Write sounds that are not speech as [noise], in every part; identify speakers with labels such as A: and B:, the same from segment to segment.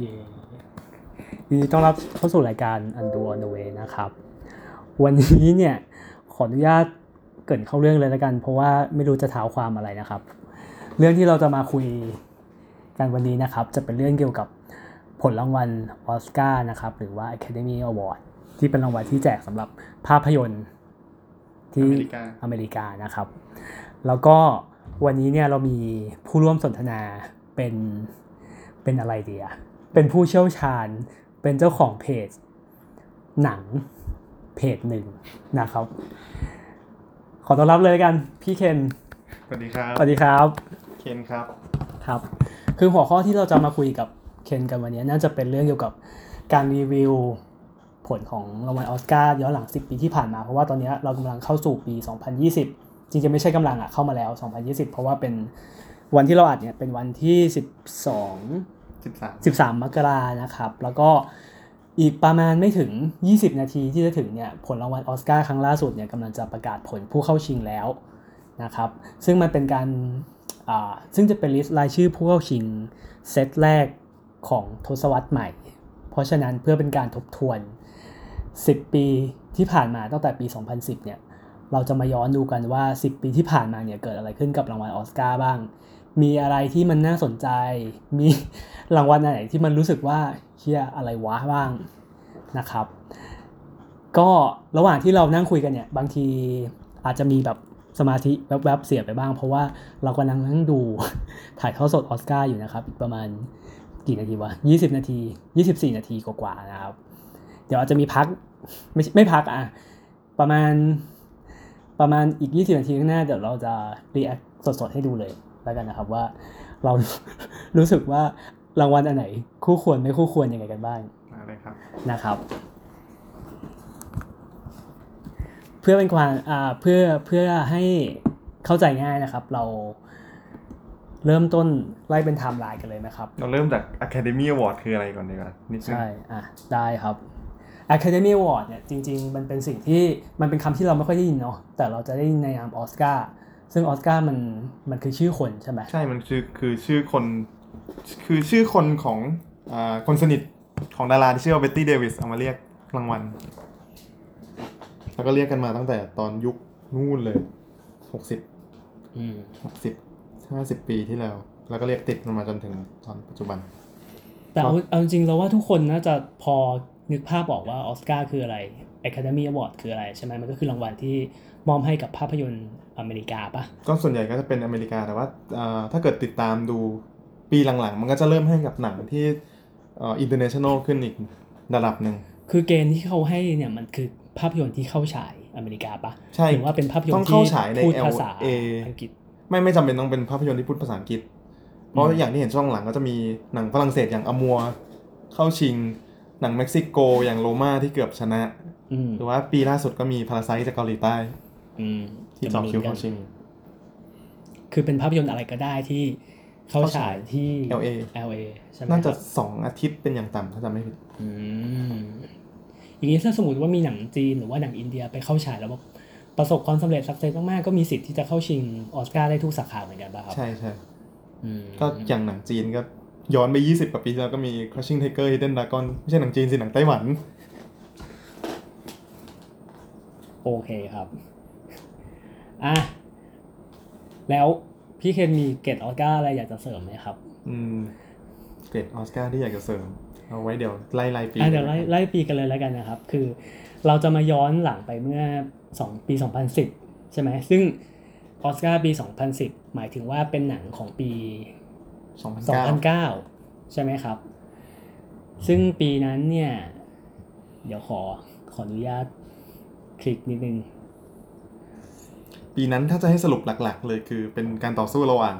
A: เย้ยินดีต้อนรับเข้าสู่รายการ Undo on the way นะครับ วันนี้เนี่ยขออนุญาตเกรินเข้าเรื่องเลยละกัน เพราะว่าไม่รู้จะเท้าความอะไรนะครับ เรื่องที่เราจะมาคุยกันวันนี้นะครับ จะเป็นเรื่องเกี่ยวกับผลรางวัลออสการ์นะครับ หรือว่า Academy Award ที่เป็นรางวัลที่แจกสำหรับภาพยนตร์ที่
B: อเมริกา
A: อเมริกานะครับ แล้วก็วันนี้เนี่ยเรามีผู้ร่วมสนทนาเป็นเป็นอะไรดีอะเป็นผู้เชี่ยวชาญ เป็นเจ้าของเพจ หนังเพจหนึ่งนะครับ ขอต้อนรับเลยละกันพี่เคน
B: สวัสดีครับ
A: สวัสดีครับ
B: เคนครับ
A: ครับ คือหัวข้อที่เราจะมาคุยกับเคนกันวันนี้น่าจะเป็นเรื่องเกี่ยวกับการรีวิวผลของรางวัลออสการ์ย้อนหลัง 10 ปีที่ผ่านมา เพราะว่าตอนนี้เรากำลังเข้าสู่ปี 2020 จริงๆไม่ใช่กำลังอะเข้ามาแล้ว 2020 เพราะว่าเป็นวันที่เราอัดเนี่ยเป็นวันที่ 12
B: 13
A: 13 มกรานะครับ แล้วก็อีกประมาณไม่ถึง 20 นาทีที่จะถึงเนี่ย ผลรางวัลออสการ์ครั้งล่าสุดเนี่ยกำลังจะประกาศผลผู้เข้าชิงแล้วนะครับ ซึ่งมันเป็นการอ่าซึ่งจะเป็นลิสต์รายชื่อผู้เข้าชิงเซตแรกของทศวรรษใหม่ เพราะฉะนั้นเพื่อเป็นการทบทวน 10 ปีที่ผ่านมาตั้งแต่ปี 2010 เนี่ย เราจะมาย้อนดูกันว่า 10 ปีที่ผ่านมาเนี่ยเกิดอะไรขึ้นกับรางวัลออสการ์บ้าง มีอะไรที่มันน่าสนใจ มี รางวัลอันไหนที่มันรู้สึกว่าเฮียอะไรวะบ้างนะครับ ก็ระหว่างที่เรานั่งคุยกันเนี่ยบางทีอาจจะมีแบบสมาธิแวบๆเสียไปบ้าง เพราะว่าเรากำลังนั่งดู [laughs] ถ่ายทอดสดออสการ์อยู่นะครับอีกประมาณกี่นาทีวะ20 นาที 24 นาทีกว่าๆนะครับ เดี๋ยวอาจจะมีพักไม่ใช่ไม่พักอ่ะประมาณประมาณอีก 20 นาทีข้างหน้าเดี๋ยวเราจะรีแอคสดๆให้ดูเลยแล้วกันนะครับว่าเรา [laughs] รู้สึกว่ารางวัลอันไหน คู่ควรไม่คู่ควรยังไงกันบ้าง
B: มาเลยครับ
A: นะครับ เพื่อเป็นความอ่าเพื่อเพื่อให้เข้าใจง่ายนะครับ เราเริ่มต้นไล่เป็นไทม์ไลน์กันเลยนะครับ
B: เราเริ่มจาก Academy Award คืออะไรก่อนดีกว่านิดนึง
A: ใช่ อ่ะ ได้ครับ Academy Award เนี่ยจริง ๆ มันเป็นสิ่งที่มันเป็นคำที่เราไม่ค่อยได้ยินเนาะแต่เราจะได้ยินในนามออสการ์ซึ่งออสการ์มันมันคือชื่อคนใช่ไหม
B: ใช่ มันคือคือชื่อคน คือชื่อคนของอ่าคนสนิทของดาราที่ชื่อว่าเบตตี้เดวิสเอามาเรียกรางวัล แล้วก็เรียกกันมาตั้งแต่ตอนยุคนู่นเลย 60
A: อืม
B: 60 50 ปีที่แล้ว แล้วก็เรียกติดมันมาจนถึงตอนปัจจุบัน
A: แต่เอา
B: ครับ
A: เอาจริงๆเราว่าทุกคนน่าจะพอนึกภาพออกว่าออสการ์คืออะไร Academy Award คืออะไรใช่ไหมมันก็คือรางวัลที่มอบให้กับภาพยนตร์อเมริกาปะ
B: ก็ส่วนใหญ่ก็จะเป็นอเมริกาแต่ว่าอ่าถ้าเกิดติดตามดูปีหลังๆ มันก็จะเริ่มให้กับหนังที่อินเตอร์เนชั่นแนลขึ้นอีกระดับหนึ่ง
A: คือเกณฑ์ที่เขาให้เนี่ยมันคือภาพยนตร์ที่เข้าฉายอเมริกาปะ
B: ใช่
A: หรือว่าเป็นภาพยนต
B: ต้อ
A: ร์
B: ง
A: ที่
B: เข้าฉายใน
A: พูดภาษา
B: LA
A: อังกฤษ
B: ไม่ไม่จำเป็นต้องเป็นภาพยนตร์ที่พูดภาษาอังกฤษ เพราะ
A: อืม
B: อย่างที่เห็นช่วงหลังก็จะมีหนังฝรั่งเศสอย่างอมัว เข้าชิง หนังเม็กซิโกอย่างโรมาที่เกือบชนะ
A: อืม
B: หรือว่าปีล่าสุดก็มีพาราไซจากเกาหลีใต้
A: อืม
B: ที่จองคิว
A: ดี๋ย
B: เข้า
A: ลุ้น
B: ม
A: กัน
B: ชิง
A: คือเป็นภาพยนตร์อะไรก็ได้ที่เข้าฉายที่
B: LA
A: LA ใช่ไหม
B: น่าจะ
A: ครับ
B: สองอาทิตย์เป็นอย่างต่ำถ้าจำไม่ผิด
A: อืมอย่างนี้ถ้าสมมติว่ามีหนังจีนหรือว่าหนังอินเดียไปเข้าฉายแล้วแบบประสบความสำเร็จสักเซสมากๆก็มีสิทธิ์ที่จะเข้าชิงออสการ์ได้ทุกสาขาเหมือนกันป่ะครับ
B: ใช่ใช่
A: อืม
B: ก็อย่างหนังจีนก็ย้อนไป 20กว่าปีที่แล้วก็มี Crushing Tiger Hidden Dragon ไม่ใช่หนังจีนสิหนังไต้หวัน
A: โอเคครับอ่ะแล้วพี่เคนมีเกรดออสการ์อะไรอยากจะเสริมไหมครับ
B: อืมเกรดออสการ์ที่อยากจะเสริม เอาไว้เดี๋ยวไล่ไล่ปี
A: อ่ะเดี๋ยวไล่ไล่ปีกันเลยแล้วกันนะครับ คือ เราจะมาย้อนหลังไปเมื่อสองปี 2010 ใช่ไหมซึ่งออสการ์ปี 2010 หมายถึงว่าเป็นหนังของปี
B: สองพันเก้า
A: 2009 ใช่ไหมครับ ซึ่งปีนั้นเนี่ย เดี๋ยวขอขออนุญาตคลิกนิดนึง
B: ปีนั้นถ้าจะให้สรุปหลักๆ เลยคือเป็นการต่อสู้ระหว่าง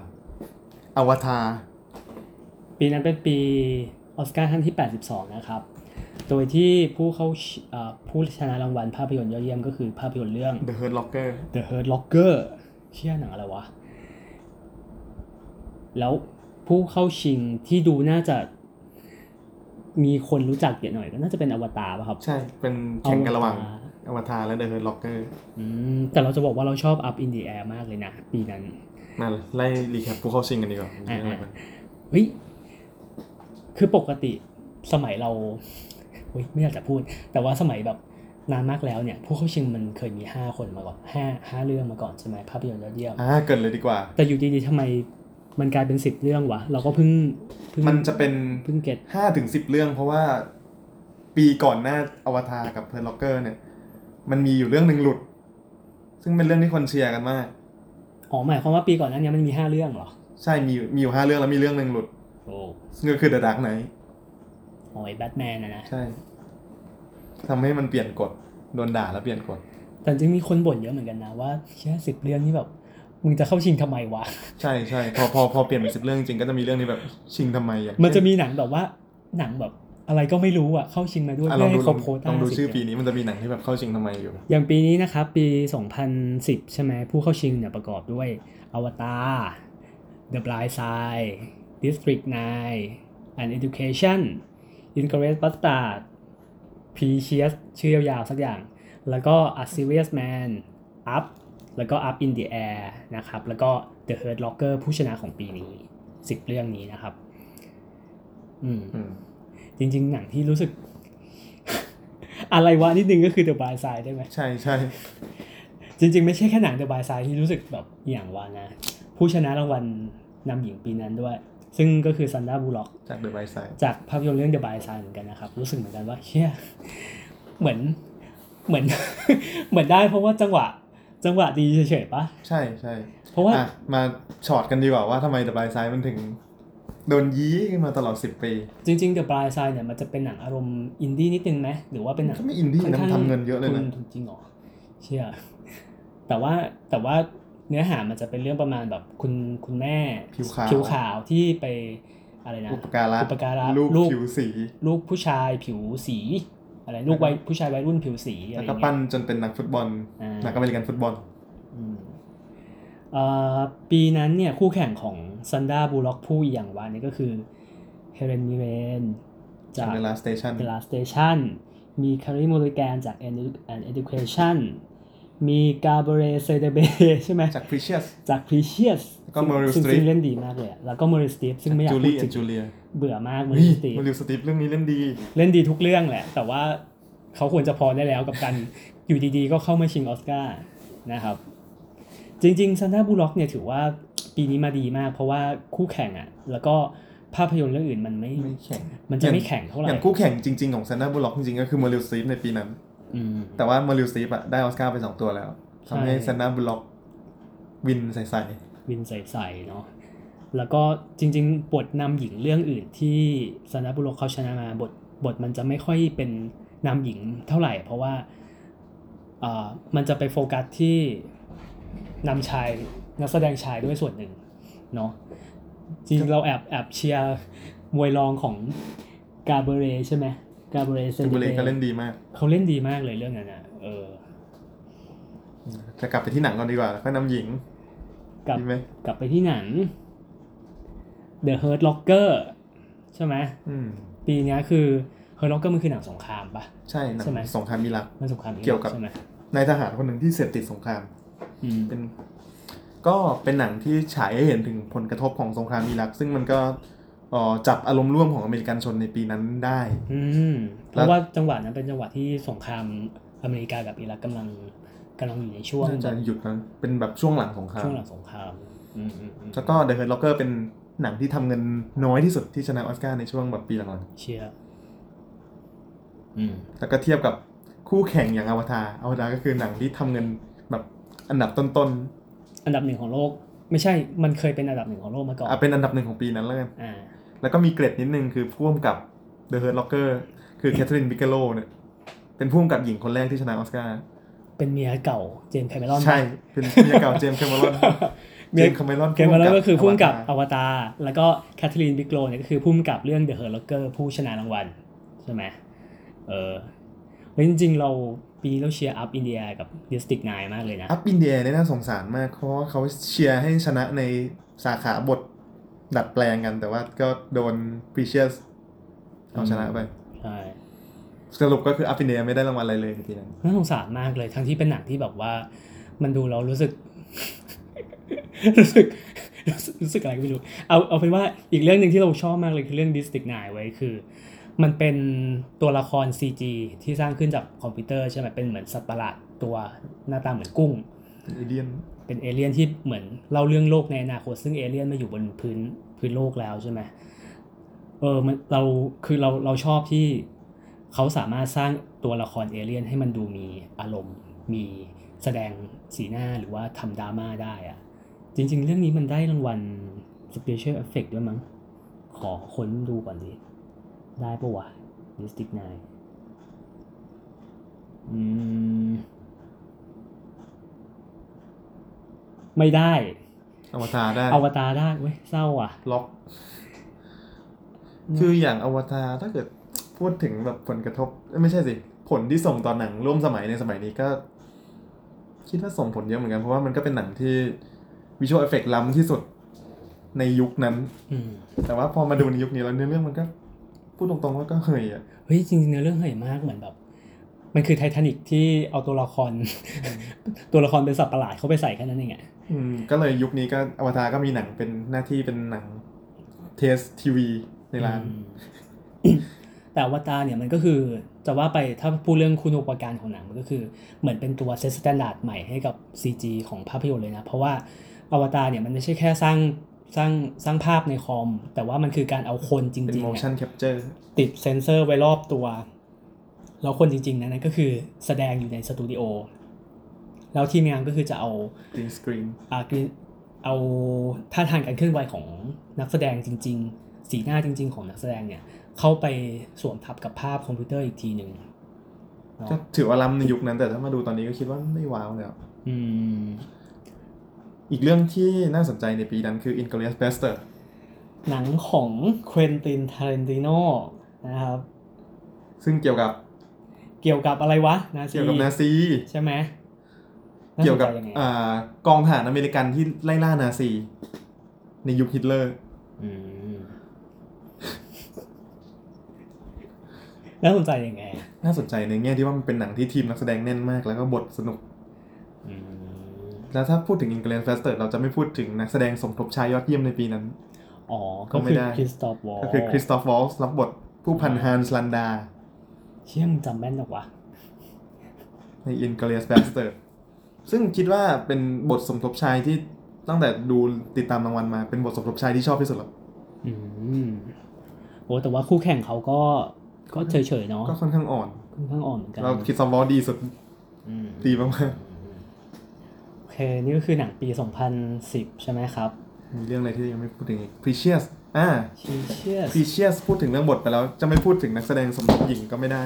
B: อวตาร
A: ปีนั้นเป็นปีออสการ์ครั้งที่ 82 นะครับ โดยที่ผู้เข้าชิเอ่อผู้ชนะรางวัลภาพยนตร์ยอดเยี่ยมก็คือภาพยนตร์เรื่อง
B: The Hurt Locker
A: The Hurt Locker เชี่ยหนังอะไรวะ แล้วผู้เข้าชิงที่ดูน่าจะมีคนรู้จักเยอะหน่อยก็น่าจะเป็นอวตารป่ะครับ
B: ใช่เป็นแข่งกันระหว่าง
A: อวตาร
B: อวตารและ The Hurt Locker
A: อืมแต่เราจะบอกว่าเราชอบ Up in the Air มากเลยนะ ปีนั้น
B: มาเลยไล่รีแคปผู้เข้าชิงกันดีกว่ามีอะไรบ้าง
A: เฮ้ย คือปกติสมัยเราอุ๊ยไม่อยากจะพูด แต่ว่าสมัยแบบนานมากแล้วเนี่ย ผู้เข้าชิงมันเคยมี 5 คนมาก่อนห้าห้าเรื่องมาก่อนใช่ไหมภาพยนตร์ยอดเยี่ยม
B: อ่าเกิดเลยดีกว่า
A: แต่อยู่ดีๆทำไมมันกลายเป็น 10 เรื่องวะ เราก็เพิ่งเพิ่ง
B: มันจะเป็น
A: เพิ่งเก็ต
B: ห้าถึงสิบเรื่อง เพราะว่าปีก่อนหน้าอวตารกับเพลล็อกเกอร์เนี่ย มันมีอยู่เรื่องหนึ่งหลุด ซึ่งเป็นเรื่องที่คนเชียร์กันมาก
A: อ๋อหมายความว่าปีก่อนหนั้นเนี่ยมันมี 5 เรื่องเหรอ
B: ใช่มีอยู่มีอยู่ห้าเรื่องแล้วมีเรื่องหนึ่งหลุด
A: โอ้
B: ซึ่งก็คือ The Dark Knight
A: โอยแบทแมนนะนะ
B: ใช่ทำให้มันเปลี่ยนกฎโดนด่าแล้วเปลี่ยนกฎ
A: แต่จริงๆมีคนบ่นเยอะเหมือนกันนะว่าแค่สิบเรื่องนี่แบบมึงจะเข้าชิงทำไมวะ
B: ใช่ใช่พอพอพอเปลี่ยนเป็นสิบเรื่องจริงก็จะมีเรื่องนี้แบบชิงทำไมอย่าง
A: มันจะมีหนังแบบว่าหนังแบบอะไรก็ไม่รู้อ่ะเข้าชิงมาด้วย
B: อ่ะลอ
A: เพื่
B: ง
A: อให้ค
B: ดูล
A: ร
B: อง
A: บโควต้า
B: ลองดู
A: สิบ
B: ชื่อปี
A: เนี่ย
B: นี้มันจะมีหนังที่แบบเข้าชิงทำไมอยู่
A: อย่างปีนี้นะครับปี 2010 ใช่ไหมผู้เข้าชิงเนี่ยประกอบด้วยอวตาร The Blind Side District 9 An Education Inglorious Bastard p r e c i o u s ชื่อยาวๆ สักอย่าง แล้วก็ A Serious Man Up แล้วก็ Up in the Air นะครับ แล้วก็ The Hurt Locker ผู้ชนะของปีนี้ 10 เรื่องนี้นะครับ อืม
B: อืม
A: จริงๆ หนังที่รู้สึก [laughs] อะไรวะนิดนึงก็คือ The b บ y Side ได้ไหม
B: ใช่ใช่
A: จริงๆ ไม่ใช่แค่หนัง The b บ y Side ที่รู้สึกแบบอหย่างวานะ ผู้ชนะรางวัลนำหญิงปีนั้นด้วย ซึ่งก็คือซันดาบูล็อก
B: จาก The Bright Side
A: จากภาพยนตร์เรื่อง The b บ y Side เหมือนกันนะครับ รู้สึกเหมือนกันว่าเฮียเหมือนเหมือน [laughs] เหมือนได้เพราะว่าจังหวะ จังหวะดีเฉยๆปะ
B: ใช่ใช่
A: เพราะว่า
B: อ่ะมาช็อตกันดีกว่าว่าทำไม The Bright Side มันถึง โดนยี้มาตลอดสิบปี
A: จริงๆ The b บ y Side เนี่ยมันจะเป็นหนังอารมณ์อินดี้นิดนึงไหมหรือว่าเป็นหนัง
B: ก็ไม่อินดี้
A: ค่อ
B: นะมัน
A: ข้า
B: ทำเงินเยอะเลยนะ
A: ทุจริงเหรอเชื่อแต่ว่าแต่ว่าเนื้อหามันจะเป็นเรื่องประมาณแบบคุณคุณแม่
B: ผิวขาว
A: ขาวที่ไปอะไรนะ
B: อุปการะ
A: อุปการะ
B: ลูก
A: ลูก
B: ผิวสี
A: ลูกผู้ชายผิวสี อะไรลูกวัยผู้ชายวัยรุ่นผิวสีอะไรอ
B: แล้วก็
A: ย่าง
B: ปั้
A: เงี้
B: น
A: ย
B: จนเป็นนักฟุตบอล
A: อ่า
B: นักอเมริกันฟุตบอล
A: อืมเอ่อปีนั้นเนี่ยคู่แข่งของซันดาบูล็อกผู้อหย่างวานนี่ยก็คือเฮเรนมิเรนจา
B: จาก
A: ก
B: เวลาสเตชัน
A: The Last Station มี c a r r y m u l l i g a n จาก Edu- An Education มี g a b r i e l c e d e b e [laughs] ใช่ไหม
B: จาก Precious
A: จาก Precious
B: แล้วก็ Meryl
A: ซึ่ง
B: Streep
A: ซึ่งเล่นดีมากเลยอะแล้วก็ Meryl Streep ซึ่งไม่อยาก
B: จู
A: พู
B: ลี่
A: ด
B: แอ
A: ถึ
B: น
A: ง
B: จูเลีย
A: เบื่อมาก
B: เฮ้ย
A: Meryl Streep
B: มาริวสติปเรื่องนี้เล่นดี
A: เล่นดีทุกเรื่องแหละ แต่ว่าเขาควรจะพอได้แล้วกับการ อยู่ดีๆ ก็เข้ามาชิงออสการ์นะครับ จริงๆซันดาบูล็อกเนี่ยถือว่าปีนี้มาดีมาก เพราะว่าคู่แข่งอะแล้วก็ภาพยนตร์เรื่องอื่นมันไม่
B: ไม่แข่ง
A: มันจะไม่แข่งเท่าไหร่
B: อย่างคู่แข่งจริง ๆ ของซ a นด้าบูล็อกจริงๆ ก็คือมาริวสตีฟในปีนั้น
A: อืม
B: แต่ว่ามาริวสตีฟอะได้ออสการ์ไป 2 ตัวแล้วทำให้
A: ใช่
B: ซ a นด้าบูล็อกวินใส่
A: วินใส่ๆเนาะ แล้วก็จริงๆ บทนำหญิงเรื่องอื่นที่สนบุโรเขาชนะมาบทบทมันจะไม่ค่อยเป็นนำหญิงเท่าไหร่ เพราะว่าเอ่อมันจะไปโฟกัสที่นำชายนักแสดงชายด้วยส่วนหนึ่งเนาะ จริงๆเราแอบแอบเชียร์มวยรองของกาเบเรใช่ไหมกาเบเร
B: ๆจูเบเลก็เล่นดีมาก
A: เขาเล่นดีมากเลยเรื่องนั้นอ่ะเออ
B: จะกลับไปที่หนังก่อนดีกว่าแล้วก็นำหญิง
A: กลับ
B: ดีไหม
A: กลับไปที่หนัง The Hurt Locker ใช่ไหม
B: อืม
A: ปีเนี้ยคือเฮอร์ล็อกเกอร์มันคือหนังสงครามปะ
B: ใช่หนัง
A: ใช่ไหม
B: สงครามอิรัก
A: มันสงครามอิรั
B: เกี่ยวกับ
A: ใช่ไหม
B: นายทหารคนหนึ่งที่เสพติดสงคราม
A: อืม
B: เป็นก็เป็นหนังที่ฉายให้เห็นถึงผลกระทบของสงครามอิรัก ซึ่งมันก็เอ่อจับอารมณ์ร่วมของอเมริกันชนในปีนั้นได้
A: อืมเพราะว่าจังหวะนั้นเป็นจังหวะที่สงครามอเมริกากับอิรักกำลังกำลังอยู่ในช่วง
B: น่าจะหยุดนะเป็นแบบช่วงหลังสงคราม
A: ช่วงหลังสงครามอืมอืมอืม
B: แล้วก็ The Hurt Locker เป็นหนังที่ทำเงินน้อยที่สุดที่ชนะออสการ์ในช่วงแบบปีหลัง
A: เชียร์อืม
B: ๆแล้วก็เทียบกับคู่แข่งอย่างอวตารอวตารก็คือหนังที่ทำเงินแบบอันดับต้น
A: อันดับหนึ่งของโลก ไม่ใช่ มันเคยเป็นอันดับหนึ่งของโลกมา
B: ๆ
A: ก่อน
B: อ่ะเป็นอันดับหนึ่งของปีนั้นแล้วกัน
A: อ่า
B: แล้วก็มีเกร็ดนิดนึงคือพ่วงกับ The Hurt Locker คือแคทเธอรีนบิกเกโลเนี่ย เป็นพ่วงกับหญิงคนแรกที่ชนะออสการ์
A: เป็นเมียเก่าเจมส์แคมเมรอนปะ
B: ใช่ เป็นเมียเก่าเจมส์แคมเมรอน
A: [laughs] เมี
B: เจ
A: ย
B: มส์แคมเมรอน
A: เกมมาแล้วก็คือพุ่มกับ
B: อ
A: อว
B: วตาร
A: ตารแล้วก็แคทเธอรีนบิกโลเนี่ยก็คือพุ่มกับเรื่อง The Hurt Locker ผู้ชนะรางวัลใช่ไหมเออเฮ้ยจริงๆ เราปีนี้เราเชียร์ Up in the Air กับ District 9 มากเลยนะ
B: อัพอินเดียเนี่ยน่าสงสารมาก เพราะว่าเขาเชียร์ให้ชนะในสาขาบทดัดแปลงกัน แต่ว่าก็โดน Precious เอาชนะไป
A: ใช่
B: สรุปก็คืออัพอินเดียไม่ได้รางวัลอะไรเลยในปีนั้น
A: น่าสงสารมากเลยทั้งที่เป็นหนังที่แบบว่า [laughs] มันดูเรารู้สึก [laughs] รู้สึก รู้สึกอะไรก็ไม่รู้ เอาเอาเป็นว่าอีกเรื่องหนึ่งที่เราชอบมากเลยคือเรื่อง District 9ไว้ยคือ มันเป็นตัวละคร CG ที่สร้างขึ้นจากคอมพิวเตอร์ใช่ไหมเป็นเหมือนสัตว์ประหลาดตัวหน้าตาเหมือนกุ้ง
B: เอเดียน
A: เป็นเอเลี่ยนที่เหมือนเล่าเรื่องโลกในอนาคตซึ่งเอเลี่ยนมาอยู่บนพื้นพื้นโลกแล้วใช่ไหมเออมันเราคือเราเราชอบที่เขาสามารถสร้างตัวละครเอเลี่ยนให้มันดูมีอารมณ์ มีแสดงสีหน้าหรือว่าทำดราม่าได้อะจริง ๆ เรื่องนี้มันได้รางวัล Special Effect ด้วยมั้ง ขอค้นดูก่อนดิ ได้ปะวะ Mystic Nine อืม ไม่ได้
B: อวตารได้
A: อวตารได้เว้ยเศร้าอ่ะ
B: ล็อก คืออย่างอวตารถ้าเกิดพูดถึงแบบผลกระทบเอ้ยไม่ใช่สิ ผลที่ส่งต่อหนังร่วมสมัยในสมัยนี้ก็ คิดว่าส่งผลเยอะเหมือนกัน เพราะว่ามันก็เป็นหนังที่วิชวลเอฟเฟกต์ล้ำที่สุดในยุคนั้น
A: อืม
B: แต่ว่าพอมาดูในยุคนี้แล้วเนื้อเรื่องมันก็ พูดตรงๆว่าก็เหยอ่ะ
A: เฮ้ยจริงๆเนื้อเรื่องเหยมากเหมือนแบบ มันคือไททานิกที่เอาตัวละค
B: [laughs]
A: ร ตัวละครเป็นสัตว์ประหลาดเข้าไปใส่แค่นั้นเองอะ
B: อืมก็เลยยุคนี้ก็อวตารก็มีหนังเป็นหน้าที่เป็นหนังเทสทีวีในร้าน
A: อืม แต่อวตารเนี่ยมันก็คือจะว่าไปถ้าพูดเรื่องคุณูปการของหนังมันก็คือ เหมือนเป็นตัวเซตสแตนดาร์ดใหม่ให้กับ CG ของภาพยนตร์เลยนะ เพราะว่าอวตารเนี่ยมันไม่ใช่แค่สร้างสร้างสร้างภาพในคอม แต่ว่ามันคือการเอาคนจริงๆ
B: เป็น
A: อะ
B: motion capture
A: ติดเซ็นเซอร์ไว้รอบตัว แล้วคนจริงๆ นั้นก็คือแสดงอยู่ในสตูดิโอ แล้วทีมงานก็คือจะเอา
B: green screen
A: อ่ากรีนเอาท่าทางการเคลื่อนไหวของนักแสดงจริง ๆ สีหน้าจริง ๆ ของนักแสดงเนี่ย เข้าไปสวมทับกับภาพคอมพิวเตอร์อีกทีหนึ่งเนาะ
B: ก็ถือว่าล้ำในยุคนั้น แต่ถ้ามาดูตอนนี้ก็คิดว่าไม่ว้าวแล้ว
A: อืม
B: อีกเรื่องที่น่าสนใจในปีนั้นคือ Inglourious Basterds
A: หนังของเควินตินทาเรนติโนนะครับ
B: ซึ่งเกี่ยวกับ
A: เกี่ยวกับอะไรวะนาซี
B: เกี่ยวกับนาซี
A: ใช่ไหมน่าสนใจ
B: เกี่ยวกับ
A: งไง
B: อ่ากองทหารอเมริกันที่ไล่ล่านาซี ในยุคฮิตเลอร์
A: อืมน่าสนใจยังไง
B: น่าสนใจในแง่ที่ว่ามันเป็นหนังที่ทีมนักแสดงแน่นมาก แล้วก็บทสนุก
A: อืม
B: แล้วถ้าพูดถึง Inglourious Basterds เราจะไม่พูดถึงนักแสดงสมทบชายยอดเยี่ยมในปีนั้น
A: อ๋อ
B: ก็
A: ก็
B: ไม่
A: คือ
B: ได้
A: คริสตอฟวอล
B: ก็คือคริสตอฟวอลส์รับบทผู้พันฮานส์ลันดา
A: เชี่ยมงจำแม่นจังวะ
B: ใน Inglourious b a s t e r d ซึ่งคิดว่าเป็นบทสมทบชายที่ตั้งแต่ดูติดตามรางวัลมาเป็นบทสมทบชายที่ชอบที่สุดแล้ว
A: อืมโอ้แต่ว่าคู่แข่งเขาก็ก็เฉยๆเนาะ
B: ก็ค่อนข้างอ่อน
A: ค่อนข้างอ่อนเหมือนกัน
B: เราคิดซอมวอลดีสุด
A: อืม
B: ดีมาก
A: โอเค นี่ก็คือหนังปี 2010 ใช่ไหมครับ
B: ๆมีเรื่องอะไรที่ยังไม่พูดถึงอีก Precious อ่า
A: ชีเชียส
B: Precious พูดถึงเรื่องบทไปแล้ว จะไม่พูดถึงนักแสดงสมทบหญิงก็ไม่ได้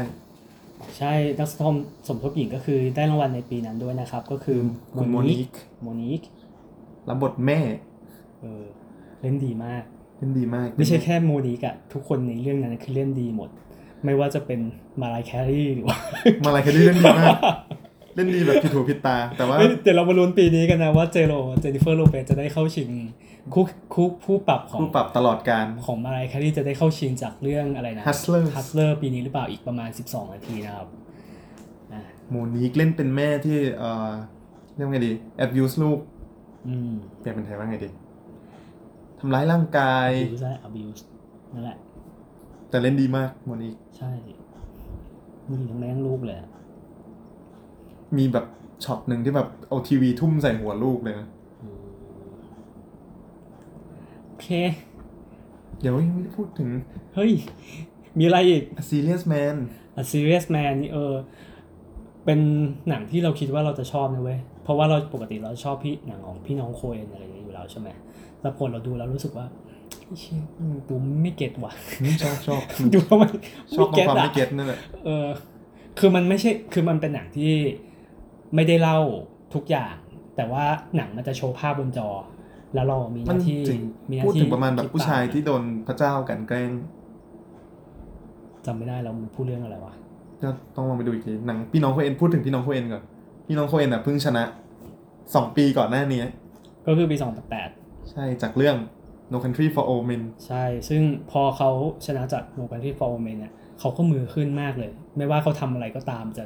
A: ใช่นักสมสมทบหญิงก็คือได้รางวัลในปีนั้นด้วยนะครับ ก็คือ
B: คุณโมนิก
A: โมนิก
B: รับบทแม่
A: เออเล่นดีมาก
B: เล่นดีมาก
A: ไม่ใช่แค่โมนิกอะทุกคนในเรื่องนั้นคือเล่นดีหมด ไม่ว่าจะเป็นมาลายแครีหรือว่า
B: มาลายแคดีเล่นดีมาก เล่นดีแบบผิดหูผิดตา แต่ว่า
A: เอ้ [laughs] ยเดี๋ยวเรามาลุ้นปีนี้กันนะว่าเจโรเจนนิเฟอร์โลเปจะได้เข้าชิงคู่คู่ผู้ปรับของ
B: ผู้ปรับตลอดการ
A: ของมารายแครีจะได้เข้าชิงจากเรื่องอะไรนะ
B: Hustlers
A: ฮัสเลอร์ปีนี้หรือเปล่าอีกประมาณ 12 นาทีนะครับอ่ะ
B: โมนิกเล่นเป็นแม่ที่เอ่อเรียกว่าไงดี abuse ลูก
A: อืม
B: เปลี่ยนเป็นไทยว่าไงดีทำร้ายร่างกาย
A: บิวส์ได้อาบิวส์นั่นแหละ
B: แต่เล่นดีมากโมนิก
A: ใช่มีทั้งแม่ทั้งลูกเลยอะ
B: มีแบบช็อตหนึ่งที่แบบเอาทีวีทุ่มใส่หัวลูกเลยนะ
A: อืมโอเค
B: เดี๋ยวยังไม่ได้พูดถึง
A: เฮ้ย มีอะไรอีก
B: A Serious Man
A: A Serious Man นี่เออ เป็นหนังที่เราคิดว่าเราจะชอบนะเว้ย เพราะว่าเราปกติเราชอบพี่หนังของพี่น้องโคเอนอะไรอย่างนี้อยู่แล้วใช่ไหมแต่ผลเราดูแล้วรู้สึกว่าเชี่ยมันดูไม่เก็ตว่ะ
B: อืมชอบชอบ
A: ดูแล้วมัน
B: ชอบตร
A: ต
B: งความ
A: อะ
B: ไม่เก็ตนั่นแหละ
A: เออ คือมันไม่ใช่ คือมันเป็นหนังที่ไม่ได้เล่าทุกอย่าง แต่ว่าหนังมันจะโชว์ภาพบนจอ แล้วเรามีห
B: มัน
A: น้าที่
B: ถึง
A: มีหน้
B: พูด
A: ที่
B: ถึงประมาณแบบ
A: คิด
B: ผู้ชาย
A: ตม
B: ที่โดนพระเจ้ากลันแกล้ง
A: จำไม่ได้แล้วมันพูดเรื่องอะไรวะ
B: ก็ต้องลองไปดูอีกทีหนังพี่น้องโคเอนพูดถึงพี่น้องโคเอนก่อนพี่น้องโคเอนอ่ะเพิ่งชนะสองปีก่อนหน้านี้
A: ก็คือปีสองพันแปด
B: ใช่จากเรื่อง No Country for Old Men
A: ใช่ ซึ่งพอเขาชนะจากโนกันที่ฟอร์เมนเนี่ยเขาก็มือขึ้นมากเลย ไม่ว่าเขาทำอะไรก็ตามจะ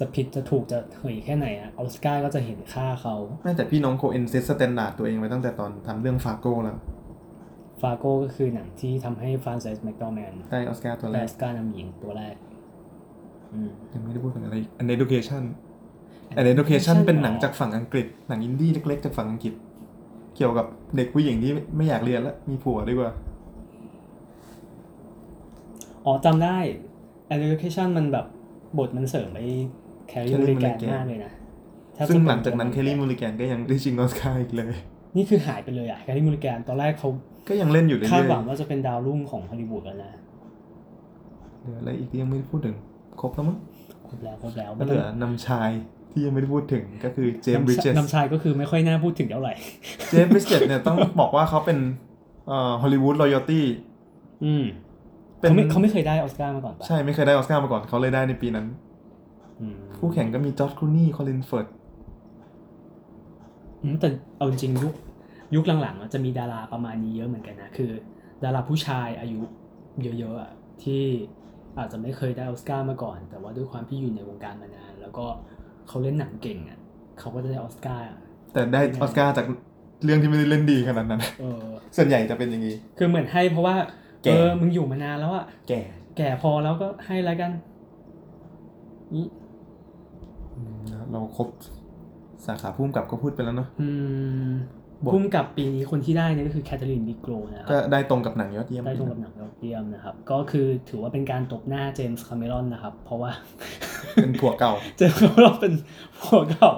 A: จะผิดจะถูกจะเหยแค่ไหนอะออสการ์ก็จะเห็นค่าเขา
B: แม่แต่พี่น้องโคเอนเซสแตนดาร์ดตัวเองไว้ตั้งแต่ตอนทำเรื่องฟาโก้แล้ว
A: ฟาโก้ก็คือหนังที่ทำให้ฟรานซิสแม d โดแมน
B: ได้ออสการ์ตัวแร
A: ได้
B: ก
A: ออสการ์นำหญิงตัวแรกอืม
B: ยังไม่ได้พูดถึงอะไรอีก An Education An Education เป็นหนังจากฝั่งอังกฤษ หนังอินดี้เล็กๆจากฝั่งอังกฤษ เกี่ยวกับเด็กผู้หญิงที่ไม่อยากเรียนแล้วมีผัวดีกว่า
A: อ๋อจำได้ An Education มันแบบบทมันเสริมไป Carrie
B: Carrie
A: Mulligan
B: Mulligan
A: มากเลยนะแทบจะ
B: ซึ่งหลังจากนั้น
A: ป็
B: เคลลี่มูลิแกนก็ยังได้ชิงออสการ์อีกเลย
A: นี่คือหายไปเลยอะ Carrie Mulligan ตอนแรกเขา
B: ก็ยังเล่นอยู่เรื่อย
A: คาดหวัง
B: ๆ
A: ว่าจะเป็นดาวรุ่งของฮอลลีวูดแล้วนะ
B: เหลืออะไรอีกที่ยังไม่ได้พูดถึง ครบแล้วมั้ง
A: ครบแล้วครบแล้ว
B: ก็เหลือนำชายที่ยังไม่ได้พูดถึงก็คือเจมส์บริด
A: น้ำ
B: เจ
A: ชาย
B: ส
A: น้ำชายก็คือไม่ค่อยน่าพูดถึงเท่าไหร่
B: เจฟบริสเจตเนี่ยต้องบอกว่าเขาเป็นเอ่อฮอลลีวูดรอยัลตี้
A: อืม
B: เป็น
A: เขาไม่เขาไม่เคยได้ออสการ์มาก่อนปะ
B: ใช่ไม่เคยได้ออสการ์มาก่อนเขาเลยได้ในปีนั้น
A: อืม
B: คู่แข่งก็มีจอร์จครูนี่คอลินเฟิร์ด
A: อืมแต่เอาจริงยุคยุคหลังๆอะจะมีดาราประมาณนี้เยอะเหมือนกันนะ คือ ดาราผู้ชายอายุเยอะๆอะที่อาจจะไม่เคยได้ออสการ์มาก่อน แต่ว่าด้วยความที่อยู่ในวงการมานาน แล้วก็เขาเล่นหนังเก่งอ่ะเขาก็จะได้ออสการ์อะ
B: แต่ได้ออสการ์จากเรื่องที่ไม่ได้เล่นดีขนาด [laughs] นั้น
A: เออ
B: ส่วนใหญ่จะเป็นอย่างนี้
A: คือเหมือนให้เพราะว่า
B: แก่
A: เออมึงอยู่มานานแล้วอ่ะ
B: แก่
A: แก่พอแล้วก็ให้แล้วกันนี่
B: เราครบสาขาพุ่มกับก็พูดไปแล้วเนาะ
A: อืม
B: บท
A: พุ่มกับปีนี้คนที่ได้เนี่ยก็คือแคทเธอรีนบิกโกลนะค
B: ก็
A: รับ
B: ได้ตรงกับหนังยอดเยี่ยม
A: ได้ตรงกับหนังยอดเยี่ยมนะครับ ก็คือถือว่าเป็นการตบหน้าเจมส์คาเมรอนนะครับ เพราะ [laughs] ว่า
B: เป็นผัวเก่า
A: เจมส์คาเมรอนเป็นผัวเก่า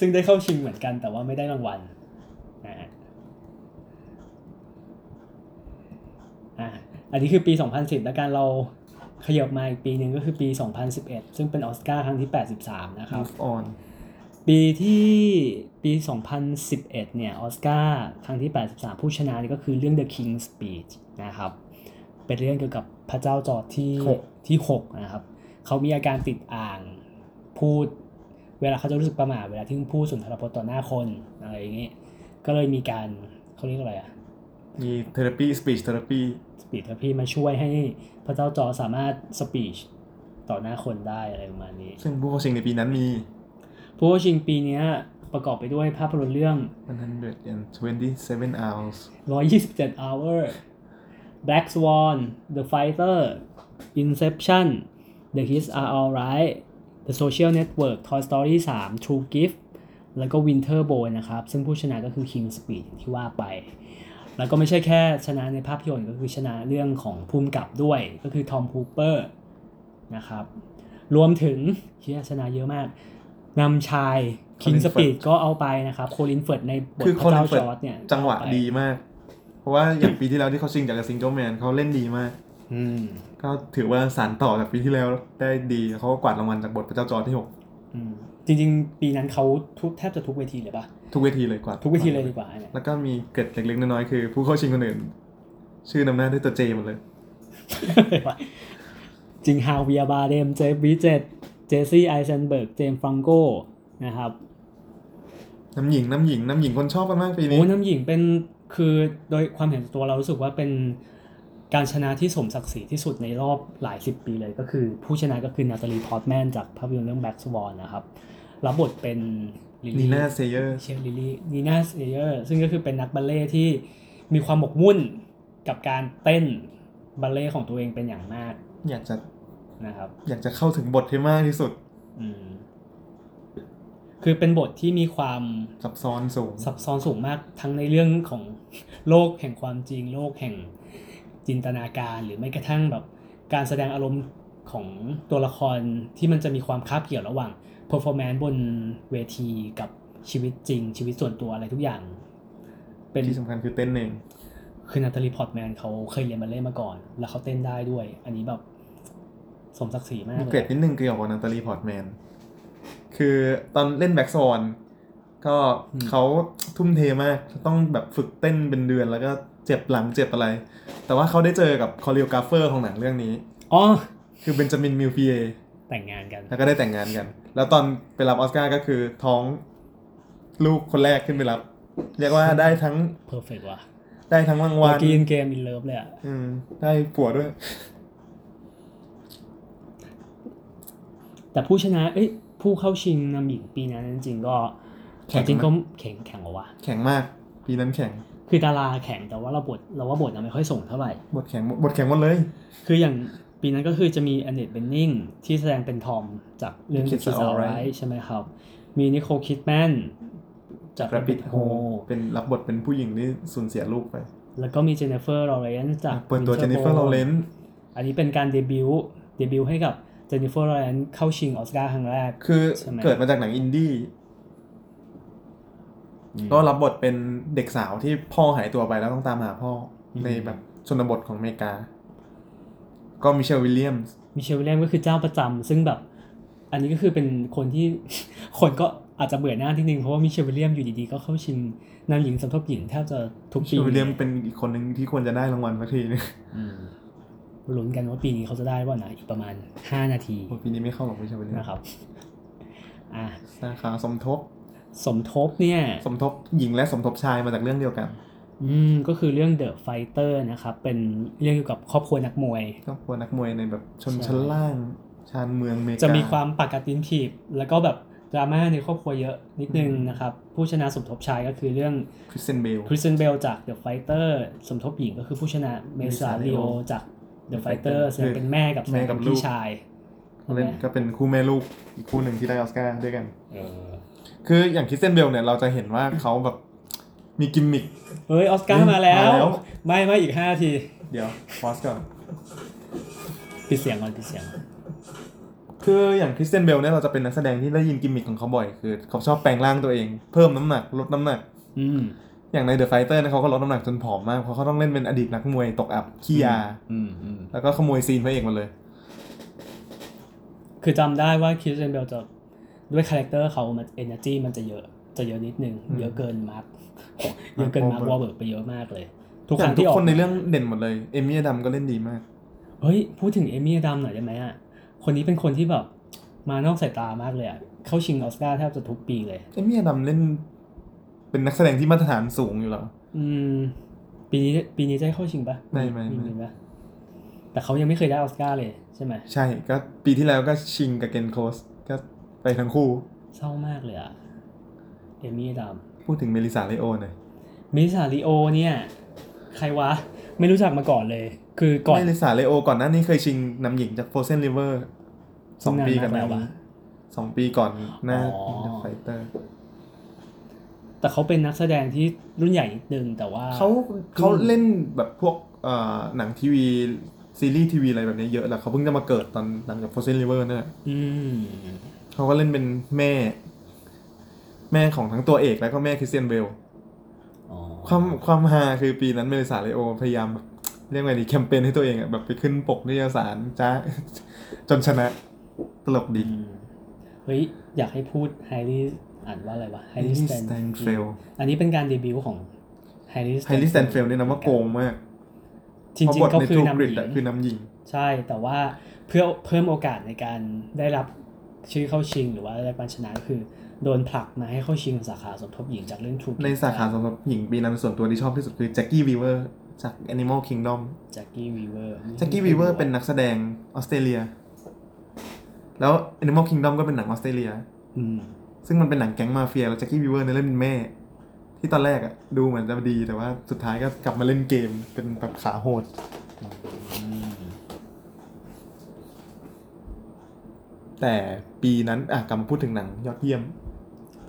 A: ซึ่งได้เข้าชิงเหมือนกันแต่ว่าไม่ได้รางวัลนะฮะอ่ะอันนี้คือปี 2010 แล้วกันเราขยับมาอีกปีหนึ่งก็คือปี 2011 ซึ่งเป็นออสการ์ครั้งที่ 83 นะครับ
B: Move on
A: ปีที่ปี 2011 เนี่ยออสการ์ครั้งที่ 83 ผู้ชนะนี่ก็คือเรื่อง The King's Speech นะครับ เป็นเรื่องเกี่ยวกับพระเจ้าจอร์จที่
B: หก
A: ที่ 6 นะครับ เขามีอาการติดอ่างพูด เวลาเขาจะรู้สึกประหม่าเวลาที่พูดสุนทรพจน์ต่อหน้าคนอะไรอย่างนี้ ก็เลยมีการเขาเรียกอะไรอะ
B: มีเทอราปีสปีชเทอราปี
A: สปีดแล้วพี่มาช่วยให้พระเจ้าจอร์จสามารถสปีชต่อหน้าคนได้อะไรประมาณนี้
B: ซึ่งผู้เข้าชิงในปีนั้นมี
A: ผู้ชิงปีเนี้ยประกอบไปด้วยภาพยนตร์เรื่อง
B: 127 hours
A: 127 hour Black Swan The Fighter Inception The Kids Are Alright The Social Network Toy Story 3 True Gift แล้วก็ Winter Bone นะครับ ซึ่งผู้ชนะก็คือ King Speed อย่างที่ว่าไป แล้วก็ไม่ใช่แค่ชนะในภาพยนตร์ก็คือชนะเรื่องของภูมิกับด้วยก็คือ Tom Hooper นะครับ รวมถึงเชี่ยชนะเยอะมากนำชาย King
B: Colin Firth
A: Speed ก็เอาไปนะครับโคลินเฟิร์ดในบท
B: คือ
A: พระเจ้า
B: Colin
A: จอ
B: Firth
A: ร์จเนี่ย
B: จังหวะดีมาก เพราะว่าอย่างปีที่แล้วที่เขาชิงจากซิงเกิลแมนเขาเล่นดีมาก
A: อืม
B: ก็ถือว่าสารต่อจากปีที่แล้วได้ดีเขาก็กวาดรางวัลจากบทพระเจ้าจอร์จที่หก
A: อืมจริงๆ ปีนั้นเขาทุกแทบจะทุกเวทีเลยปะ
B: ทุกเวทีเลยกวาด
A: ทุกเวทีเลยดีกว่าเนี่ย
B: แล้วก็มีเกร็ดเล็กๆน้อยๆคือ ผู้เข้าชิงคนอื่น ชื่อนำหน้าด้วยตัวเจหมดเลย
A: จริงฮาเวียบาเดมเจฟวีเจตเจสซี่ไอเซนเบิร์กเจมส์ฟรังโกนะครับ
B: น้ำหญิงน้ำหญิงน้ำหญิงคนชอบกันมากปีนี้
A: โอ้น้ำหญิงเป็นคือโดยความเห็นตัวเรารู้สึกว่าเป็นการชนะที่สมศักดิ์ศรีที่สุดในรอบหลายสิบปีเลยก็คือ ผู้ชนะก็คือนาตาลีพอร์ตแมนจากภาพยนตร์เรื่องแบ็กสวอนนะครับ รับบทเป็นลิลลี่
B: นีน่าเซเยอร์
A: เชียร์ลิลี่นีนาเซเยอร์ซึ่งก็คือเป็นนักบัลเล่ต์ที่มีความหมกมุ่นกับการเต้นบัลเล่ต์ของตัวเองเป็นอย่างมาก
B: อยากจะ
A: นะครับ
B: อยากจะเข้าถึงบทให้มากที่สุด
A: อืมคือเป็นบทที่มีความ
B: ซับซ้อนสูง
A: ซับซ้อนสูงมากทั้งในเรื่องของโลกแห่งความจริง โลกแห่งจินตนาการ หรือไม่กระทั่งแบบการแสดงอารมณ์ของตัวละครที่มันจะมีความคาบเกี่ยวระหว่าง performance บนเวทีกับชีวิตจริง ชีวิตส่วนตัวอะไรทุกอย่าง เป็น
B: ที่สำคัญคือเต้นเอง
A: คือนาตาลีพอร์ตแมนเขาเคยเรียนบัลเล่ต์มาก่อน แล้วเขาเต้นได้ด้วย อันนี้แบบสมศักดิ์ศรีมาก
B: มี
A: เล
B: เกร็ด
A: ย
B: นิดนึงเกี่ยวกับนาตาลีพอร์ตแมนคือตอนเล่นแบ็กซอนก็เขาทุ่มเทมากต้องแบบฝึกเต้นเป็นเดือนแล้วก็เจ็บหลังเจ็บอะไร แต่ว่าเขาได้เจอกับคอเรียกราฟเฟอร์ของหนังเรื่องนี้
A: อ๋อ
B: คือเบนจามินมิลเฟีย
A: แต่งงานกัน
B: แล้วก็ได้แต่งงานกัน แล้วตอนไปรับออสการ์ก็คือท้องลูกคนแรกขึ้นไปรับ เรียกว่าได้ทั้ง
A: เพอร์เฟกว่ะ
B: ได้ทั้งรางวั
A: เมื่อ
B: ล
A: กี้เกมอินเลิฟเลยอะ
B: อืมได้ผัวด้วย
A: แต่ผู้ชนะ เอ้ย ผู้เข้าชิงนำหญิงปีนั้นจริงๆก็
B: แข็งไหม
A: จริงๆก็แข็งแข็งเหรอวะ
B: แข็งมากปีนั้นแข็ง
A: คือดาราแข็งแต่ว่าเราบทเราว่าบทน่ะไม่ค่อยส่งเท่าไหร่
B: บทแข็งบทแข็งหมดเลย
A: คืออย่างปีนั้นก็คือจะมีอเนตเบนนิงที่แสดงเป็นทอมจากเรื่อง
B: Kids
A: Kids
B: Are
A: Are
B: Alright
A: Alright ใช่ไหมครับ มีนิโคลคิดแมนจาก
B: Rabbit
A: Rabbit
B: Hole
A: Hole
B: เป็นรับบทเป็นผู้หญิงที่สูญเสียลูกไป
A: แล้วก็มีเจเนฟเฟอร์ลอเรนซ์จาก
B: เปิดตัว
A: Winter
B: เจนนิเฟอร์
A: Bone
B: ลอเรนซ์
A: อันนี้เป็นการเดบิวต์เดบิวต์ให้กับเจนนิเฟอร์ลอเรนซ์เข้าชิงออสการ์ครั้งแรก
B: คือ
A: ใช่ไหม
B: เกิดมาจากหนังอินดี้ก็รับบทเป็นเด็กสาวที่พ่อหายตัวไปแล้วต้องตามหาพ่ออ
A: ม
B: ในแบบชนบทของอเมริกา ก็มิเชลวิลเลียมส์
A: มิเชลวิลเลียมก็คือเจ้าประจำซึ่งแบบ อันนี้ก็คือเป็นคนที่ [laughs] คนก็อาจจะเบื่อหน้านิดนึงเพราะว่ามิเชลวิลเลียมอยู่ดีๆ ก็เข้าชิงนำหญิงสมทบหญิงแทบจะทุก
B: มิเช
A: ปี
B: ลวิลเลียมเป็นอีกคนหนึ่งที่ควรจะได้รางวัลสักทีนึง
A: อืมลุ้นกันว่าปีนี้เขาจะได้ว่านะอีกประมาณ 5 นาที
B: โอ้ยปีนี้ไม่เข้าหรอกมิเชลวิลเลียม
A: นะครับอ่ะ
B: สาขาสมทบ
A: สมทบเนี่ย
B: สมทบหญิงและสมทบชายมาจากเรื่องเดียวกัน
A: อืมก็คือเรื่อง The Fighter นะครับ เป็นเรื่องเกี่ยวกับครอบครัวนักมวย
B: ครอบครัวนักมวยในแบบชน
A: ใช่
B: ชั้นล่างชานเมืองอเมริกา
A: จะมีความปากกัดตินถีบแล้วก็แบบดราม่าในครอบครัวเยอะนิดนึง
B: อืม
A: นะครับ ผู้ชนะสมทบชายก็คือเรื่อง
B: คริสเซนเบล
A: คริสเตนเบลจาก The Fighter สมทบหญิงก็คือผู้ชนะเม
B: Mesa
A: ซาริโอ
B: Leo
A: จาก
B: The
A: The
B: Fighter
A: Fighter แสดงเป็นแม่กับ
B: แม่กับ
A: แสดงเป็
B: ลู
A: น
B: ก
A: พี่ชาย
B: เล่
A: ใช่
B: น
A: ไหม
B: ก็เป็นคู่แม่ลูกอีกคู่หนึ่งที่ได้ออสการ์ด้วยกัน
A: เออ
B: คืออย่างคริสเซนเบลเนี่ยเราจะเห็นว่าเขาแบบมีกิมมิค
A: เฮ้ย ออสการ์มาแล้
B: มาแล้ว
A: ว ไม่ไม่อีก 5 ที
B: เดี๋ยวพอสก่อน
A: ปิดเสียงก่อนปิดเสียง
B: คืออย่างคริสเซนเบลเนี่ยเราจะเป็นนักแสดงที่ได้ยินกิมมิคของเขาบ่อย คือเขาชอบแปลงร่างตัวเอง เพิ่มน้ำหนักลดน้ำหนัก
A: อืม
B: อย่างในเดอะไฟเตอร์เนี่ยเขาก็ลดน้ำหนักจนผอมมากเพราะเขาต้องเล่นเป็นอดีตนักมวยตกอับขี้ยา
A: อืมอืม
B: แล้วก็ขโมยซีนพระเอกมาเลย
A: คือจำได้ว่าคริสเตนเบลจะด้วยคาแรคเตอร์เขามันเอเนอร์จีมันจะเยอะ จะเยอะนิดนึง
B: อืม
A: เยอะเกินมาร์
B: [laughs]
A: คเยอะเกินมาร์ควอ
B: Wahlberg
A: เบิร์กไปเยอะมากเลย ทุก
B: อ
A: ค
B: ย่า
A: รั้
B: ง
A: ง
B: ทุก
A: ที่ออก
B: คนใน
A: มา
B: เรื่องเด่นหมดเลยเอมี่อดัมก็เล่นดีมาก
A: เฮ้ย พูดถึงเอมี่อดัมหน่อยได้ไหมอ่ะ คนนี้เป็นคนที่แบบมานอกสายตามากเลยอ่ะ เข้าชิงออสการ์แทบจะทุกปีเลย
B: เอมี่อดัมเล่น เป็นนักแสดงที่มาตรฐานสูงอยู่แล้ว
A: อืม ปีนี้ปีนี้จะได้เข้าชิงปะ
B: ไม่ไม่
A: ป
B: ไม่
A: ปะแต่เขายังไม่เคยได้ออสการ์เลยใช่ไหม
B: ใช่ก็ปีที่แล้วก็ชิงกับเกนโคลสก็ไปทั้งคู่
A: เศร้ามากเลยอ่ะ เอมี่อดัม
B: พูดถึงเมลิสาเลโอหน่อย
A: มิสซาริโอเนี่ย ใครวะ ไม่รู้จักมาก่อนเลย คือก่อน
B: เมลิสาเลโอก่อนหน้านี้เคยชิงนำหญิงจากโฟเซนริเวอร์สอง
A: นาน
B: ปีก่อนหน้า
A: แล้ว
B: นี้
A: วะ
B: สองปีก่อนหน้า
A: อ๋อ
B: ไฟเตอร์
A: แต่เขาเป็นนักแสดงที่รุ่นใหญ่นิดนึงแต่ว่า
B: เขาเขาเล่นแบบพวกเอ่อหนังทีวี ซีรีส์ทีวีอะไรแบบนี้เยอะแล้วเขาเพิ่งจะมาเกิดตอนหลังจากโฟเซนริเวอร์เนี่ย
A: อืม
B: เขาก็เล่นเป็นแม่ แม่ของทั้งตัวเอกแล้วก็แม่คริสเตียนเบล
A: อ๋อ
B: ความความฮาคือปีนั้นเมลิสาเลโอพยายามแบบเรียกไงดีแคมเปญให้ตัวเองอะแบบไปขึ้นปกนิตยสารจ้า [laughs] จนชนะตลกดี
A: อืมเฮ้ย อยากให้พูดไฮรี่อ่านว่าอะไรวะไฮรี่ส
B: สแต
A: แตน
B: นเฟล
A: อันนี้เป็นการเดบิวต์ของไฮรี่
B: ไฮลิสแตนเฟลเนี่ยนะว่าโกงมาก
A: จริ
B: เพราะ
A: ง
B: บท
A: ๆก็
B: ใน
A: คือ
B: ทูก
A: นำห
B: ริ
A: ญิ
B: ดอะคืองนำหญิง
A: ใช่ แต่ว่าเพื่อเพิ่มโอกาสในการได้รับชื่อเข้าชิงหรือว่าได้รับการชนะคือ โดนผลักมาให้เข้าชิงสาขาสมทบหญิงจากเรื่องทู
B: ในสาขาสำหรับหญิงปีนั้นส่วนตัวที่ชอบที่สุดคือแจ็ c กี้วีเวอร์จาก Animal Kingdom
A: แจ็กกี้วีเวอร์
B: แจ็คกี้วีเวอร์เป็นนักแสดงออสเตรเลีย แล้ว Animal Kingdom ก็เป็นหนังออสเตรเลีย
A: อืม
B: ซึ่งมันเป็นหนังแก๊งมาเฟียแล้วแจ็คกี้วีเวอร์เนี่ยเล่นเป็นแม่ ที่ตอนแรกอะดูเหมือนจะดีแต่ว่าสุดท้ายก็กลับมาเล่นเกมเป็นแบบขาโหด
A: อืม
B: แต่ปีนั้นอ่ะกลับมาพูดถึงหนังยอดเยี่ยม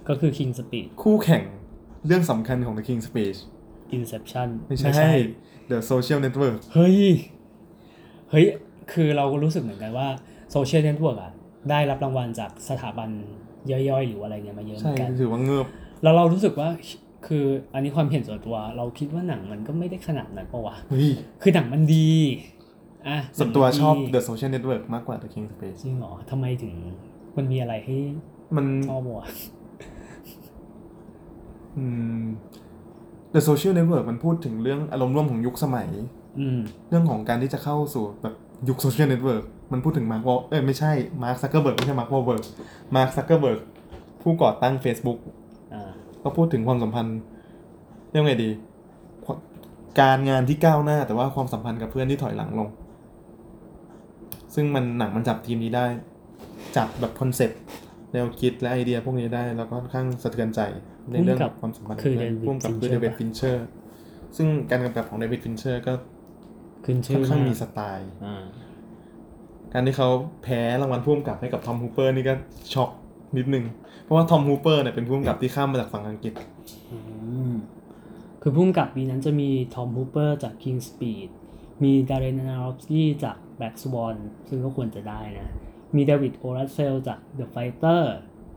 A: ก็คือ King Speed
B: คู่แข่งเรื่องสำคัญของ The King's Speech
A: Inception
B: ไม่ใช่ The Social Network
A: เฮ้ย เฮ้ย คือเราก็รู้สึกเหมือนกันว่าโซเชียลเน็ตเวิร์กอะได้รับรางวัลจากสถาบันย่อยๆ หรืออะไรเงี้ยมาเยอะเหมื
B: ใช่
A: อนกัน
B: ถือว่าเงือบ
A: แล้วเรารู้สึกว่า คืออันนี้ความเห็นส่วนตัว เราคิดว่าหนังมันก็ไม่ได้ขนาดนั้นปะวะ
B: เฮ้ย
A: คือหนังมันดีอ่ะ
B: ส่วนตัวชอบ
A: หนังมันดี
B: The Social Network มากกว่า The King's Speech
A: จริงเหรอทำไมถึงมันมีอะไรให้
B: มัน
A: ชอบวะ
B: อืม The Social Network มันพูดถึงเรื่องอารมณ์ร่วมของยุคสมัย
A: อืม
B: เรื่องของการที่จะเข้าสู่แบบยุคโซเชียลเน็ตเวิร์กมันพูดถึงมาร์ควอเอ้ยไม่ใช่มาร์คซักเกอร์เบิร์กไม่ใช่มาร์ควอเบิร์กมาร์คซักเกอร์เบิร์กผู้ก่อตั้ง Facebook
A: อ่า
B: ก็พูดถึงความสัมพันธ์เรียกไงดีควการงานที่ก้าวหน้าแต่ว่าความสัมพันธ์กับเพื่อนที่ถอยหลังลง ซึ่งมันหนังมันจับทีมนี้ได้ จับแบบคอนเซปต์ แนวคิดและไอเดียพวกนี้ได้ แล้วก็ค่อนข้างสะเทือนใจในเรื่อง
A: ภูมิกับ
B: ความสัมพันธ์
A: คือ
B: เพื่น
A: David
B: ร่วมกับคือ
A: Fincher
B: เดวิด
A: ปะ
B: ฟินเชอร์ ซึ่งการกำกับของเดวิดฟินเชอร์ก็
A: ขึ้นชื่
B: ค่
A: อ
B: อนข้างมีส
A: มาก
B: ไตล์
A: อ่า
B: การที่เขาแพ้รางวัลพ่วงกับให้กับทอมฮูเปอร์นี่ก็ช็อกนิดนึง เพราะว่าทอมฮูเปอร์เนี่ยเป็นพ่วงกับที่ข้ามมาจากฝั่งอังกฤษ
A: อืมคือพุ่มกับปีนั้นจะมีทอมฮูเปอร์จาก King Speed มีดาร r นนารอฟสกี้จาก Black Swan ซึ่งก็ควรจะได้นะ มีเดวิดโอรัสเซลจาก The Fighter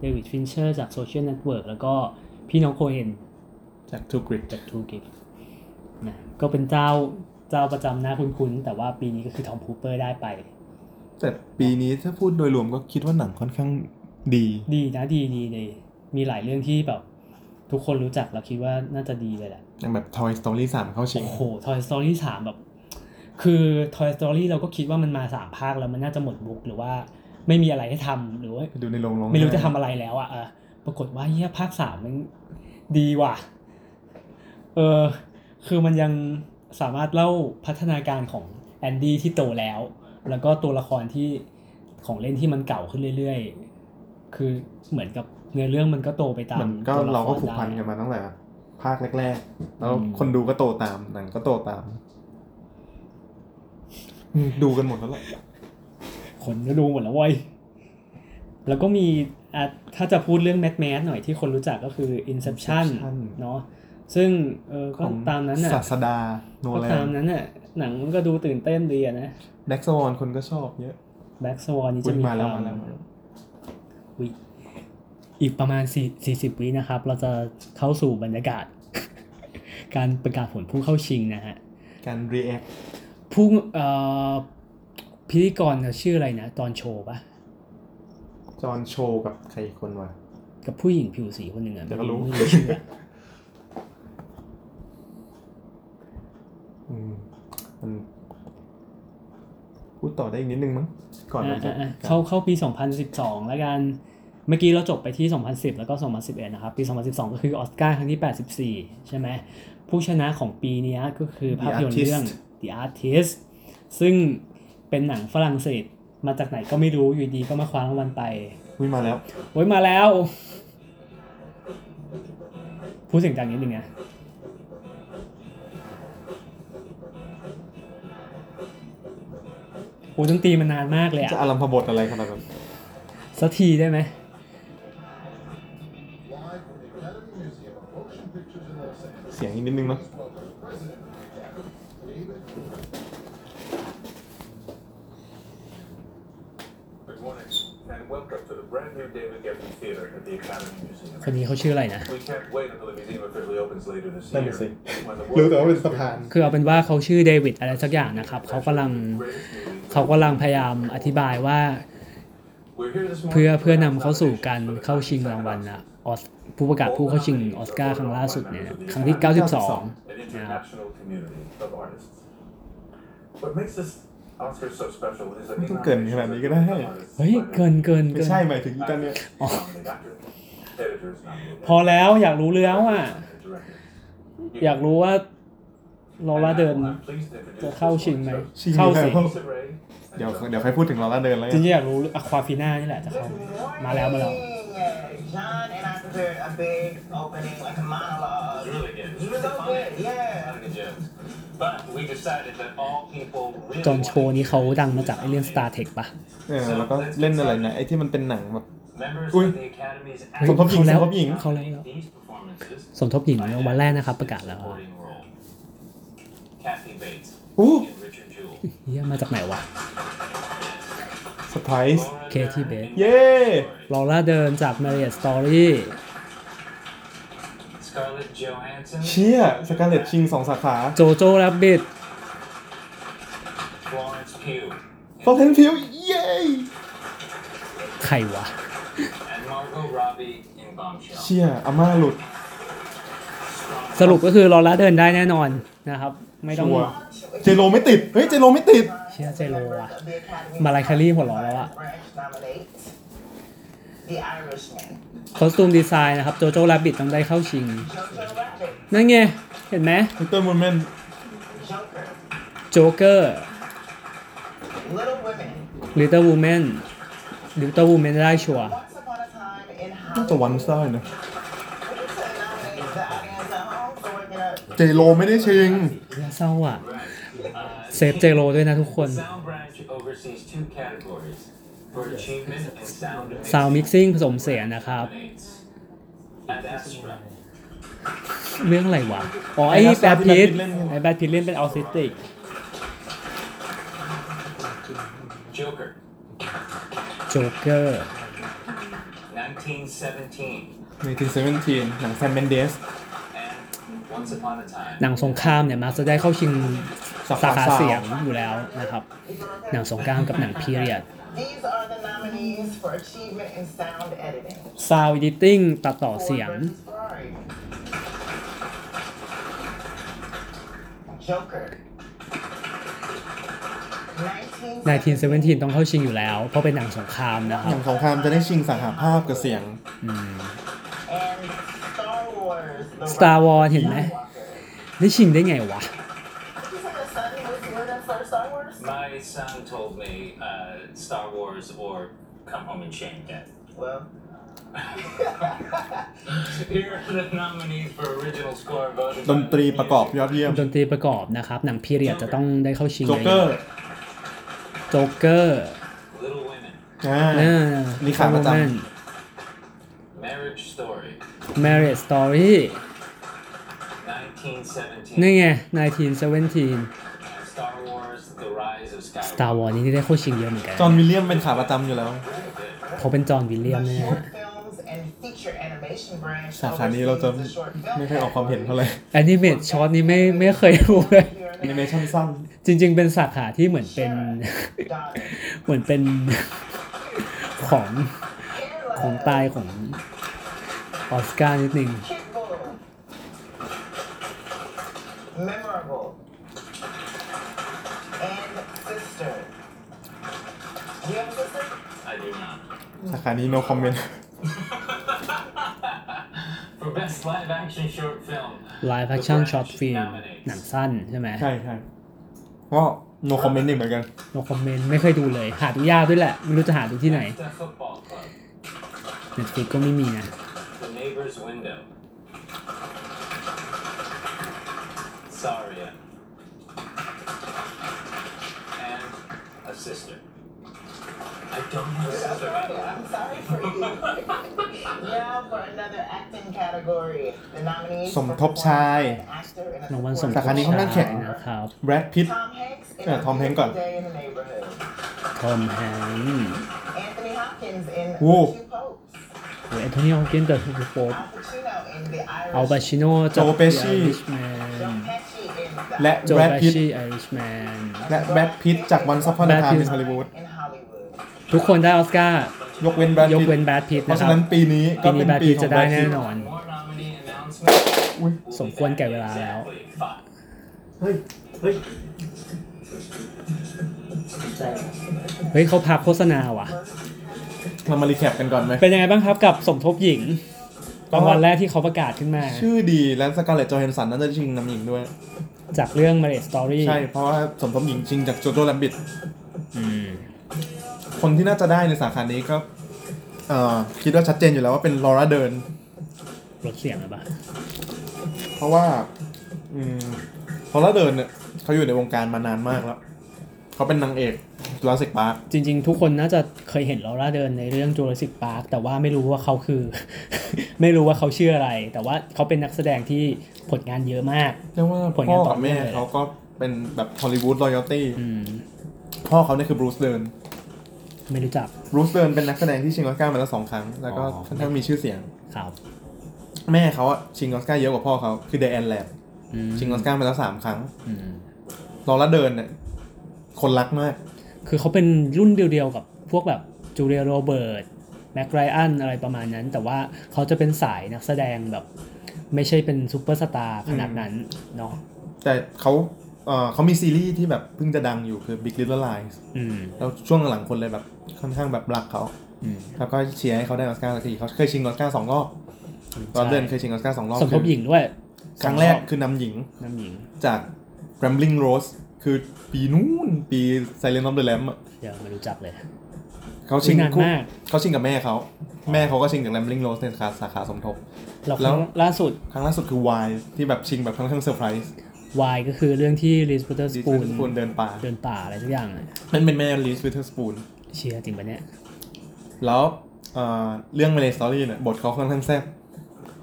A: เดวิดฟินเชอร์จาก Social Network แล้วก็พี่น้องโคเฮน
B: จากทูกริด
A: จากทูกิฟนะก็เป็นเจ้าเจ้าประจำหน้าคุ้นๆ แต่ว่าปีนี้ก็คือทอมพูเปอร์ได้ไป
B: แต่ปีนี้ถ้าพูดโดยรวมก็คิดว่าหนังค่อนข้างดี
A: ดีนะดีดีเลย มีหลายเรื่องที่แบบ ทุกคนรู้จักเราคิดว่าน่าจะดีเลยแหละ
B: อย่างแบบ Toy Story 3 เข้าชิง
A: โอ้โห Toy Story สามแบบ คือ Toy Story เราก็คิดว่ามันมาสามภาคแล้วมันน่าจะหมดบุกหรือว่าไม่มีอะไรให้ทำหรือว่า
B: ไปดูในโรงร้อง
A: ไม่รู้
B: ห้
A: จะทำอะไรแล้วอ่ะเออปรากฏว่าเฮียภาคสามมันดีว่ะ เออ คือมันยังสามารถเล่าพัฒนาการของแอนดี้ที่โตแล้ว แล้วก็ตัวละครที่ของเล่นที่มันเก่าขึ้นเรื่อยๆ คือเหมือนกับเนื้อเรื่องมันก็โตไปตาม
B: มันก็
A: ตัวละค
B: เราก็ผูกพัน
A: ได้
B: กันมาตั้งแต่ภาคแรก ๆ แล้ว
A: อืม
B: คนดูก็โตตาม หนังก็โตตามอืมดูกันหมดแล้วแหละ
A: คนก็ดูหมดแล้วเว้ย แล้วก็มีอ่ะถ้าจะพูดเรื่องแมสแมสหน่อยที่คนรู้จักก็คือ Inception เนาะ ซึ่งเออก็ตามนั้น
B: ข
A: อ่ะ
B: องศาสดาโน
A: ก็
B: แล
A: ตาม
B: น
A: นั้นน่ะหนังมันก็ดูตื่นเต้นดีอะนะ
B: แบ็กสวอนคนก็ชอบเยอะ
A: แบ็กสวอนนี่
B: อุ๊
A: จะ
B: ย
A: มี
B: มาแล้ว
A: คว
B: มาแล้วมาแล้ว
A: อุ๊ยอีกประมาณ4 40 วินะครับ เราจะเข้าสู่บรรยากาศ [laughs] การประกาศผลผู้เข้าชิงนะฮะ
B: การ react
A: ผู้เอ่อพิธีกรเขาชื่ออะไรนะ ตอนโชว์ปะ
B: จอห์นโชว์กับใครอีกคนวะ
A: กับผู้หญิงผิวสีคนหนึ่งอะ
B: เดี๋ยวก็รู้
A: ไม่ไม่ชื่ออะ
B: อืมมันพูดต่อได้อีกนิดนึงมั้งก่อนมันจะ
A: อ่ะอ่ะเข้าเข้าปี 2012 แล้วกัน เมื่อกี้เราจบไปที่ 2010 แล้วก็ 2011 นะครับ ปี 2012 ก็คือออสการ์ครั้งที่ 84 ใช่ไหม ผู้ชนะของปีเนี้ยก็คือภาพยนตร์เรื่อง The Artist ซึ่งเป็นหนังฝรั่งเศสมาจากไหนก็ไม่รู้ อยู่ดีก็มาคว้ารางวัลไป
B: อุ๊ยมาแล้ว
A: โอ้ยมาแล้ว พูดเสียงดังนิดนึงนะโอ้ดนตรีมันนานมากเลยอะ
B: จะอารัมพบทอะไรขนาดนั้น
A: สักทีได้ไหม
B: เสียงอีกนิดนึงเนาะ
A: ค
C: คน น
A: นี้
C: นี้
A: เขาชื่ออะไรนะ
B: นั่นน่ะสิ
C: รู้
B: รู้
C: แต่
B: แต่
C: ว่า
B: ว่าเป็น น
C: เป็สะ
B: สะ
C: พา
B: พาน น
A: คือเอาเป็นว่าเขาชื่อเดวิดอะไรสักอย่างนะครับ เขากำลังเขากำลังพยายามอธิบายว่า เพื่
C: เพื่
A: อ
C: อ
A: เพื่
C: เพื่
A: อ
C: อ
A: นำ
C: นำ
A: เข้า
C: เข้า
A: สู่
C: สู่
A: กา
C: การ ร
A: เข้า
C: เข้า
A: ชิ
C: ชิ
A: งราร
C: งางง
A: วั
C: วั
A: ล
C: ล
A: นะ
C: นะ
A: ออสผู้ประกาศผู้เข้าชิงออสการ์ครั้งล่าสุดเนี่ยนะครั้งที่ 92 นะครับ
B: ไม่ต้องเกินขนาดนี้ก็ได้
A: เฮ้ย เกินเกิน
B: ไม่
A: เกิน
B: ใช่หมายถึงอีกันเนี่ย
C: อ๋อ
A: พอแล้วอยากรู้แล้วอ่ะ อยากรู้ว่าลอร่าเดิน จะเข้าชิงไหม
B: ชิง
A: เข้าสิ
B: แล้ว เดี๋ยวเดี๋ยวใครพูดถึงลอร่าเดินแล้ว
A: จ
B: กัน
A: ริงๆอยากรู้อะควาฟีน่านี่แหละจะเข้าไหมมาแล้วมาแล้ว
D: John and I prepared a big opening, like a monologue. You look good, yeah.
C: really
A: จอห์นโชว์นี้เขาดังมาจากไอเรื่อง Star Trek ปะ
B: เออแล้วก็เล่นอะไรนะไอ้ที่มันเป็นหนังแบบ
C: Members
B: Ui.
C: of the Academy's
B: สมทบหญิง
A: เขาแล้
B: ส
A: ว
B: มทบหญิง
A: เขาแล้วสมทบหญิง
C: These performances
A: รางวัลแรกนะครับ ประกาศแล้ว
C: supporting role. Kathy Bates
B: อู้
C: and Richard Jewell.
A: เฮียมาจากไหนวะ
B: เซอร์ไพรส์
C: Laura
A: Kathy
C: Dern
A: Bates.
C: and
B: เย้
A: ลอร่าเดินจาก Marriage Story
C: Scarlett Johansson.
B: เชี่ยสการเลตชิงสองสาขา
A: โจโจ้แรบบิท
C: Florence Pugh.
B: ฟอร์เทนฟิวเย้
A: ใครวะ
C: And Margot Robbie in Bombshell.
B: เชี่ยอาม่าหลุด
A: สรุปก็คือลอร่าเดินได้แน่นอนนะครับ ไม่ต้อง
B: ชัวร์ เจโรไม่ติด เฮ้ย เจโรไม่ติด
A: เชื่อใจโลว่ะ มาลายแคลรี่หัวเร้อนแล้วอะ
D: The Irishman.
A: คอสตูมดีไซน์นะครับโจโจ้แรบบิทต้องได้เข้าชิง
D: Jojo Rabbit.
A: นั่นไง เห็นไหม
B: มิสเตอร์มูนแมน
D: Joker.
A: โจ๊กเกอร์
D: Little
A: Little
D: Women.
A: Woman Little Woman ได้ชัวร์
D: Once upon a time
B: น่าจะวันได้นะ
D: We need to nominate the audience at home for waking up.
B: เจโลไม่ได้ชิง
A: เศร้าอ่ะ
E: Uh,
A: เซฟเจโรด้วยนะทุกคน
E: Sound Branch oversees two categories for achievement and sound.
A: ซาวมิกซิ่งผสมเสียงนะครับ
E: dominates. And Astra.
A: เรื่องอะไรวะ อ๋อ ไอ้
B: ไอ้
A: แบทพิท
B: Brad Pitt เล่น
A: ไอ้แบทพิทเล่นเป็นออทิสติก
E: Joker.
A: โจ๊กเกอร์
E: 1917.
B: 1917หนังแซมเบนเดส
E: And Once Upon a Time.
A: หนังสงครามเนี่ยมักจะได้เข้าชิง
B: สาขา
A: สาขา
B: สาม
A: เสียงอยู่แล้วนะครับ หนังสงครามกับหนังพีเรียด
D: These are the nominees for achievement in sound editing.
A: ซาวดิติ้งตัดต่อเสียง
D: Ford versus Ferrari. Joker.
A: 1917 ต้องเข้าชิงอยู่แล้ว เพราะเป็นหนังสงครามนะครับ
B: หนังสงครามจะได้ชิงสาขาภาพกับเสียง
D: And Star Wars. The
A: Star Wars เห็นไหม
D: Rise.
A: ได้ชิงได้ไงวะ
D: You said the son was winning for Star Wars?
E: My son told me uh, Star Wars or Come Home and Shame Death.
D: Well,
E: Here [laughs] are the nominees for original score voted.
B: ด
E: by
B: นตรีประกอบยอดเยี่ยม
A: ดนตรีประกอบนะครับ หนังพีเรียดจะต้องได้เข้าชิง
B: โจ๊กเกอร์
A: โจ๊กเกอร์
E: Little Women,
B: อ่า
A: อ่า
B: นี่ขาประจ
E: Marriage Story,
A: Marriage Story นี่
E: 1917,
A: ไง1917
E: Star Wars: The Rise of Skywalker.
A: Star Wars นี่ได้เข้าชิงเยอะเหมือนกัน
B: จอห์นวิลเลียมเป็นขาประจำอยู่แล้ว
A: เขาะเป็นจอห์นวิลเลียม
D: the
A: แน่
D: short films and feature animation branch.
B: [laughs] สาขานี้เราจะ
D: oversees the short film
B: ไม่ค่อยออกความเห็น
D: [laughs]
B: เท่าไหร่
A: แอนิเมตช็อตนี่ไม่ไม่เคย [laughs] ดูเลย
B: แอนิเม [laughs] ชั่นสั้น
A: จริง ๆ เป็นสาขาที่เหมือนเป็น
D: Daughter.
A: [laughs] เหมือนเป็น ของของตายของออสการ์นิดนึง
D: Kid Bull. Memorable. And sister. You have a sister?
E: I do not.
B: สาขานี้ no comment
E: For best live action short film.
A: ไลฟ์แ c คชั่นช็อตฟิล์มหนังสั้นใช่ไหม
B: ใช่ใช่ก็ no comment อีกเหมือนกัน
A: โนคอมเมนต์ไม่เคยดูเลย หาดูยากด้วยแหละ ไม่รู้จะหาดูที่ไหน
E: The Football Club,
A: Netflix ก็ไม่มีนะ
E: The Neighbor's Window. Saria. And a sister. I don't have
D: I'm
E: a sister.
D: sorry, I'm sorry for
E: [laughs]
D: you. now for another acting category. The nominees
B: สมทบชาย
D: for actor in a
A: รางวัลสม
B: สาขานี้ค่อนข้างแข็ง
A: ทบชยนะครับ
B: Brad Pitt
D: Tom Hanks in
B: เอ่อ
D: A
B: ทอมแฮงก์ก่อน
D: Beautiful Day in the Neighborhood.
A: ทอมแฮงค์
D: Anthony Hopkins in
B: Whoa.
D: The Two Popes.
A: หรือแอนโทนีฮอปกินส์กับฮูโฟร์
D: Al Pacino in The Irish.
A: อัลบาชิโนจาก
B: Joe Pesci
A: Irishman
D: Joe Pesci in The
B: และ
A: โจ
B: Brad
A: แบช
B: Pitt
A: ชี่ Irishman
B: และ Brad Pitt จาก Once Upon a
A: Brad
B: Time
A: Pitt
B: in Hollywood
D: in Hollywood.
A: ทุกคนได้ออสการ์
B: ยกเว้น Brad
A: ยก
B: Pitt
A: เว้นแบทพิท
B: เพ
A: นะ
B: ราะ
A: ค
B: ฉะ
A: รับ
B: นั้นปีนี้ก็เป็น
A: ปี
B: ปี
A: นี้ Brad Pitt
B: ของ
A: จะได้
B: Brad
A: แน่
B: Pitt
A: นอน
E: More nominee announcement.
B: อุ๊ย
E: We'll be
A: สมควร
E: back
A: แก่เวลาแล้ว
E: exactly five.
B: เฮ้ย
A: เฮ้ยเขาพักโฆษณาว่ะ
B: เรามารีแคปกันก่อนไหม
A: เป็นยังไงบ้างครับกับสมทบหญิงรางวัลแรกที่เขาประกาศขึ้นมา
B: ชื่อดีและสกาเลตจอห์นสันน่าจะชิงนำหญิงด้วย
A: จากเรื่อง Marriage Story
B: ใช่ เพราะว่าสมทบหญิงชิงจากโจโจ้แลมบิด
A: อืม
B: คนที่น่าจะได้ในสาขานี้ก็เอ่อคิดว่าชัดเจนอยู่แล้วว่าเป็นลอร่าเดิน
A: ลดเสียงหรือเปล่า
B: เพราะว่าอืมลอร่าเดินเนี่ยเขาอยู่ในวงการมานานมากแล้ว เขาเป็นนางเอกจูราสสิกพาร์ค
A: จริง ๆ ทุกคนน่าจะเคยเห็นลอร่าเดินในเรื่อง Jurassic Park แต่ว่าไม่รู้ว่าเขาคือ [laughs] ไม่รู้ว่าเขาชื่ออะไร แต่ว่าเขาเป็นนักแสดงที่ผลงานเยอะมาก
B: เรียกว่า
A: ผลงาน
B: พ่อ
A: ต่
B: กั
A: อบ เนื่อง
B: แม่
A: เลย
B: เขาก็เป็นแบบฮอลลีวูดรอยัลตี้
A: อืม
B: พ่อเขาเนี่ยคือบรูซเดิน
A: ไม่รู้จัก
B: บรูซเดินเป็นนักแสดงที่ชิงออสการ์มาแล้วสองครั้ง แล้วก็
A: อ๋อ
B: ค่อนข้างมีชื่อเสียง
A: ครับ
B: แม่เขาอะชิงออสการ์เยอะกว่าพ่อเขาคือเดแอนแลบ
A: อืม
B: ชิงออสการ์มาแล้วสามครั้ง
A: อืม
B: ลอร่าเดินเนี่ยคนรักมาก
A: คือเขาเป็นรุ่นเดียวๆกับพวกแบบจูเลียโรเบิร์ตแม็กไรอันอะไรประมาณนั้น แต่ว่าเขาจะเป็นสายนักแสดงแบบ ไม่ใช่เป็นซูเปอร์สตาร์ขนาดนั้นเนาะ
B: แต่เขาเอ่อเขามีซีรีส์ที่แบบเพิ่งจะดังอยู่คือ Big Little Lies
A: อืม
B: แล้วช่วงหลังๆคนเลยแบบค่อนข้างแบบรักเขา
A: อืม
B: แล้วก็เชียร์ให้เขาได้ออสการ์สักทีเขาเคยชิงออสการ์สองรอบตอนเดินเคยชิงออสการ์สองรอบ
A: สมทบหญิงด้วย
B: ครั้งแรกคือนำหญิง
A: น้ำหญิง
B: จาก Rambling Rose คือปีนู้นปี Silent of the Lamb อะ
A: เดี๋ยวไม่รู้จักเลย
B: เขาชิง
A: อุ๊ยนาน
B: คู่
A: มาก
B: เขาชิงกับแม่เขา แม่เขาก็ชิงจากแลมบลิงโรสในสาขาสาขาสมทบ
A: เราค
B: แล้
A: รั้
B: ว
A: งล่าสุด
B: ครั้งล่าสุดคือ Y ที่แบบชิงแบบค่อนข้างเซอร์ไพรส์
A: วายก็คือเรื่องที่ลิสปูเตอร์ส
B: ดิ
A: ปูน
B: สปูนเดินป่า
A: เดินป่าอะไรสักอย่างอะ
B: นั่นเป็นแม่ลิสวิเทอร์สปูน
A: เชียร์จริงปะเนี่ย
B: แล้วเอ่อเรื่องเมเลสตอรี่เนี่ยบทเขาค่อนข้างแซ่บ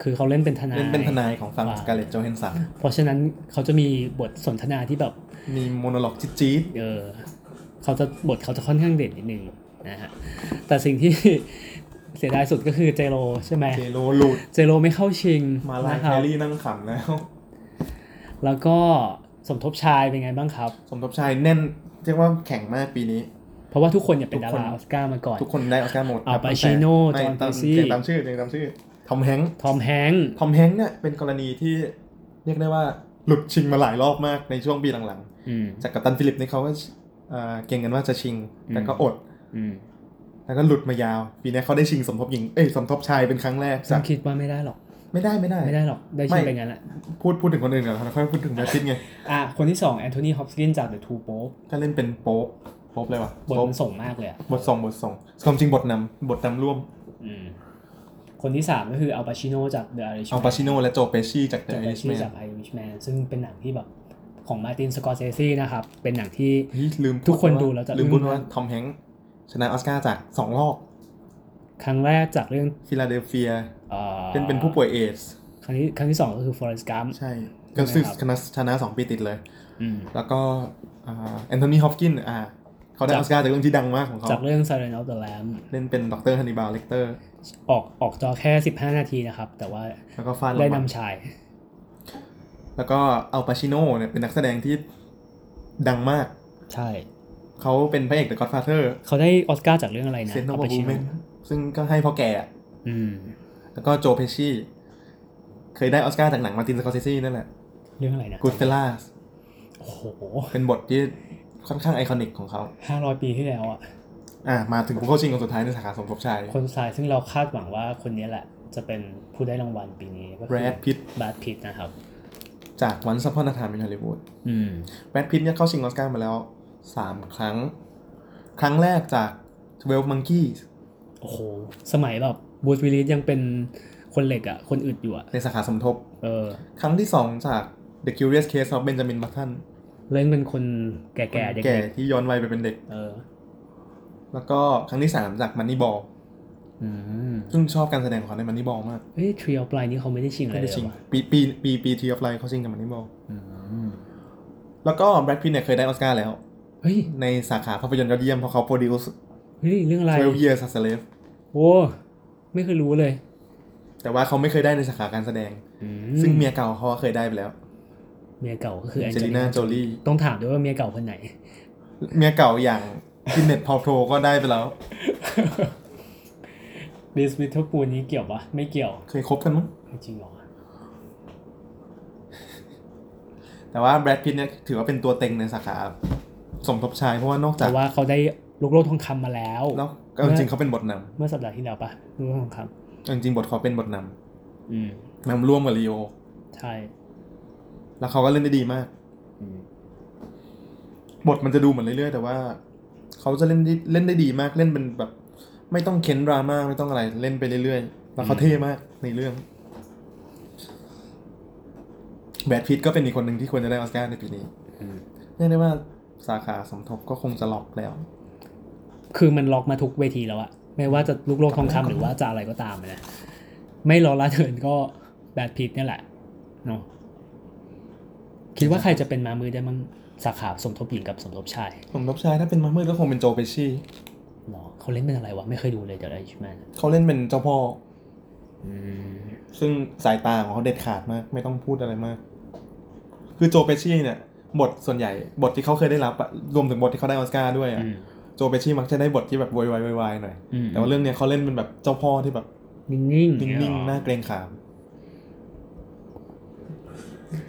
A: คือเขาเล่นเป็นทนาย
B: เล่นเป็นทนายของฝั่ง
A: ว้าว
B: สกาเลตโจเฮนสัน
A: เพราะฉะนั้นเขาจะมีบทสนทนาที่แบบ
B: มีโมโนล็อกจี๊ด
A: เออเขาจะบทเขาจะค่อนข้างเด่นนิดนึงนะฮะ แต่สิ่งที่ เสียดายสุดก็คือเจโรใช่ไหม
B: ๆเจโรหลุด
A: เจโรไม่เข้าชิง
B: มาลาย
A: นะค
B: แค
A: รับ
B: รี่นั่งขำแล้ว
A: แล้วก็สมทบชายเป็นไงบ้างครับ
B: สมทบชายแน่นเรียกว่าแข่งมากปีนี้
A: เพราะว่าทุกคนเนี่ยเป็น
B: ทุ
A: ดาก
B: คน
A: ราออสการ์มาก่อน
B: ทุกคนได้ออสการ์หมด
A: อัลปา
B: ตั้งแต่
A: ชิโน่
B: ไม่
A: จอห์น
B: ตั้ง
A: ครูซี่
B: ยังตามชื่อยังตามชื่อทอมแฮงค์
A: ทอมแฮงค์
B: ทอมแฮงค์เนี่ยเป็นกรณีที่เรียกได้ว่าหลุดชิงมาหลายรอบมากในช่วงปีหลัง
A: อืม
B: ๆ จากกัปตันฟิลิปนี่เขาก็เอ่อเก่งกันว่าจะชิง แต่ก็
A: อืม
B: อด
A: อืม
B: แล้วก็หลุดมายาว ปีนี้เขาได้ชิงสมทบหญิง เอ้ยสมทบชายเป็นครั้งแรก
A: ฉั
B: จาน ก
A: คิดว่าไม่ได้หรอก
B: ไม่ได้ไม่ได้
A: ไม่ได้หรอก ได้ชิงไปงั้นแหละ
B: พูดพูดถึงคนอื่นก่อนค่อยพูดถึงแมตติสไง
A: อ่ะ คนที่สองแอนโทนีฮอปกินจากเดอะทูโป๊
B: ก็เล่นเป็นโป๊ปโป๊ปเลยวะ
A: บท
B: โป๊ป
A: มันส่งมากเลยอะ
B: บทส่งบทส่งความจริงบทนำบทนำร่วม
A: อืมคนที่สามก็คืออัลปาชิโนจากเดอะอาริช
B: อัลปาชิโนและโจเปชี่จากเด
A: จาก
B: อะไอ
A: ไอ
B: ริช
A: ชี
B: แมน
A: จากไอริชแมนซึ่งเป็นหนังที่แบบของมาร์ตินสกอร์เซซีนะครับ เป็นหนังที่
B: ลืมพู
A: ทุกคน
B: า
A: ดูแล้วจะ
B: ลืมพูด
A: อึ้ง
B: ว่าทอมแฮงค์ชนะออสการ์จากสองรอบ
A: ครั้งแรกจากเรื่อง
B: ฟิลาเดลเฟีย
A: เอ่อ
B: เป็นเป็นผู้ป่วยเอดส์
A: ครั้งที่ครั้งที่สองก็คือฟอเรสต์กัม
B: ใช่ ก็ซึ่ง
A: ใช่ไหมครับ
B: ชนะชนะสองปีติดเลย แล้วก็แอนโทนีฮอปกินอ่า เขาได้ออสการ์จากเรื่องที่ดังมากของเขา
A: จากเรื่อง Silence of the Lamb
B: เล่นเป็นด็อกเตอร์ฮันนิบาลเลกเตอร์
A: ออกออกจอแค่ 15 นาทีนะครับ แต่ว่า
B: แล้วก็ฟาด
A: ได้
B: รางวัล
A: นำชาย
B: แล้วก็อัลปาชิโนเนี่ยเป็นนักแสดงที่ดังมาก
A: ใช่
B: เขาเป็นพระเอกแต่ก็อดฟาเธอร์
A: เขาได้ออสการ์จากเรื่องอะไรนะ
B: เซนต์โน
A: อัล
B: บ
A: ปา
B: บู
A: ชิโน
B: เมนซึ่งก็ให้พ่อแก่
A: อืม
B: แล้วก็โจเพชชี่ เคยได้ออสการ์จากหนังมาร์ตินสกอร์เซซีนั่นแหละ
A: เรื่องอะไรนะ
B: กูดเฟล่า
A: โอ้โห
B: เป็นบทที่ค่อนข้างไอคอนิกของเขา
A: 500 ปีที่แล้วอ่ะ
B: อ่ะ มาถึงผู้เข้าชิงคนสุดท้ายในสาขาสมทบชาย
A: คนสายซึ่งเราคาดหวังว่าคนนี้แหละ จะเป็นผู้ได้รางวัลปีนี้ก็
B: แบรดพิต
A: บาร์พิตนะครับ
B: จากวันซัพพอร์นาธานมินฮอลลีวูด
A: อืม
B: แบรดพิตเนี่ยเข้าชิงออสการ์มาแล้วสามครั้ง ครั้งแรกจาก12 Monkeys
A: โอ้โห สมัยแบบบูธวิลลิสยังเป็นคนเหล็กอะคนอึดอยู่อะ
B: ในสาขาสมทบ
A: เออ
B: ครั้งที่สองจาก The Curious Case of Benjamin Button
A: เล่นเป็นคนแก่ๆเด็
B: แก่
A: ก
B: ที่ย้อนวัยไปเป็นเด็ก
A: ๆเออ
B: แล้วก็ครั้งที่สามจาก Moneyball
A: อืม
B: ซึ่งชอบการแสดงของเขาใน Moneyball มาก
A: เฮ้ยทรีออฟไลน์นี่เขาไม่ได้ชิงอะไร
B: ไม่
A: เล
B: ได้
A: ย
B: ชิง
A: เหรอวะ
B: ปีปีปีปีทีออฟไลน์เขาชิงกับ Moneyball
A: อืม
B: แล้วก็แบรดพิตเนี่ยเคยได้ออสการ์แล้ว
A: เฮ้ย
B: ในสาขาภาพยนตร์ยอดเยี่ยมเพราะเขาโปรดิวซ์
A: เฮ้ยเรื่องอะไร
B: 12 Years a Slave
A: โอ้ไม่เคยรู้เลย
B: แต่ว่าเขาไม่เคยได้ในสาขาการแสดง
A: อื
B: ซึ่งเมียเก่าเขาเคยได้ไปแล้ว
A: เมียเก่าก็คือ
B: เจ
A: แองเจลิ
B: ลิน่า
A: น่า
B: โจลี่
A: ต้องถามด้วยว่าเมียเก่าคนไหน
B: เมียเก่าอย่างกินเน็ตพอโทก็ได้ไปแล้ว
A: ดิสวิทเทอร์ปูนี้เกี่ยวปะไม่เกี่ยว
B: เคยคบกันมั้ง
A: จริงเหรอ
B: แต่ว่าแบรดพิตเนี่ยถือว่าเป็นตัวเต็งในสาขาสมทบชายเพราะว่านอก
A: แต่
B: จาก
A: ว่าเขาได้ลูกโลกทองคำมาแล้ว
B: แล้วก็จริงๆเขาเป็นบทน
A: เมื่อสัปดาห์ที่แล้วปะลูกโลกทองค
B: ำจริงๆบทเขาเป็นบทน
A: ำอืม
B: ำนำร่วมกับลีโอ
A: ใช่
B: แล้วเขาก็เล่นได้ดีมาก
A: อืม
B: บทมันจะดูเหมือนเรื่อยๆ แต่ว่าเขาจะเล่นได้เล่นได้ดีมากเล่นเป็นแบบ ไม่ต้องเค้นดราม่าไม่ต้องอะไรเล่นไปเรื่อยๆ แล้วเขา
A: อืม
B: เท่มากในเรื่องแบทพิตก็เป็นอีกคนหนึ่งที่ควรจะได้ออสการ์ในปีนี้
A: อืม
B: เรียกได้ว่าสาขาสมทบก็คงจะล็อกแล้ว
A: คือมันล็อกมาทุกเวทีแล้วอะไม่ว่าจะลูกโลกทองคำหรือว่าจะอะไรก็ตามอะนะไม่ลอละเทิร์นก็แบทพีทเนี่ยแหละเนาะคิดว่าใครจะเป็นมามือได้มั้งสาขาสมทบหญิงกับสมทบชาย
B: ผมรับชายถ้าเป็นมามืดก็คงเป็นโจเปชี่
A: เนาะเขาเล่นเป็นอะไรวะ ไม่เคยดูเลยเดี๋ยวได้ชิมาน
B: เขาเล่นเป็นเจ้าพ่อ ซึ่งสายตาของเขาเด็ดขาดมาก ไม่ต้องพูดอะไรมาก คือโจเปชี่เนี่ย บทส่วนใหญ่บทที่เขาเคยได้รับอะรวมถึงบทที่เขาได้ออสการ์ด้วยอะ
A: อืม
B: โจเปชี่มักจะได้บทที่แบบวอยวายวายๆหน่อย
A: อืม
B: แต่ว่าเรื่องเนี้ยเขาเล่นเป็นแบบเจ้าพ่อที่แบบ
A: นิ่งๆ
B: นิ่งๆ
A: เยเหร
B: น่า
A: อ
B: เกรงขาม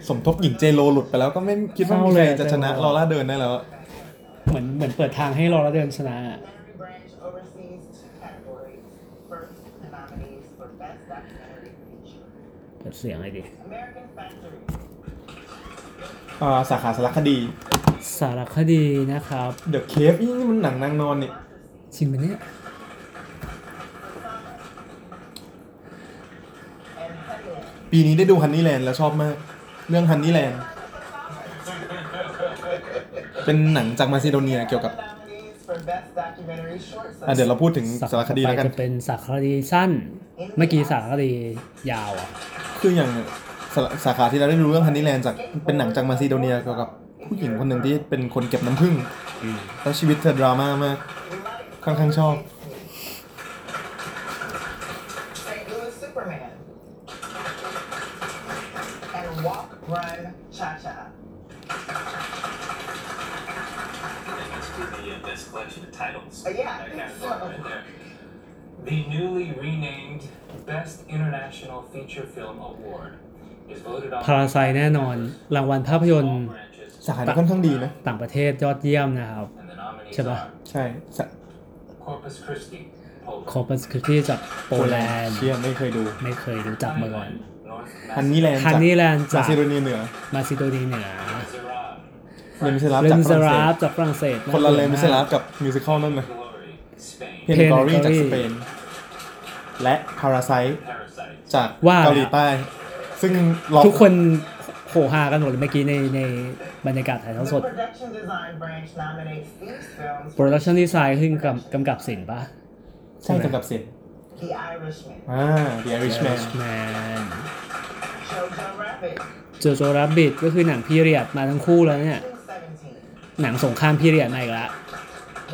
B: สมทบหญิงเจโลหลุดไปแล้วก็ไม่คิดว่ามีใครจะชนะลอร่าเดินได้แล้วอะ
A: เหมือนเหมือนเปิดทางให้ลอละเทิร์นชนะ
D: Documentary Branch oversees two categories. First, the nominees for Best Documentary Feature.
A: เปิดเสียงเลยดิ
D: American Factory,
B: อ่าสาขาสารคดี
A: สารคดีนะครับ
B: The Cave นี่มันหนังนางนอนนี่
A: จริงปะเนี่ย
B: ปีนี้ได้ดูฮันนี่แลนด์แล้วชอบมาก เรื่องฮันนี่แลนด์เป็นหนังจากมาซิโดเนียเกี่ยวกับ
D: Nominees for Best Documentary Short
B: อ่ะเดี๋ยวเราพูดถึงสารคดี
A: ต่อ
B: แล้ว
A: ไป
B: กัน
A: จะเป็นสารคดีสั้น เมื่อกี้สารคดียาวอ่ะ
B: คืออย่างสาสาขาที่เราได้ดูเรื่องฮันนี่แลนด์จากเป็นหนังจากมาซิโดเนียเกี่ยวกับผู้หญิงคนหนึ่งที่เป็นคนเก็บน้ำผึ้งแล้วชีวิตเธอดราม่ามาก ค่อนข้างชอบ
D: St. Louis Superman. And Walk, Run, Cha Cha.
E: Thanks to the uh, best collection of titles.
D: Uh, yeah, I
E: That
D: think
E: catalog
D: so.
E: right there. The newly renamed Best International Feature Film Award is voted on.
A: พาราไซแน่นอน รางวัลภาพยนต
E: all
A: ร์
E: branches.
B: สาขานี้ค่อนข้างดีนะ
A: ต่างประเทศยอดเยี่ยมนะครับ
E: And the nominees
A: Chapa.
E: are
B: ใช่สา
E: Corpus Christi,
A: โค
E: Poland,
A: เปนสคริปที่จากโปแลนด์
B: เชี่ยไม่เคยดู
A: ไม่เคยรู้จักมาก่อน
E: Thailand, North
B: ฮันนี่แลนด์
A: ฮัน
B: จาก
A: นี่แลนด์
B: มา
A: จาก
B: ซิโดเนียเหนือ
A: มาซิโดเนียเหนือ
E: Macedonia,
B: เลมิเซลาฟ
A: เล
B: จาก
A: ม
B: ฝ
A: ซา
B: รั่ง
A: ราฟ
B: เศส
A: จากฝรั่งเศสา
B: คนละ
A: บื่
B: เล
A: อ
B: มิเซลาฟกับมิวสิควลนั่นนะ
E: Glory, Spain,
B: เพนกอรี่จากสเปน และพาราไซ
E: Parasite.
B: จากเกาหลีใต้ ซึ่งเรา
A: ทุกคนโหฮากันหมดเลยเมื่อกี้ในในบรรยากาศถ่ายทอดส
D: The
A: ด
D: production design branch nominates these films
A: โปรดักชันดีไซน์ขึ้นกับกำกับสินปะ
B: ใช่จากกับเสียง
D: The Irishman,
B: อ่า The Irishman
A: Irishman
D: Jojo Rabbit,
A: โจโจรับบิทก็คือหนังพีเรียดมาทั้งคู่แล้วเนี่ย
D: 1917,
A: หนังสงครามพีเรียดมาอีกแล้ว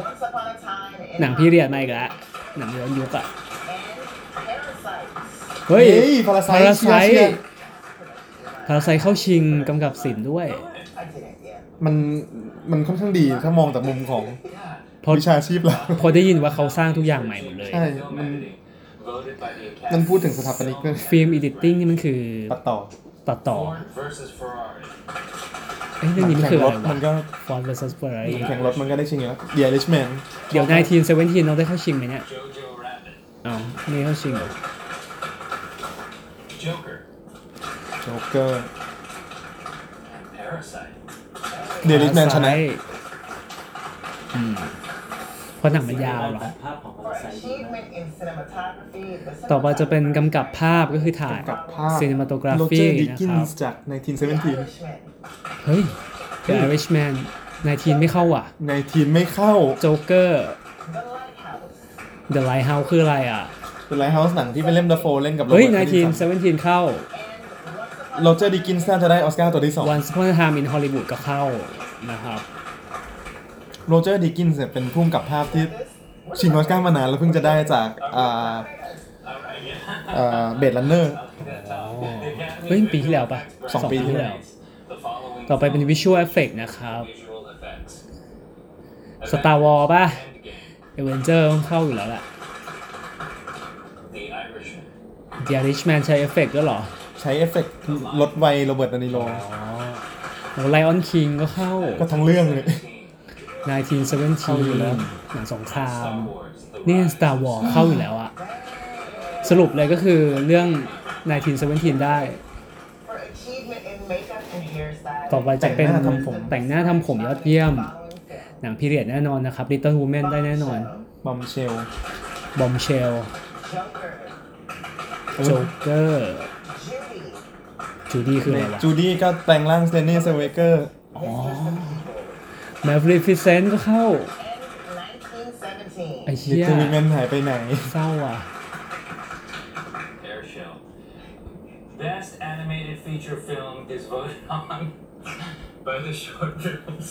D: Once Upon a Time
A: หนัง
D: in
A: พีเรียดมาอีกแล้วหนังย้อนยุคอะ
D: and Parasites.
A: เฮ้ย
B: Parasite
A: พาราไซ
B: เชียร์
A: พาราไซเข้าชิงกำกับสินด้วย
D: I didn't, yeah.
B: มันมันค่อนข้างดีถ้ามองจากมุมของ
A: เพราะ
B: วิชาชีพเรา
A: พอได้ยินว่าเขาสร้างทุกอย่างใหม่หมดเลย
B: ใช่
E: Film
B: Mm.
E: editing, voted by the
B: นั่นพูดถึงส
E: Academy
B: ถาปนิกด้วย
A: ฟิล์มอ d ดิ i ติ้งนี่มันคือ
B: ตัดต่อ
A: ตัดต่อ
E: Ford versus Ferrari.
A: เอ้ยเรื่องนี้มันคือ
B: ร
A: อะ
B: ถ
A: ไร
B: มันก็
A: วะฟอนด์เวอร์ซัสเฟอร์
B: แข่งรถมันก็ได้ชิงอยู่แล้ว The Irishman
A: เดี๋ยว 1917น้องได้เข้าชิงไหมเนี่ย
E: Jojo Rabbit.
A: เอ้าไม่ได้เข้าชิงเหรอ
E: Joker.
B: Joker
E: And Parasite.
B: The Irishman ชนะ
A: อืมเพราะหนังมันยาวเหรอ
D: For achievement in cinematography, the
A: ต่อไปจะเป็น
D: cinematographer
A: กำกับภาพก็คือถ่าย
B: กำกับภาพ
A: Cinematography
B: โรเจอร์ดิกิน
A: นะครับ
B: ส์จาก
D: The
B: 1917
D: Irishman,
A: เฮ้ย The Irishman 19 ไม่เข้าอ่ะ
B: ในทีมไม่เข้า
A: Joker
D: The Lighthouse,
A: The Lighthouse คืออะไรอ่ะ
B: เป็นไลท์เฮาส์หนังที่ไปเล่นดัฟโฟเล่นกับโร
A: เฮ้
B: เบิ
A: ย
B: ร์ตแพตตินสัน
A: 1917 เข้า
D: and Once Upon
B: โรเจอร์ดิกินส์น่าจะได้ออสการ์ตัวที่สอง
A: Once Upon a Time in Hollywood ก็เข้านะครับ
B: โรเจอร์ดิกินส์เนี่ยเป็นผู้กำกับภาพที่ ชิงออสการ์มานานแล้วเพิ่งจะได้จากอ่า
E: All right, yeah. [laughs]
B: เอ่อเบดลันเนอร์
E: The Academy
A: เฮ้ยปีที่แล้วปะ
E: Visual Effects
B: สองปีที่แล้ว
E: The following
A: ต่อไปเป็น
E: film,
A: Visual Effect นะครับ
E: Visual Effects.
A: Star Wars ป่ะ
E: Endgame.
A: Avenger ต้องเข้าอยู่แล้วแหละ
E: The Irishman.
A: The Irishman ใช้เอฟเฟกต์ด้วยเหรอ
B: ใช้เอฟเฟกต์ลดวัยโรเบิร์ตดานิโล
A: โอ้ Lion King ก็เข้า
B: ก็ทั้งเรื่องเลย เข้าอยู่แล้ว
A: 1917หนังสงคราม
E: Star Wars. The
A: นี่
E: Rise.
A: Star Wars เข้าอยู่แล้วอะสรุปเลยก็คือเรื่อง 1917 ได้
D: for achievement in makeup and hairstyle.
A: ต่อไปจะเป็น
B: แต่งหน้าทำผม
A: แต่งหน้าทำผมยอดเยี่ยม
D: Following film.
A: หนังพีเรียดแน่นอนนะครับ Little Women ได้แน่นอน
B: บอมเชล
A: Bombshell
D: Joker,
A: Joker
D: Judy,
A: จูดี้คืออะไรวะ
B: จูดี้ก็แปลงร่างเลนนี่เซเวเกอร์
D: Mistress of People,
A: Maleficent ก็เข้า
D: and 1917.
A: ไอ้
B: ลิ t
A: เหี้ย
B: เติ้ลวิแมนหายไปไหน
A: เศร้าอ่ะ
E: Air Show. Best animated feature film is voted [laughs] on by the short films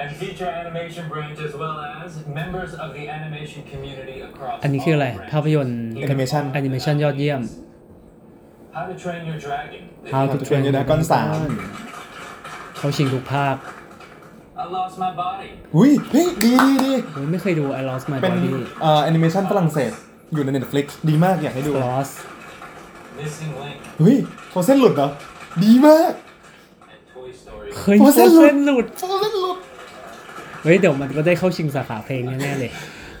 E: and feature animation branch as well as members of the animation community across
A: อันนี้คืออะไร
E: all
A: ภาพ
E: branches.
A: ยนตร์
B: Animation
A: แอนิเมชันยอดเยี่ยม
E: How to Train Your Dragon
A: How to Train Your Dragon 3เขาชิงทุกภาค
E: I Lost My Body
B: อุ้ยเฮ้ยดีดีดี
A: เฮ้ยไม่เคยดู I Lost My
B: เป็น
A: Body
B: เอ่อแอนิเมชันฝรั่งเศส อยู่ใน Netflix ดีมากอยากให้ดู
A: Lost
E: Missing Link
B: เฮ้ยโฟเส้นหลุดเหรอ ดีมาก
E: and Toy Story
A: [laughs] เฮ้ย
B: โฟ
A: โฟ
B: เซ
A: เซ
B: น
A: น
B: ห
A: ห
B: ลุด
A: ลุด
B: โฟเส้นหลุด
A: เฮ้ย เดี๋ยวมันก็ได้เข้าชิงสาขาเพลงแน่ ๆ เลย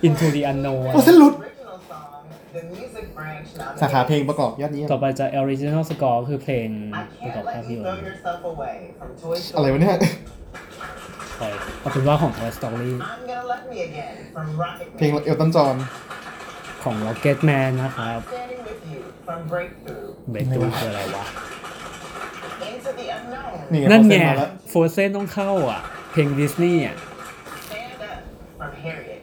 A: Into the Unknown
B: โฟเส้นหลุด
D: Original song, the music branch
B: สาขาเพล
D: nominated.
B: งประกอบยอดเยี่ยม
A: ต่อไปจะ Original Score คือเพลง
D: I
A: ประกอบ
D: can't
A: ภาพ
D: let
A: ย
D: you
A: นต
D: throw
A: ร์
D: yourself away from Toy
B: อะไร
D: Story.
B: วะเนี่ย
A: ไปเอาเป็นว่าของ Toy Story
D: I'm gonna love me again from Rocket
B: เพลง
D: Man.
B: เอลตันจอห์น
A: ของ Rocket Man นะครับ
D: Standing with you. from breakthrough
A: เบรกตัวคืออะไรวะ
D: into the unknown.
B: นี่ไง
A: นั่น
B: โฟเซ
A: ไง
B: นมาแล้ว
A: โฟเซนต้องเข้าอ่ะ เพลงดิสนีย์อ่ะ
D: Stand up from Harriet.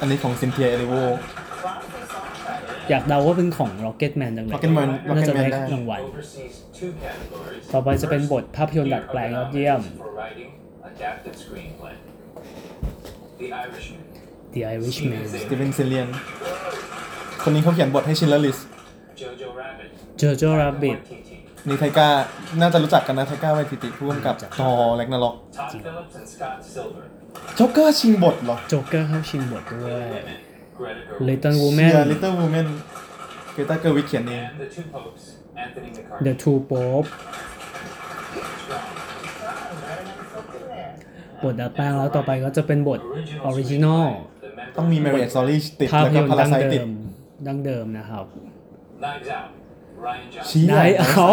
B: อันนี้ของซินเทียเอลิโว
D: Broadway songwriter.
A: อยากเดาว่าเป็นของ Rocketman จังเลย
B: Rocketman
A: น่าจะ
B: Rocketman
A: ได้
B: ได้
A: รางวัล
E: oversees two categories.
A: ต่อไปจะเป็นบทภาพยนตร์ดัดแปลงยอดเยี่ยม
E: For writing, adapted screenplay. The Irishman.
A: The Irishman
B: สตีเวนเซเลียน คนนี้เขาเขียนบทให้ชินลลิส
E: Jojo Rabbit.
A: Jojo Rabbit
E: Waititi.
B: นี่ไทก้า น่าจะรู้จักกันนะไทก้าไวทิติผู้กำกับทอแล็กนาล็อก
E: Todd Phillips and Scott Silver.
B: จ็อกเกอร์ชิงบทเหรอ
A: Joker เข้าชิงบทด้วย
E: Women. Greta Gerwig.
A: Little Woman
B: ลิตเติ้ลวูแมนเกตาเกอร์วิกเขียนเอง
E: And the two popes, Anthony
A: The
E: McCartney.
A: Two Pope
D: Strong, better than something there.
A: บทดัดแปลงแล้วต่อไปก็จะเป็นบท
E: Original
A: Original
E: screenplay, The Member
B: ต้องมีเม
E: of
B: ริเอตซอรี่ติด
A: ภาพ
B: แล้ว
A: ย
B: ก็
A: นต
B: พา
A: ร์ดั้
B: รา
A: ง
B: ไซติ
A: เดิ
B: ด
A: มดั้งเดิมนะครับ
E: Knives Out. Ryan
B: ชี้
E: Johnson.
A: ได้เอา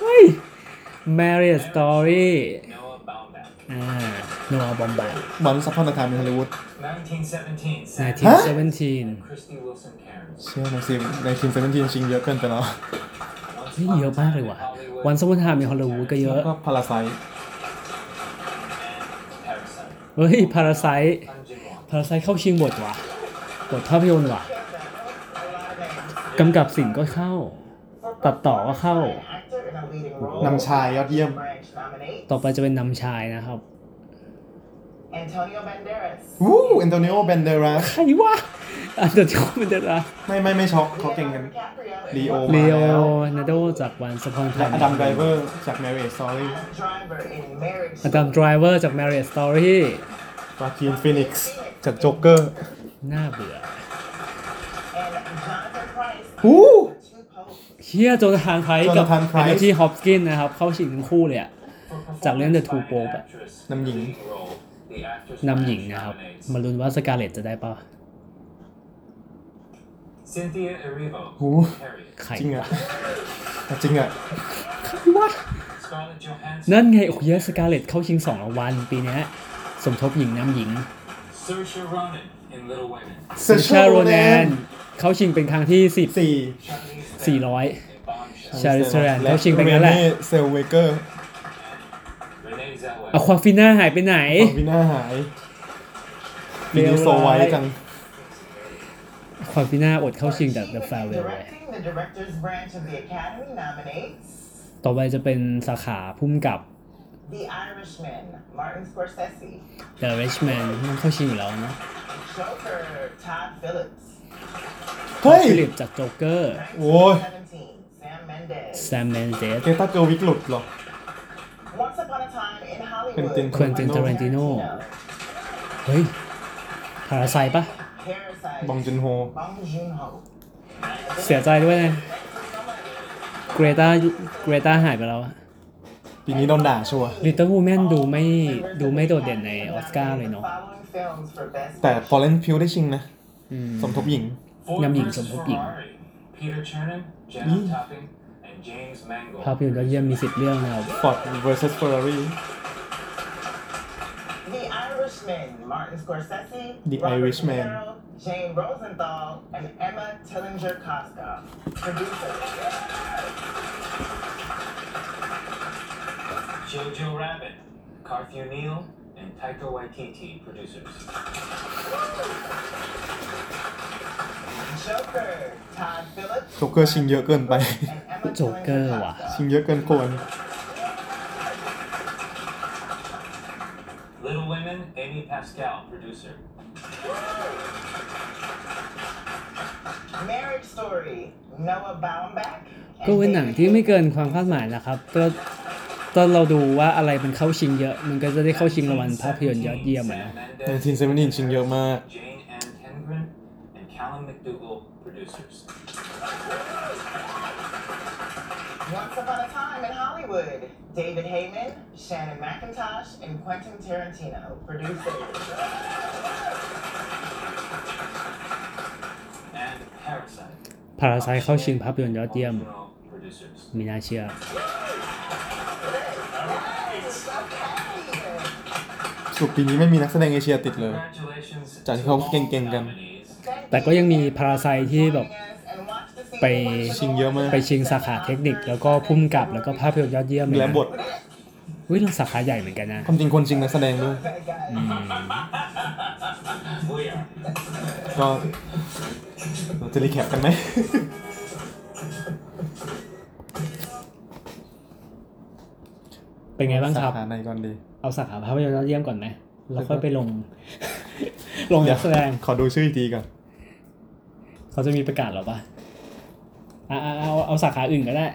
A: เฮ้ย Marriage Story
E: Noah Baumbach.
A: อ่า Noah Baumbach
B: บอลซัพพอร์ตไทม์ในฮอลลีวูด
E: 1917. Sam
A: 1917
E: Mendes and Christy Wilson Cairns.
B: เชื่อในซีมในทีมเซเวนทีนชิงเยอะเกินไปเนาะ
E: Once
A: นี่
E: Upon
A: เยอะ
E: a
A: มาก
E: Time
A: เลย
E: in
A: ว่ะ
E: Hollywood
A: วันสมุทรามในฮอลลีวูดก็เยอะ
B: แล้วก็พาราไซ
E: and Parasite.
A: เฮ้ย พาราไซ
E: Kang Jin Won.
A: พาราไซเข้าชิงบทว่ะ บทภาพยนตร์ว่ะ
D: A lot of names.
A: กำกับสินก็เข้า ตัดต่อก็เข้า
D: Actor in a leading role.
B: นำชายยอดเยี่ยม
D: Branch nominate
A: ต่อไปจะเป็นนำชายนะครับ
D: Antonio Banderas.
B: วู้เอนโตนิโอเบนเดรัส
A: ใครวะอันเดอร์ทูมันเดอร์
B: ไม่ไม่ไม่ช็อกเขาเก่งกัน
D: DiCaprio.
B: ลีโอ
A: เล
B: มา
A: โอ
B: แล้ว
A: นาโดจากวันสปอน
B: และอดัมไดเวอร์จากเมริเอตซอรี่
D: Adam Driver in Marriage.
A: อดัมไดรเวอร์จาก Marriage Story
B: ปาคีนฟินิกซ์จากจ็อกเกอร์
A: น่าเบื่อ
D: And Jonathan Price.
B: วู้
D: Two Popes.
A: เฮียโจนาธานไพร์กับ
B: Jonathan Pryce
A: เอเนจีฮอปกินนะครับ เข้าชิงทั้งคู่เลยอะ จากเรื่อง The Two Pope อะ
B: นำหญิง
A: นำหญิงนะครับ มาลุ้นว่าสกาเลตจะได้ปะ
E: Cynthia Erivo,
B: หู
E: Harriet,
A: ใคร
B: จริง
A: วะ
B: อะจริงอะ
A: วะ
E: Scarlett Johansson,
A: นั่นไง โอ้ยสกาเลตเข้าชิงสองรางวัลปีเนี้ยสมทบหญิงนำหญิง
E: Saoirse Ronan in Little Women,
A: ซชาโรแนนเข้าชิงเป็นครั้งที่ 10
B: สี่
E: Charlize Theron
A: 400
E: in Bombshell,
A: ใช่ Charlize Theron เขาชิงไปงั้นแหละ
B: เซลเวเกอร์
E: Renee Zellweger,
A: อะควาฟิน่าหายไปไหน
B: ของวิน่าหาย
A: เล
B: ปี
A: วร้าย
B: นี้โซไว้จัง
A: ควาฟิน่าอดเข้าชิงจาก The Farewell เลย
D: Directing the director's branch of the Academy nominates
A: ต่อไปจะเป็นสาขาพุ่มกับ
D: The Irishman, Martin Scorsese.
A: The Richman มันเข้าชิงอยู่แล้วนะ
D: Joker, Todd Phillips.
B: เฮ้ย
A: ฟิลิปจากโจ๊กเกอร์
B: Whoa.
D: 1917, Sam Mendes.
A: แซมเมนเดส
B: เกตาเกิร์ลวิกหลุดเหรอ
D: Once upon a time in Hollywood.
B: Quentin
A: Quentin Tarantino. เฮ้ย พาราไซปะ
D: Parasite.
B: บองจุนโฮ
D: Bong Joon-ho.
A: เสียใจด้วยนะเกรตาเกรตาหายไปแล้ว
B: ปีนี้โดนด่าชัวร์
A: ลิตเติ้ลวูแมนดูไม่
D: Members
A: ดู
D: of
A: ไม่
D: the
A: โดดเด่นใน
D: Academy
A: ออสการ์เลยเนาะ
D: nominated the following films for Best
B: แต่ฟอร์เรนพิวได้ชิงนะ
A: อืม
B: สมทบหญิง
E: Ford
A: นำหญิง
E: versus
A: สมทบหญิง
E: Ferrari, Peter Chernin, Janet Topping, and James
A: ภาพ
E: Mangold.
A: ยนตร์ยอดเยี่ยมมีสิบเรื่องนะครับ
B: ฟอร์ด vs Ferrari
D: The Irishman, Martin Scorsese,
B: The
D: Robert
B: Irishman.
D: De Niro, Jane Rosenthal, and Emma Tillinger Costa. Producer,
E: Jojo Rabbit, Carthew Neal, and Taika Waititi, producers.
D: Joker, Todd Phillips.
B: โจ๊กเกอร์ชิงเยอะเกินไป [laughs]
D: and Emma Tillinger
A: โจ๊กเกอร์ว่ะ
D: Costa.
B: ชิงเยอะเกินควร
E: Little Women, Amy Pascal, producer.
D: Marriage Story, Noah Baumbach.
A: ก็เป็นหนังที่ไม่เกินความคาดหมายนะครับก็ตอนเราดูว่าอะไรมันเข้าชิงเยอะ มันก็จะได้เข้าชิงรางวัลภาพยนตร์ยอดเยี่ยมอะนะ
E: Sam Mendes,
B: ในทีมเซเวนทีนชิงเยอะมาก
E: Jane Ann Tengren and Callum McDougall, producers.
D: Once Upon a Time in Hollywood, David Heyman, Shannon McIntosh, and Quentin Tarantino. Producers,
E: And Parasite.
A: พาราไซเข้าชิงภาพยนตร์ยอดเยี่ยม
E: Original Producers.
A: มีน่าเชื่อ
B: สรุดปีนี้ไม่มีนักแสดงเอเชียติดเลย
E: Congratulations to
B: จากที่เขา
E: all
B: เก่งๆกัน
E: nominees.
A: แต่ก็ยังมีพาราไซที่แบบ
D: Joining us and watch this
A: ไป
B: ชิงเยอะมาก
A: ไปชิงสาขาเทคนิค แล้วก็พุ่มกับแล้วก็ภาพยนตร์ยอดเยี่ยมเลยนะ
B: และบท
A: อุ้ยเราสาขาใหญ่เหมือนกันนะ
B: ความจริงคนจริงนักแสดงด้วย
A: อืม
E: We are.
B: ก็เราจะรีแคปกันไหม
A: เป็นไงบ้างครับ
B: สขไหนก่อนดี
A: เอาสาขาภาพยนตร์ยอดเยี่ยมก่อนไหมแล้วค่อยไปล [laughs] ง ลงนักแสดง
B: ขอดูชื่ออีกทีก่อน
A: เขาจะมีประกาศเหรอปะอ่ะอ่ะเอาเอาสาขาอื่นก็ได้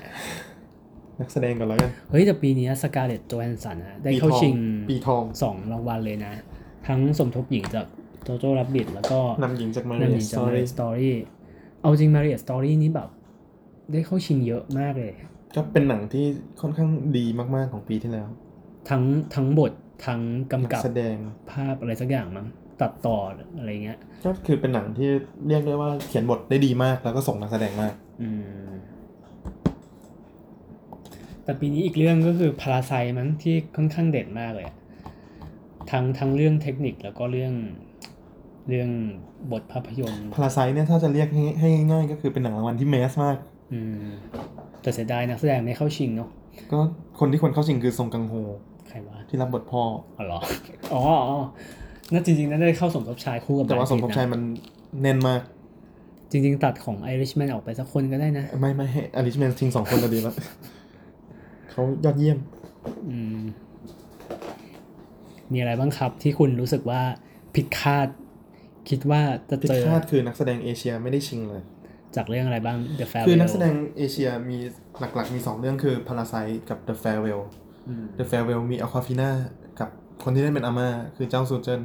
B: นักแสดงก่อนแล้วกัน
A: เฮ้ยแต่ปีนี้สกาเลตโจแอนสันนะได้เข้า
B: ปีทอ
A: ชิง
B: ปีทอง
A: สองรางวัลเลยนะ ทั้งสมทบหญิงจากโจโจรับบิดแล้วก็
B: นำหญิงจากมา
A: นั
B: เรี
A: นห
B: ย
A: ญิง
B: ส
A: จาก
B: ตอ
A: มาริ
B: รี่
A: สตอรี่เอาจริงมาริสตอรี่นี้แบบ ได้เข้าชิงเยอะมากเลย
B: ก็เป็นหนังที่ค่อนข้างดีมากๆของปีที่แล้ว
A: ทั้งทั้งบททั้งกำกับ
B: นัแสดง
A: ภาพอะไรสักอย่างมั้งตัดต่ออะไรเงี้ย
B: ก็คือเป็นหนังที่เรียกได้ว่าเขียนบทได้ดีมากแล้วก็ส่งนักแสดงมาก
A: อืม แต่ปีนี้อีกเรื่องก็คือพาราไซมั้งที่ค่อนข้างเด่นมากเลยอะทั้งทั้งเรื่องเทคนิคแล้วก็เรื่องเรื่องบทภาพยนตร์
B: พาราไซเนี่ยถ้าจะเรียกให้ให้ง่ายๆก็คือเป็นหนังรางวัลที่แมสมาก
A: อืม แต่เสียดายนักแสดงไม่เข้าชิงเนาะ
B: ก็คนที่ควรเข้าชิงคือซงกังโฮ
A: ใครวะ
B: ที่รับบทพ่อ
A: อ๋อเหรออ๋ออ๋อน่าจริงๆน่าได้เข้าสมทบชายคู่กับ
B: แต่ว่าสมภพชัย
A: นะ
B: มันแน่นมาก
A: จริง ๆ ตัดของ Irishman ออกไปสักคนก็ได้นะ
B: ไม่ไม่ให้อลิชแมนชิงสองคน [laughs] จะดีแล้วเขายอดเยี่ยม
A: อืม มีอะไรบ้างครับ ที่คุณรู้สึกว่าผิดคาด คิดว่าจะ
B: ผิด
A: เจอ
B: คาดคือนักแสดงเอเชียไม่ได้ชิงเลย
A: จากเรื่องอะไรบ้าง The Farewell
B: คือนักแสดงเอเชียมีหลักๆ มี 2 เรื่องคือ Parasite กับ The Farewell
A: อืม
B: The Farewell มี Aquafina กับคนที่ได้เป็นอาม่าคือเจ้าซูเจน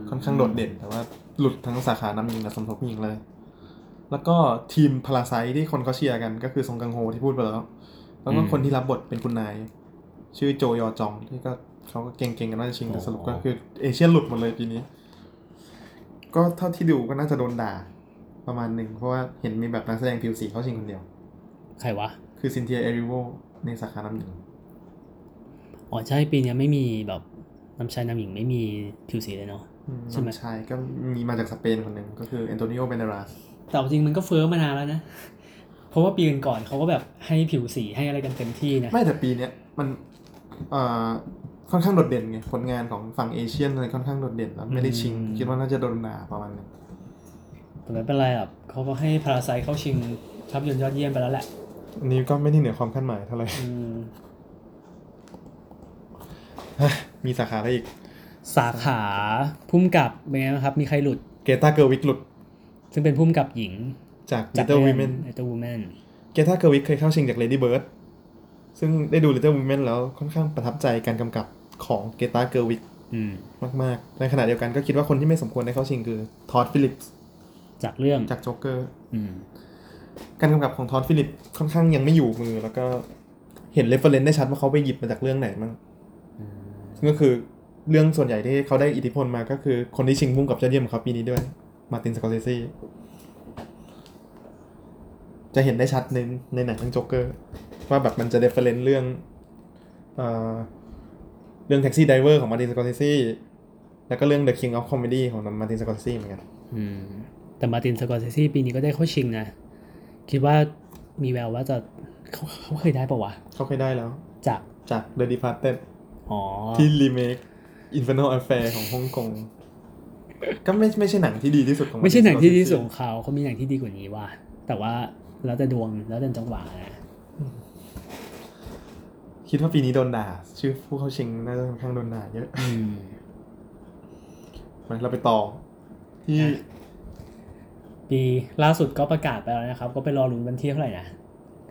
A: ม
B: ค่อนข้างโดดเด่น แต่ว่าหลุดทั้งสาขานำหญิงและสมทบหญิงเลย แล้วก็ทีม Parasite ที่คนเขาเชียร์กันก็คือซงกังโฮที่พูดไปแล้ว แล้วก็คนที่รับบทเป็นคุณนาย ชื่อโจยอจองที่ก็เขาก็เก่งๆกันว่าจะชิงแต่สรุปก็คือเอเชียหลุดหมดเลยปีนี้ ก็เท่าที่ดูก็น่าจะโดนด่าประมาณหนึ่งเพราะว่าเห็นมีแบบนักแสดงผิวสีเข้าชิงคนเดียว
A: ใครวะ
B: คือซินเทียเอริโวในสาขาน้ำหนึ่ง
A: อ๋อใช่ปีเนี้ยไม่มีแบบน้ำชายน้ำหญิงไม่มีผิวสีเลยเนาะ ใช่ไหม
B: น้ำชายก็มีมาจากสเปนคนหนึ่งก็คือเอนโตนิโอเบเนราส
A: แต่เอาจริงมันก็เฟ้อมานานแล้วนะ เพราะว่าปีก่อนๆเขาก็แบบให้ผิวสีให้อะไรกันเต็มที่นะ
B: [laughs] ไม่แต่ปีเนี้ยมันเอ่อค่อนข้างโดดเด่นไงผลงานของฝั่งเอเชียนอะไรค่อนข้างโดดเด่นแล้วไม่ได้ชิง
A: อืม
B: คิดว่าน่าจะโดนด่าประมาณหนึง
A: แต่ไม่เป็นไรหรอกเขาก็ให้พาราไซเข้าชิงภาพยนตร์ยอดเยี่ยมไปแล้วแหละ
B: อันนี้ก็ไม่ได้เหนือความคาดหมาย [laughs] เท่าไหร่
A: อืม
B: มีสาขาอะไรอีก
A: สาขาพุ่มกับเป็นไงบ้างครับ มีใครหลุด
B: เกตาเกอร์วิกหลุด
A: ซึ่งเป็นพุ่มกับหญิง
B: จาก
A: จาก
B: Little Women
A: ไอตัววูแมน
B: เกตาเกอร์วิกเคยเข้าชิงจาก Lady Bird ซึ่งได้ดู Little Women แล้วค่อนข้างประทับใจการกำกับของเกตาเกอร์วิก
A: อืม
B: มากๆ ในขณะเดียวกันก็คิดว่าคนที่ไม่สมควรได้เข้าชิงคือทอดฟิลิปส์
A: จากเรื่อง
B: จากโจ๊กเกอร์
A: อืม
B: การกำกับของทอดฟิลิปค่อนข้างยังไม่อยู่มือ แล้วก็เห็นเรฟเฟอเรนซ์ได้ชัดว่าเขาไปหยิบมาจากเรื่องไหนมั่งซึ่งก็คือเรื่องส่วนใหญ่ที่เขาได้อิทธิพลมาก็คือคนที่ชิงพุ่มกับยอดเยี่ยมของเขาปีนี้ด้วย มาตินสกอร์เซซีจะเห็นได้ชัดในในหนังเรื่องโจ๊กเกอร์ ว่าแบบมันจะเรฟเฟอเรนซ์เรื่องเอ่อเรื่องแท็กซี่ไดเวอร์ของมาตินสกอร์เซซีแล้วก็เรื่อง The King of Comedy ของมาตินสกอร์เซซีเหมือนกัน
A: อืม แต่มาร์ตินสกอร์เซซี่ปีนี้ก็ได้เข้าชิงนะ คิดว่ามีแววว่าจะเขาเขาเคยได้ปะวะ
B: เขาเคยได้แล้ว
A: จาก
B: จาก The Departed
A: อ๋อ
B: ที่รีเมค Infernal Affair ของฮ่องกง ก็ไม่ไม่ใช่หนังที่ดีที่สุดของ
A: ไม่ใช่หนัง
B: Martin
A: ที่ดีที่สุดข
B: Scorsese
A: องเขาเขามีหนังที่ดีกว่านี้ว่ะแต่ว่าแล้วแต่ดวงแล้วแต่จังหวะนะ
B: คิดว่าปีนี้โดนด่า ชื่อผู้เข้าชิงน่าจะค่อนข้างโดนด่าเยอะ
A: อืม
B: มาเราไปต่อ ที่
A: อ่ะ ปีล่าสุดก็ประกาศไปแล้วนะครับ ก็ไปรอลุ้นวันที่เท่าไหร่นะ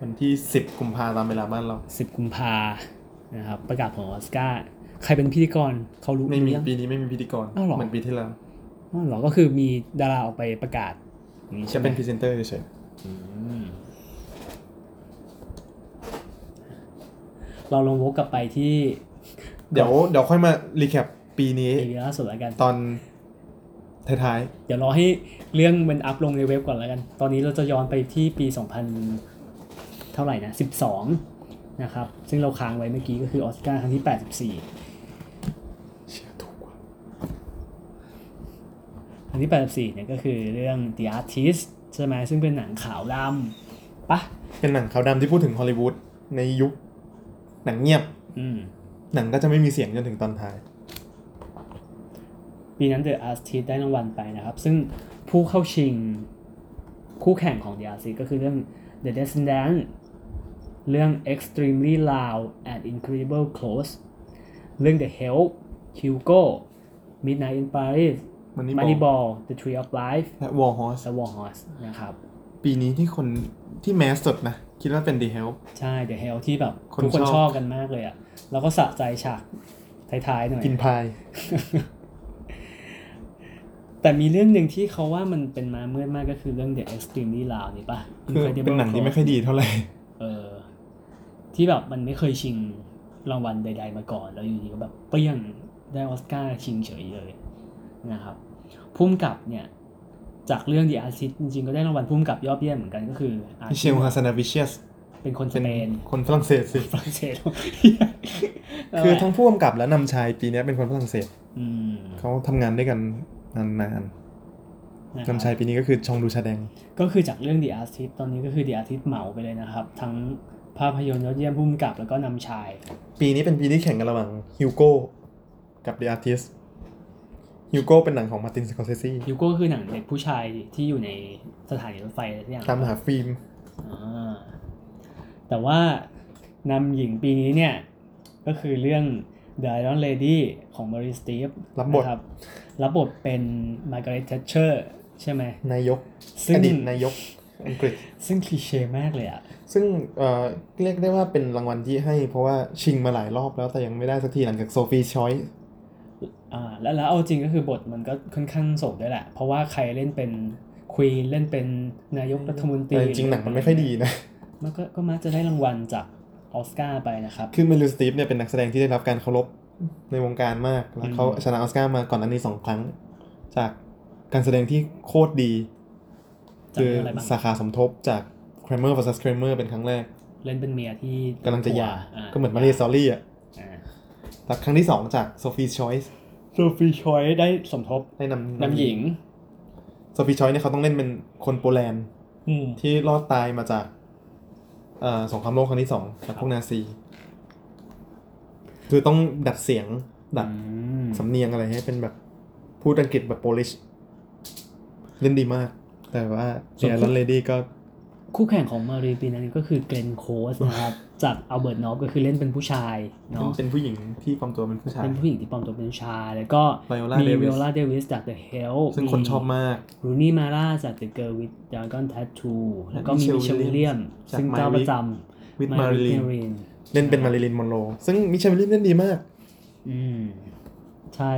B: วันที่ 10 กุมภาพันธ์ตามเวลาบ้านเรา
A: 10 กุมภานะครับ ประกาศผลออสการ์ใครเป็นพิธีกรเขารู้
B: ไม่มี
A: ยัง
B: ปีนี้ไม่มีพิธีกร
A: อ้าวเหรอ
B: เหมือนปีที่แล้ว
A: อ๋อเหรอก็คือมีดาราออกไปประกาศอย่างนี้ใช่
B: จะ
A: ไหม
B: เป็นพรีเซนเตอร์เฉย
A: อืมเราลงวกกลับไปที่
B: ๆเดี๋ยวเดี๋ยวค่อยมารีแคปปีนี้
A: ปีล่าสุดแล้วกัน
B: ตอนท้าย
A: เดี๋ยวรอให้เรื่องมันอัพลงในเว็บก่อนแล้วกัน ตอนนี้เราจะย้อนไปที่ปี 2000 เท่าไหร่นะ 12 นะครับ ซึ่งเราค้างไว้เมื่อกี้ก็คือออสการ์ครั้งที่ 84
B: ๆเชื่อถูกกว่า
A: ครั้งที่ 84 เนี่ยก็คือเรื่อง The Artist ใช่ไหมซึ่งเป็นหนังขาวด ปะ
B: เป็นหนังขาวดำที่พูดถึงฮอลลีวูดในยุคหนังเงียบ
A: อืม
B: หนังก็จะไม่มีเสียงจนถึงตอนท้าย
A: ปีนั้น The Artist ได้รางวัลไปนะครับ ซึ่งผู้เข้าชิงคู่แข่งของ The Artist ก็คือเรื่อง The Descendant เรื่อง Extremely Loud and Incredible Close เรื่อง The Help Hugo Midnight in Paris
B: Moneyball
A: Moneyball The Tree of Life
B: และวอลฮอส
A: The War Horse นะครับ
B: ปีนี้ที่คนที่แมสสุดนะ คิดว่าเป็นดีเฮล
A: ใช่ The Help ที่แบบ
B: คน
A: ทุกคน
B: ชอบ
A: ชอบกันมากเลยอะแล้วก็สะใจฉากท้ายๆหน่อย
B: กินพาย
A: แต่มีเรื่องหนึ่งที่เขาว่ามันเป็นมาเมื่อมากก็คือเรื่อง The Extremely Loud นี่ปะ
B: คือ
A: Incredible
B: เป็นหนังที่
A: Hulk
B: ไม่ค่อยดีเท่าไหร่
A: เออที่แบบมันไม่เคยชิงรางวัลใด ๆ มาก่อน แล้วอยู่ดีก็แบบเปรี้ยงได้ออสการ์ชิงเฉยเลยนะครับพุ่มกับเนี่ย จากเรื่อง The Artist จริงๆ ก็ได้รางวัลพุ่มกับยอดเยี่ยมเหมือนกันก็คือ Artist
B: มิเชลฮาสนาวิเชียส
A: เป็นคนส
B: เป็น
A: เปน
B: คนฝรั่งเศสสิ
A: ฝรั่งเศส
B: [laughs] คือทั้งผู้กำกับและนำชายปีนี้เป็นคนฝรั่งเศส
A: อืม
B: เขาทำงานด้วยกันนาน
A: นะ
B: ๆ
A: ครับ
B: นำชายปีนี้ก็คือชองดูชาแดง
A: ก็คือจากเรื่อง The Artist ตอนนี้ก็คือ The Artist เหมาไปเลยนะครับ ทั้งภาพยนตร์ยอดเยี่ยมพุ่มกับแล้วก็นำชาย
B: ปีนี้เป็นปีที่แข่งกันระหว่างฮิวโก้กับ The Artist ฮิวโก้เป็นหนังของมาร์ตินสกอร์เซซี
A: ยูโก้คือหนังเด็กผู้ชายที่อยู่ในสถานีรถไฟอะไรสักอย่าง
B: ตามหาฟิล์ม
A: อ่าแต่ว่านำหญิงปีนี้เนี่ย ก็คือเรื่อง The Iron Lady ของ Mary Streep
B: รับบท
A: นะครับบทเป็น Margaret Thatcher ใช่ไหม
B: นายก
A: ซึ่ง
B: อดีตนายกอังกฤษ
A: ซึ่งคลีเช่มากเลยอะ
B: ซึ่งเอ่อเรียกได้ว่าเป็นรางวัลที่ให้เพราะว่าชิงมาหลายรอบแล้วแต่ยังไม่ได้สักทีหลังจากโซฟีชอย
A: อ่าแล้วแล้วเอาจริงก็คือบทมันก็ค่อนข้างส่งด้วยแหละ เพราะว่าใครเล่นเป็นควีนเล่นเป็นนายกรัฐมนตรี
B: แต่จริงๆหนังมันไม่ค่อยดีนะ
A: มันก็ก็มักจะได้รางวัลจากออสการ์ไปนะครับ
B: คือเมลิสตีฟเนี่ยเป็นนักแสดงที่ได้รับการเคารพในวงการมาก แล้วเขาชนะออสการ์มาก่อนอันนี้สองครั้ง จากการแสดงที่โคตรดี
A: จาก
B: คือ
A: เรื่องอะไรบ้าง
B: สาขาสมทบจาก Kramer vs Kramer เป็นครั้งแรก
A: เล่นเป็นเมียที่
B: กำลังจะหย่า
A: อ่
B: ก็เหมือนมาเรียซอรี่อ่ะ
A: อ่า
B: แล้วครั้งที่ 2 จาก Sophie's Choice
A: โซฟีชอยได้สมทบ
B: ได้นำ
A: นำหญิง
B: โซฟีชอยเนี่ยเขาต้องเล่นเป็นคนโปแลนด์
A: อืม
B: ที่รอดตายมาจากเอ่อสงครามโลกครั้งที่สองจากพวกนาซี คือต้องดัดเสียง ดัดสำเนียงอะไรให้เป็นแบบพูดอังกฤษแบบโปลิชเล่นดีมาก แต่ว่า
A: ส่
B: เซี
A: วน
B: ย
A: คู่
B: รอนเลดี้ก็
A: คู่แข่งของมารีปีนั้นก็คือเกรนโคส
B: [laughs]
A: นะครับ จากอัลเบิร์ตนอฟก็คือเล่นเป็นผู้ชายเนาะ
B: เป็นผู้หญิงที่ปลอมตัวเป็นผู้ชาย
A: เป็นผู้หญิงที่ปลอมตัวเป็นผู้ชาย แล้วก็
B: ไวโอลา
A: มี
B: เดวิส
A: วิโอลาเดวิสจาก The Help
B: ซึ่งคนชอบมาก
A: รูนี่มาร่าจาก The Girl with Dragon Tattoo แล้วก็มี
B: และ
A: มิ
B: Michelle
A: เชลวิลเลียม
B: จาก
A: ซึ่ง
B: My
A: เจ้าประ
B: Week
A: จ
B: วิท
A: ำ
B: มา
A: My
B: ริลิน
A: Week
B: เล่นเป็นมาริลินมอนโรซึ่งมิเชลวิลลิมเล่นดีมาก
A: อืม ใช่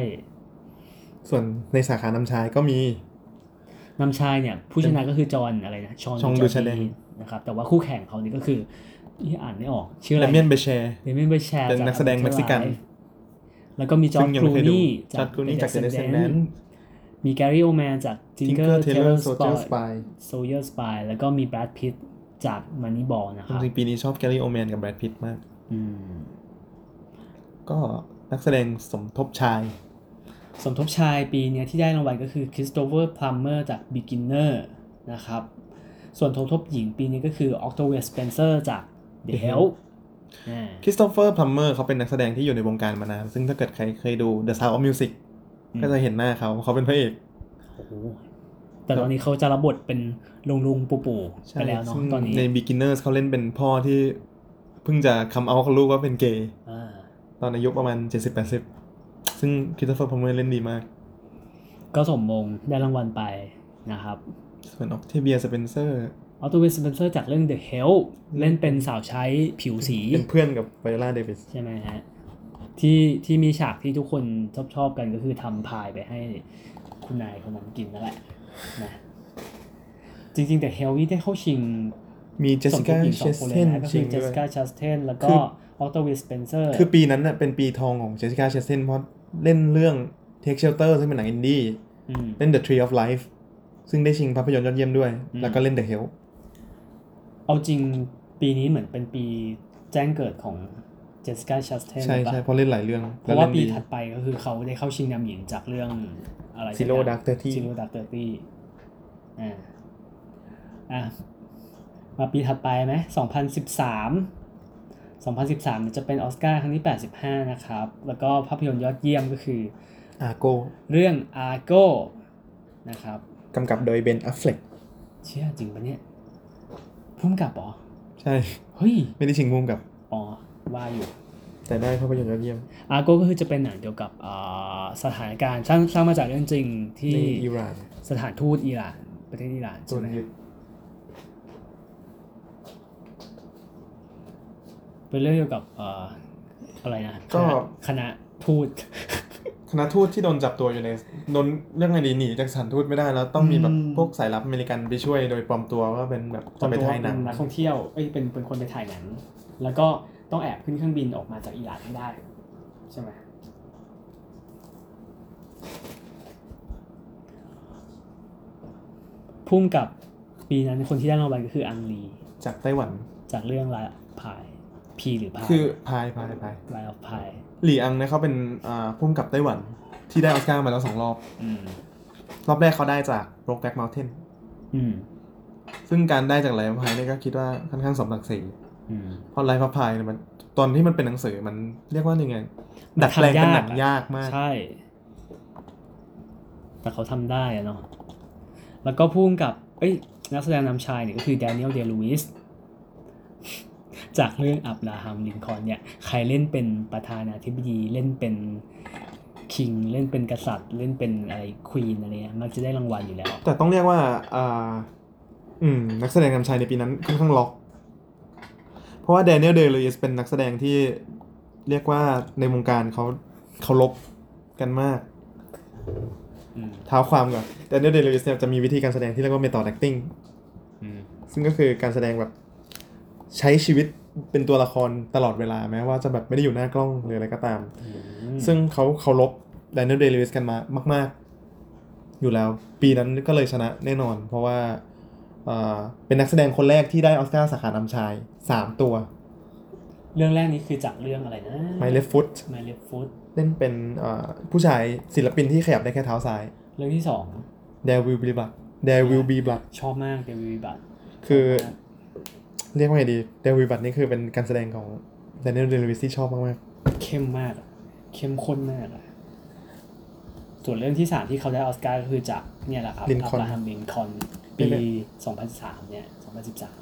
B: ส่วนในสาขานำชายก็มี
A: นำชายเนี่ย ผู้ชนะก็คือจอห์นอะไรนะชอน
B: ชองดูชาแดง
A: นะครับ แต่ว่าคู่แข่งเขานี่ก็คือที่อ่านไม่ออก ชื่ออะ
B: แล
A: ไร
B: มเมียนเบเชร์
A: เดมินเบแชร์
B: เป็นนักแสดงเม็กซิกัน
A: แล้วก็มีจอ
B: ซึ่
A: ร์
B: ง
A: จ
B: ยัง
A: ครู
B: ไม่เคยดู
A: นี่
B: จอร์จครูนี่จากเดนเซนแดน
A: มีแกรี่โอแมนจากจิง
B: ทิง
A: เกอ
B: เกอ
A: ร์
B: ร์เท
A: เท
B: เล
A: เล
B: อ
A: อ
B: ร์
A: ร์
B: โซ
A: โซ
B: เจ
A: เจอ
B: อร์
A: ร์
B: ส
A: ส
B: ไป
A: ปายโซเยอร์สปายแล้วก็มีแบรดพิตจากมันนี่บอลนะค
B: จ
A: รับ
B: ริงๆปีนี้ชอบแกรี่โอแมนกับแบรดพิตมาก
A: อืม
B: ก็นักแสดงสมทบชาย
A: สมทบชายปีเนี้ยที่ได้รางวัลก็คือคริสโตเฟอร์พลัมเมอร์จาก Beginner นะครับ ส่วนสมทบหญิงปีนี้ก็คือออกโตเวสเปนเซอร์จาก The
B: The Help
A: Help อ่า
B: คริสโตเฟอร์พลัมเมอร์เขาเป็นนักแสดงที่อยู่ในวงการมานาน ซึ่งถ้าเกิดใครเคยดู The Sound of Music
A: อืม
B: ก็จะเห็นหน้าเขาเขาเป็นพระเอก
A: โอ้โหแต่ตอนนี้เขาจะรับบทเป็นลุงลุงปู่ปู่
B: ใช่
A: ไปแล้วเนาะ
B: ซึ่ง
A: ตอนนี้
B: ใน Beginners เขาเล่นเป็นพ่อที่ เพิ่งจะคำเอาเขาลูกว่าเป็นเกย์
A: อ่า
B: ตอนอายุประมาณ 70-80 ซึ่งคริสโตเฟอร์พลัมเมอร์เล่นดีมาก
A: ก็สมมงได้รางวัลไปนะครับ
B: ส่วนออกเทเบียสเปนเซอร์
A: ออต w ว s สเปนเซอร์จากเรื่อง The Help เล่นเป็นสาวใช้ผิวสี
B: เป็นเพื่อนกับไวล่าเดวิส
A: ใช่ไหมฮะ ที่ที่มีฉากที่ทุกคนชอบชอบกันก็คือทำพายไปให้คุณนายคนนั้นกินนั่นแหละนะจริงๆ แต่เฮลวี่ได้เข้าชิง
B: มีเจส
A: สมท
B: สิ
A: บ
B: ก้า
A: หญิงส
B: เช
A: อง
B: ส
A: คนเล
B: เท
A: ย
B: น
A: นะก็
B: จ
A: คื
B: ริ
A: อง เจ
B: ด้
A: ส
B: วย
A: กาชัสเทนแล้ว
B: คื
A: ก็
B: อ
A: ออต w ว s สเปนเซอร์
B: คือปีนั้นน่ะเป็นปีทองของเจสสิก้าเชสเทนเพราะเล่นเรื่อง Take Shelter ซึ่งเป็นหนังอินดี้ เล่น The Tree of Life ซึ่งได้ชิงภาพยนตร์ยอดเยี่ยมด้วย
A: อืม
B: แล้วก็เล่น The Help
A: เอาจริงปีนี้เหมือนเป็นปีแจ้งเกิดของเจส s ิก้าชัสเทน
B: ใช่ใช่เพราะเล่นหลายเรื่อง
A: เพราะว่าปี
B: ดี
A: ถัดไปก็คือเขาได้เข้าชิงนำหญิงจากเรื่องอะไร
B: Zero Dark Thirty
A: ซิโร่ดักเตอร์ตี้อ่าอ่ะ มาปีถัดไปไหม2013 2013เนี่ยจะเป็นออสการ์ครั้งที่ 85 นะครับ แล้วก็ภาพยนตร์ยอดเยี่ยมก็คือ
F: อาโก
A: เรื่อง Argo นะครับ
F: กำกับโดยเบนอัฟเฟลก
A: เชื่อจริงปะเนี่ยพุ่มกับเหรอ
F: ใช่
A: เฮ้ย
F: ไม่ได้ชิงมุมกับ
A: อ๋อ ว่าอยู่
F: แต่ได้ภาพยนตร์ยอดเยี่ยม
A: อาร์โกก็คือจะเป็นหนังเกี่ยวกับอ่าสถานการณ์สร้างสร้างมาจากเรื่องจริงที่
F: ในอิหร่าน
A: สถานทูตอิหร่านประเทศอิหร่าน
B: ส่
A: ใช่
B: วน
A: ไหม
B: ยึด
A: เป็นเรื่องเกี่ยวกับอ่าอะไรนะ
F: ก็
A: คณะคณะทูต
B: คณะทูตที่โดนจับตัวอยู่ในโดนเรื่องไงดีหนีจากสถานทูตไม่ได้แล้วต้องมีแบบ
A: อืม
B: พวกสายลับอเมริกันไปช่วยโดยปลอมตัวว่าเป็นแบบจะไปถ่ายหนัง
A: เป็นักท่องเที่ยวเอ้ยเป็นเป็นคนไปถ่ายหนังแล้วก็ต้องแอบขึ้นเครื่องบินออกมาจากอิหร่านให้ได้ ใช่ไหมพุ่มกับปีนั้นคนที่ได้รางวัลก็คืออังลี
B: จากไต้หวัน
A: จากเรื่องลายพายพีหรือพาย
B: คือพายพายพาย
A: ลายออฟพาย
B: หลี่อังนะเขาเป็นอ่าพุ่มกับไต้หวัน ที่ได้ออสการ์มาแล้วสองรอบ
A: อืม
B: รอบแรกเขาได้จากโรกแบ็กเมลเทน
A: อืม
B: ซึ่งการได้จากไลฟ์พายเนี่ยก็คิดว่าค่อนข้างสมศักดิ์ศรี
A: อืม
B: เพราะไลฟ์พายเนี่ยมันตอนที่มันเป็นหนังสือมันเรียกว่ายังไง ดัดแปลงเป็นหนังยากมาก
A: ใช่ แต่เขาทำได้อะเนาะ แล้วก็พุ่งกับ เอ้ย นักแสดงนำชายเนี่ยก็คือแดเนียลเดลูอิส จากเรื่องอับราฮัมลินคอล์นเนี่ย ใครเล่นเป็นประธานาธิบดี เล่นเป็นคิง เล่นเป็นกษัตริย์ เล่นเป็นอะไรควีนอะไรเงี้ย มักจะได้รางวัลอยู่แล้ว
B: แต่ต้องเรียกว่าอ่าอืม นักแสดงนำชายในปีนั้นค่อนข้างล็อก เพราะว่าแดเนียลเดลูอิสเป็นนักแสดงที่เรียกว่าในวงการเขาเขาลบกันมาก
A: อืม
B: เท้าความก่อนแดเนียลเดลูอิสเนี่ยจะมีวิธีการแสดงที่เรียกว่าเมทอดแอคติ้ง
A: อืม
B: ซึ่งก็คือการแสดงแบบใช้ชีวิตเป็นตัวละครตลอดเวลาแม้ว่าจะแบบไม่ได้อยู่หน้ากล้องหรืออะไรก็ตาม ซึ่งเขาเคารพแดเนียลเดลิวิสกันมามาก ๆ อยู่แล้ว ปีนั้นก็เลยชนะแน่นอน เพราะว่าเอ่อเป็นนักแสดงคนแรกที่ได้ออสการ์สาขานำชาย 3 ตัว
A: เรื่องแรกนี้คือจากเรื่องอะไรนะ
B: ไมเลฟฟุต
A: ไมเลฟฟูด
B: เล่นเป็นเอ่อผู้ชายศิลปินที่ขยับได้แค่เท้าซ้าย
A: เรื่องที่สอง
B: เดวิลบีบลัดเดวิลบีบลัด
A: ชอบมากเดวิดบัต
B: คือเรียกว่าไงดีเดวิลบัดนี่คือเป็นการแสดงของแดเนียลเดลิวิสที่ชอบมาก ๆ
A: เข้มมากอะเข้มข้นมากอะส่วนเรื่องที่สามที่เขาได้ออสการ์ก็คือจากเนี่ยแหละครับ
B: Lincoln
A: ราฮัมลินคอน
B: นี่
A: ปี
B: แหละ
A: สองพันสามเนี่ยสองพันสิบสาม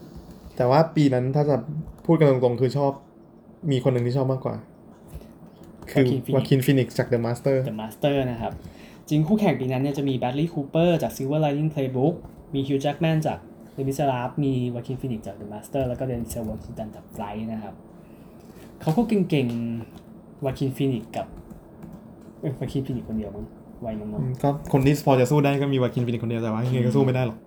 B: แต่ว่าปีนั้นถ้าจะพูดกันตรงๆ คือชอบมีคนหนึ่งที่ชอบมากกว่า คือวาคินฟินิกจากเดอะมาสเตอร์
A: เดอะมาสเตอร์นะครับ จริงคู่แข่งปีนั้นเนี่ยจะมีแบดลี่คูเปอร์จาก Silver Lining Playbook มีฮิวจ์แจ็กแมนจาก The m i s e r a b มีวาคินฟินิกจาก The Master แล้วก็เดนเซลวอชิงตันจากไฟล์นะครับ เขาก็เก่งๆวาคินฟินิกกับวาคินฟินิกคนเดียวมั้งวัยน้องๆ
B: ก็คนที่พอจะสู้ได้ก็มีวาคินฟินิกคนเดียวแต่ว่ายังไงก็สู้ไม่ได้หรอก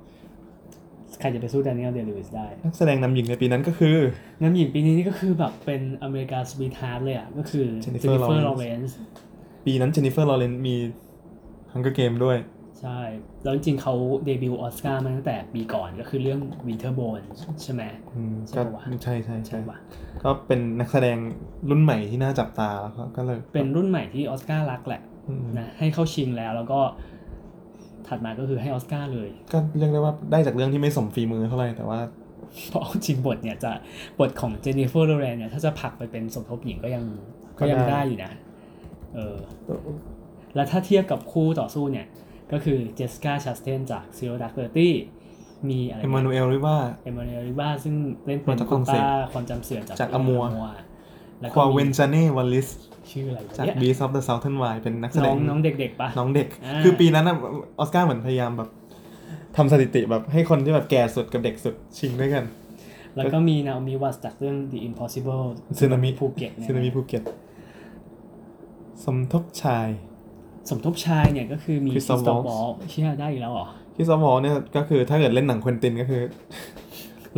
A: ใครจะไปสู้แดเนียลเดลิวิสได้
B: นักแสดงนำหญิงในปีนั้นก็คือ
A: น้ำหญิงปีนี้นี่ก็คือแบบเป็นอเมริกาสวีทฮาร์ดเลยอ่ะ ก็คือ
B: Jennifer
A: เฟอร์
B: Lawrence
A: ลอเวนซ์
B: ปีนั้นเจนนิเฟอร์ลอเรนมีฮังเกอร์เกมด้วย
A: ใช่ แล้วจริงๆเขาเดบิวต์ออสการ์มาตั้งแต่ปีก่อนก็คือเรื่อง Winter Bone ใช่ไหม
B: อืมก็
A: ใช่ปะวะ
B: ใช่ใช่ใช่
A: ใช่ปะ
B: ก็เป็นนักแสดงรุ่นใหม่ที่น่าจับตาแล้วก็ก็เลย
A: เป็นรุ่นใหม่ที่ออสการ์รักแหละ
B: อืม
A: นะให้เข้าชิงแล้วแล้วก็ถัดมาก็คือให้ออสการ์เลย
B: ก็เรียกได้ว่าได้จากเรื่องที่ไม่สมฝีมือเท่าไหร่แต่ว่า
A: เพราะเอาจริงบทเนี่ยจะบทของเจนนิเฟอร์โลเรนเนี่ยถ้าจะผลักไปเป็นสมทบหญิงก็ยัง
B: ก็
A: ก็
B: ได้
A: ยังได้อยู่นะ เออ แล้วถ้าเทียบกับคู่ต่อสู้เนี่ย ก็คือเจสกาชัสเทนจากซีโรดักเตอร์ตี้มีอะไร
B: เอมมานูเอลริว่า
A: เอมมานูเอลริบ้าซึ่งเล่นเป็
B: มาน จากฝ
A: คุ
B: รั่
A: ณ
B: งเศส
A: ป้าความจำเสื่อมจาก
B: จากอมัว
A: แล้ว
B: ค
A: ก็
B: วาเว
A: มี
B: นจาเน่วัลลิส
A: ชื่ออะไรวะ
B: จาก
A: เนี่ย
B: Beast of the Southern Wild เป็นนักแสด
A: น้อง งน้องเด็กๆปะ
B: น้องเด็ก
A: อ่า
B: คือปีนั้นน่ะออสการ์เหมือนพยายามแบบทำสถิติแบบให้คนที่แบบแก่สุดกับเด็กสุดชิงด้วยกัน
A: แล้วก็มีนาโอมิวัตจากเรื่อง The Impossible
B: สึนามิ
A: ภูเก็ตเย
B: ซีนามิภูเก็ต สมทบชาย
A: สมทบชายเนี่ยก็คือมี
B: Christoph
A: Christoph
B: Waltz
A: Waltz เชื่อได้อีกแล้วเหรอ
B: ที่สมอลเนี่ยก็คือถ้าเกิดเล่นหนังควินตินก็คือ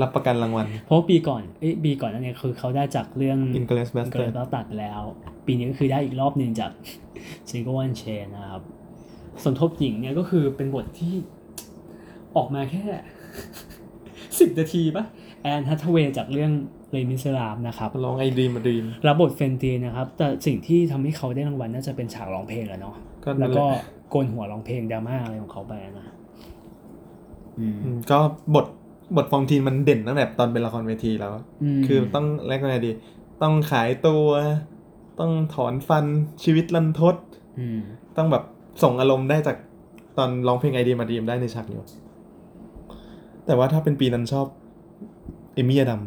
B: รับประกันรางวัล
A: เพราะว่าปีก่อน เอ้ยปีก่อนนั่นเนี่ยคือเขาได้จากเรื่อง
B: Inglourious
A: ก็เลย
B: Basterds
A: ต้องตัดไปแล้ว ปีนี้ก็คือได้อีกรอบหนึ่งจาก Single One Chain นะครับ สมทบหญิงเนี่ยก็คือเป็นบทที่ ออกมาแค่ [laughs] สิบนาทีปะแอนฮัทเวย์จากเรื่องเลมิสรามนะครับ
B: ร้องไอดีมาดีม
A: รับบทเฟนตีนะครับ แต่สิ่งที่ทำให้เขาได้รางวัลน่าจะเป็นฉากร้องเพลงแหละเนาะ
B: ก็นั่
A: แล้ว
B: นแหละ
A: ก็โกนหัวร้องเพลงดราม่าอะไรของเขาไปนะอืม
B: ก็บท บทฟอร์มทีนมันเด่นตั้งแต่ตอนเป็นละครเวทีแล้ว
A: ม
B: คือต้องแลกอะไรดี ต้องขายตัว ต้องถอนฟันชีวิตลันทด
G: อืม
B: ต้องแบบส่งอารมณ์ได้จากตอนร้องเพลงไอเดียมาดีมได้ในฉากเดียวแต่ว่าถ้าเป็นปีนั้นชอบเอมี่อดัม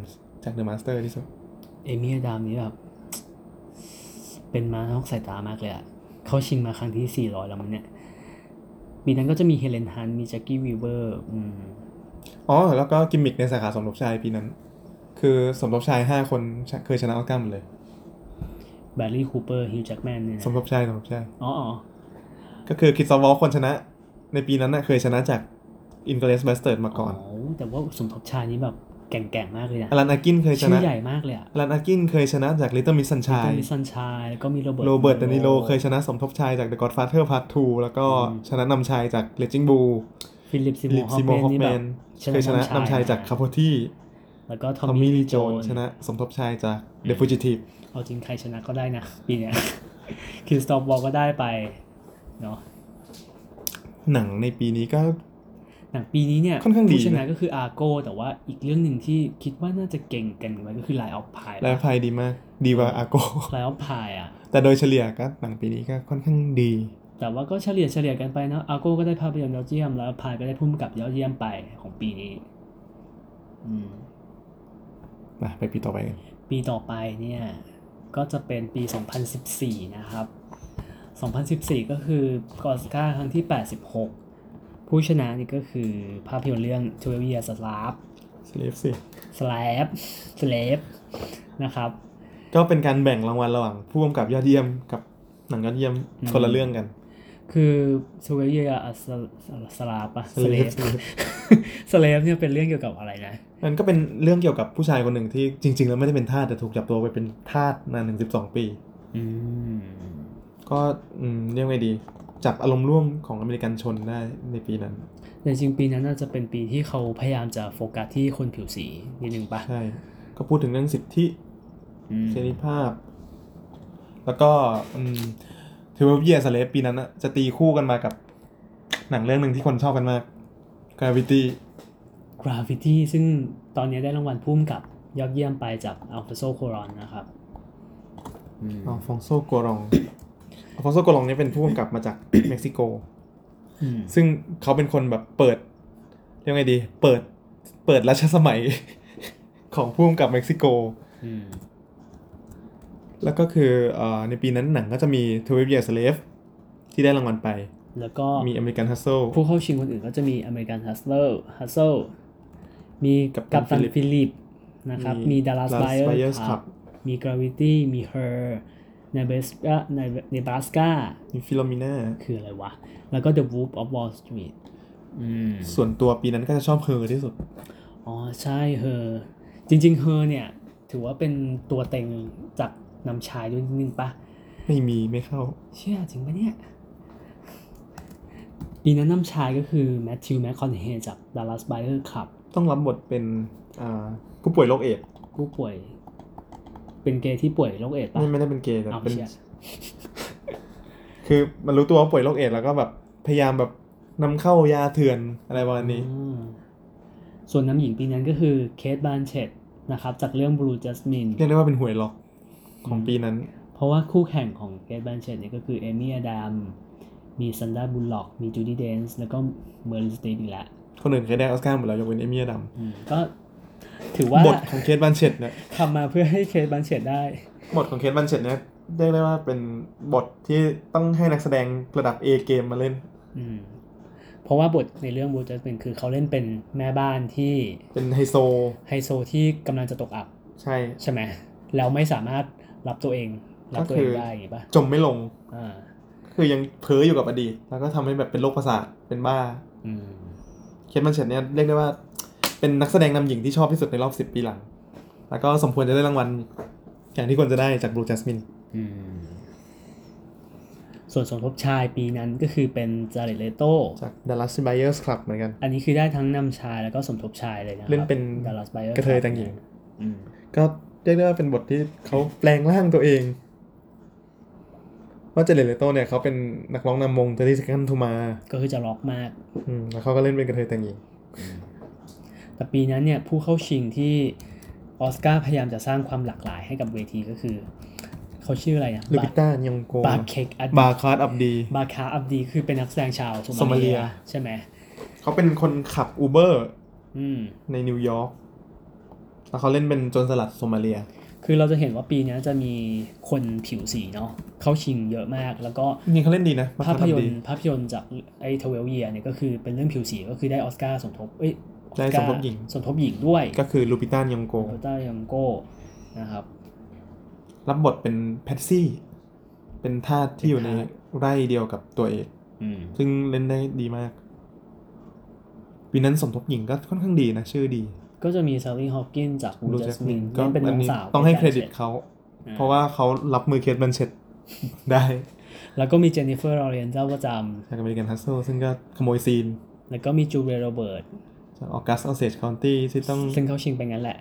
B: จากเดอะมาสเตอร์ที่สุด
A: เอมี่อดามนี่แบบเป็นมาท้องสายตามากเลยอะเขาชิงมาครั้งที่ 400 แล้วมั้งเนี่ย ปีนั้นก็จะมีเฮเลนฮันมีแจ็คกี้วีเวอร์อืม
B: อ๋อ แล้วก็กิมมิกในสาขาสมทบชายปีนั้น คือสมทบชายห้าคนชะเคยชนะออสการ์หมดเลย
A: แบร์รี่คูเปอร์ฮิวจ์แจ็คแมนเนี่ยนะ
B: สมทบชายสมทบชาย
A: อ๋ออ๋อ
B: ก็คือคิดซอวอลคนชนะ ในปีนั้นน่ะเคยชนะจากอินเกลส b บสเต r d มาก่อน
A: โโหแต่ว่าสมทบชายนี่แบบแก่งๆมากเลยนะ
B: อลันอากินเคยช
A: ชื่
B: นะ
A: อใหญ่มากเลยอะ
B: อลันอากินเคยชนะจากลิตเติ้ลมิสซันชาย
A: มีซันชายแล้วก็มีโรเบิร์ต
B: โรเบิร์ตเดนิโลเคยชนะสมทบชายจาก The Godfather Part 2 แล้วก็
A: อืม
B: ชนะนำชายจาก Raging Bull
A: ฟิลิปซิ
B: ลิปซิโม
A: โม
B: ฮ
A: ฮ
B: อ
A: อ
B: ป
A: ป
B: แม
A: แม
B: น
A: น
B: เคยช
A: นี่
B: นะ
A: แบบ
B: นำชายจากคาโพที่
A: แล้วก็ท
B: ท
A: อ
B: อ
A: ม
B: ม
A: มี่
B: มี่
A: ลี
B: ลี
A: โจ
B: โจ
A: น
B: นชนะสมทบชายจาก The Fugitive
A: เอาจริงใครชนะก็ได้นะ ปีเนี้ย [laughs] คริสตอฟบอกก็ได้ไปเนาะ
B: หนังในปีนี้ก็
A: หนังปีนี้เนี่ย
B: ค่อนข้างดีนะ
A: ผู้ชนะก็คืออาโกแต่ว่าอีกเรื่องหนึ่งที่คิดว่าน่าจะเก่งกันไว้ก็คือไลออฟพาย
B: และภัยดีมาก ดีกว่าอาโก
A: ไลออฟพายอ่ะ
B: [laughs] แต่โดยเฉลี่ยก็หนังปีนี้ก็ค่อนข้างดี
A: แต่ว่าก็เฉลี่ยเฉลี่ยกันไปเนาะอาโก้ก็ได้ภาพยนตร์ยอดเยี่ยม แล้วพายก็ได้พุ่มกับยอดเยี่ยมไปของปีนี้ อืม
B: มาไปปีต่อไปกัน
A: ปีต่อไปเนี่ย ก็จะเป็นปี 2014 นะครับ 2014 ก็คือออสการ์ครั้งที่ 86 ผู้ชนะนี่ก็คือภาพยนตร์เรื่อง12 Years a Slave
B: สลีฟสิ
A: Slave Slave นะครับ
B: ก็เป็นการแบ่งรางวัลระหว่างผู้กำกับยอดเยี่ยมกับหนังยอดเยี่ยม
A: อืม
B: คนละเรื่องกัน
A: คือ12 Years a Slave อะ
B: Slave
A: Slave [laughs] Slave เนี่ยเป็นเรื่องเกี่ยวกับอะไรนะ
B: มันก็เป็นเรื่องเกี่ยวกับผู้ชายคนหนึ่งที่จริง ๆ แล้วไม่ได้เป็นทาสแต่ถูกจับตัวไปเป็นทาสนานถึงสิบสองปี
A: อืม
B: ก็อืมเรียกไงดี จับอารมณ์ร่วมของอเมริกันชนได้ในปีนั้น
A: แต่จริงปีนั้นน่าจะเป็นปีที่เขาพยายามจะโฟกัสที่คนผิวสีนิดนึงปะ
B: ใช่ ก็พูดถึงเรื่องสิทธิ
A: อืม
B: เสรีภาพ แล้วก็อืมถือว่าเยียสเลปปีนั้นน่ะจะตีคู่กันมากับ หนังเรื่องหนึ่งที่คนชอบกันมาก Gravity
A: กราฟิตี้ซึ่งตอนนี้ได้รางวัลพุ่มกับยอดเยี่ยมไปจากอัลฟาโซโครอนนะครับอืม
B: อัลฟองโซโกรอง อัลฟองโซโกรองเนี่ยเป็นผู้กำกับมาจาก เม็กซิโก
A: อืม
B: ซึ่งเขาเป็นคนแบบเปิด เรียกไงดี เปิด เปิดรัชสมัย [laughs] ของผู้กำกับเม็กซิโก
A: อืม
B: แล้วก็คือเอ่อในปีนั้นหนังก็จะมี12 Years a Slave ที่ได้รางวัลไป
A: แล้วก็
B: มี American Hustle
A: ผู้เข้าชิงคนอื่นก็จะมีอเมริกันฮัสเลอร์ฮัสเซลมี
B: กัปตั
A: กัน ปตัน
B: ฟิ
A: ฟิ
B: ลิ
A: ลิ
B: ป
A: ปนะครับ
B: มี
A: มีดัลลัส
B: Dallas
A: ไบ
B: Buyers
A: เอ
B: Club
A: ร์มีกราฟิตี้มีเฮอร์ในเบสกาในเนบราสกา
B: มี Philomena
A: คืออะไรวะ แล้วก็ The Wolf of Wall Street อืม
B: ส่วนตัวปีนั้นก็จะชอบเฮอที่สุด
A: อ๋อใช่เฮอจริงๆเฮอเนี่ย ถือว่าเป็นตัวเต็งจากนำชายด้วยนิดนึงปะ
B: ไม่มีไม่เข้า
A: เชื่อจริงปะเนี่ย ปีนั้นนำชายก็คือแมทธิวแมคคอนเฮจากดัลลัสไบเออร์คลับ
B: ต้องรับบทเป็นอ่าผู้ป่วยโรคเอดส์
A: ผู้ป่วย เป็นเกย์ที่ป่วยโรคเอดส์ปะ
B: ไม่ไม่ได้เป็นเกย์แต่
A: เอา
B: เป็น
A: เชีย
B: คือมันรู้ตัวว่าป่วยโรคเอดส์แล้วก็แบบพยายามแบบนำเข้ายาเถื่อนอะไรประมาณนี้
A: อืมส่วนน้ำหญิงปีนั้นก็คือเคทบานเชตนะครับ จากเรื่องบลูจัสมิน
B: เรียกได้ว่าเป็นหวยล็อกของปีนั้น
A: เพราะว่าคู่แข่งของเกตแบนเชตเนี่ยก็คือเอมี่อดัม มีซันดาบุลล็อก มีจูดี้เดนส์แล้วก็เมอร์ลินสตีนอีกแล้ว
B: คนอื่นเคยได้ออสการ์หมดแล้วยกเว้นเอมี่อดัม
A: อืมก็ถือว่า
B: บทของเคทบันเชตเนี่ย
A: ทำมาเพื่อให้เคทแบนเชตได้
B: บทของเคทบันเชตเนี่ยเรียกได้ว่าเป็นบทที่ต้องให้นักแสดงระดับ A เกมมาเล่น
A: อืมเพราะว่าบทในเรื่องบูจัสเป็นคือเขาเล่นเป็นแม่บ้านที่
B: เป็นไฮโซ
A: ไฮโซที่กำลังจะตกอับ
B: ใช่
A: ใช่ไหมแล้วไม่สามารถรับตัวเอง รับตัวเองได้อย่างงี้ป่ะ
B: จมไม่ลง
A: อ่า
B: คือยังเพ้ออยู่กับอดีต แล้วก็ทำให้แบบเป็นโรคประสาทเป็นบ้า
A: อืม
B: เคทบันเชตเนี่ยเรียกได้ว่า เป็นนักแสดงนำหญิงที่ชอบที่สุดในรอบ 10 ปีหลัง แล้วก็สมควรจะได้รางวัลอย่างที่ควรจะได้จากบลูจัสมิน
A: อืม ส่วนสมทบชายปีนั้นก็คือเป็นจาริเลโต
B: จาก Dallas Buyers Club เหมือนกัน
A: อันนี้คือได้ทั้งนำชายแล้วก็สมทบชายเลยนะครับ
B: เล่นเป็น
A: ดัลลัสไบเออร์
B: กระเทยแต่งหญิง
A: อืม
B: ก็เรียกได้ว่าเป็นบทที่เขาแปลงร่างตัวเอง ว่าเจเลเลโตเนี่ยเขาเป็นนักร้องนำวงเทอร์รี่สกันทูมา
A: ก็คือจะล็อกมาก
B: อืมแล้วเขาก็เล่นเป็นกระเทยแต่งหญิง
A: แต่ปีนั้นเนี่ยผู้เข้าชิงที่ออสการ์พยายามจะสร้างความหลากหลายให้กับเวทีก็คือ เขาชื่ออะไรนะ
B: ลูบิต้ายังโก
A: บาร์เคกอัด
B: บาคาร์ดอับดี
A: บาคาอับดีคือเป็นนักแสดงชาวโซ
B: โซมา
A: มา
B: เลี
A: เลี
B: ย
A: ยใช่ไหม
B: เขาเป็นคนขับอูเบอร์
A: อืม
B: ในนิวยอร์กแล้วเขาเล่นเป็นโจรสลัดโซมาเลีย
A: คือเราจะเห็นว่าปีเนี้ยจะมีคนผิวสีเนาะเข้าชิงเยอะมาก แล้วก็
B: จริงๆเขาเล่นดีนะบาคา
A: ภาพ
B: ร์ดอั
A: ย
B: บ
A: นต
B: ดี
A: ร์ภาพยนตร์จากไอ้ทเวลเยียเนี่ยก็คือเป็นเรื่องผิวสีก็คือได้ออสการ์สมทบเอ้ยออ
B: ได้
A: ส
B: ส
A: กาม ร์
B: ทบหญิง
A: สมทบหญิงด้วย
B: ก็คือลูบิต้ายังโก
A: โรต้ายังโก้นะครับ
B: รับบทเป็นแพทซี่ เป็นทาสที่อยู่ใน
A: เป็นทาส
B: ไร่เดียวกับตัวเอก
A: อืม
B: ซึ่งเล่นได้ดีมาก ปีนั้นสมทบหญิงก็ค่อนข้างดีนะ ชื่อดี
A: ก็จะมีซาลี่ฮอ w กินจากวู
B: ลู
A: จั
B: แจ็
A: ส
B: ค
A: มิ
B: มิ
A: น
B: น
A: ก็
B: ก็
A: เป็น
B: อั
A: น้
B: น
A: อง
B: นี้
A: สาว
B: ต้องให้เครดิต
A: ของ
B: เขา
A: อ่า
B: เพราะว่าเขารับมือเคส [laughs] บันเชตได้
A: แจ็คเชียนแล้วก็มีเจนนิเฟอร์ลอเรนซ์เจ้าประจ
B: จากอเมริกันฮัสเซลซึ่งก็ขโมยซีน
A: ำแล้วก็มีจูเลียโรเบิร์ต
B: จากออกัสออเซจคอนตี้ที่ต้อง
A: ซึ่งเข้าชิงไปงั้นแหละ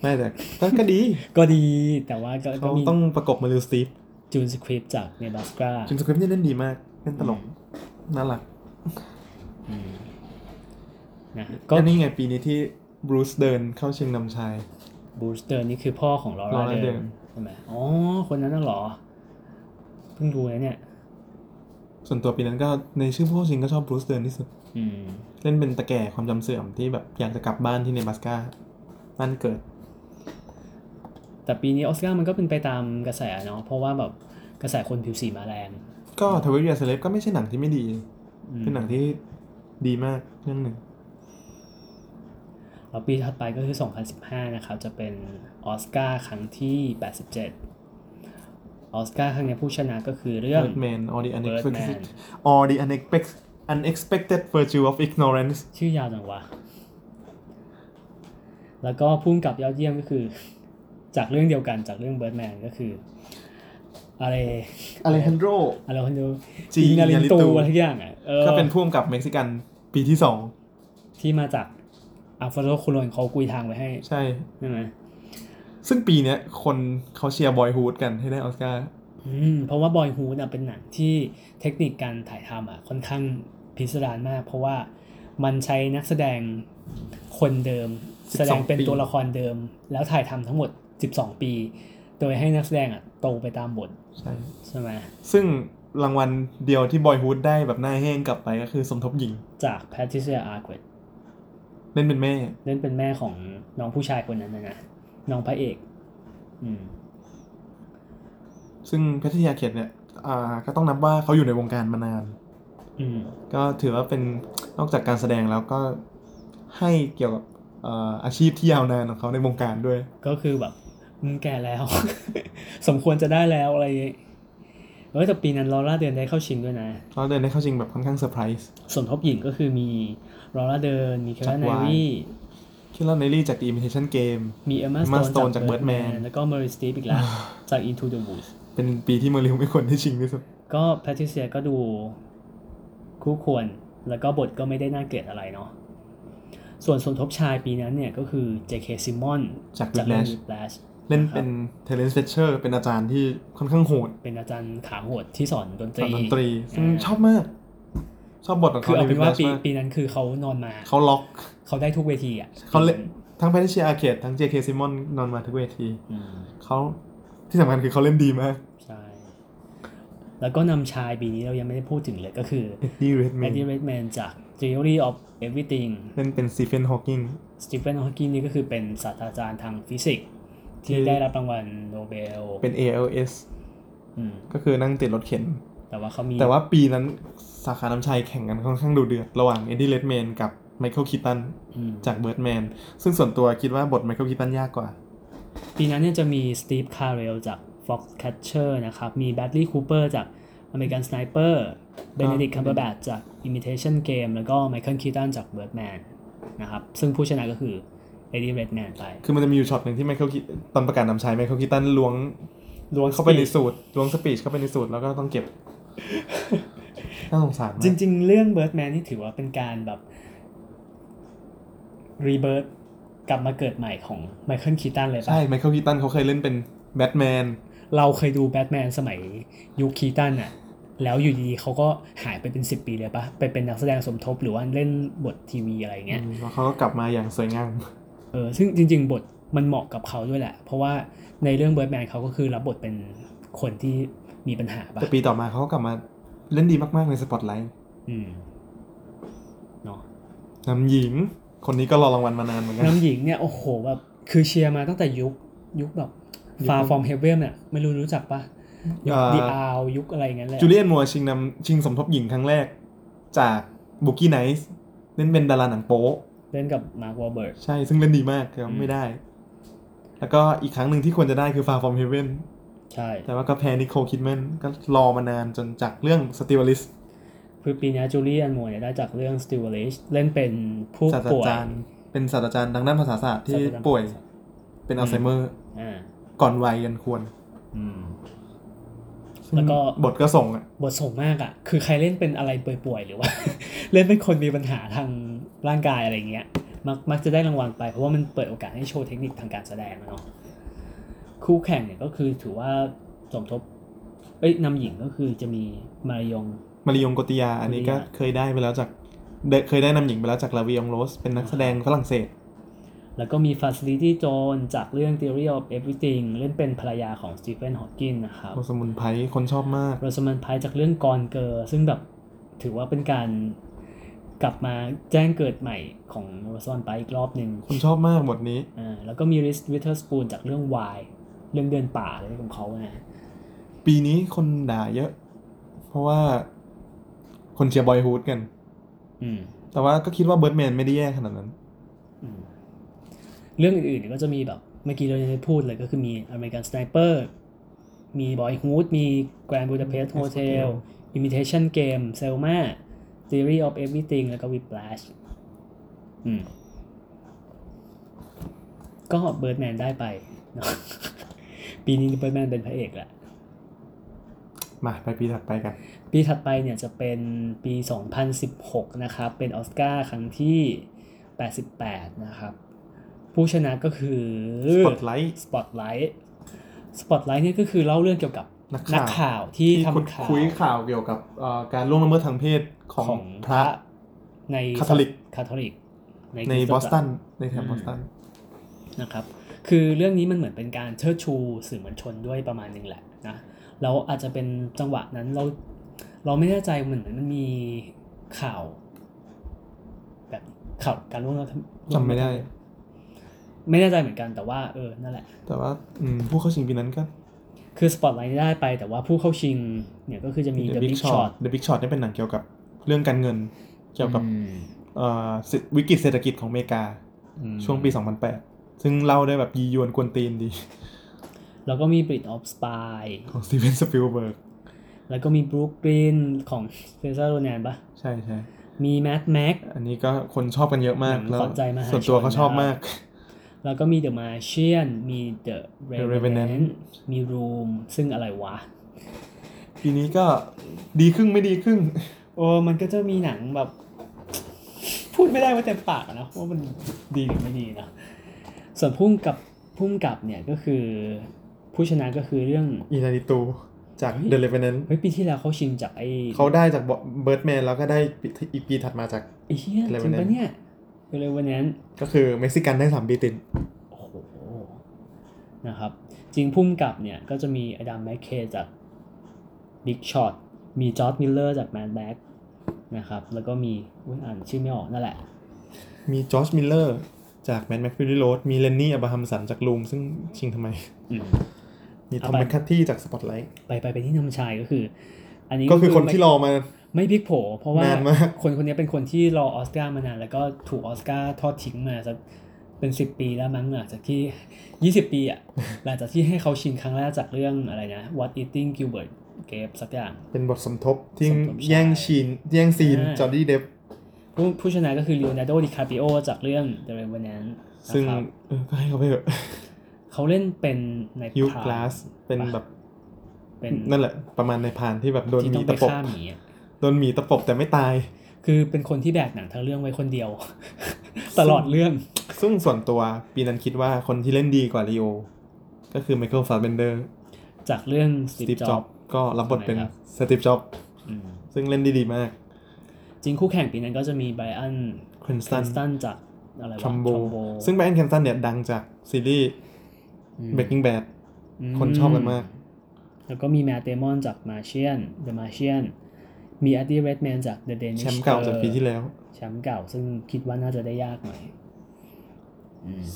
B: ไม่แต่ก็ก็ดี
A: ก็ดีแต่ว่าก็ก็
B: เขา
A: มี
B: ต้องประกบมาลิวสตีฟ
A: จูนสคริปจากเนบัสกา
B: จุนสคริปต์เนี่ยเล่นดีมาก เล่นตลก น่ารัก
A: นะ
B: ก็
A: ก็
B: นี่ไงปีนี้ที่บรูซเดินเข้าชิงนำชาย
A: บูสเตอร์นี่คือพ่อของลอร่า
B: Laura
A: เดิม
B: Dern
A: ใช่ไหมอ๋อ คนนั้นน่ะเหรอ เพิ่งดูนะเนี่ย
B: ส่วนตัวปีนั้นก็ในชื่อผู้เข้าชิงก็ชอบบรูซเดินที่สุด
A: อืม
B: เล่นเป็นตะแก่ความจำเสื่อมที่แบบอยากจะกลับบ้านที่เนบัสกาบ้านเกิด
A: แต่ปีนี้ออสการ์มันก็เป็นไปตามกระแสเนาะเพราะว่าแบบกระแสคนผิวสีมาแรง
B: ก็ทวิตเวียเซเลบก็ไม่ใช่หนังที่ไม่ดี
A: อืม
B: เป็นหนังที่ดีมากเรื่องหนึ่ง
A: แล้วปีถัดไปก็คือ 2015 นะครับ จะเป็นออสการ์ครั้งที่ 87 ออสการ์ครั้งเนี้ยผู้ชนะก็คือเรื่อง
B: Birdman or the unexpected
A: Birdman
B: or the unexpected unexpected virtue of ignorance
A: ชื่อยาวจังวะ แล้วก็พุ่งกับยอดเยี่ยมก็คือ [laughs] จากเรื่องเดียวกันจากเรื่องเบิร์ดแมนก็คืออะไร
B: Alejandro
A: อะไรคนดู
B: G.
A: จีนาริน
B: Iñárritu
A: ตูอะไรทุกอย่างอ่ะออ
B: ก็เป็นพ่วงกับเม็กซิกันปีที่สอง
A: ที่มาจากอัลฟาโรคุโรนเขากุยทางไว้ให้
B: ใช่
A: ใช่ไหม
B: ซึ่งปีเนี้ยคนเขาเชียร์บอยฮูดกันให้ได้ออสการ์
A: อืมเพราะว่าบอยฮูดอ่ะเป็นหนังที่เทคนิคการถ่ายทำอ่ะค่อนข้างพิสดารมาก เพราะว่ามันใช้นักแสดงคนเดิม แสดงเป็นตัวละครเดิม แล้วถ่ายทำทั้งหมด 12 ปี โดยให้นักแสดงอ่ะโตไปตามบท
B: ใช่
A: ใช่ไหม
B: ซึ่งรางวัลเดียวที่บอยฮูดได้แบบหน้าแห้งกลับไปก็คือสมทบหญิง
A: จากแพทริเซียอาร์เกต
B: เล่นเป็นแม่
A: เล่นเป็นแม่ของน้องผู้ชายคนนั้นนะนะน้องพระเอก อืม
B: ซึ่งแพทริยาเขตเนี่ยอ่าก็ต้องนับว่าเขาอยู่ในวงการมานาน
A: อืม
B: ก็ถือว่าเป็นนอกจากการแสดงแล้วก็ให้เกี่ยวกับเอ่ออาชีพที่ยาวนานของเขาในวงการด้วย
A: ก็คือแบบมึงแก่แล้ว [laughs] สมควรจะได้แล้วอะไรอย่างงี้เอ้ยแต่ปีนั้นลอร่าเดินได้เข้าชิงด้วยนะ
B: เขาเดินได้เข้าชิงแบบค่อนข้างเซอร์ไพรส์
A: ส่วนทบหญิงก็คือมีลอร่าเดิน มีแคล
B: จาก
A: ร์ไน
B: Wine
A: วี่
B: คิดว่าในรี่จาก The Imitation Game
A: มีเอม
B: Emma
A: มาส
B: Stone
A: โตน
B: จาก Birdman
A: แล้วก็เมอริสตีฟอีกแล้ว
B: [sighs]
A: จาก Into the Woods
B: เป็นปีที่เมอริลไม่ควรได้ชิงที่สุด
A: ก็แพทริเซียก็ดูคู่ควร แล้วก็บทก็ไม่ได้น่าเกลียดอะไรเนาะส่วนสมทบชายปีนั้นเนี่ยก็คือ J.K. Simmons
B: จาก
A: จากเรื่อง
B: Whiplash
A: Whiplash
B: เล่นเป็นเทเลนส์เฟเชอร์เป็นอาจารย์ที่ค่อนข้างโหด
A: เป็นอาจารย์ขาโหดที่สอนดนต
B: สอ
A: รี
B: นดนตรี ซึ่ง
A: อ่า
B: ชอบมาก ชอบบทของ
A: คือ
B: เขา
A: เอา
B: ใน
A: เป็นว่าปี
B: มาก
A: ปีนั้นคือเขานอนมา
B: เขาล็อก
A: เขาได้ทุกเวทีอ่ะ
B: เขาเล่นทั้งแพทริเชียอาเขตทั้ง J.K. Simmons นอนมาทุกเวที
A: อืม
B: เขาที่สำคัญคือเขาเล่นดีมาก
A: ใช่ แล้วก็นำชายปีนี้เรายังไม่ได้พูดถึงเลยก็คือ
B: เอ็ดดี้เรดแม
A: แอน
B: น
A: ดี้เรดแมนจาก Theory of Everything
B: เล่นเป็นซีเฟนฮอว์กิง
A: สตีเฟนฮอว์กินนี่ก็คือเป็นศาสตราจารย์ทางฟิสิกส์ที่
B: ที่
A: ได้รับรางวัลโนเบล
B: เป็น ALS
A: อืม
B: ก็คือนั่งติดรถเข็น
A: แต่ว่าเขามี
B: แต่ว่าปีนั้นสาขาน้ำชายแข่งกันค่อนข้างดูเดือด ระหว่างเอ็ดดี้เรดแมนกับไมเคิลคีตัน
A: อืม
B: จากเบิร์ดแมนซึ่งส่วนตัวคิดว่าบทไมเคิลคีตันยากกว่า
A: ปีนั้นเนี่ยจะมีสตีฟคาร์เรลจาก Foxcatcher นะครับ มีแบดลี y คูเปอร์จาก American Sniper เบนเดดิก
B: อ่า
A: คัมเบอร์แบทจาก Imitation Game แล้วก็ไมเคิลคีตันจาก Birdman นะครับ ซึ่งผู้ชนะก็คือเอ็ดดี้เรดแมนไป
B: คือมันจะมีอยู่ช็อตหนึ่งที่ไมเคิลตอนประกาศนำชายไมเคิลคีตันล้วง
A: ล้วง
B: เข้าไปในสูตรล้วงสปีชเข้าไปในสูตรแล้วก็ต้องเก็บ [laughs] น่าสงสารมาก
A: จริง ๆ เรื่อง Birdman นี่ถือว่าเป็นการแบบรีเบิร์กลับมาเกิดใหม่ของไมเคิลคีตันเลยปะ
B: ใช่ไมเคิลคีตันเขาเคยเล่นเป็นแบทแมน
A: เราเคยดูแบทแมนสมัยยุคคีตันอ่ะ แล้วอยู่ดีๆเขาก็หายไปเป็น 10 ปีเลยปะไปเป็นนักแสดงสมทบหรือว่าเล่นบททีวีอะไรอย่างเงี้ย
B: อืมแล้วเขาก็กลับมาอย่างสวยงาม
A: เออซึ่งจริง ๆ บทมันเหมาะกับเขาด้วยแหละ เพราะว่าในเรื่องเบิร์ดแมนเขาก็คือรับบทเป็นคนที่มีปัญหาปะ
B: แต่ปีต่อมาเขาก็กลับมาเล่นดีมากๆในสปอตไลท์
A: อืมเนาะ
B: นำหญิง คนนี้ก็รอรางวัลมานานเหมือนกัน
A: น้ำหญิงเนี่ยโอ้โหแบบคือเชียร์มาตั้งแต่ยุคยุคแบบ
B: ยุค
A: ฟาฟอร์มเฮเวนเนี่ยไม่รู้รู้จักปะยุค
B: เอ่อ
A: ดีอายุคอะไรอย่างเงี้ยแหละ
B: จูเลียนมัวร์ชิงนำชิงสมทบหญิงครั้งแรก จากบุกี้ไนส์เล่นเป็นดาราหนังโป๊ะ
A: เล่นกับมาร์ควอเบิร์
B: ใช่ ซึ่งเล่นดีมากแต่
A: อืม
B: ไม่ได้ แล้วก็อีกครั้งหนึ่งที่ควรจะได้คือฟาฟอร์มเฮเวน
A: ใช่
B: แต่ว่าก็แพ้นิโคลคิดแมนก็รอมานานจนจากเรื่องสติวลิส
A: คือปีนี้จูเลียนมัวเนี่ยได้จากเรื่องสติวเลชเล่นเป็นผู้
B: ศาสต
A: ป่
B: ราวจาย รย์เป็นศาสตราจารย์ทางด้านภาษาศาสตร์ที่
A: ศาสตราจารย์
B: ป่วยเป็นอัลไซเมอร์
A: อ่า
B: ก่อนวัยอันควร
A: อืม แล้วก็
B: บทก็ส่งอะ
A: บทส่งมากอะ่ะ คือใครเล่นเป็นอะไรป่วยๆ หรือว่า [laughs] เล่นเป็นคนมีปัญหาทางร่างกายอะไรเงี้ย มักมักจะได้รางวัลไป เพราะว่ามันเปิดโอกาสให้โชว์เทคนิคทางการแสดงอะเนาะ คู่แข่งเนี่ยก็คือถือว่าสมทบ เอ้ยนำหญิงก็คือจะมีมารยง
B: มาริยงโกติยา อันนี้ก็
A: โกติยา
B: เคยได้ไปแล้วจากเดเคยได้นำหญิงไปแล้วจากลาวิองโรส เป็นนักแสดงฝรั่งเศส
A: แล้วก็มี Facility John จากเรื่อง Theory of Everything เล่นเป็นภรรยาของ Stephen Hawking นะครับ
B: โอสมุนไพรคนชอบมาก
A: โรสมันพายจากเรื่องกอนเกอร์ซึ่งแบบถือว่าเป็นการกลับมาแจ้งเกิดใหม่ของโรสมันพายอีกรอบหนึ่ง
B: คนชอบมากบทนี้
A: อ่าแล้วก็มีริสวิเทอร์สปูนจากเรื่องวายเรื่องเดินป่าอะไรของเขานะ
B: ปีนี้คนด่าเยอะ เพราะว่าคนเชียร์บอยฮูดกัน
A: อืม
B: แต่ว่าก็คิดว่าเบิร์ดแมนไม่ได้แย่ขนาดนั้น
A: อืมเรื่องอื่นๆเนี่ยก็จะมีแบบเมื่อกี้เราจะพูดเลยก็คือมีอเมริกันสไนเปอร์มีบอยฮูดมีแกรนด์บูดาเพสต์โฮเทล Imitation Game Selma Theory of Everything แล้วก็ Whiplash อืม ก็เบิร์ดแมนได้ไปเนอะ [laughs] ปีนี้เบิร์ดแมนเป็นพระเอกละ
B: มาไปปีถัดไปกัน
A: ปีถัดไปเนี่ยจะเป็นปี 2016 นะครับ เป็นออสการ์ครั้งที่ 88 นะครับ ผู้ชนะก็คือ
B: Spotlight
A: Spotlight Spotlight เนี่ยก็คือเล่าเรื่องเกี่ยวกับ
B: นักข่าว
A: กข่าวที่
B: ที่คุด
A: ทำข่าว
B: คุยข่าวเกี่ยวกับเอ่อการล่วงละเมิดทางเพศของพระ
A: ใน
B: Catholic
A: คาทอลิก
B: ใน
A: คริส
B: บ
A: ต
B: อส
A: จักร
B: ตันในแถบ
A: อืม
B: บอสตัน
A: นะครับ คือเรื่องนี้มันเหมือนเป็นการเชิดชูสื่อมวลชนด้วยประมาณหนึงแหละนะ เราอาจจะเป็นจังหวะนั้นเราเราไม่แน่ใจเหมือนมันมีข่าว แบบข่าวการล่วงละเมิด
B: จำไม่ได้
A: ไม่แน่ใจเหมือนกันแต่ว่าเออนั่นแหละ
B: แต่ว่าอืมผู้เข้าชิงปีนั้นก็
A: คือสปอตไลท์ได้ไปแต่ว่าผู้เข้าชิงเนี่ยก็คือจะมี
B: The
A: The
B: Big
A: Big
B: Short
A: Shot
B: The Big Short นี่เป็นหนังเกี่ยวกับเรื่องการเงิน เกี่ยวกับ
A: อืม
B: เอ่อเศรษฐวิกฤตเศรษฐกิจของอเมริกา
A: อืม
B: ช่วงปี 2008 ซึ่งเล่าได้แบบยียวนกวนตีนดี [laughs]
A: แล้วก็มี Bridge of Spy
B: ของสตีเวนสปิลเบิร์ก
A: แล้วก็มี Brooklyn ของเซนซาโรแนนปะ
B: ใช่ใช่
A: มี Mad Max
B: อันนี้ก็คนชอบกันเยอะมาก
A: หนัง
B: แล้ว
A: ขวัญใจมหา
B: ส่วนตัว
A: ชน
B: เขาชอบ
A: นะครับ
B: ม [laughs] าก
A: แล้วก็มี The Martian มี The
B: The Revenant
A: Revenant มี Room ซึ่งอะไรวะ
B: ปีนี้ก็ดีครึ่งไม่ดีครึ่ง
A: โอ้มันก็จะมีหนังแบบ พูดไม่ได้ว่าเต็มปากอะนะว่ามันดีหรือไม่ดีนะ ส่วนพุ่มกับพุ่มกับเนี่ยก็คือ ผู้ชนะก็คือเรื่อง
B: อินาริตูจาก
A: เฮ้ย
B: เดลเ e น a น
A: เฮ้ยปีที่แล้วเขาชิงจากไอ้
B: เขาได้จากเบิร์ดแมนแล้วก็ได้อีกปีถัดมาจาก
A: ไอ้เหี้ยจริง
B: Revenant
A: ปะเนี่ยเร็ววันนั้น
B: ก็คือเม็กซิกันได้สามปีติด
A: โอ้โห นะครับ จริงพุ่มกับเนี่ย ก็จะมีอดัมแมคเคจาก Big Shot มีจอร์ดมิลเลอร์จาก Mad Max นะครับ แล้วก็มีอุ๊ยอ่านชื่อไม่ออกนั่นแหละ
B: มีจอร์จมิลเลอร์จากแมนแม็กฟิลลี่โรสมีเลนนี่อับราฮัมสันจากลูมซึ่งชิงทำไม
A: อืม
B: มีทอม
A: อ่ะไป
B: แมคคัตตี้จากสปอตไลท์
A: ไปไปไปที่นำชายก็คือ อันนี้
B: ก็คือคนที่รอมา
A: ไม่พลิกโผ เพราะว่าน
B: านมาก
A: คนคนนี้เป็นคนที่รอออสการ์มานาน แล้วก็ถูกออสการ์ทอดทิ้งมาสักเป็นสิบปีแล้วมั้งหลังจากที่ยี่สิบปีอะ หลังจากที่ให้เขาชิงครั้งแรกจากเรื่องอะไรนะ What Eating Gilbert Grape สักอย่าง
B: เป็นบทสมทบที่
A: สมทบชาย
B: แย่งชีนแย่งซีน
A: อ่า
B: จอร์ดี้เดฟ
A: ผู้ผู้ชนะก็คือ Leonardo DiCaprio จากเรื่อง The Revenant
B: ซึ่ง
A: นะครับ
B: เออก็ให้เขาไปเถอะ
A: เขาเล่นเป็นใน
B: ยู
A: พร
B: กลาสเป็นแบบ
A: เป็น
B: นั่นแหละ ประมาณในพรานที่แบบโดน
A: ที่
B: ห
A: ต้อ
B: มี
A: งไป
B: ตะปบ
A: ฆ่าหมีอะ
B: โดนหมีตะปบแต่ไม่ตาย
A: คือเป็นคนที่แบกหนังทั้งเรื่องไว้คนเดียว [laughs] ตลอดเรื่อง
B: ซึ่งส่วนตัวปีนั้นคิดว่าคนที่เล่นดีกว่าลีโอ ก็คือไมเคิลฟาเบนเดอร์
A: จากเรื่อง
B: สตี
A: Steve
B: ฟจ็อบ
A: Jobs
B: ก็รับบทเป็น
A: ทำไมครับ
B: สตีฟจ็อบ
H: อืม
B: ซึ่งเล่นได้ดีมาก
A: จริงคู่แข่งปีนั้นก็จะมีไบรอัน
B: ครินส
A: ค
B: ตั
A: ริ
B: น
A: นสตันจากอะไรวะ
B: ทรัมโบ
A: ทรัมโบ
B: ซึ่งแบรอันด์ครินสตันเนี่ยดังจากซีรีส์
A: อืม
B: Breaking Bad
A: อืม
B: คนชอบกันมาก
A: แล้วก็มีแมตเตมอนจากมาเชียนเดอะมาเชียนมีแอดดี้เรดแมนจากเดอะเดนิ
B: แชมป์เก่าจากปีที่แล้ว
A: แชมป์เก่าซึ่งคิดว่าน่าจะได้ยากหน่อย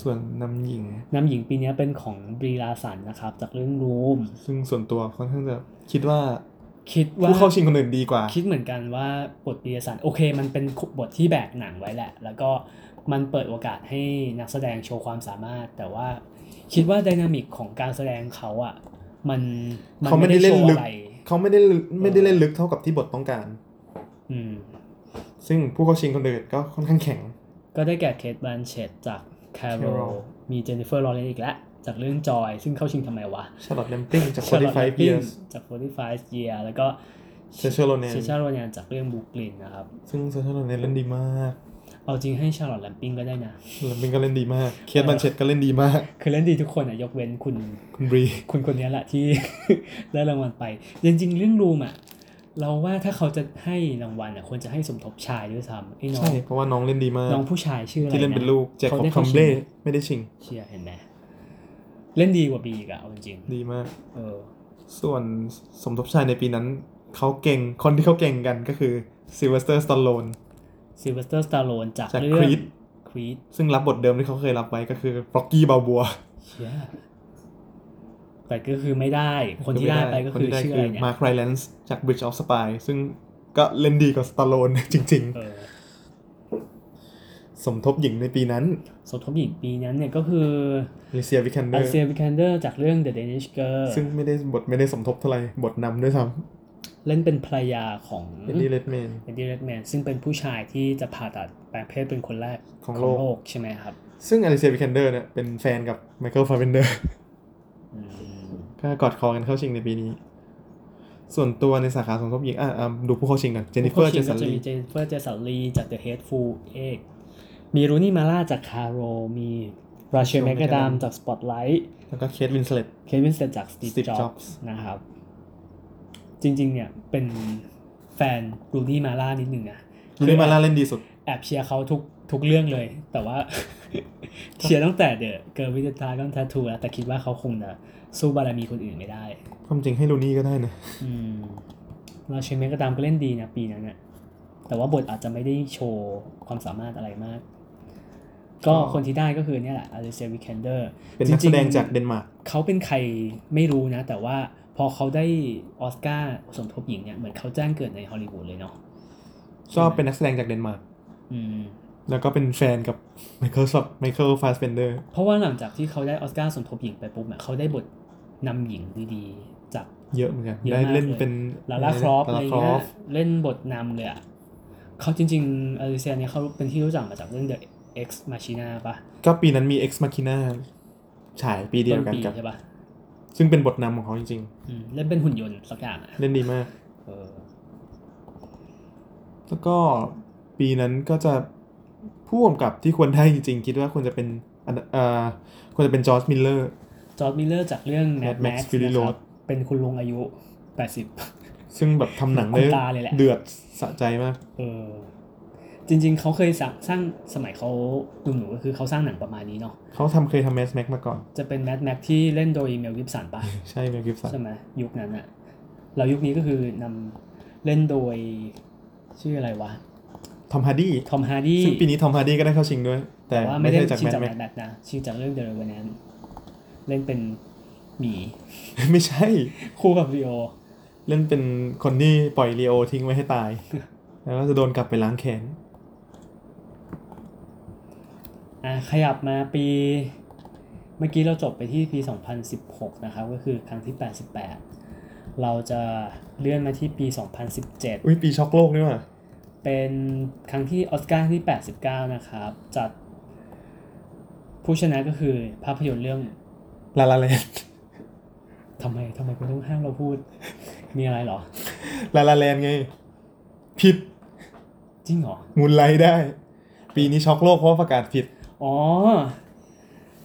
B: ส่วนนำหญิง
A: น้ำหญิงปีนี้เป็นของบรีลาสันนะครับ จากเรื่องรูม
B: ซึ่งส่วนตัวค่อนข้างจะคิดว่า
A: คิดว่า
B: ผู้เข้าชิงคนอื่นดีกว่า
A: คิดเหมือนกันว่าบทบรีลาสันโอเค มันเป็นบทที่แบกหนังไว้แหละ แล้วก็มันเปิดโอกาสให้นักแสดงโชว์ความสามารถ แต่ว่าคิดว่าไดินามิกของการแสดงเขาอะ่ะมันมัน
B: เขาไม่ได้เล่น
A: โชว์
B: ลึ
A: อะ
B: ก
A: ไร
B: เขาไม่ได้ไม่ได้เล่นลึกเท่ากับที่บทต้องการ
A: อืม
B: ซึ่งผู้เข้าชิงคนอื่นก็ค่อนข้างแข็ง
A: ก็ได้แก่เคทบ l นเชตจากแคโร
B: Carol
A: มีเจนนิเฟอร์ลอเรนอีกแล้ว จากเรื่องจอย ซึ่งเข้าชิงทำไมวะ
B: ชาร์ลอตเลมปิ้งจาก
A: Charlotte
B: 45
A: Rampling
B: years
A: จาก45 years แล้วก็
B: เชเชอร์โรแนน
A: เชชาโรเนนจากเรื่องบุคลินนะครับ
B: ซึ่งเชเชอร์โรแนนเล่นดีมาก
A: เอาจริงให้ชาร์ลอตแลมปิงก็ได้นะ
B: เลมปิ้งก็เล่นดีมาก เคทบันเชตก็เล่นดีมาก
A: คือเล่นดีทุกคนอ่ะ ยกเว้นคุณ
B: คุณบรี
A: คุณคนนี้แหละที่ [laughs] ได้รางวัลไป จริง ๆ เรื่องรูมอ่ะ เราว่าถ้าเขาจะให้รางวัลอ่ะควรจะให้สมทบชายด้วยซ้ำไอ้น้อ
B: ใช่
A: ง
B: เพราะว่าน้องเล่นดีมาก
A: น้องผู้ชายชื่ออะไร
B: ที่เล่นเป็นลูกแจ็คข
A: ขา
B: อง
A: ได้
B: คอ
A: ข้าม ชิง
B: เบ้ไม่ได้ชิง
A: เชียร์เห็นไหมเล่นดีกว่าบีอีกอ่ะเอาจริงๆ
B: ดีมาก
A: เออ
B: ส่วนสมทบชายในปีนั้น เขาเก่งคนที่เขาเก่งกันก็คือซิลเวสเตอร์สตอลโลน
A: ซิลเวสเตอร์สตาร์โลนจาก
B: จาก
A: เรื่อง
B: Creed
A: ครีด
B: ซึ่งรับบทเดิมที่เขาเคยรับไว้ก็คือร็อกกี้บาบัว
A: เชี่ยแต่ก็คือไม่ได้ คนที่ได้ไปก็คือชื่ออะไรเนี่ย
B: มาร์คไรแลนซ์จาก Bridge of Spy ซึ่งก็เล่นดีกว่าสตาโลน [laughs] จริง
A: เออ
B: ๆ สมทบหญิงในปีนั้น
A: สมทบหญิงปีนั้นเนี่ยก็คือ
B: ลิเซียวิคันเดอ
A: อา
B: ร์
A: เซียวิคันเดอร์จากเรื่อง The Danish Girl
B: ซึ่งไม่ได้บทไม่ได้สมทบเท่าไหร่ บทนำด้วยซ้
A: เล่นเป็นภรรยาของ
B: ำเอ็ดดี้เลดแมน
A: เอ็ดดี้เรดแมนซึ่งเป็นผู้ชายที่จะผ่าตัดแปลงเพศเป็นคนแรก
B: ของโลก
A: ใช่ไหมครับ
B: ซึ่งอลิเซียวิคันเดอร์เนี่ยเป็นแฟนกับไมเคิลฟาเบนเดอร์ [laughs] ก็กอดคอกันเข้าชิงในปีนี้ ส่วนตัวในสาขาสมทบหญิงอ่ะอ่ะดูผู้เข้าชิงก่อนเจนนิเฟอร์ เจสันลี
A: เจนนิเฟอร์เจสันลีจาก The Hateful Eight มีรูนี่มาล่าจากคาโร มีราเชล
B: Rachel
A: แมกกาดาม
B: McAdams
A: จาก Spotlight
B: แล้วก็เคทวินสเลต
A: เควินสเตจาก Steve
B: Steve
A: Jobs
B: Jobs
A: นะครับ จริง ๆ เนี่ย เป็นแฟนรูนี่มาล่านิดหนึ่งนะ
B: ลูนี่มาล่าเล่นดีสุด
A: แอบเชียร์เขาทุกทุกเรื่องเลย แต่ว่า [laughs] เชียร์ตั้งแต่เดอะเกิร์ลวิดตาก้อนทาทูแล้ว แต่คิดว่าเขาคงจะสู้บารมีคนอื่นไม่ได้
B: ความจริงให้ลูนี่ก็ได้นะ
A: อืมราเชลแมกกาดามก็เล่นดีนะปีนั้นนะแต่ว่าบทอาจจะไม่ได้โชว์ความสามารถอะไรมาก ก็
B: อ๋อ
A: คนที่ได้ก็คือเนี่ยแหละอลิเซียวิคคนเดอร์
B: เป็นนักแสดงจากเดนมาร์ก
A: เขาเป็นใครไม่รู้นะ แต่ว่าพอเขาได้ออสการ์สมทบหญิงเนี่ย เหมือนเขาแจ้งเกิดในฮอลลีวูดเลยเนาะ
B: ชอบเป็นนักแสดงจากเดนมาร์ก
A: อืม
B: แล้วก็เป็นแฟนกับไมเคิล f ไมเคิลฟาสเบนเดอร์
A: เพราะว่าหลังจากที่เขาได้ออสการ์สมทบหญิงไปปุ๊บเนี่ยเขาได้บทนำหญิงดีๆ จาก
B: เยอะเหมือนกัน
A: เยอะ
B: ได้
A: มาก
B: เล่น
A: เลย
B: เป็น
A: ลาลาครอฟ
B: ลา
A: อะไร
B: ลาครอ
A: เงี้ย
B: ฟ
A: เล่นบทนำเลยอะเขาจริงๆอลิเซียเนี่ยเขาเป็นที่รู้จักมาจากเรื่อง The Ex Machina ปะ
B: ก็ปีนั้นมี Ex Machina ฉายปีเดีย
A: ต้
B: วน กัน
A: ปี
B: กับ
A: ใช่ปะ
B: ซึ่งเป็นบทนำของเขาจริง
A: อืมเล่นเป็นหุ่นยนต์สักอย่างอะ
B: ๆ เล่นดีมาก
A: เออ
B: แล้วก็ปีนั้นก็จะผู้กำกับที่ควรได้จริงๆ คิดว่าควรจะเป็นอันเอ่อควรจะเป็นจอร์จมิลเลอร์
A: จอร์ดมิลเลอร์จากเรื่อง Mad
B: Mad Max
A: Max นะ
B: Fury
A: ค
B: Road
A: รับเป็นคุณลุงอายุ 80
B: ซึ่งแบบทำหนัง
A: คุ
B: ได้
A: ณตาเลยแหละ
B: เดือดสะใจมาก
A: เออจริงๆ เขาเคยสร้างสร้างสมัยเขาหนุ่มๆก็คือเขาสร้างหนังประมาณนี้เนาะ
B: เขาทำเคยทำแมสแม็กมาก่อน
A: จะเป็นแมดแม็กที่เล่นโดยเมลกิฟสันปะ
B: ใช่เมลกิฟสัน
A: ใช่ไหมยุคนั้นอะเรายุคนี้ก็คือนำเล่นโดย ชื่ออะไรวะ
B: ทอมฮาร์ดี้
A: ทอมฮาร์ดี้
B: ซึ่งปีนี้ทอมฮาร์ดี้ก็ได้เข้าชิงด้วย แต่
A: แต่ว่า
B: ไม่
A: ไม่ได้
B: ใช่จาก
A: ชิง
B: แมส
A: จาก
B: แม็
A: แมด
B: ก
A: แม็กนะชิงจากเรื่องเดอะเรเวนแนนเล่นเป็นหมี [laughs]
B: [laughs] ไม่ใช่
A: คู่กับริโอ
B: เล่นเป็นคนที่ปล่อยลีโอทิ้งไว้ให้ตาย [laughs] แล้วก็จะโดนกลับไปล้างแค้น
A: อ่ะขยับมาปี เมื่อกี้เราจบไปที่ปี 2016 นะครับ ก็คือครั้งที่ 88 เราจะเลื่อนมาที่ปี 2017
B: อุ้ยปีช็อกโลกนี่หว่า
A: เป็นครั้งที่ออสการ์ที่ 89 นะครับ จัดผู้ชนะก็คือภาพยนตร์เรื่อง
B: ลาลาแลน [laughs]
A: ทำไมทำไมคุณต้องห้ามเราพูด มีอะไรเหรอ
B: ลาลาแลนไง ผิด
A: จริงเหรอ
B: มูลไลท์ได้ ปีนี้ช็อกโลกเพราะประกาศผิด
A: อ๋อ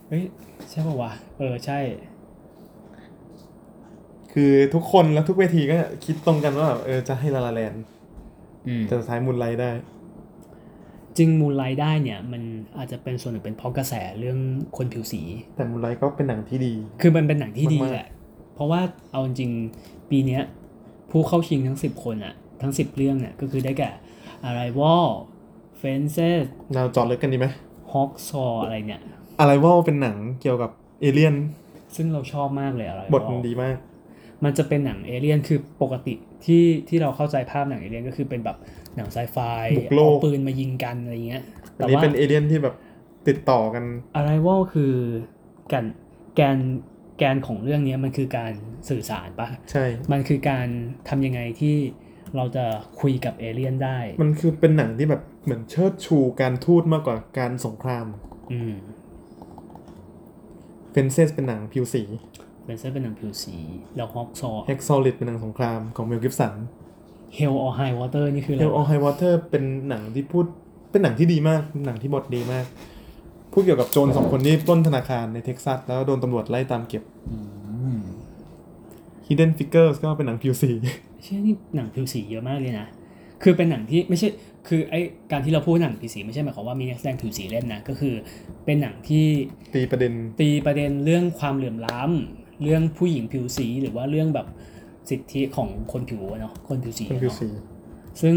A: เฮ้ย ใช่ป่าวะ เออ ใช่
B: คือทุกคนและทุกเวทีก็คิดตรงกันว่าแบบเออจะให้ลาลาแลนด์
I: อืม
B: แต่สุดท้ายมูนไลท์ได้
A: จริงมูลไลได้เนี่ย มันอาจจะเป็นส่วนหนึ่งเป็นเพราะกระแสเรื่องคนผิวสี
B: แต่มูนไลท์ก็เป็นหนังที่ดี
A: คือมันเป็นหนังที่ดี
B: มากๆ
A: แหละ เพราะว่าเอาจริงๆปีเนี้ยผู้เข้าชิงทั้ง 10 คนอะทั้ง 10 เรื่องเนี่ยก็คือได้แก่อะไรวอลเฟนเซส
B: เราจอดเลิกกันดีไหม
A: ฮอกซออะไรเนี่ย
B: อะไรว่าเป็นหนังเกี่ยวกับเอเลี่ยน
A: ซึ่งเราชอบมากเลยอะไร
B: บทมันดีมาก
A: มันจะเป็นหนังเอเลี่ยนคือปกติที่ที่เราเข้าใจภาพหนังเอเลี่ยนก็คือเป็นแบบหนังไซไฟ
B: บุกโลก
A: เอาปืนมายิงกันอะไรเงี้ย
B: อั
A: แต่
B: นนี้
A: ว่า
B: เป็นเอเลี่ยนที่แบบติดต่อกัน
A: Arrival คือแกนแกนแกนของเรื่องเนี้ยมันคือการสื่อสารปะ
B: ใช่
A: มันคือการทำยังไงที่เราจะคุยกับเอเลี่ยนได้
B: มันคือเป็นหนังที่แบบเหมือนเชิดชูการทูตมากกว่าการสงคราม
A: อืม
B: เฟนเซสเป็นหนังผิวสี
A: เป็นเซนเป็นหนังผิวสี แล้วฮอกซอ
B: แฮกซอลิดเป็นหนังสงครามของเมลกิฟสัน
A: เฮลออ h ไฮวอเตอร์นี่คืออะไร
B: เฮลออไฮวอเตอร์เป็นหนังที่พูดเป็นหนังที่ดีมากเป็นหนังที่บทดีมาก พูดเกี่ยวกับโจรสองคนที่ปล้นธนาคารในเท็กซัสแล้วโดนตำรวจไล่ตามเก็บ
I: อืม
B: Hidden Figures ก็เป็นหนังผิวสี
A: เชื่อนี่หนังผิวสีเยอะมากเลยนะ คือเป็นหนังที่ไม่ใช่ คือไอการที่เราพูดหนังผิวสีไม่ใช่หมายความว่ามีนักแสดงผิวสีเล่นนะ ก็คือเป็นหนังที่
B: ตีประเด็น
A: ตีประเด็นเรื่องความเหลื่อมล้ำเรื่องผู้หญิงผิวสีหรือว่าเรื่องแบบสิทธิของคนผิวอะเนาะ คนผิวสี
B: คน
A: อะ
B: ผิว
A: เนาะ
B: สี
A: ซึ่ง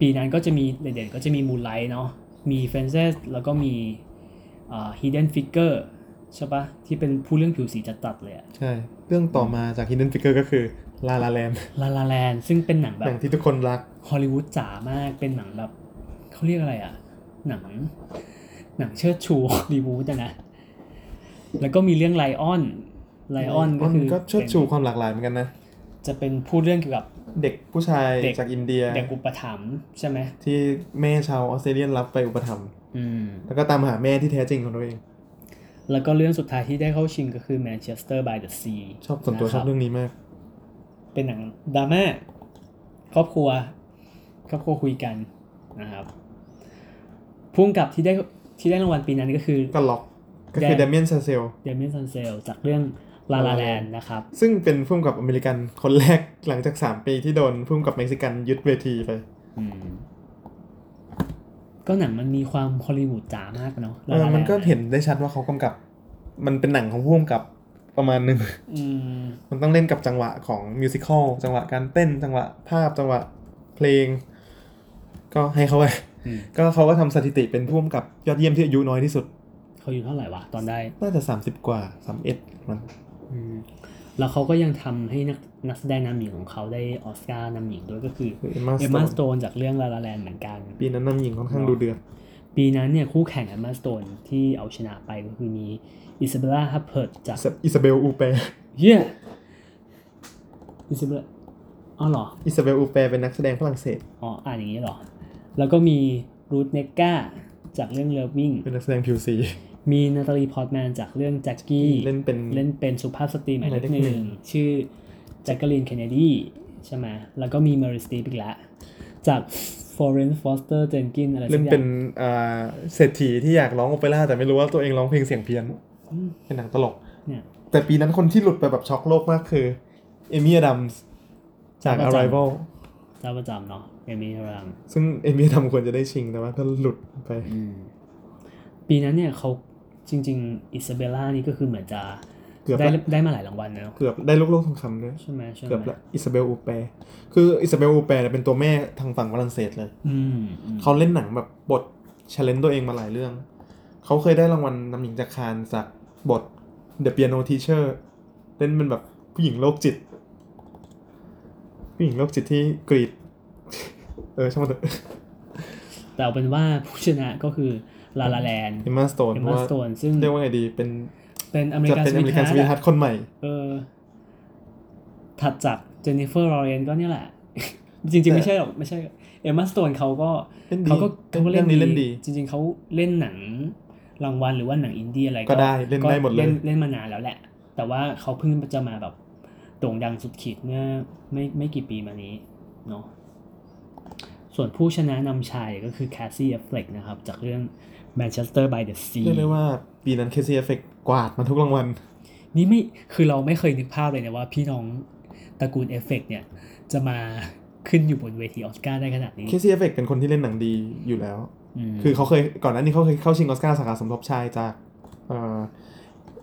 A: ปีนั้นก็จะมีเด่นๆก็จะมีมู l ไลท์เนาะ มีเฟนเซสแล้วก็มีอ่า Hidden Figure ใช่ปะที่เป็นผู้เรื่องผิวสีจัดตัดๆเลยอะ
B: ใช่ เรื่องต่อมาจาก Hidden Figure ก็คือลาลาแลน
A: ลาลาแลนซึ่งเป็นหนังแบ
B: ห
A: บ
B: นังที่ทุกคนรัก
A: ฮอลลีวูดจ๋ามากเป็นหนังแบบเขาเรียกอะไรอะหนัง หนังเชิดชูฮอลลีวูดอะนะ แล้วก็มีเรื่องไลออนไลออนก็คือ
B: มันก็เชิดชูความหลากหลายเหมือนกันนะ
A: จะเป็นพูดเรื่องเกี่ยวกับ
B: เด็กผู้ชาย
A: เด็ก
B: จากอินเดีย
A: เด็กอุปถัมภ์ใช่ไหม
B: ที่แม่ชาวออสเตรเลียนรับไปอุปถัมภ์
A: อืม
B: แล้วก็ตามหาแม่ที่แท้จริงของตัวเอง
A: แล้วก็เรื่องสุดท้ายที่ได้เข้าชิงก็คือ Manchester by the Sea
B: ชอบส่วนตัว
A: ะค
B: ชอบเรื่องนี้มาก
A: เป็นหนังดราม่าครอบครัว ครอบครัวคุยกันนะครับพุ่งกับที่ได้ที่ได้รางวัลปีนั้นก็คือ
B: ก็ล็อกก็คือ
A: แด
B: เด
A: น
B: เมียนชาเซล
A: d a m i e n s a n s e l จากเรื่อง La La
B: La La
A: Land
B: Land
A: นะครับ
B: ซึ่งเป็นพุ่มกับอเมริกันคนแรกหลังจาก 3 ปีที่โดนพุ่มกับเม็กซิกันยึดเวทีไป
A: อืม ก็หนังมันมีความฮอลลีวูดจ๋ามากเนาะ
B: เอ
A: La
B: อ
A: La
B: มันก็
A: Land
B: เห็นได้ชัดว่าเขากำกับ มันเป็นหนังของพุ่มกับประมาณหนึง [laughs]
A: อืม
B: มันต้องเล่นกับจังหวะของมิวสิควลจังหวะการเต้นจังหวะภาพจังหวะเพลง ก็ให้เขาไป
A: อืม
B: ก็เขาก็ทำสถิติเป็นผู้กำกับยอดเยี่ยมที่อายุน้อยที่สุด
A: เขาอยู่เท่าไหร่วะตอนได้
B: น่าจะ 30 กว่า 31มัน
A: อืม แล้วเขาก็ยังทำให้นักนักแสดงนำหญิงของเขาได้ออสการ์นำหญิงด้วยก็คือ
B: คือเอ็มมา
A: เอมมาส
B: ส
A: โต
B: โตน
A: นจากเรื่องลาลาแลนเหมือนกัน
B: ปีนั้นนำหญิงค่อนข้างดูเดือด
A: ปีนั้นเนี่ยคู่แข่งเอมมาสโตนที่เอาชนะไปก็คือมีอิซาเบล่าฮับเพิร์ตจาก
B: อิซาเบลอูเป [laughs]
A: เฮียอิซาเบล่าอ๋อเหรอ
B: อิซาเบลอูเปเป็นนักแสดงฝรั่งเศส
A: อ๋อ อ่านอย่างนี้เหรอ แล้วก็มีรูทเนก้าจากเรื่องเลิฟวิ่ง
B: เป็นนักแสดงผิวสี
A: มีนาตาลีพอร์ตแมนจากเรื่องแจ็คกี้
B: เล่นเป็น
A: เล่นเป็นสุภาพสตรีหมายเลข
B: หมาย
A: ห
B: เลขหนึ่
A: นึ่ง
B: ง
A: ชื่อแจ็คเกอรีนเคนเนดีใช่ไหมแล้วก็มีเมอริสตีปอีกแล้วจากฟอเรนซ์ฟอสเตอร์เจนกินอะไรสักอ
B: เล่น
A: ย่าง
B: เป็นอ่าเศรษฐีที่อยากร้องโอเปร่าแต่ไม่รู้ว่าตัวเองร้องเพลงเสียงเพี้ยน
A: อืม
B: เป็นหนังตลก
A: เนี่ย
B: แต่ปีนั้นคนที่หลุดไปแบบช็อกโลกมากคือเอมี่อดัมส์จาก Arrival
A: เจ้าประจำเนาะเอมี่ราม
B: ซึ่งเอมี่อดัมควรจะได้ชิงแต่ว่าก็หลุดไป
A: ปีนั้นเนี่ยเขาจริงๆอิซาเบลล่านี่ก็คือเหมือนจะ
B: เกือบ
A: ได้
B: ละ
A: ได้มาหลายรางวัลแล้วเนอะ
B: เกือบได้ลูกโลกทองคำด้วย
A: ใช่ไหมใช่ไหม
B: เกือบละอิซาเบลอูเปคืออิซาเบลอูเปเนี่ยเป็นตัวแม่ทางฝั่งฝรั่งเศสเลย
A: อืมอืม
B: เขาเล่นหนังแบบบทเชลเลนตัวเองมาหลายเรื่อง เขาเคยได้รางวัลนำหญิงจากคานส์จากบท The Piano Teacher เล่นเป็นแบบผู้หญิงโรคจิต ผู้หญิงโรคจิตที่กรีด [laughs] เออช่างมันเถอะ
A: แต่เอาเป็นว่าผู้ชนะก็คือลาลาแลน
B: เอมมาสโตน
A: เอมมาสโตนซึ่ง
B: เรียกว่าไงดีเป็น
A: เป็นอเมริ
B: จะ
A: กัน
B: เป็น
A: ส
B: อ
A: มิ
B: เมริ
A: ธ
B: กันสวีทั
A: า
B: ตคนใหม่
A: เออถัดจากเจนนิเฟอร์ลอเรนก็เนี่ยแหละ [laughs] จริงๆ ไม่ใช่หรอกไม่ใช่เอมมาสโตนเขาก็
B: เล่นดี
A: เขาก็เขาก็
B: เรื่องนี้เล่นดี
A: จริง ๆเขาเล่นหนังรางวัลหรือว่าหนังอินดี้อะไร
B: ก็ได้เล่นได้หมดเลย
A: เล่นเล่นมานานแล้วแหละ แต่ว่าเขาเพิ่งจะมาแบบโด่งดังสุดขีดเมื่อไม่ไม่กี่ปีมานี้เนาะ ส่วนผู้ชนะนำชายก็คือ Cassie Affleck นะครับ จากเรื่อง Manchester by the Sea
B: เรียกได้ว่าปีนั้นเคซีเอฟเฟกกวาดมาทุกรางวัล
A: นี่ไม่คือเราไม่เคยนึกภาพเลยนะว่าพี่น้องตระกูลเอฟเฟกเนี่ย จะมาขึ้นอยู่บนเวทีออสการ์ได้ขนาดนี้
B: เคซี่เอฟเฟกเป็นคนที่เล่นหนังดีอยู่แล้ว
A: ม
B: คือเขาเคยก่อนหน้านี้เขาเคยเข้าชิงออสการ์สาขาสมทบชายจากเอ่อ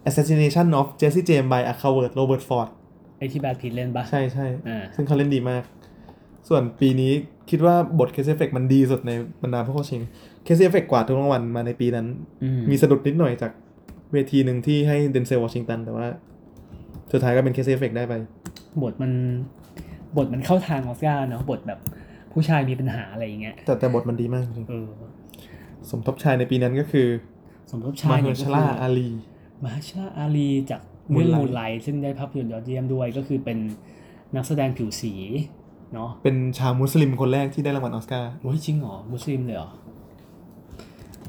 B: Assassination of Jesse James by a Coward Robert Ford
A: ไอที่แบทพีทเล่นปะ
B: ใช่ใช่
A: อ่า
B: ซึ่งเขาเล่นดีมาก ส่วนปีนี้คิดว่าบท c a s e Effect มันดีสุดในบรรดาพวกเขาชิง c a s e Effect กว่าทุกรางวัลมาในปีนั้น
A: อื
B: มีสะดุดนิดหน่อยจากเวทีหนึ่งที่ให้เดนเซลวอชิงตันแต่ว่า สุดท้ายก็เป็น c a s e Effect ได้ไป
A: บทมันบทมันเข้าทางออสการ์เนาะบทแบบผู้ชายมีปัญหาอะไรอย่างเงี้ย
B: แต่แต่บทมันดีมากจริง
A: เออ
B: สมทบชายในปีนั้นก็คือ
A: สมทบ
B: มา
A: ชาย
B: เฮอ
A: เนี่ย
B: ร์
A: ก็
B: ช
A: คือ
B: ลาอาลี
A: มหาชาอาลีจากเรื่อง
B: Moonlight
A: มูลไลท์ซึ่งได้ภาพยนตร์ยอดเยี่ยมด้วยก็คือเป็นนักแสดงผิวสีเนาะ
B: เป็นชาวมุสลิมคนแรกที่ได้รางวัลออสการ์
A: โอ้ยจริงเหรอ มุสลิมเลยเหรอ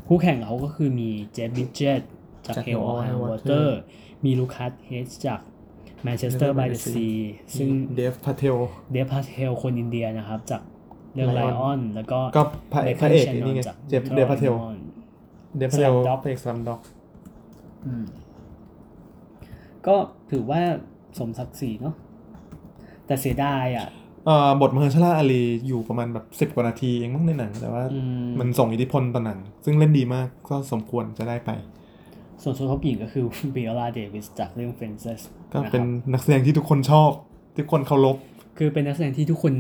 A: คู่แข่งเขาก็คือมีเจฟบิจเจตจากเฮลออไฮวอเตอร์มีลูคัสเฮดจากแมนเชสเตอร์บายเดอะซีซึ่ง
B: เดฟพาเทล
A: เดฟพาเทลคนอินเดียนะครับ จากเรื่องไล
B: Lion
A: ออน แล้วก็
B: ก็พระ
A: เบค
B: พ
A: อน
B: ระเอก
A: แชนน
B: นี่
A: น
B: ไง
A: จาก
B: เจฟเดฟพาเทล
A: Lion
B: เดฟพาเทล
A: Slam Dunk
B: พระเอกสลัมด็อก
A: อืมก็ถือว่าสมศักดิ์ศรีเนาะแต่เสียดายอ่ะ
B: เอ่อบทมหาชลาอาลีอยู่ประมาณแบบสิบ10 กว่านาทีเองมั้งในหนัง แต่ว่า
A: อืม
B: มันส่งอิทธิพลต่อหนัง ซึ่งเล่นดีมากก็สมควรจะได้ไป
A: ส่วนสมทบหญิงก็คือ [laughs] b บ o l a Davis จากเรื่อง Princess
B: ก็
A: ะครับ
B: เป็นนักแสดงที่ทุกคนชอบ ทุกคนเคารพ
A: คือเป็นนักแสดงที่ทุกคน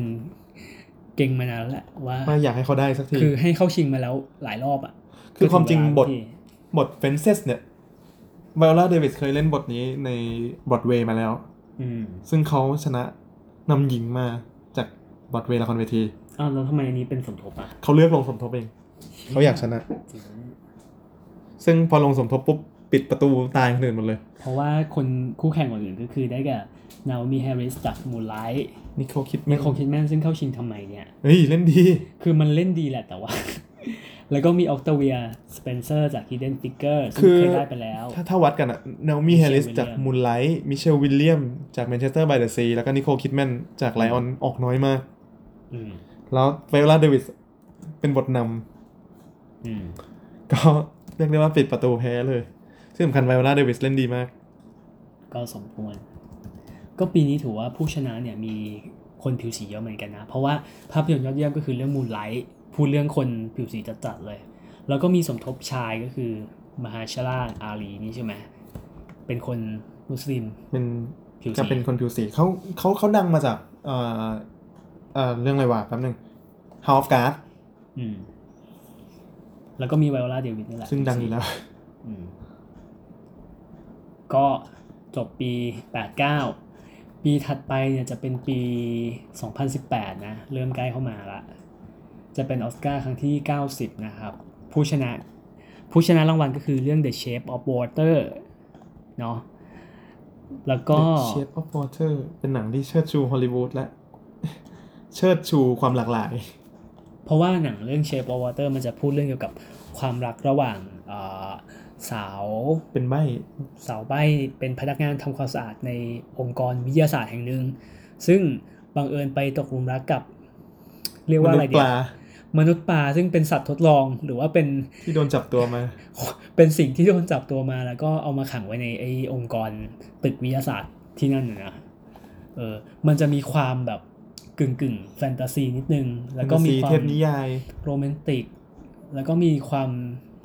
A: เก่งมานานแล้วแหละว่า
B: ว่าอยากให้เขาได้สักที
A: คือให้เข้าชิงมาแล้วหลายรอบอ่ะ
B: คือความจริงบท
A: ที่
B: บทเฟนเซสเนี่ยไวโอลาเดวิสเคยเล่นบทนี้ในบอดเวย์มาแล้ว
A: อืม
B: ซึ่งเขาชนะนำหญิงมาจากบอดเวย์ละครเวที
A: อ้าวแล้วทำไมอันนี้เป็นสมทบอ่ะ
B: เขาเลือกลงสมทบเอง เขาอยากชนะ
A: จริง
B: ซึ่งพอลงสมทบปุ๊บปิดประตูตายคนอื่นหมดเลย
A: เพราะว่าคนคู่แข่งคนอื่นก็คือได้แก่นา o มีแฮริสจากมู l ไลท์
B: นี่เขาคิด
A: นิโคลคิดแมนซึ่งเข้าชิงทำไมเนี่ย
B: เฮ้ย เล่นดี
A: คือมันเล่นดีแหละแต่ว่า [laughs] แล้วก็มีออกตเวียสเปนเซอร์จาก Hidden Figure ซึ่ง
B: คือ
A: เคยได้ไปแล้ว
B: ถ้าถ้าวัดกันอะน a มี่
A: Michelle
B: แฮริส
A: Williams
B: จากมู l ไลท์มิเชลวิลเลียมจากแมนเชสเตอร์บ y ยเดอะซีแล้วก็นิโคลคิดแมนจากไลออนออกน้อยมาก
A: อืม
B: แล้วเวลาเดวิสเป็นบทน
A: อืม
B: ำ [laughs] ก็ เรียกได้ว่าปิดประตูแพ้เลย ซึ่งสำคัญเวลาเดวิสเล่นดีมาก
A: ก็สมควร ก็ปีนี้ถือว่าผู้ชนะเนี่ยมีคนผิวสีเยอะเหมือนกันนะ เพราะว่าภาพยนตร์ยอดเยี่ยมก็คือเรื่องมูนไลท์พูดเรื่องคนผิวสีจัดๆเลย แล้วก็มีสมทบชายก็คือมหาชลาอาลีนี่ใช่ไหมเป็นคนมุสลิม
B: เป็น
A: ผิว
B: จะ
A: สี
B: เป็นคนผิวสีเขาเขาเขาดังมาจากเอ่อเอ่อเรื่องอะไรวะแป๊บหนึง House of Cards
A: อืมแล้วก็มีไวโอลาเดวิดนี่แหละ
B: ซึ่งดังอยู่แล้ว
A: อืมก็จบปี 89 ปีถัดไปเนี่ยจะเป็นปี 2018 นะ เริ่มใกล้เข้ามาละ จะเป็นออสการ์ครั้งที่ 90 นะครับ ผู้ชนะ ผู้ชนะรางวัลก็คือเรื่อง The Shape of Water เนาะแล้วก็
B: The Shape of Water เป็นหนังที่เชิดชูฮอลลีวูดและ [laughs] เชิดชูความหลากหลาย
A: เพราะว่าหนังเรื่อง Shape of Water มันจะพูดเรื่องเกี่ยวกับความรักระหว่างเอ่อสาว
B: เป็นใบ
A: สาวใบ้เป็นพนักงานทำความสะอาดในองค์กรวิทยาศาสตร์แห่งหนึ่ง ซึ่งบังเอิญไปตกหลุมรักกับ เรียก
B: ม
A: ว่า
B: นุ
A: อะไร
B: ษย์
A: ดี
B: ปลา
A: มนุษย์ปลาซึ่งเป็นสัตว์ทดลองหรือว่าเป็น [laughs]
B: ที่โดนจับตัวมา
A: เป็นสิ่งที่โดนจับตัวมาแล้วก็เอามาขังไว้ในไอ้องค์กรตึกวิทยาศาสตร์ที่นั่นน่ะนะเออมันจะมีความแบบกึ่งกึ่งๆแฟนตาซีนิดนึง แล้วก็มี
B: Fantasy
A: ควา
B: เท
A: ม
B: พนิยาย
A: โรแมนติก แล้วก็มีความ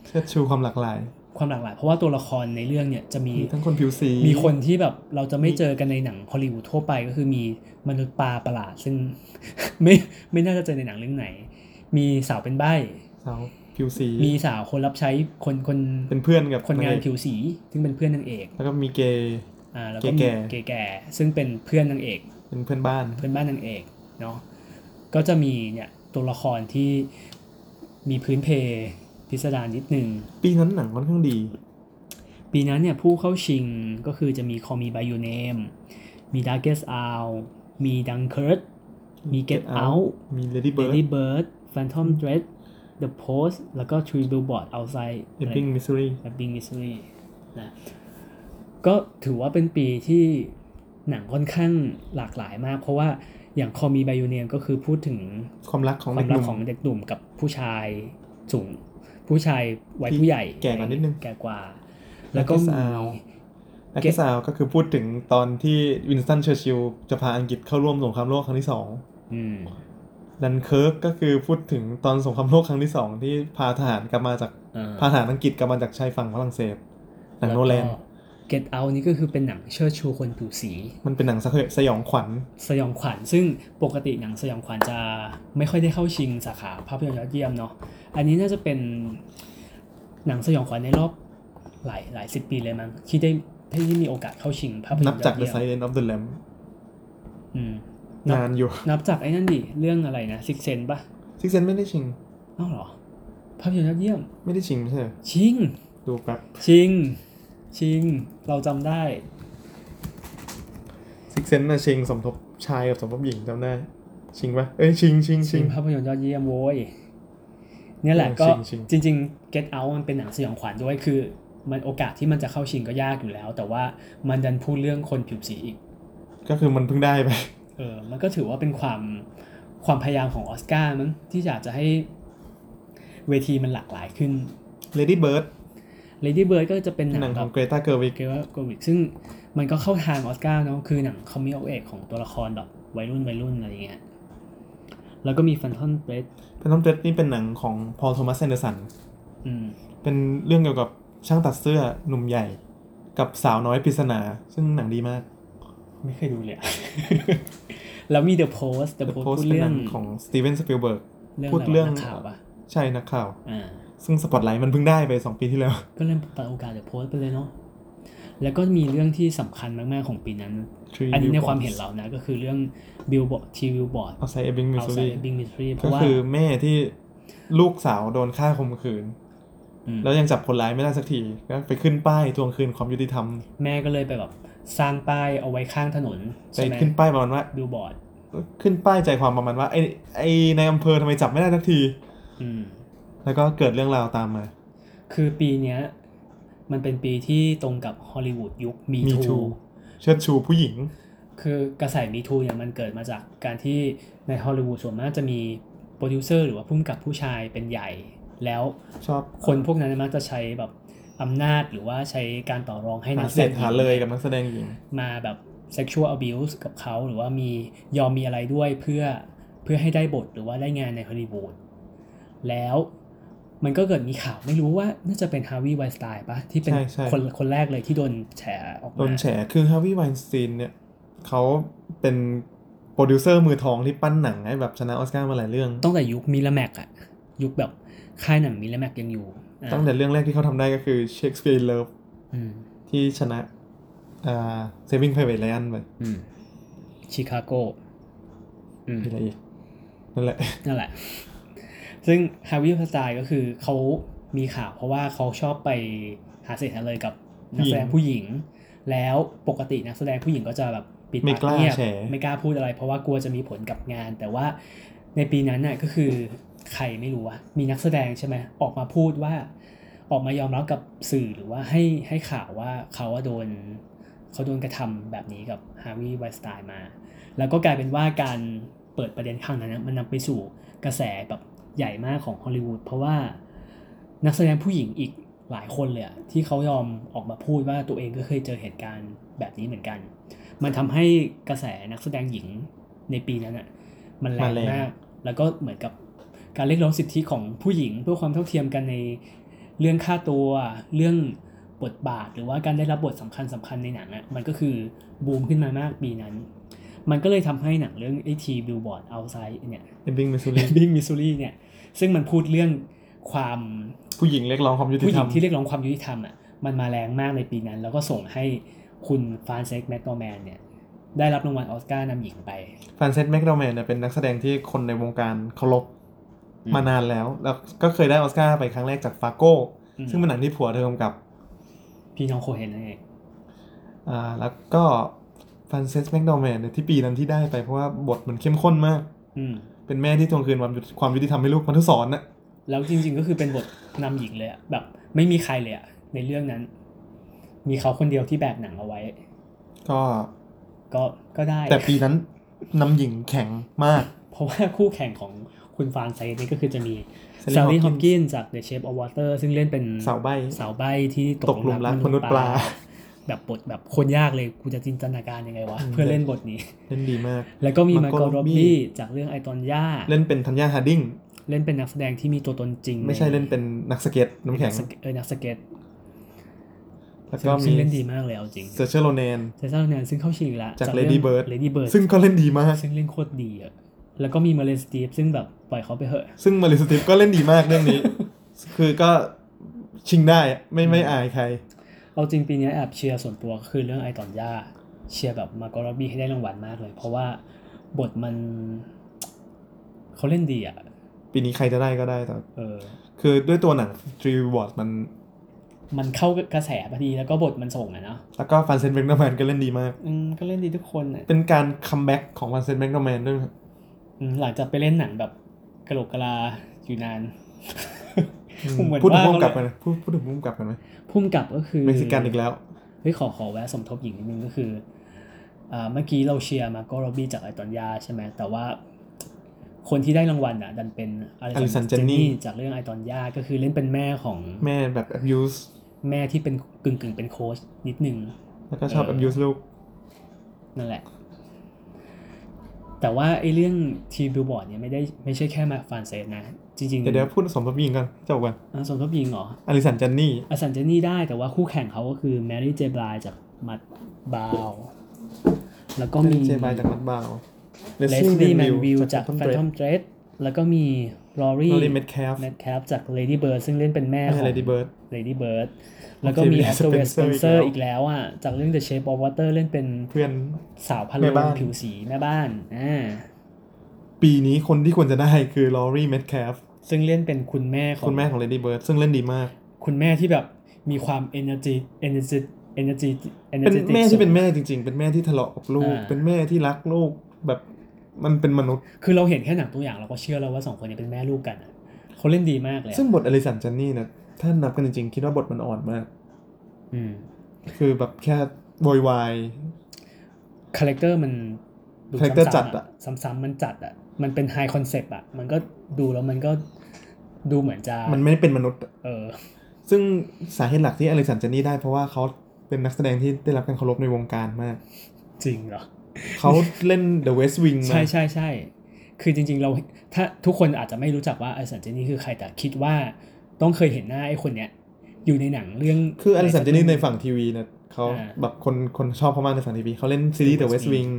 B: เชิดชูความหลากหลาย
A: ความหลากหลาย เพราะว่าตัวละครในเรื่องเนี่ยจะมี
B: มีทั้งคนผิวสี
A: มีคนที่แบบเราจะไม่เจอกันในหนังฮอลลีวูดทั่วไปก็คือมีมนุษย์ปลาประหลาด ซึ่ง [laughs] ไม่ไม่น่าจะเจอในหนังเรื่องไหน มีสาวเป็นใบ้
B: สาวผิวสี
A: มีสาวคนรับใช้คนคน
B: เป็นเพื่อนกับ
A: คนงาน
B: เอก
A: ผิวสี ซึ่งเป็นเพื่อนนางเอก
B: แล้วก็มีเกย์
A: อ่าแล้วก็มี
B: แก่
A: เก๋แก่ซึ่งเป็นเพื่อนนางเอก
B: เป็นเพื่อนบ้าน
A: เพื่อนบ้านนางเอกเนาะก็จะมีเนี่ยตัวละครที่มีพื้นเพพิสดารนิดนึง
B: ปีนั้นหนังค่อนข้างดี
A: ปีนั้นเนี่ยผู้เข้าชิงก็คือจะมี Call Me by Your Name มี Darkest Hour มี Dunkirk มี Get Out
B: มี Lady Bird
A: Lady Bird Phantom Thread The Post แล้วก็ Three Billboards Outside
B: Ebbing Missouri
A: Ebbing Missouri นะก็ถือว่าเป็นปีที่หนังค่อนข้างหลากหลายมาก เพราะว่าอย่าง Call Me by Your Name ก็คือพูดถึง
B: ความรักของ
A: ค
B: เด็
A: วาม
B: กห
A: รัก
B: นุ่ม
A: ของเด็กหนุ่มกับผู้ชายสูง ผู้ชายวัย
B: ที่
A: ผู้ใหญ่
B: แก่กว่านิดนึง
A: แก่กว่า แล้วก็
B: แล้วก็
A: มี
B: สาว แอคทีสาวก็คือพูดถึงตอนที่วินสตันเชอร์ชิลล์จะพาอังกฤษเข้าร่วมสงครามโลกครั้งที่สอง
J: อืม
B: ดันเคิร์กก็คือพูดถึงตอนสงครามโลกครั้งที่สองที่พาทหารกลับมาจาก
J: อ่า
B: พาทหารอังกฤษกลับมาจากชายฝั่งฝรั่งเศสหนังโนแลน
A: Get Out นี่ก็คือเป็นหนังเชิดชูคนผิวสี
B: มันเป็นหนังสะเขสยองขวัญ
A: สยองขวัญซึ่งปกติหนังสยองขวัญจะไม่ค่อยได้เข้าชิงสาขาภาพยนตร์ยอดเยี่ยมเนาะอันนี้น่าจะเป็นหนังสยองขวัญในรอบหลายหลายสิบปีเลยมั้งที่ได้ที่มีโอกาสเข้าชิงภาพยนตร์
B: นับจาก
A: ยอด
B: The
A: เยี่ยม
B: Silence of the Lamb
A: อืม นับ
B: นานอยู่
A: นับจากไอ้นั่นดิเรื่องอะไรนะซิกเซนปะ
B: Six Sense ไม่ได้ชิง
A: อ้าวเหรอ ภาพยนตร์ยอดเยี่ยม
B: ไม่ได้ชิงไม่ใช่เหรอ
A: ชิง
B: ดูแป๊บ
A: ชิง ชิง เราจำได้
B: Six Sense น่ะชิงสมทบชายกับสมทบหญิงจำได้ ชิงปะเอ้ยชิงชิง
A: ชิ
B: ชิ
A: ง
B: ง
A: ภาพยนตร์ยอดเยี่ยมโว้ยเนี่ยแหละ
B: เออ
A: ก็
B: ชิง
A: จริง ๆ Get Out มันเป็นหนังสยองขวัญด้วยคือ มันโอกาสที่มันจะเข้าชิงก็ยากอยู่แล้ว แต่ว่ามันดันพูดเรื่องคนผิวสีอีก
B: ก็คือมันเพิ่งได้ไป
A: เออมันก็ถือว่าเป็นความความพยายามของออสการ์มั้งที่อยากจะให้เวทีมันหลากหลายขึ้น
B: Lady Bird
A: Lady Bird ก็จะเป็นห
B: ห
A: นั
B: นัง
A: ง
B: ข
A: แบ
B: อง
A: บ
B: เกรตาเกอร์วิก
A: เกว่าโควิดซึ่งมันก็เข้าทางออสการ์เนาะคือหนังคอมมิ่งเอกของตัวละครแบบวัยรุ่นวัยรุ่นอะไรอย่างเงี้ยแล้วก็มีฟันทอนเบรด
B: เป็นน้ำเจ็ดนี่เป็นหนังของพอลโทมัสแอนเดอร์สัน
A: อืม
B: เป็นเรื่องเกี่ยวกับช่างตัดเสื้อหนุ่มใหญ่ กับสาวน้อยปริศนา ซึ่งหนังดีมาก
A: ไม่เคยดูเลยอะ [laughs] แล้วมี The Post The
B: The
A: Post
B: Post
A: พูด
B: เป็น
A: เรื่
B: ห
A: อ
B: นั
A: ง
B: งของสตีเวนสปิลเบิร์ก
A: เรื่อง
B: พูดเรื่อง
A: นักข่าวปะ
B: ใช่นักข่าว
A: อ่า
B: ซึ่งสปอตไลท์มันเพิ่งได้ไป 2 ปีที่แล้ว
A: ก็เริ่มเปิดโอกาส The Post ไปเลยเนาะแล้วก็มีเรื่องที่สำคัญมาก ๆ ของปีนั้น
B: Three
A: อันนี้ใน
B: Billboards
A: ความเห็นเรานะ ก็คือเรื่อง Billboard ที Billboard
B: เอาไซเอบิงมิสซูรี
A: Outside Ebbing, Missouri เพ
B: ก็
A: ราะว่า
B: คือแม่ที่ลูกสาวโดนฆ่าข่มขืน
A: ม
B: แล้วยังจับคนร้ายไม่ได้สักทีก็ไปขึ้นป้ายทวงคืนความยุติธรรม
A: แม่ก็เลยไปแบบสร้างป้ายเอาไว้ข้างถนน
B: ไป
A: ใช่ไหม
B: ขึ้นป้ายประมาณว่า
A: บิลบอร์ด
B: ขึ้นป้ายใจความประมาณว่าไอ้ไอ้ในายอำเภอทำไมจับไม่ได้สักที
A: อืม
B: แล้วก็เกิดเรื่องราวตามมา
A: คือปีเนี้ยมันเป็นปีที่ตรงกับฮอลลีวูดยุคมี
B: Me
A: ทู
B: Too เชิดชูผู้หญิง
A: คือกระแสมีทูเนี่ยมันเกิดมาจากการที่ในฮอลลีวูดส่วนมากจะมีโปรดิวเซอร์หรือว่าผู้กำกับผู้ชายเป็นใหญ่ แล้ว
B: ชอบ
A: คนพวกนั้นมักจะใช้แบบอำนาจหรือว่าใช้การต่อรองให้
B: หา
A: นักแส
B: เศ
A: ด
B: ษ
A: ง
B: หาเลยกับนักแสดงหญิง
A: มาแบบ sexual abuse กับเขาหรือว่ามียอมมีอะไรด้วยเพื่อเพื่อให้ได้บทหรือว่าได้งานในฮอลลีวูด แล้วมันก็เกิดมีข่าวไม่รู้ว่าน่าจะเป็นฮาร์วีย์ไวน์สไตน์ปะที่เป็น
B: ใช่ใช่
A: คนคนแรกเลยที่โดนแฉออกมา
B: โดนแฉคือฮาวิวายสตีนเนี่ยเขาเป็นโปรดิวเซอร์มือทองที่ปั้นหนังให้แบบชนะออสการ์มาหลายเรื่อง
A: ตั้งแต่ยุคมิลแมกอะยุคแบบค่ายหนังมิลแมกยังอยู่อ่ะ
B: ตั้งแต่เรื่องแรกที่เขาทำได้ก็คือเชคสเปียร์เลิฟ
A: อืม
B: ที่ชนะอ่าเซฟิงไพรเวทไลอันไป
J: อืม
A: ชิคาโกอืม
B: มีอะไรอีกนั่นแหละ
A: นั่นแหละ ซึ่งฮาวิลสไตล์ก็คือเขามีข่าวเพราะว่าเขาชอบไปหาเศษหาเลยกับนักแสดงผู้หญิง แล้วปกตินักแสดงผู้หญิงก็จะแบบปิด
B: ไม่
A: ปาก
B: กล้า
A: เงียบ
B: แฉ
A: ไม่กล้าพูดอะไร เพราะว่ากลัวจะมีผลกับงาน แต่ว่าในปีนั้นน่ะก็คือใครไม่รู้ว่ามีนักแสดงใช่ไหมออกมาพูดว่า ออกมายอมรับกับสื่อหรือว่าให้ให้ข่าวว่าเขาว่าโดนเขาโดนกระทำแบบนี้กับฮาวิไวสไตล์มา แล้วก็กลายเป็นว่าการเปิดประเด็นครั้งนั้นนะมันนำไปสู่กระแสแบบใหญ่มากของฮอลลีวูดเพราะว่านักแสดงผู้หญิงอีกหลายคนเลยอะที่เขายอมออกมาพูดว่าตัวเองก็เคยเจอเหตุการณ์แบบนี้เหมือนกัน มันทำให้กระแสนักแสดงหญิงในปีนั้นอะมันแรง
B: มาแรง
A: มาก แล้วก็เหมือนกับการเรียกร้องสิทธิของผู้หญิงเพื่อความเท่าเทียมกันในเรื่องค่าตัวเรื่องบทบาทหรือว่าการได้รับบทสำคัญสำคัญในหนังอะมันก็คือบูมขึ้นมามากปีนั้น มันก็เลยทำให้หนังเรื่องไอทีบิลบอร์ดเอาไซเนี่ย
B: เอบิงมิสซู
A: [laughs]
B: รี
A: บิงมิสซูรีเนี่ย ซึ่งมันพูดเรื่องความ
B: ผู้หญิงเรียกร้องความยุติ
A: ผู้ห
B: ธ
A: ญิ
B: รรม
A: งที่เรียกร้องความยุติธรรมอ่ะมันมาแรงมากในปีนั้น แล้วก็ส่งให้คุณฟรานเซกแมคโนแมนเนี่ย ได้รับรางวัลออสการ์นำหญิงไป
B: ฟรานเซสแมคโดแมนเนี่ยเป็นนักแสดงที่คนในวงการเคารพมานานแล้ว แล้วก็เคยได้ออสการ์ไปครั้งแรกจากฟาโก้
A: อืม
B: ซึ่งเป็นหนังที่ผัวเธอกำกับ
A: พี่น้องโคเฮนนั่นเอง
B: อ่าแล้วก็ฟรานเซสแมคโดแมนเนี่ยที่ปีนั้นที่ได้ไปเพราะว่าบทมันเข้มข้นมาก
A: อืม
B: เป็นแม่ที่ทวงคืนความยุติความยุติธรรมให้ลูกมันทุสอนนะ
A: แล้วจริงๆก็คือเป็นบทนำหญิงเลยอะแบบไม่มีใครเลยอะในเรื่องนั้น มีเขาคนเดียวที่แบกหนังเอาไว้
B: ก็
A: ก็ก็ได้
B: แต่ปีนั้นนำหญิงแข็งมาก
A: เพราะว่าคู่แข่งของคุณฟานไซนี่ก็คือจะมี
B: Sally
A: ซารี่ฮอ
B: Hawkins
A: ปกินจาก The Shape of Water ซึ่งเล่นเป็น
B: สาวใบ
A: สาวใบที่
B: ตกหลุมรักมนุษย์ปลา
A: แบบบทแบบโคนยากเลยกูจะจินตนาการยังไงวะ เพื่อเล่นบทนี้
B: เล่นดีมาก
A: แล้วก็มีมา
B: Margot
A: โกโร
B: Robbie
A: บี้จากเรื่องไอตอนย่า
B: เล่นเป็นธัญญาฮาร์ดิง
A: เล่นเป็นนักแสดงที่มีตัวตนจริง
B: ไม่ใช่เล่นเป็นนักสเก็ตน้ำแข็ง
A: สเก็ตเออนักสเก็ต
B: แล้ว
A: ซึ่
B: ก็
A: ง
B: มี
A: ซึ่งเล่นดีมากเลยเอาจริง
B: เซอร์เชอร์โลแนน
A: เซซ่าโรแนนซึ่งเข้าชิงแล้ว
B: จาก
A: รื่อง
B: Lady Bird
A: Lady Bird
B: ซึ่งก็เล่นดีมาก
A: ซึ่งเล่นโคตรดีอะแล้วก็มีมาเลนสตีฟซึ่งแบบปล่อยเขาไปเหอะ
B: ซึ่งมาริสติฟก็เล่นดีมากเรื่องนี้ คือก็ชิงได้อะไม่ไม่อายใคร
A: เอาจริงปีนี้แอบเชียร์ส่วนตัวก็คือเรื่องไอตอนย่าเชียร์แบบมาโกโรบี้ให้ได้รางวัลมากเลย เพราะว่าบทมัน เขาเล่นดีอ่ะ
B: ปีนี้ใครจะได้ก็ได้แต่
A: เออ
B: คือด้วยตัวหนัง r e w a r d มัน
A: มันเข้ากระแสพอดีแล้วก็บทมันส่งอะเนาะ
B: แล้วก็ฟันเซนเบงเดอร์แมนก็เล่นดีมาก
A: อืมก็เล่นดีทุกคนอะ
B: เป็นการคัมแบ็กของฟันเซนเบงเดอร์แมน
A: [laughs]
B: ด้วยนะครับ
A: อืมหลังจากไปเล่นหนังแบบกระโหลกกะลาอยู่นาน
B: อืม
A: [laughs] เหมือน
B: พูดถึง
A: ว่า
B: พุ่มกลับ
A: เขา
B: กัน
A: เลย
B: นะพูดพูดถึงพุ่มกลับกันไหม
A: พุ่มกับก็คือ
B: เม็กซิกันอีกแล้ว
A: เฮ้ยขอขอแวะสมทบหญิงนิดนึงก็คืออ่าเมื่อกี้เราเชียร์มาโกโรบี้จากไอตอนยาใช่ไหมแต่ว่า คนที่ได้รางวัลอ่ะ ดันเป็นอ
B: Alison
A: ลิสันเจ
B: Janney
A: นนี่จากเรื่องไอตอนยาก็คือเล่นเป็นแม่ของ
B: แม่แบบ abuse
A: แม่ที่เป็นกึ่งกึ่งๆเป็นโค้ชนิดนึง
B: แล้วก็ชอบ
A: เออ
B: abuse ลูก
A: นั่นแหละ แต่ว่าไอ้เรื่องทีบิลบอร์ดเนี่ยไม่ได้ไม่ใช่แค่มาฟานเซสนะ จริงๆ
B: เดี๋ยวเดี๋ยวพูดสมทบยิงกันเจ้ากัน
A: อ่ะสมทบหญิงเหรอ
B: อลิสันจันนี่
A: อสันเจนนี่ได้แต่ว่าคู่แข่งเขาก็คือแมรี่เจบ i ายจากมัดบาว แล้วก็มี
B: เจบายจากมัดบาว
A: เลส
B: Leslie
A: ลี่แมน
B: Manville
A: วิวจากแฟนทอมเ r รดแล้วก็มีลอรี่
B: Phantom Thread โรลลี่เมดแคฟ
A: แมทแคปจาก Lady Bird ซึ่งเล่นเป็นแม่ข
B: ไม่ใช่
A: อง
B: เลดี้เบิร์ด
A: Lady Bird แล้วก็มีออ
B: Octavia
A: สเตรเลียสเปนเซอ
B: Spencer
A: ร์
B: อี
A: อี
B: ก
A: ก
B: แล้ว
A: แล้วอ่ะจากเรื่อง The Shape of Water เล่นเป็น
B: เพื่อน
A: สาวพัน
B: แม่
A: โลง
B: บ้าน
A: ผิวสีแม่บ้านอ่า
B: ปีนี้คนที่ควรจะได้คือลอรี่เมดแคฟ
A: ซึ่งเล่นเป็นคุณแม่ของ
B: คุณแม่ของเลดี้เบิร์ดซึ่งเล่นดีมาก
A: คุณแม่ที่แบบมีความ energy energy energy
B: เป็น
A: energetic
B: แม่ที่เป็น
A: สูง
B: แม่จริง ๆ เป็นแม่ที่ทะเลาะกับลูก
A: อ่า
B: เป็นแม่ที่รักลูกแบบมันเป็นมนุษย์
A: คือเราเห็นแค่หนังตัวอย่างเราก็เชื่อแล้วว่าสองคนเนี้เป็นแม่ลูกกันอะเขาเล่นดีมากเลยอะ
B: ซึ่งบทอลิสันจันนี่นะถ้านับกันจริงๆ คิดว่าบทมันอ่อนมาก
A: อืม
B: คือแบบแค่โวยวาย
A: คาแรคเตอร์มัน
B: character จัดอะ
A: ซ้ำๆมันจัดอะมันเป็นไฮคอนเซปต์อะมันก็ดูแล้วมันก็ดูเหมือนจะ
B: มันไม่เป็นมนุษย์
A: เออ
B: ซึ่งสาเหตุหลักที่อลิสันจันนี่ได้เพราะว่าเขาเป็นนักแสดงที่ได้รับการเคารพในวงการมาก
A: จริงเหรอ
B: เขาเล่น The West Wing มา
A: ใช่ใช่ใช่คือจริง ๆ เราถ้าทุกคนอาจจะไม่รู้จักว่าอลิสันเจนี่คือใครแต่คิดว่าต้องเคยเห็นหน้าไอ้คนเนี้ย อยู่ในหนังเรื่อง
B: คืออลิสันจันนี่ในฝั่งทีวีเนี่ยเขา
A: อ่า
B: แบบคนคนชอบเขามากในฝั่งทีวีเขาเล่นซีรีส์ The West Wing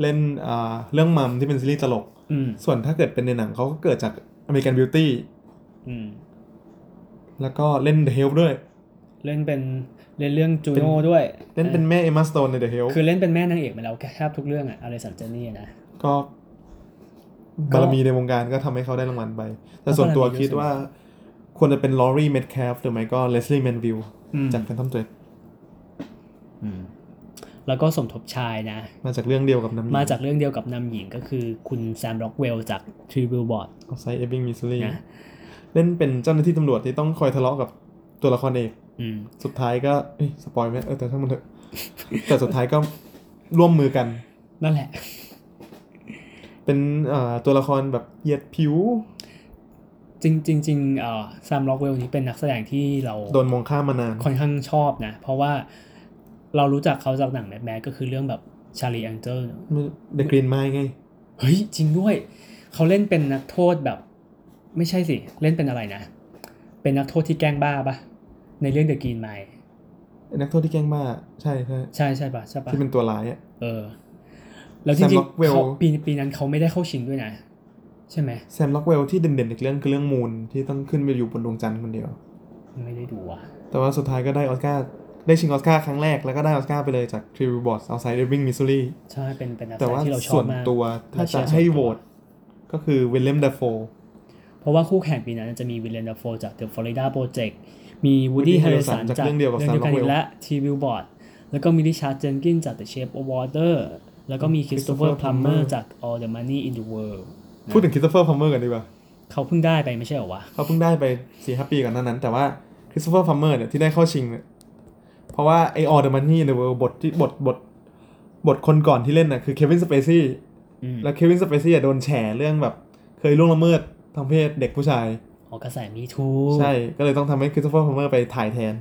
B: เล่นอ่าเรื่องมัมที่เป็นซีรีส์ตลก
A: อืม
B: ส่วนถ้าเกิดเป็นในหนังเขาก็เกิดจาก American Beauty
A: อืม
B: แล้วก็เล่น The Help ด้วย
A: เล่นเป็นเล่นเรื่องจู
B: เป็น
A: โน่ด้วย
B: เล่นเป็น
A: อ
B: แม่ Emma Stone ใน The
A: ่ะ
B: Help
A: คือเล่นเป็นแม่นางเอกมาแล้วแทบทุกเรื่องอะอลิสันเจนี่นะ
B: ก็
A: ก็
B: บารมีในวงการก็ทำให้เขาได้รางวัลไป แต่ส่วนตัว
A: ก็บารมี
B: คิดว่า ควรจะเป็น Laurie Metcalf หรือไม่ก็ Leslie Manville
A: อืม
B: จาก Phantom Thread
A: อืมแล้วก็สมทบชายนะ
B: มาจากเรื่องเดียวกับน้ำหญิง
A: มาจากเรื่องเดียวกับนำหญิงก็คือคุณแซมร็อกเวลจากทริบิลบอร์ด
B: ของไซเอบิงมิสซูรี
A: นะ
B: เล่นเป็นเจ้าหน้าที่ตำรวจที่ต้องคอยทะเลาะกับตัวละครเอก
A: อืม
B: สุดท้ายก็เอ้ยสปอยไหมเออแต่ถ้างมัน [laughs] เถอะ แต่สุดท้ายก็ร่วมมือกัน
A: นั่นแหละ [laughs]
B: เป็นเอ่อตัวละครแบบเหยียดผิว
A: จริงจริงจริงๆเอ่อแซมร็อกเวลนี้เป็นนักแสดงที่เรา
B: โดนมองข้ามมานาน
A: ค่อนข้างชอบนะ เพราะว่าเรารู้จักเขาจากหนังแมดแมก็คือเรื่องแบบชาลีแองเจิล
B: เดกรีนไม้ไง
A: เฮ้ย จริงด้วย เขาเล่นเป็นนักโทษแบบ ไม่ใช่สิ เล่นเป็นอะไรนะ เป็นนักโทษที่แกล้งบ้าปะในเรื่องเดอะกรีนไมล์
B: นักโทษที่แกล้งบ้า ใช่ใช่
A: ใช่ใช่ปะใช่ปะ
B: ที่เป็นตัวร้ายอะ
A: เออ แล้วจริงๆ
B: Sam
A: เขา
B: Rockwell
A: ปีปีนั้นเขาไม่ได้เข้าชิงด้วยนะ ใช่ไหม
B: แซมล็อกเวลที่เด่นๆอีกเรื่องคือเรื่องมูนที่ต้องขึ้นไปอยู่บนดวงจันทร์คนเดียว
A: ไม่ได้ดูอ่ะ
B: แต่ว่าสุดท้ายก็ได้ออสการ์ได้ชิงออสการ์ครั้งแรกแล้วก็ได้ออสการ์ไปเลยจาก t r i b u t e Outside Ebbing Missouri
A: ใช่ เป็นเป็นนักแส
B: แต่
A: ด
B: ว่าง
A: ที่เราชอ
B: ส่ว
A: บ
B: น
A: มาก
B: ตัวถ้า
A: เราเชีย
B: จะ
A: ร์ส่วนตัว
B: ให้โหวตก็คือวิลเลมเดฟโฟ
A: เพราะว่าคู่แข่งปีนั้นจะมีวิลเลนดาโฟจาก The Florida Project มี Woody
B: Woody
A: Harrelson
B: Harrelson จาก
A: จาก
B: เรื่องเดียวกับ Sam
A: น
B: Rockwell
A: และ T Billboard แล้วก็มี Richard Jenkins จาก The Shape of Water แล้วก็มี Christopher
B: Christopher
A: Plummer
B: Plummer
A: จาก All the Money in the World
B: พูดถึงค h ิ i s t o เฟอร์พัมเมอร์กันดีกว่า
A: เขาเพิ่งได้ไปไม่ใช่เหรอวะ
B: เขาเพิ่งได้ไปสี่ห้าปีก่อนหนั้นนั้น แต่ว่าค h ิ i s t o เฟอร์พัมเมอร์เนี่ยที่ได้เข้าชิงเนี่ยเพราะว่าไอออเดอร์มันนี่ในเวิร์บทที่บทบทบทคนก่อนที่เล่นน่ะคือเควินสเปซี่
A: อืม
B: แล้วเควินสเปซี่อะโดนแฉเรื่องแบบ เคยล่วงละเมิดทางเพศเด็กผู้ชาย
A: ออกกระแสมีทู
B: ใช่ ก็เลยต้องทำให้คริสโตเฟอร์พาเมอร์ไปถ่ายแทน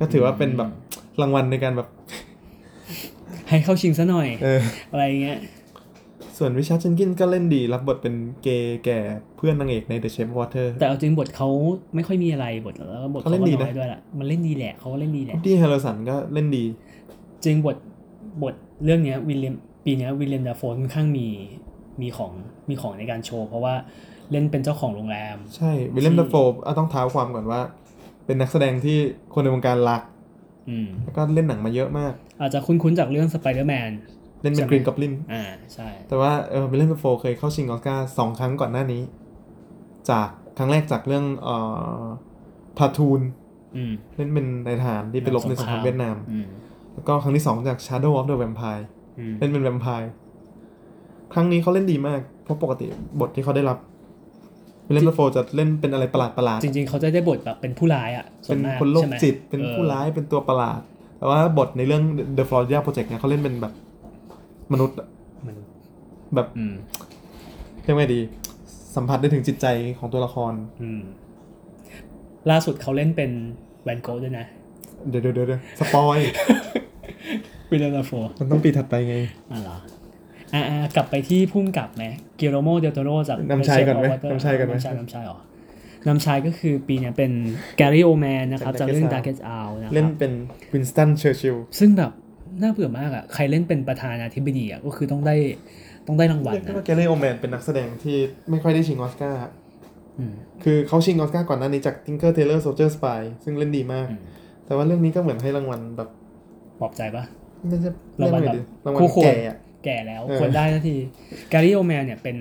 B: ก็ถือว่าเป็นแบบ รางวัลในการแบบ
A: ให้เข้าชิงซะหน่อย
B: เออ
A: อะไรอย่างเงี้ย
B: ส่วนวิชาร์ดเจนกินส์ก็เล่นดี รับบทเป็นเกย์แก่เพื่อนนางเอกใน The Shape of Water
A: แต่เอาจริงบทเขาไม่ค่อยมีอะไรบทแล้วก็บทเขา
B: เขาเล่
A: ก็
B: นดีนะ
A: น้อยด้วยล่ะมันเล่นดีแหละเขาก็เล่นดีแหละ
B: ที่เฮลสันก็เล่นดี
A: จริงบทบทเรื่องเนี้ยวิลเลียมปีเนี้ยวิลเลียมดาโฟค่อนข้างมีมีของมีของในการโชว์ เพราะว่าเล่นเป็นเจ้าของโรงแรม
B: ใช่วิลเลียม
A: ที่
B: ดัฟโฟต้องเท้าความก่อนว่า เป็นนักแสดงที่คนในวงการรัก
A: อืม
B: แล้วก็เล่นหนังมาเยอะมาก
A: อาจจะคุ้นๆจากเรื่องสไปเดอร์แมน
B: เล่นเป็
A: ใช่
B: น
A: ไหม
B: กรีนกับลิน
A: อ่าใช่
B: แต่ว่าเออวิลเลียมดัฟโฟเคยเข้าชิงออสการ์สองครั้งก่อนหน้านี้ จากครั้งแรกจากเรื่องเอ่อพาทูน
A: อืม
B: เล่นเป็นนายทหารที่ไปรบในสงครามเวียดนาม
A: อืม
B: แล้วก็ครั้งที่สองจาก Shadow of the Vampire
A: อืม
B: เล่นเป็นแวมไพร์ครั้งนี้เขาเล่นดีมาก เพราะปกติบทที่เขาได้รับวิลเลมโฟจะเล่นเป็นอะไรประหลาดประหลาดๆ
A: จริงๆเขาจะได้บทแบบเป็นผู้ร้ายอ่ะส่ว
B: เป็น
A: มาก
B: คนโรค
A: ใช่ไหม
B: จิต เป็น
A: ออ
B: ผู้ร้าย เป็นตัวประหลาด แต่ว่าบทในเรื่อง The- The Florida Project เนี่ยเขาเล่นเป็นแบบมนุษย์อะ
A: มัน
B: แบบ
A: อืม
B: เรียกไงดี สัมผัสได้ถึงจิตใจของตัวละคร
A: อืมล่าสุดเขาเล่นเป็นแวนโกะด้วยนะ
B: เดี๋ยวเดี๋ยวเดี๋ยวสปอย
A: วิลเลียมดาโฟ
B: [laughs] มันต้องปีถัดไปไง
A: อ่ะเหรออ่ะอ่ะกลับไปที่พุ่มกลับไหมเกียโรโมเดลโตโรจาก
B: นำชาย
A: The Shape
B: ก่อนไหม
A: of Water
B: นำชายก่อนไหม
A: นำชายนำชายเหรอนำชายก็คือปีเนี้ยเป็นแกรี่โอแมนนะครับ
B: เป็
A: จาก
B: น
A: เรื่อง Darkest Hour นะค
B: เล่น
A: รับ
B: เป็นวินสตันเชอร์ชิล
A: ซึ่งแบบน่าเบื่อมากอ่ะ ใครเล่นเป็นประธานาธิบดีอ่ะ ก็คือต้องได้ต้องได้รางวัล
B: เรียกได้ว่า
A: นะ
B: แกเรโอแมนเป็นนักแสดงที่ไม่ค่อยได้ชิงออสการ์
A: อืม
B: คือเขาชิงออสการ์ก่อนหน้านี้จาก Tinker Tailor Soldier Spy ซึ่งเล่นดีมาก
A: อืม
B: แต่ว่าเรื่องนี้ก็เหมือนให้รางวัลแบบ
A: ปลอบใจปะ
B: น่าจะ
A: รางวัล
B: เยก
A: แบบ
B: ไดิรางวัล
A: คู่ควร
B: แก่อะ
A: แก่แล้ว
B: เออ
A: ควรได้สักทีแกรี่โอแมนเนี่ยเป็น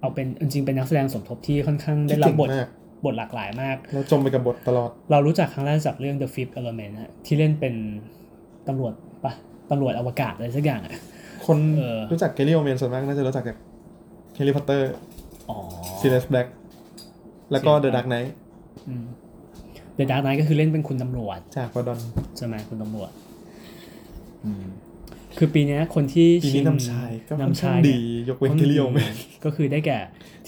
A: เอาเป็นจริงๆเป็นนักแสดงสมทบที่ค่อนข้างได้
B: ที่
A: รั
B: เก่
A: บ
B: ง
A: บท
B: มาก
A: บทหลากหลายมาก
B: แล้วจมไปกับบทตลอด
A: เรารู้จักครั้งแรกจากเรื่อง The Fifth Element นะฮะที่เล่นเป็นตำรวจปะตำรวจอวกาศอะไรสักอย่างอ่ะ
B: คน
A: เออ
B: รู้จักแกเรโอแมนส่วนมากน่าจะรู้จักจากแฮร์รี่พอตเตอร์
A: อ๋อ
B: ซีเรสแบล็กแล้วก็เด
A: Sirius
B: อะดักไนท์
A: เดอะดาร์กไนท์ก็คือเล่นเป็นคุณตำรวจ
B: จากวอดอน
A: ใช่ไหมคุณตำรวจ
J: อืม
A: คือปีเนี้ยคนที่
B: ปี
A: ชิ
B: นี้
A: ง
B: นำชายก็ค่อน
A: นำ
B: ข้า
A: ชาง ย
B: ดียกเว้นแกเรโอแมน
A: ก็คือได้แก่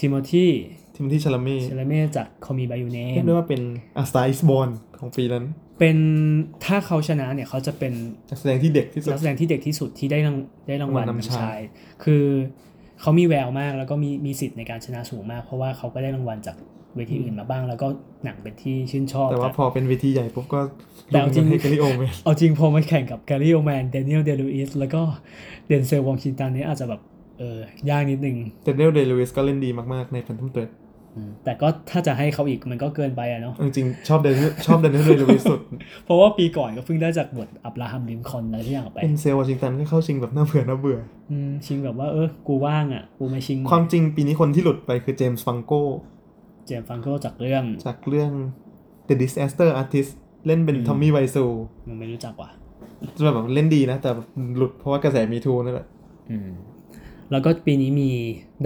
A: ทิโมธี
B: ทิมที่ชาลามี
A: เชลเม่จากคอมีบายูเน
B: เรียกได้ว่าเป็นอาสไตส์บอลของปีนั้น
A: เป็นถ้าเขาชนะเนี่ยเขาจะเป็น
B: นักแสดงที่เด็กที่สุด
A: นักแสดงที่เด็กที่สุดที่ได้รางได้รางวัล
B: รางวัลนำ
A: นำ
B: ชาย
A: ชาย คือเขามีแววมากแล้วก็มีมีสิทธิ์ในการชนะสูงมาก เพราะว่าเขาก็ได้รางวัลจากเวทีอื่นมาบ้าง แล้วก็หนังเป็นที่ชื่นชอบ
B: แต่ว่าพอเป็นเวทีใหญ่ปุ๊บก็
A: แต่เอาจริง
B: ให้แกเรโอ
A: [laughs]
B: แมน
A: เอาจริงพอมาแข่งกับแกรี่โอแมนเดนิเอลเดลูอิสแล้วก็เดนเซลวองชินตันเนี่ยอาจจะแบบเออยากนิดนึง
B: เดนเนลเดลูอิสก็เล่นดีมาก ๆ ใน Phantom Thread
A: แต่ก็ถ้าจะให้เขาอีกมันก็เกินไปอะเนาะ
B: เอาจริงๆชอบเดนชอบเดนเนลเดลูอิสสุด
A: เพราะว่าปีก่อนก็เพิ่งได้จากบทอับราฮัมลิมคอล์นอะไรที่อย่างไป
B: เป็นเซลวอชิงตันก็เข้าชิงแบบน่าเบื่อน่าเบื่อ
A: อืมชิงแบบว่าเออกูว่างอะกูมาชิง
B: ความจริงปีนี้คนที่หลุดไปคือเจมส์ฟังโก
A: เจมส์ฟังโกจากเรื่อง
B: จากเรื่อง The Disaster Artist เล่นเป็นทอมมี่ไวซู
A: มึงไม่รู้จักว่ะ
B: จะแบบเล่นดีนะ แต่แบบหลุดเพราะว่ากระแสมีทูนั่นแหละ
J: อืม
A: แล้วก็ปีนี้มี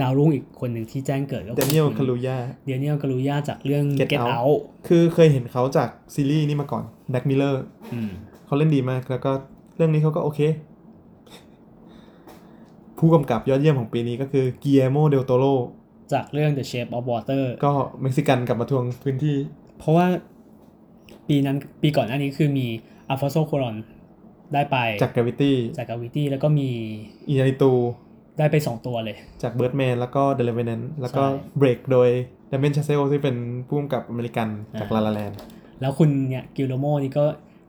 A: ดาวรุ่งอีกคนหนึ่งที่แจ้งเกิดก็
B: เดน i ย l คารูยา
A: เดนเนียลกาลูย่าจากเรื่อง
B: Get
A: Get
B: Out
A: Out
B: คือเคยเห็นเขาจากซีรีส์นี่มาก่อน Black Mirror
A: อืม
B: เขาเล่นดีมากแล้วก็เรื่องนี้เขาก็โอเค [laughs] ผู้กำกับยอดเยี่ยมของปีนี้ก็คือเกียโมเดลโตโร
A: จากเรื่อง The Shape of Water
B: ก็เม็กซิกันกลับมาทวงพื้นที่
A: เพราะว่าปีนั้นปีก่อนหน้านี้คือมีอัลฟาโซโครอนได้ไป
B: จาก Gravity
A: จากกาวิตี้แล้วก็มี
B: อินาริตู
A: ได้ไป 2 ตัวเลย
B: จาก Birdman แล้วก็ The Revenant แล้วก็
A: ใช่
B: Break โดย d a m i e n Chazelle ที่เป็นผู้กำกับอเมริกันจาก
A: อ่า
B: La La Land
A: แล้วคุณเนี่ยกิลโลโมนี่ก็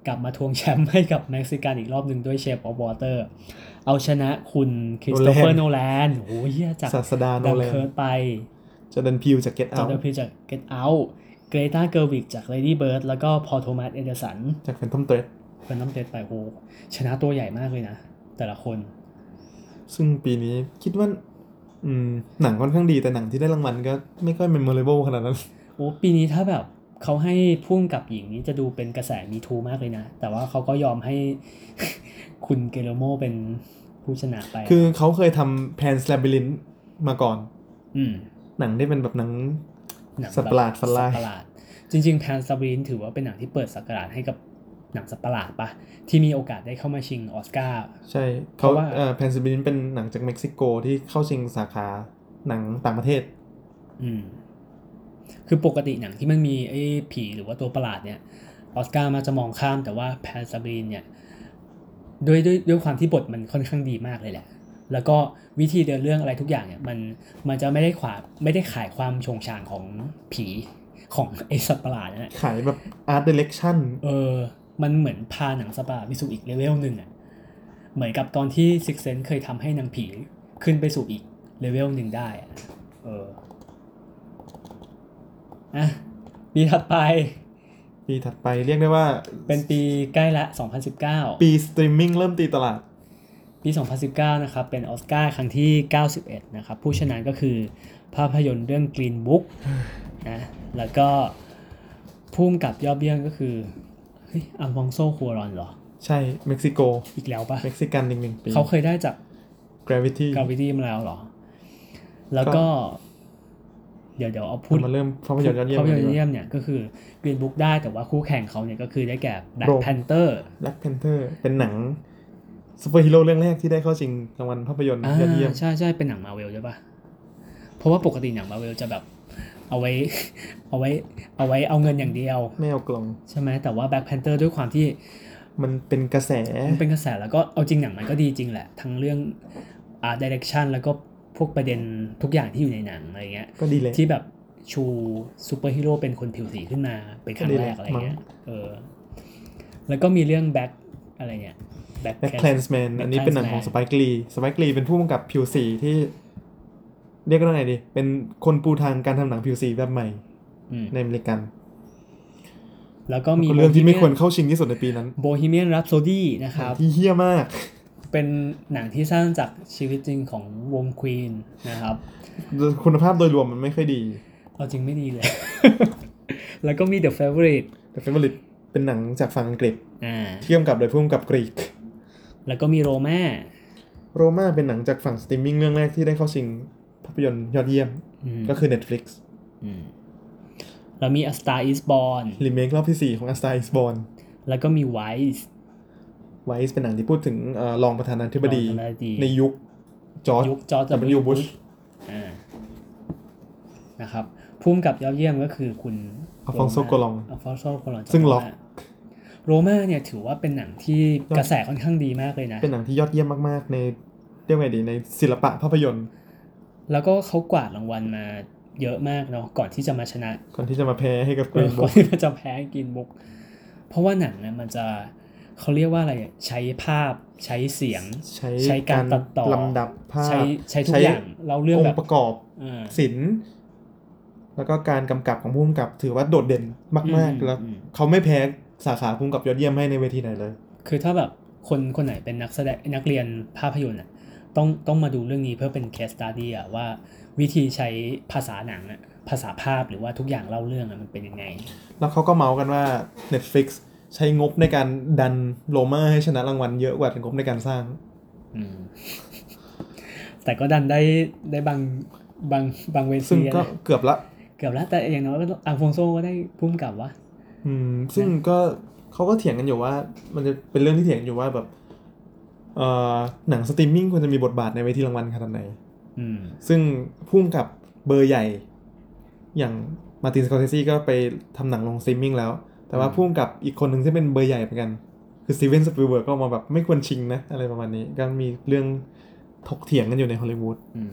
A: กลับมาทวงแชมป์ให้กับเม็กซิกันอีกรอบหนึ่งด้วย Shape of Water เอาชนะคุณคริสโตเฟอร์
B: Nolan
A: โนแลนโอ้ยเหี้ยจาก
B: ศาสดาโน
A: ดัม
B: แลน
A: เคิร์ดไป
B: จอร์แดนพิวจาก Get
A: จอ
B: Out
A: ร์แดนพีจาก Get Out เกรตาเกอร์วิกจาก Lady Bird แล้วก็พอโทมัสเอเดอร์สัน
B: จาก Phantom Thread
A: เป็นน้ำเต็ดไปโหชนะตัวใหญ่มากเลยนะ แต่ละคน
B: ซึ่งปีนี้คิดว่าอืมหนังค่อนข้างดีแต่หนังที่ได้รางวัลก็ไม่ค่อย memorable ขนาดนั้น
A: โอ้ปีนี้ถ้าแบบเขาให้พุ่งกับหญิงนี้จะดูเป็นกระแสมีทูมากเลยนะ แต่ว่าเขาก็ยอมให้ [laughs] คุณเกโรโมเป็นผู้ชนะไป
B: คือเขาเคยทำ Pan's Labyrinth มาก่อน
A: ม
B: หนังที่เป็นแบบหนัง
A: หนัง
B: สัตว์ประหลาด
A: สัต
B: สัตว์ประหลาด
A: ว์ประหลาด จริงๆแพนซาบรินถือว่าเป็นหนังที่เปิดสักราชให้กับหนังสัตว์ประหลาดปะที่มีโอกาสได้เข้ามาชิงออสการ์
B: ใช่
A: เพ
B: เขา
A: ราะว่า
B: เอ่อ Pan's Labyrinth เป็นหนังจากเม็กซิโกที่เข้าชิงสาขาหนังต่างประเทศ
A: อืม คือปกติหนังที่มันมีไอ้ผีหรือว่าตัวประหลาดเนี่ยออสการ์มาจะมองข้ามแต่ว่าแพนซาบรีนเนี่ย ด้วยด้วยด้วยความที่บทมันค่อนข้างดีมากเลยแหละ แล้วก็วิธีเดินเรื่องอะไรทุกอย่างเนี่ยมันมันจะไม่ได้ขวาไม่ได้ขายความชงชางของผีของไอสัตว์ประหลาดนั่นแหละ
B: ขายแบบอาร์ตเดเ c คชั่น
A: เออ มันเหมือนพาหนังสตว์ปาร์ไปสู่อีกเลเวลหนึ่งอะเหมือนกับตอนที่ Six Sense เคยทำให้หนางผีขึ้นไปสู่อีกเลเวลหนึ่งได้อะเออ อ่ะ ปีถัดไป
B: ปีถัดไปเรียกได้ว่า
A: เป็นปีใกล้ละ 2019
B: ปีสตรีมมิ่งเริ่มตีตลาด
A: ปี 2019 นะครับ เป็นออสการ์ครั้งที่ 91 นะครับ ผู้ชนะก็คือภาพยนตร์เรื่อง Green Book นะ แล้วก็พุ่มกับยอดเยี่ยมก็คือเฮ้ยอัลฟองโซคัวรอนเหรอ
B: ใช่เม็กซิโก
A: อีกแล้วปะ
B: เม็กซิกันอีกหนึ่งปี
A: เขาเคยได้จาก
B: Gravity
A: กา
B: [laughs]
A: วิตี้มาแล้วเหรอ แล้วก็ เดี๋ยวเดี๋ยวเอาพูด
B: เรามาเริ่มภาพยนตร์ยอดเยี่ยม
A: ภาพ
B: กั
A: ย
B: น
A: นต
B: ดี
A: ร์ยอด
B: ก
A: เยี่ย
B: ว่า
A: มเนี่ยก็คือกรีนบุ๊กได้แต่ว่าคู่แข่งเขาเนี่ยก็คือได้แก่
B: โร
A: Black
B: ง
A: Panther
B: Black Panther เป็นหนังซูเปอร์ฮีโร่เรื่องแรกที่ได้เข้าชิงรางวัลภาพยนตร์
A: อ่าย
B: อดเยี่ยม
A: ใช่ใช่เป็นหนังมาเวลใช่ปะเพราะว่าปกติหนังมาเวลจะแบบ เอาไว้ [laughs] เอาไว้ เอาไว้เอาเงินอย่างเดียว
B: ไม่เอากล่อง
A: ใช่ไหมแต่ว่า Black Panther ด้วยความที่
B: มันเป็นกระแส
A: มันเป็นกระแสแล้วก็เอาจริงหนังมันก็ดีจริงแหละ ทั้งเรื่อง art direction แล้วก็พวกประเด็นทุกอย่างที่อยู่ในหนังอะไรเงี้ย
B: ก็ดีเลย
A: ที่แบบชูซูเปอร์ฮีโร่เป็นคนผิวสีขึ้นมา เป็นครั้งแรก
B: ก็
A: อะไร
B: ดีเลย
A: เงี้ย
B: มั้ง
A: เออแล้วก็มีเรื่องแบ็คอะไรเนี่ยแบ็ค
B: Black Clansman อันนี้
A: Black
B: เป็นหนังของ
A: Klansman
B: Spike Lee Spike Lee เป็นผู้กำกับผิวสีที่ เรียกว่าไงดี เป็นคนปูทางการทำหนังผิวสีแบบใหม่
A: อืม
B: ในอเมริกัน
A: แล้วก็มี
B: เรื่องที่ไม่ควรเข้าชิงที่สุดในปีนั้น
A: โบฮีเมียนรับโซดี้นะครับ
B: ที่เฮี้ยมาก
A: เป็นหนังที่สร้างจากชีวิตจริงของวงควีนนะครับ
B: คุณภาพโดยรวมมันไม่ค่อยดี
A: เอาจริงไม่ดี
B: [laughs]
A: เลย แล้วก็มี The Favorite
B: แต่เป็นผลิตเป็นหนังจากฝั่งอังกฤษ
A: อ่า
B: ที่กำกับโดยผู้กำกับกรีก
A: แล้วก็มีโรมา
B: โรมาเป็นหนังจากฝั่งสตรีมมิ่งเรื่องแรกที่ได้เข้าชิงภาพยนตร์ยอดเยี่ยม
A: อืม
B: ก็คือ Netflix
A: อืมแล้วมี A Star Is Born
B: รีเมครอบที่ 4 ของ A Star Is Born
A: แล้วก็มี Wise
B: ไวส์เป็นหนังที่พูดถึงเอ่อรองประธานาธิบดี
A: รองประธานาธิบดี
B: ในยุคจอร์จ
A: ยุคจอร์จ
B: W. Bush
A: อ่านะครับพุ่มกับยอดเยี่ยมก็คือคุณ
B: Alfonso
A: โรมา
B: Cuarón
A: Alfonso Cuarón จาก
B: ซึ่งล็อก
A: โรมาเนี่ยถือว่าเป็นหนังที่กระแสค่อนข้างดีมากเลยนะ
B: เป็นหนังที่ยอดเยี่ยมมาก ๆ ในเรียกว่าไงดีในศิลปะภาพยนตร์
A: แล้วก็เขากวาดรางวัลมาเยอะมากเนาะก่อนที่จะมาชนะ
B: ก่อนที่จะมาแพ้ให้กับก
A: เอ
B: รี
A: อน ก่
B: บุ๊
A: อน
B: ก
A: ที่มันจะแพ้กินบุก เพราะว่าหนังเนี่ยมันจะเขาเรียกว่าอะไรอะใช้ภาพใช้เสียง
B: ใช้
A: ใช้การตัดต่อ
B: ลำดับภาพ
A: ใช้ใช้ทุกอย่างเราเรื่อง
B: อง
A: แบบ
B: ค์ประกอบ
A: อ่า
B: ศิลป์แล้วก็การกำกับของผู้กำกับถือว่าโดดเด่นมาก
A: อืม
B: ๆ แล้ว
A: อืม
B: เขาไม่แพ้สาขาผู้กำกับยอดเยี่ยมให้ในเวทีไหนเลย
A: คือถ้าแบบคนคนไหนเป็นนักแสดงนักเรียนภาพยนตร์อ่ะต้องต้องมาดูเรื่องนี้เพื่อเป็น case study อ่ะว่าวิธีใช้ภาษาหนังอ่ะภาษาภาพหรือว่าทุกอย่างเล่าเรื่องอ่ะมันเป็นยังไง
B: แล้วเขาก็เมาส์กันว่า Netflix ใช้งบในการดันโลมาให้ชนะรางวัลเยอะกว่างบในการสร้าง
A: อืม [laughs] แต่ก็ดันได้ได้บางบางบางเว
B: ซึ่ง
A: ทีอะ
B: ก็
A: นะ
B: เกือบละ
A: เกือบแล้วแต่อย่างน้อยก็อังฟงโซก็ได้พุ่มกับวะ
B: อืม ซึ่งก็เขาก็เถียงกันอยู่ว่า มันจะเป็นเรื่องที่เถียงอยู่ว่าแบบเอ่อหนังสตรีมมิ่งควรจะมีบทบาทในเวทีรางวัลขนาดไหน
A: อืม
B: ซึ่งพุ่มกับเบอร์ใหญ่ อย่างมาตินสกอร์เซซีก็ไปทำหนังลงสตรีมมิ่งแล้ว แต่ว่า
A: อืม
B: พุ่มกับอีกคนหนึ่งที่เป็นเบอร์ใหญ่เหมือนกัน คือสตีเวนสปิลเบิร์กก็ออกมาแบบไม่ควรชิงนะ อะไรประมาณนี้ก็มีเรื่องถกเถียงกันอยู่ในฮอลลีวูด
A: อืม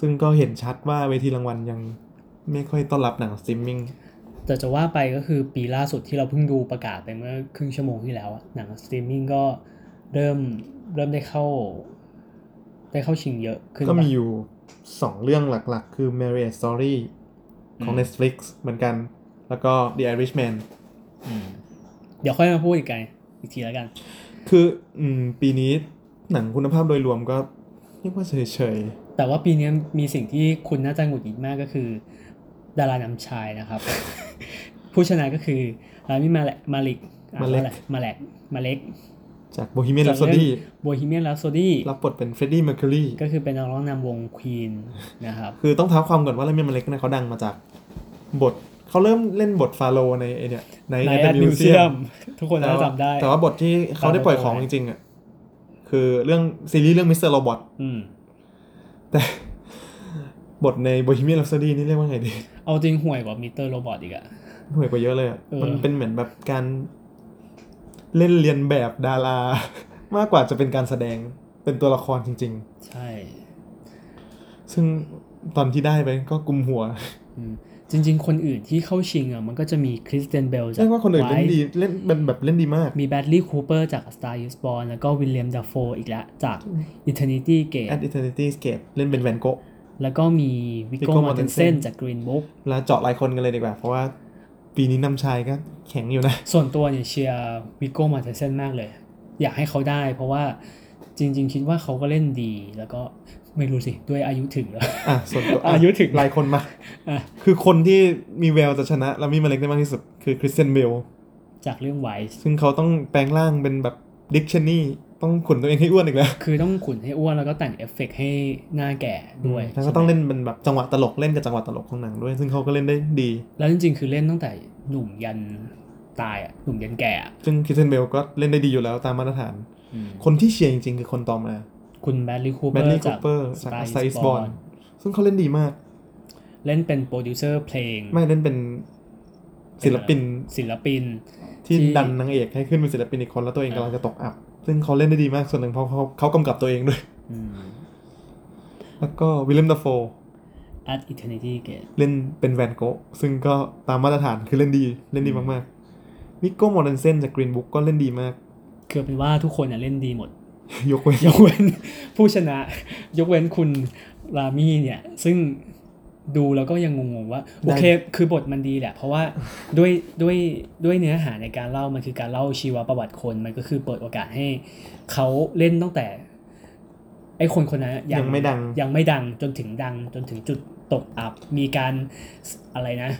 B: ซึ่งก็เห็นชัดว่าเวทีรางวัลยังไม่ค่อยต้อนรับหนังสตรีมมิ่ง
A: แต่จะว่าไปก็คือปีล่าสุดที่เราเพิ่งดูประกาศไปเมื่อครึ่งชั่วโมงที่แล้วอะหนังสตรีมมิ่งก็เริ่มเริ่มได้เข้า ได้เข้าชิงเยอะขึ้น
B: ก็มี
A: ปะ
B: อยู่ 2 เรื่องหลักๆ คือ Marriage Story ของ
A: อืม
B: Netflix เหมือนกัน แล้วก็ The Irishman
A: อืมเดี๋ยวค่อยมาพูดอีกไงอีกทีแล้วกัน
B: คืออืมปีนี้หนังคุณภาพโดยรวมก็เรียกว่าเฉย
A: แต่ว่าปีนี้มีสิ่งที่คุณน่าจะหงุดหงิดมากก็คือ ดารานำชายนะครับ [laughs] ผู้ชนะก็คือรามิมาแลมาลิกอ่ะว่อะไรมาแลกมาเล็ก
B: ๆ จาก Bohemian Rhapsody
A: โบฮีเมียนรัสโซดี้
B: รับบทเป็น Freddie Mercury
A: ก็คือเป็นนักร้องนำวงควีนนะครับ
B: คือต้องเท้าความก่อนว่าเลมเมนเล็กเนี่ยเขาดังมาจากบทเขาเริ่มเล่นบทฟาโรห์ในไอเนี่ยใน
A: ใน
B: ใน
A: มิ
B: มิ
A: ว
B: ว
A: เซี
B: เซี
A: ย
B: ย
A: ม
B: ม
A: ทุกคนน่าจะจำได้
B: แต่ว่าบทที่เขาได้ปล่อยของจริงๆอ่ะคือเรื่องซีรีส์เรื่องมิสเตอร์โรบอท
A: อืม
B: แต่บทในโบฮีเมียน h a p ซ o ดีนี่เรียกว่าไงดี
A: เอาจริงห่วยกว่ามิเตอร์โรบอทอีกอะ
B: ห่วยกว่าเยอะเลยอะ
A: เออ
B: มันเป็นเหมือนแบบการเล่นเรียนแบบดารา [laughs] มากกว่าจะเป็นการแสดงเป็นตัวละครจริง
A: ใช่
B: ๆ ซึ่งตอนที่ได้ไปก็กุมหัว
A: อืมจริง ๆ คนอื่นที่เข้าชิงอ่ะมันก็จะมีคริสเตียนเบลจาก
B: เรียกว่าคนอื่นเล่น
A: White
B: ดีเล่นเป็นแบบเล่นดีมาก
A: มีแบดลี่คูเปอร์จาก A Star Is Born แล้วก็วิลเลียมดัฟโฟอีกแล้วจาก Eternity Gate
B: At Eternity Escape เล่นเป็นแวนโกะ
A: แล้วก็มีวิโก้
B: Viggo
A: มอร์เทนเซน
B: Mortensen
A: จาก Green Book
B: เราเจาะรายคนกันเลยดีกว่า เพราะว่าปีนี้นำชายก็แข็งอยู่นะ
A: ส่วนตัวเนี่ยเชียร์วิโก้มอร์เทนเซนมากเลย อยากให้เขาได้ เพราะว่าจริง ๆ คิดว่าเขาก็เล่นดี แล้วก็ไม่รู้สิด้วยอายุถึงแล้ว
B: อ่ะส่วนตัวะ
A: อายุถึง
B: รายคนมา
A: อ่ะ
B: คือคนที่มีแววจะชนะและมีมาเล็กได้มากที่สุด คือคริสเตียนเบล
A: จากเรื่องไวส์
B: ซึ่งเขาต้องแปลงร่างเป็นแบบดิกชันนี่ต้องขุนตัวเองให้อ้วนอีกแล้ว
A: คือต้องขุนให้อ้วนแล้วก็แต่งเอฟเฟกต์ให้หน้าแก่ด้วย
B: แล้วก็ต้อง
A: ใช่ไหม
B: เล่นเป็นแบบจังหวะตลกเล่นกับจังหวะตลกของหนังด้วย ซึ่งเขาก็เล่นได้ดี
A: แล้วจริง ๆ คือเล่นตั้งแต่หนุ่มยันตายอะหนุ่มยันแก่อะ
B: ซึ่งคริสเตียนเบลก็เล่นได้ดีอยู่แล้วตามมาตรฐาน คนที่เชียร์จริงๆ คือคนต่อมา
A: คุณแบดลี่คูเป
B: แบ
A: อ
B: ดลี่
A: ร์
B: คู
A: จาก
B: เปอร์จาก
A: Star
B: A
A: is
B: Star Is
A: Born
B: Born ซึ่งเขาเล่นดีมาก
A: เล่นเป็นโปรดิวเซอร์เพลง
B: ไม่เล่นเป็นศิลปิน
A: ศิลปิน
B: ที่
A: ที่
B: ดันนางเอกให้ขึ้นเป็นศิลปินอีกคนแล้วตัวเอง
A: อ่า
B: กำลังจะตกอับ ซึ่งเขาเล่นได้ดีมากส่วนหนึ่งเพราะเขาเขากำกับตัวเองด้วย [laughs] แล้วก็วิลเลมดัฟโฟ
A: at eternity gate
B: เล่นเป็นแวนโกะซึ่งก็ตามมาตรฐานคือเล่นดีเล่นดีมากๆวิกโก้มอร์เดนเซนจากกรีนบุ๊กก็เล่นดีมาก [laughs]
A: คือเป็นว่าทุกคนน่ะเล่นดีหมด
B: ยกเว้น
A: ยกเว้น [laughs] ผู้ชนะ ยกเว้นคุณรามี่เนี่ย ซึ่งดูแล้วก็ยังงงๆว่า โอเค คือบทมันดีแหละ เพราะว่า [laughs] ด้วยด้วยด้วยเนื้อหาในการเล่ามันคือการเล่าชีวประวัติคน มันก็คือเปิดโอกาสให้เขาเล่นตั้งแต่ ไอ้คนคนนั้น
B: ยังไม่ดัง
A: ยังไม่ดังจนถึงดังจนถึงจุดตกอับ มีการสอะไรนะ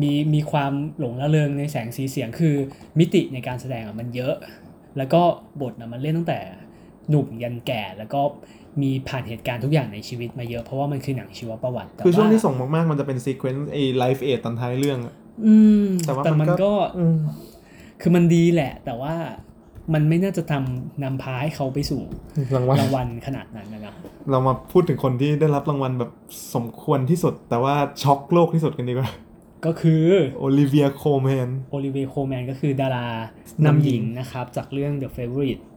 A: มีมีความหลงระเริงในแสงสีเสียงคือมิติในการแสดงอะมันเยอะ แล้วก็บทนะมันเล่นตั้งแต่หนุ่มยันแก่ แล้วก็มีผ่านเหตุการณ์ทุกอย่างในชีวิตมาเยอะ เพราะว่ามันคือหนังชีวประวัติแต่
B: คือช่วงที่
A: า
B: ส่งมากๆ มันจะเป็นซีเควนซ์ไอ้ไลฟ์เอทตอนท้ายเรื่องอะ
A: อืม
B: แต่ว่า
A: แต่
B: มั
A: มันน
B: ก็
A: ก็คือมันดีแหละ แต่ว่ามันไม่น่าจะทำนำพาให้เขาไปสู่
B: รางวัล
A: รางวัลขนาดนั้นนะนะ
B: เรามาพูดถึงคนที่ได้รับรางวัลแบบสมควรที่สุด แต่ว่าช็อกโลกที่สุดกันดีกว่า
A: ก็คือ
B: โอลิเวียโคแมน
A: โอลิเวียโคแมนก็คือดารานำหญิงนะครับ จากเรื่อง The Favorite ใไ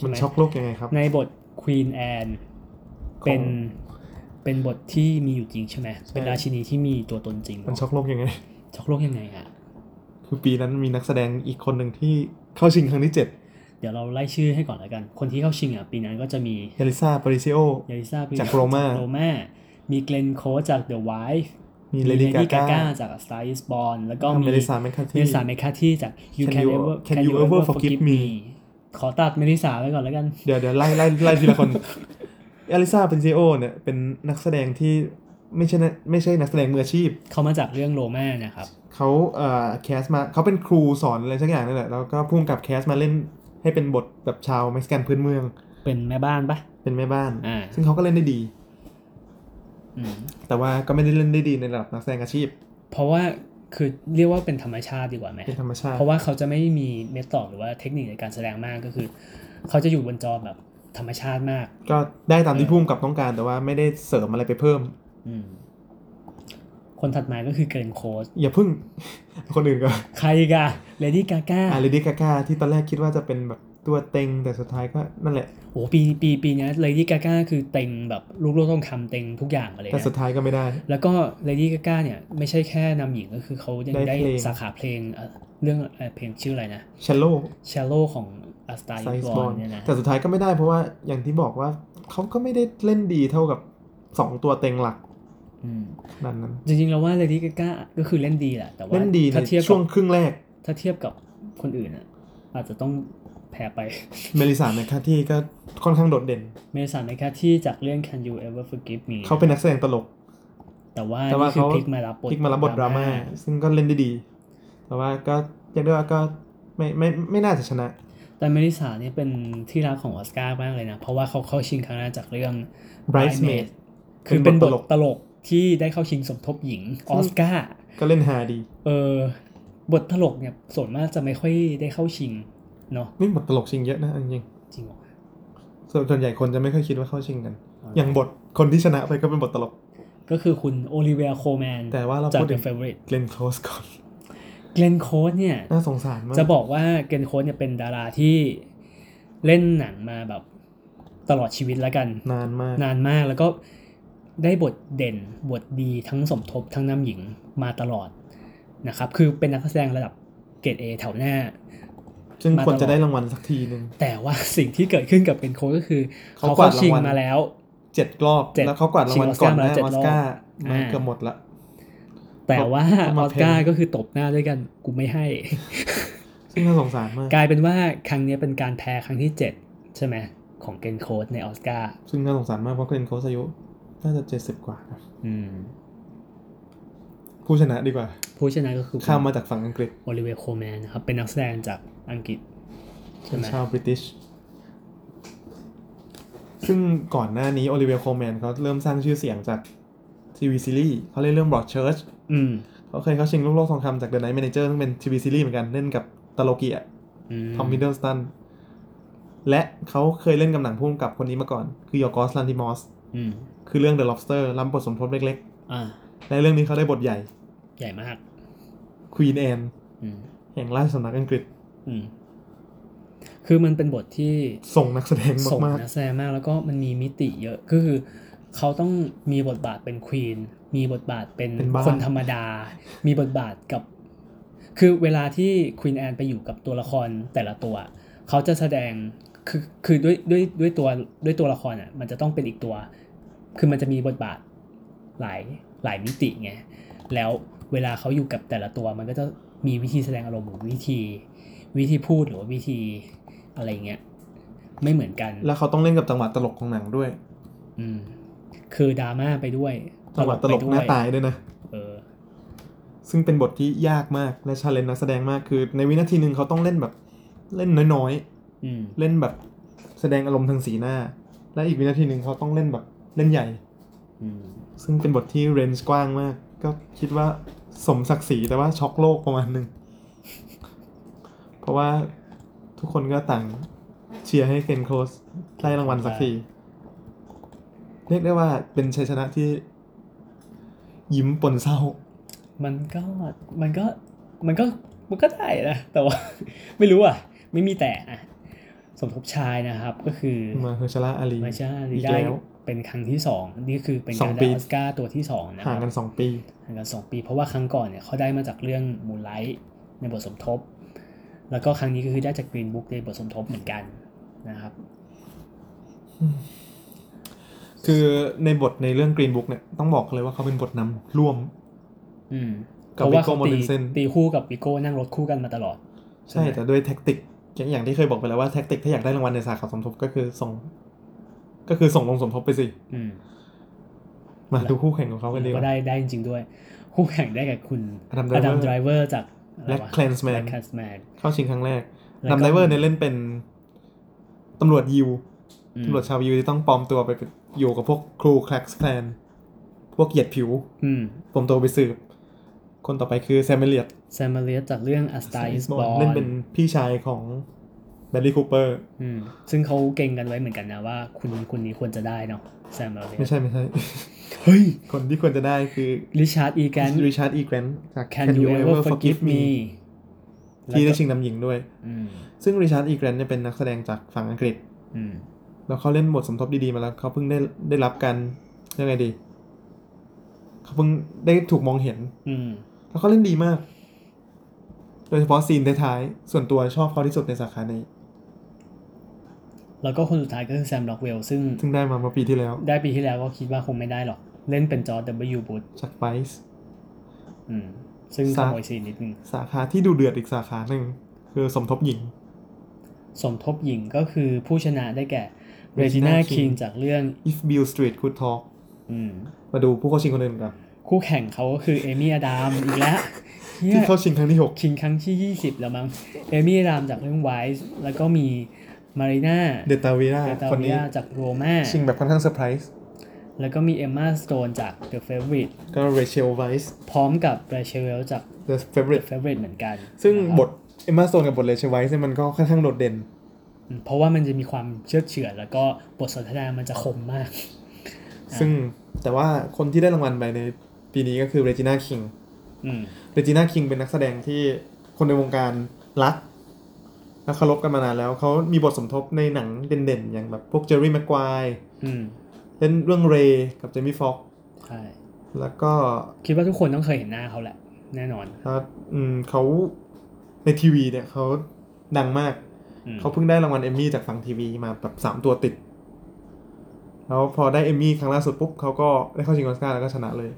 A: ห
B: มันช็อกโลกยังไงครับ
A: ในบท Queen Anne เป็น
B: ของ
A: เป็นบทที่มีอยู่จริงใช่ไหม เป็น
B: ใช่
A: ราชินีที่มีตัวตนจริง
B: มันช็อกโลกยังไง
A: ช็อกโลกยังไงฮะ
B: คือปีนั้นมีนักแสดงอีกคนหนึ่งที่เข้าชิงครั้งที่7
A: เดี๋ยวเราไล่ชื่อให้ก่อนแล้วกัน คนที่เข้าชิงอ่ะปีนั้นก็จะมี
B: เอลิซาปาริซิโอ
A: ยาริซา
B: จาก Roma
A: โรมามีเกลนโคจาก The Wife
B: มีเลดี้กา
A: Lady
B: กา
A: Gaga จาก A Star Is Born แล้วก็มี
B: เมลิซาแมคคา
A: เม
B: ที่
A: ลิสาเมคาที่จาก You
B: Can
A: Can
B: You
A: Ever
B: Can You Ever Forgive Me
A: ขอตัดเมลิสาไว้ก่อนแล้วกัน
B: เดี๋ยวเดี๋ยวไล่ไล่ไล่ทีละคนเอลิซาปาริซิโอเนี่ยเป็นนักแสดงที่ไม่ใช่นักไม่ใช่นักแสดงมืออาชีพ
A: เขามาจากเรื่องโรมานะครับ
B: เขาเอ่อแคสมาเขาเป็นครูสอนอะไรสักอย่างนั่นแหละ แล้วก็พุ่งกับแคสมาเล่นให้เป็นบทแบบชาวเม็กซิกันพื้นเมือง
A: เป็นแม่บ้านปะ
B: เป็นแม่บ้าน
A: อ่า
B: ซึ่งเขาก็เล่นได้ดี
A: อืม
B: แต่ว่าก็ไม่ได้เล่นได้ดีในระดับนักแสดงอาชีพ
A: เพราะว่าคือเรียกว่าเป็นธรรมชาติดีกว่าไหม
B: เป็นธรรมชาติ
A: เพราะว่าเขาจะไม่มีเมธอดหรือว่าเทคนิคในการแสดงมากก็คือ เขาจะอยู่บนจอแบบธรรมชาติมาก
B: ก็ได้ตามที่พุ่มกับต้องการแต่ว่าไม่ได้เสริมอะไรไปเพิ่ม
A: อืม คนถัดมาก็คือเกรนโคส
B: อย่าพึ่ง [laughs] คนอื่นก็
A: ใครกะเลดี้กาก้า
B: อาริดิกาก้าที่ตอนแรกคิดว่าจะเป็นแบบตัวเต็งแต่สุดท้ายก็นั่นแหละ
A: โอ้ปีปีปีเนี้เลดี้กาก้าคือเต็งแบบลูกโลกต้องคำเต็งทุกอย่างมาเลย
B: แต่สุด
A: นะ
B: ท้ายก็ไม่ได้
A: แล้วก็เลดี้กาก้าเนี่ย ไม่ใช่แค่นำหญิงก็คือเขายัง
B: ได้
A: ได้
B: เพลง
A: สาขาเพลงเอ่อเรื่องเอ่อเพลงชื่ออะไรนะ
B: เชลโล
A: Shallow ของ A Star
B: ไซ
A: Is
B: ส์บอ
A: Born
B: ล
A: เนี่ยนะ
B: แต่สุดท้ายก็ไม่ได้เพราะว่าอย่างที่บอกว่าเขาก็ไม่ได้เล่นดีเท่ากับ 2 ตัวเต็งหลัก
J: อืม
B: นั้นนั้น
A: จริงๆ แล้วว่า Lady Gaga ก็คือเล่นดีแหละ แต่ว่า
B: เล่นดีใน
A: ถ้าเทียบกับ
B: ช่วงครึ่งแรก
A: ถ้าเทียบกับคนอื่นอ่ะ อาจจะต้องแพ้ไป [laughs]
B: เมลิสาแมคคาที่ก็ค่อนข้างโดดเด่น
A: เมสันในแค่ที่จากเรื่อง Can You Ever Forgive Me
B: เขาเป็นนักแสดงตลก
A: แต่ว่า
B: แต่ว่า
A: นี่คือ
B: เขา
A: พลิกมารับบท
B: พลิกมารับบทดราม่าซึ่งก็เล่นได้ดี แต่ว่าก็เรียกได้ว่าก็ไม่ไม่ไม่น่าจะชนะ
A: แต่เมลิสาเนี่ยเป็นที่รักของออสการ์มากเลยนะ เพราะว่าเขาเข้าชิงครั้งแรกจากเรื่อง
B: Bridesmaid
A: คือเป็นบ
B: เป็น
A: ท
B: บทตลก
A: ตลกที่ได้เข้าชิงสมทบหญิงออสการ์
B: ก็เล่นฮาดี
A: เออบทตลกเนี่ยส่วนมากจะไม่ค่อยได้เข้าชิงเนาะ
B: นี่บทตลกชิงเยอะนะเอาจริง
A: จริงเหรอ
B: ๆส่วนส่วนใหญ่คนจะไม่ค่อยคิดว่าเข้าชิงกัน อย่างบทคนที่ชนะไปก็เป็นบทตลก
A: ก็คือคุณโอลิเวียโคแมน
B: แต่ว่าเรา
A: จาก
B: พูดถึ
A: The
B: ง
A: Favorite
B: เกลนโคลสก่อน
A: เกลนโคสเนี่ย
B: น่าสงสารมาก
A: จะบอกว่าเกรนโคสเนี่ยเป็นดาราที่ เล่นหนังมาแบบตลอดชีวิตแล้วกัน
B: นานมาก
A: นานมากแล้วก็ได้บทเด่นบทดีทั้งสมทบทั้งนำหญิงมาตลอดนะครับ คือเป็นนักแสดงระดับเกรด A แถวหน้า
B: ซึ่ง
A: มาตลอด
B: ควรจะได้รางวัลสักทีหนึ่ง
A: แต่ว่า สิ่งที่เกิดขึ้นกับเคนโคก็คือ เขา
B: เขาก
A: ก็
B: วาดรางวัล
A: ชิงมาแล้ว
B: เจ็ดรอบ
A: เจ็ด
B: แล้วเขากวาดรางวัลก่อนได้
A: ชิง
B: อ
A: อ
B: อ
A: อ
B: ส
A: ส
B: กา
A: การ์
B: ร์
A: มาแล้วเจ็ดรอบอ่า
B: มันเกือบหมดละ
A: แต่ว่า
B: ต้อง
A: อ
B: มา
A: อสการ์
B: แพง
A: ก็คือตบหน้าด้วยกันกูไม่ให้ [laughs]
B: ซึ่งน่าสงสารมาก
A: กลายเป็นว่าครั้งนี้เป็นการแพ้ครั้งที่ 7 ใช่ไหมของเกนโคดในออสการ์
B: ซึ่งน่าสงสารมากเพราะเคนโคสอายุน่าจะเจ็ดสิบกว่านะ
A: อืม
B: ผู้ชนะดีกว่า
A: ผู้ชนะก็คือ
B: ข้ามมาจากฝั่งอังกฤษ
A: โอลิเวโคแมนนะครับ เป็นนักแสดงจากอังกฤษใช่ไหม
B: ชาวบริติช ซึ่งก่อนหน้านี้โอลิเวียโคแมนเขาเริ่มสร้างชื่อเสียงจากทีวีซีรีส์เขาเล่นเรื่องบรอดเชิร์ช
A: อืม
B: เขาเคยเข้าชิงลูกโลกทองคำจาก The Night Manager ซึ่งเป็นทีวีซีรีส์เหมือนกัน เล่นกับตาโลกิอะทอมมิดเดิลสตัน และเขาเคยเล่นกับหนังพุ่มกับคนนี้มาก่อน คือยอร์กอสลันติมอส
A: อืม
B: คือเรื่อง The Lobster รับบทสมทบเล็ก
A: อ่า
B: ๆ ในเรื่องนี้เขาได้บทใหญ่
A: ใหญ่มาก
B: Queen Anne
A: อืม
B: แห่งราชสำนักอังกฤษ
A: อืมคือมันเป็นบทที่
B: ส่งนักแสดง
A: ส่ง
B: มาก
A: นักแสดงมากแล้วก็มันมีมิติเยอะก็คือ เขาต้องมีบทบาทเป็นควีนมีบทบาทเป็น
B: เป็นบ้า
A: คนธรรมดา มีบทบาทกับ คือเวลาที่ควีนแอนไปอยู่กับตัวละครแต่ละตัว เขาจะแสดงคือคือด้วยด้วยด้วยตัวด้วยตัวละครอ่ะมันจะต้องเป็นอีกตัว คือมันจะมีบทบาทหลายหลายมิติไงแล้วเวลาเขาอยู่กับแต่ละตัว มันก็จะมีวิธีแสดงอารมณ์หรือวิธี วิธีพูดหรือว่าวิธีอะไรเงี้ยไม่เหมือนกัน
B: ๆ แล้วเขาต้องเล่นกับจังหวะตลกของหนังด้วย
A: อืมคือดราม่าไปด้วย
B: จังหวะตลก
A: ไปด้
B: หน้า
A: วย
B: ตายด้วยนะ
A: เออ
B: ซึ่งเป็นบทที่ยากมากและชาเลนนักแสดงมากคือ ในวินาทีหนึ่งเขาต้องเล่นแบบเล่นน้อยๆ
A: อืม
B: เล่นแบบแสดงอารมณ์ทางสีหน้า และอีกวินาทีหนึ่งเขาต้องเล่นแบบเล่นใหญ่
A: อืม
B: ซึ่งเป็นบทที่เรนจ์กว้างมาก ก็คิดว่าสมศักดิ์ศรีแต่ว่าช็อกโลกประมาณหนึ่ง เพราะว่าทุกคนก็ต่างเชียร์ให้เคนโคลสได้รางวัลสักที เรียกได้ว่าเป็นชัยชนะที่ ยิ้มปนเศร้า
A: มันก็มันก็มันก็มันก็ได้นะ แต่ว่า [laughs] ไม่รู้อ่ะ ไม่มีแต่อ่ะสมทบชายนะครับก็คือ
B: มาเฮอร์ชล่าอาลี
A: มาชาลี
B: อีก
A: ได้
B: แล้ว
A: เป็นครั้งที่สองนี่คือเป็
B: ส
A: นา
B: อก
A: ง ร
B: ปี
A: ได้ออสการ์ตัวที่สองนะค
B: ห่าง
A: รับ
B: กันสองปี
A: ห่างกันสองปี เพราะว่าครั้งก่อนเนี่ยเขาได้มาจากเรื่องมูไลท์ในบทสมทบ แล้วก็ครั้งนี้ก็คือได้จากกรีนบุ๊กในบทสมทบเหมือนกันนะครับ
B: คือในบทในเรื่อง Green Book เนี่ยต้องบอกเลยว่าเขาเป็นบทนำร่วม
A: อืมเพ
B: กับ
A: ราะว่าเขา
B: Viggo
A: ตี
B: Mortensen
A: ตีคู่กับวิโก้นั่งรถคู่กันมาตลอด
B: ใช่แต่ด้วยแท็กติกอย่างอย่างที่เคยบอกไปแล้วว่าแท็กติกถ้าอยากได้รางวัลในสาขาสมทบก็คือส่ง ก็คือส่งลงสมทบไปสิ
A: อืม
B: มาดูคู่แข่งของเขากันดีก
A: ก็
B: ว่า
A: ได้ได้จริงๆด้วย คู่แข่งได้กับคุณ
B: Adam
A: อดัม
B: Driver
A: ไดรเวอร์จากอะไรวะ
B: Black Clansman
A: แบล็กแคลนส์แมน
B: เข้าชิงครั้งแรก
A: แล้วก็
B: ดัมไดเวอร์เนี่ยเล่นเป็นตำรวจยิวตำรวจชาวยิวที่ต้องปลอมตัวไปเป็นอยู่กับพวกครูแคลกส์แคลนพวกเหยียดผิว
A: อืม
B: ปลอมตัวไปสืบ คนต่อไปคือแซมเมเลียต
A: แซมมาเลียจากเรื่องอัสตาอิสบอล
B: เล่นเป็นพี่ชายของแบลลี่คูเปอร์
A: อืมซึ่งเขาเก่งกันไว้เหมือนกันนะว่าคุณคุณนี้ควรจะได้เนาะแซมมาเลีย
B: ไม่ใช่ไม่ใช่ [laughs]
A: เฮ้ย
B: คนที่ควรจะได้คือ
A: ริชาร์ดอีแกน
B: ริชาร์ดอีแกรนต์จาก
A: Can you ever forgive me
B: ที่ได้ชิงนำหญิงด้วย
A: อืม
B: ซึ่งริชาร์ดอีแกรนต์เนี่ยเป็นนักแสดงจากฝั่งอังกฤษ
A: อืม
B: แล้วเขาเล่นบทสมทบดี ๆ มาแล้วเขาเพิ่งได้ได้รับการเรียกไงดี เขาเพิ่งได้ถูกมองเห็น
A: อืม
B: แล้วเขาเล่นดีมาก โดยเฉพาะซีนท้ายๆส่วนตัวชอบเขาที่สุดในสาขานี้
A: แล้วก็คนสุดท้ายก็คือแซมล็อกเวลซึ่ง
B: ซึ่งได้มาเมื่อปีที่แล้ว
A: ได้ปีที่แล้วก็คิดว่าคงไม่ได้หรอก เล่นเป็นจอร์ด W. Bush
B: จากไวส์
A: อืมซึ่งขโมยซีนนิดนึง
B: สาขาที่ดูเดือดอีกสาขาหนึ่งคือสมทบหญิง
A: สมทบหญิงก็คือผู้ชนะได้แก่ เรจิน่า
B: Regina
A: คิง
B: King
A: จากเรื่อง
B: If Bill Street Could Talk
A: อืม
B: มาดูผู้เข้าชิงคนอื่นกัน
A: คู่แข่งเขาก็คือเอมี่อดามอีกแล้วเหี้
B: ที่
A: ย
B: เข้าชิงครั้งที่หก
A: คิงครั้งที่ 20 แล้วมั้งเอมี่อดามจากเรื่องไวส์แล้วก็มีมารีนา
B: เดตาวีรา
A: เดตา
B: คน
A: วิ
B: นี้
A: ยาจากโรมา
B: ชิงแบบค่อนข้างเซอร์ไพรส์
A: แล้วก็มีเอมมาสโตนจาก The Favorite
B: ก็เรเชลไวส์
A: พร้อมกับเรเชลจาก
B: The
A: The
B: Favorite
A: Favorite เหมือนกัน
B: ซึ่ง
A: นะครับ
B: บทเอมมาโซนกับบทเรเชลไวส์เนี่ยมันก็ค่อนข้างโดดเด่น
A: อืมเพราะว่ามันจะมีความเชื่อดเฉือนแล้วก็บทสนทนามันจะคมมาก อ่า
B: ซึ่งแต่ว่าคนที่ได้รางวัลไปในปีนี้ก็คือเรจิน่าคิง
A: อืม
B: เรจิน่าคิงเป็นนักแสดงที่คนในวงการรัก และเคารพกันมานานแล้วเขามีบทสมทบในหนังเด่นๆ อย่างแบบพวกเจอร์รี่แม็กควาย
A: อืม
B: เล่นเรื่องเรย์กับเจมี่ฟ็อกซ์
A: ใช่
B: แล้วก็
A: คิดว่าทุกคนต้องเคยเห็นหน้าเขาแหละ แน่นอน
B: เอ่ออืมเขาในทีวีเนี่ยเขาดังมาก
A: อืม
B: เขาเพิ่งได้รางวัลเอมมี่จากฝั่งทีวีมาแบบสามตัวติด แล้วพอได้เอมมี่ครั้งล่าสุดปุ๊บเขาก็ได้เข้าชิงออสการ์แล้วก็ชนะเลย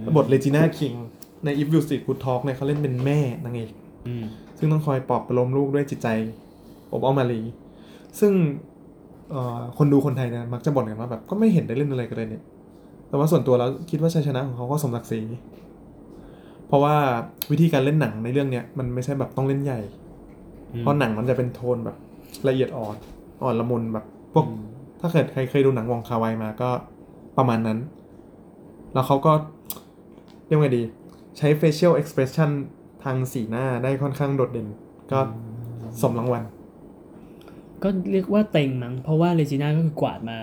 B: แล้วบทเลจิน่าคิงใน If You Street Good Talk เนี่ยเขาเล่นเป็นแม่นางเอก
A: อืม
B: ซึ่งต้องคอยปลอบประโลมลูกด้วยจิตใจอบอ้อมอารี ซึ่งเอ่อคนดูคนไทยเนี่ยมักจะบ่นกันว่าแบบก็ไม่เห็นได้เล่นอะไรกันเลยเนี่ย แต่ว่าส่วนตัวแล้วคิดว่าชัยชนะของเขาก็สมศักดิ์ศรี เพราะว่าวิธีการเล่นหนังในเรื่องเนี้ยมันไม่ใช่แบบต้องเล่นใหญ่ เพราะหนังมันจะเป็นโทนแบบละเอียดอ่อนอ่อนละมุนแบบพวกถ้าเกิดใครเคยดูหนังวองคาไวมาก็ประมาณนั้น แล้วเขาก็เรียกไงดี ใช้ facial expression ทางสีหน้าได้ค่อนข้างโดดเด่น ก็สมรางวัล
A: ก็เรียกว่าเต็งมั้งเพราะว่าเลจิน่าก็คือกวาดมา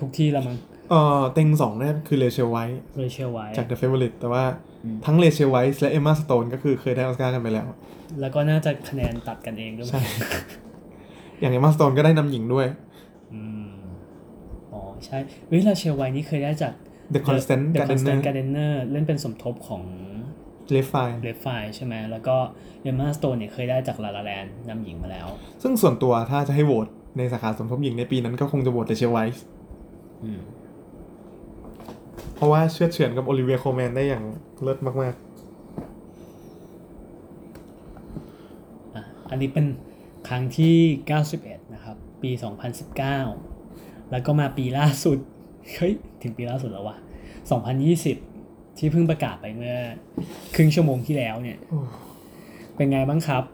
A: ทุกที่และมั้ง
B: เอ่อ เต็งสองเนี่ยคือเลเชลไวท์
A: เลยเชื่อไว้
B: จาก The Favorite แต่ว่า
J: อืม
B: ทั้งเลเชลไวท์และเอมมาสโตนก็คือเคยได้ออสการ์กันไปแล้ว
A: แล้วก็น่าจะคะแนนตัดกันเองด้วยมั้ง
B: ใช่ อย่างเอมมาสโตนก็ได้นำหญิงด้วย
A: อืมอ๋อใช่เฮ้ยเราเชียร์ไว้นี่เคยได้จาก
B: The Constant
A: The
B: Gardener
A: Constant Gardener เล่นเป็นสมทบของ
B: เลฟไฟ
A: เลฟไฟใช่ไหม แล้วก็เอมมาสโตนเนี่ยเคยได้จากลาลาแลนนำหญิงมาแล้ว
B: ซึ่งส่วนตัวถ้าจะให้โหวตในสาขาสมทบหญิงในปีนั้นก็คงจะโหวตแต่เชลไวส์
A: อืม
B: เพราะว่าเชื่อดเฉือนกับโอลิเวียโคลแมนได้อย่างเลิศมาก
A: อ่ะ อันนี้เป็นครั้งที่ 91 นะครับ ปี 2019 แล้วก็มาปีล่าสุด [laughs] เฮ้ย ถึงปีล่าสุดแล้ววะ2020 ที่เพิ่งประกาศไปเมื่อครึ่งชั่วโมงที่แล้วเนี่ย
B: ๆโอ้
A: เป็นไงบ้างครับ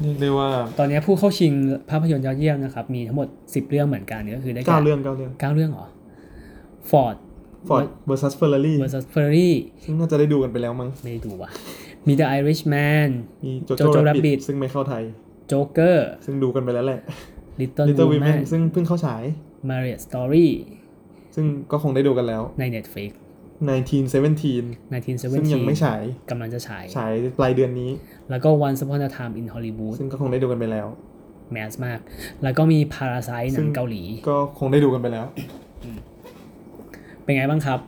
B: เรียกได้ว่า
A: ตอนนี้ผู้เข้าชิงภาพยนตร์ยอดเยี่ยมนะครับ มีทั้งหมด 10 เรื่องเหมือนกันก็คือได้แ
B: เก้าเรื่องเก้าเรื่อง
A: เก้าเรื่องเหรอ Ford
B: Ford vs Ferrari
A: vs Ferrari
B: ซึ่งน่าจะได้ดูกันไปแล้วมั้ง
A: ไม่ได้ดูว่ะ มี The Irishman
B: มีโจโจ
A: Jojo Rabbit
B: รับิดซึ่งไม่เข้าไทย
A: Joker
B: ซึ่งดูกันไปแล้วแหละ
A: Little,
B: Little Women
A: Women
B: ซึ่งเพิ่งเข้าฉาย
A: Marriage Story
B: ซึ่งก็คงได้ดูกันแล้ว
A: ใน Netflix
B: 1917
A: 1917
B: ซึ่งยังไม่ฉาย
A: กำลังจะฉาย
B: ฉายปลายเดือนนี้
A: แล้วก็ Once Upon a Time in Hollywood
B: ซึ่งก็คงได้ดูกันไปแล้ว
A: แมสมาก แล้วก็มี Parasite ห
B: ซึ่
A: นัง
B: ง
A: เกาหลี
B: ก็คงได้ดูกันไปแล้ว
A: เป็นไงบ้างครับ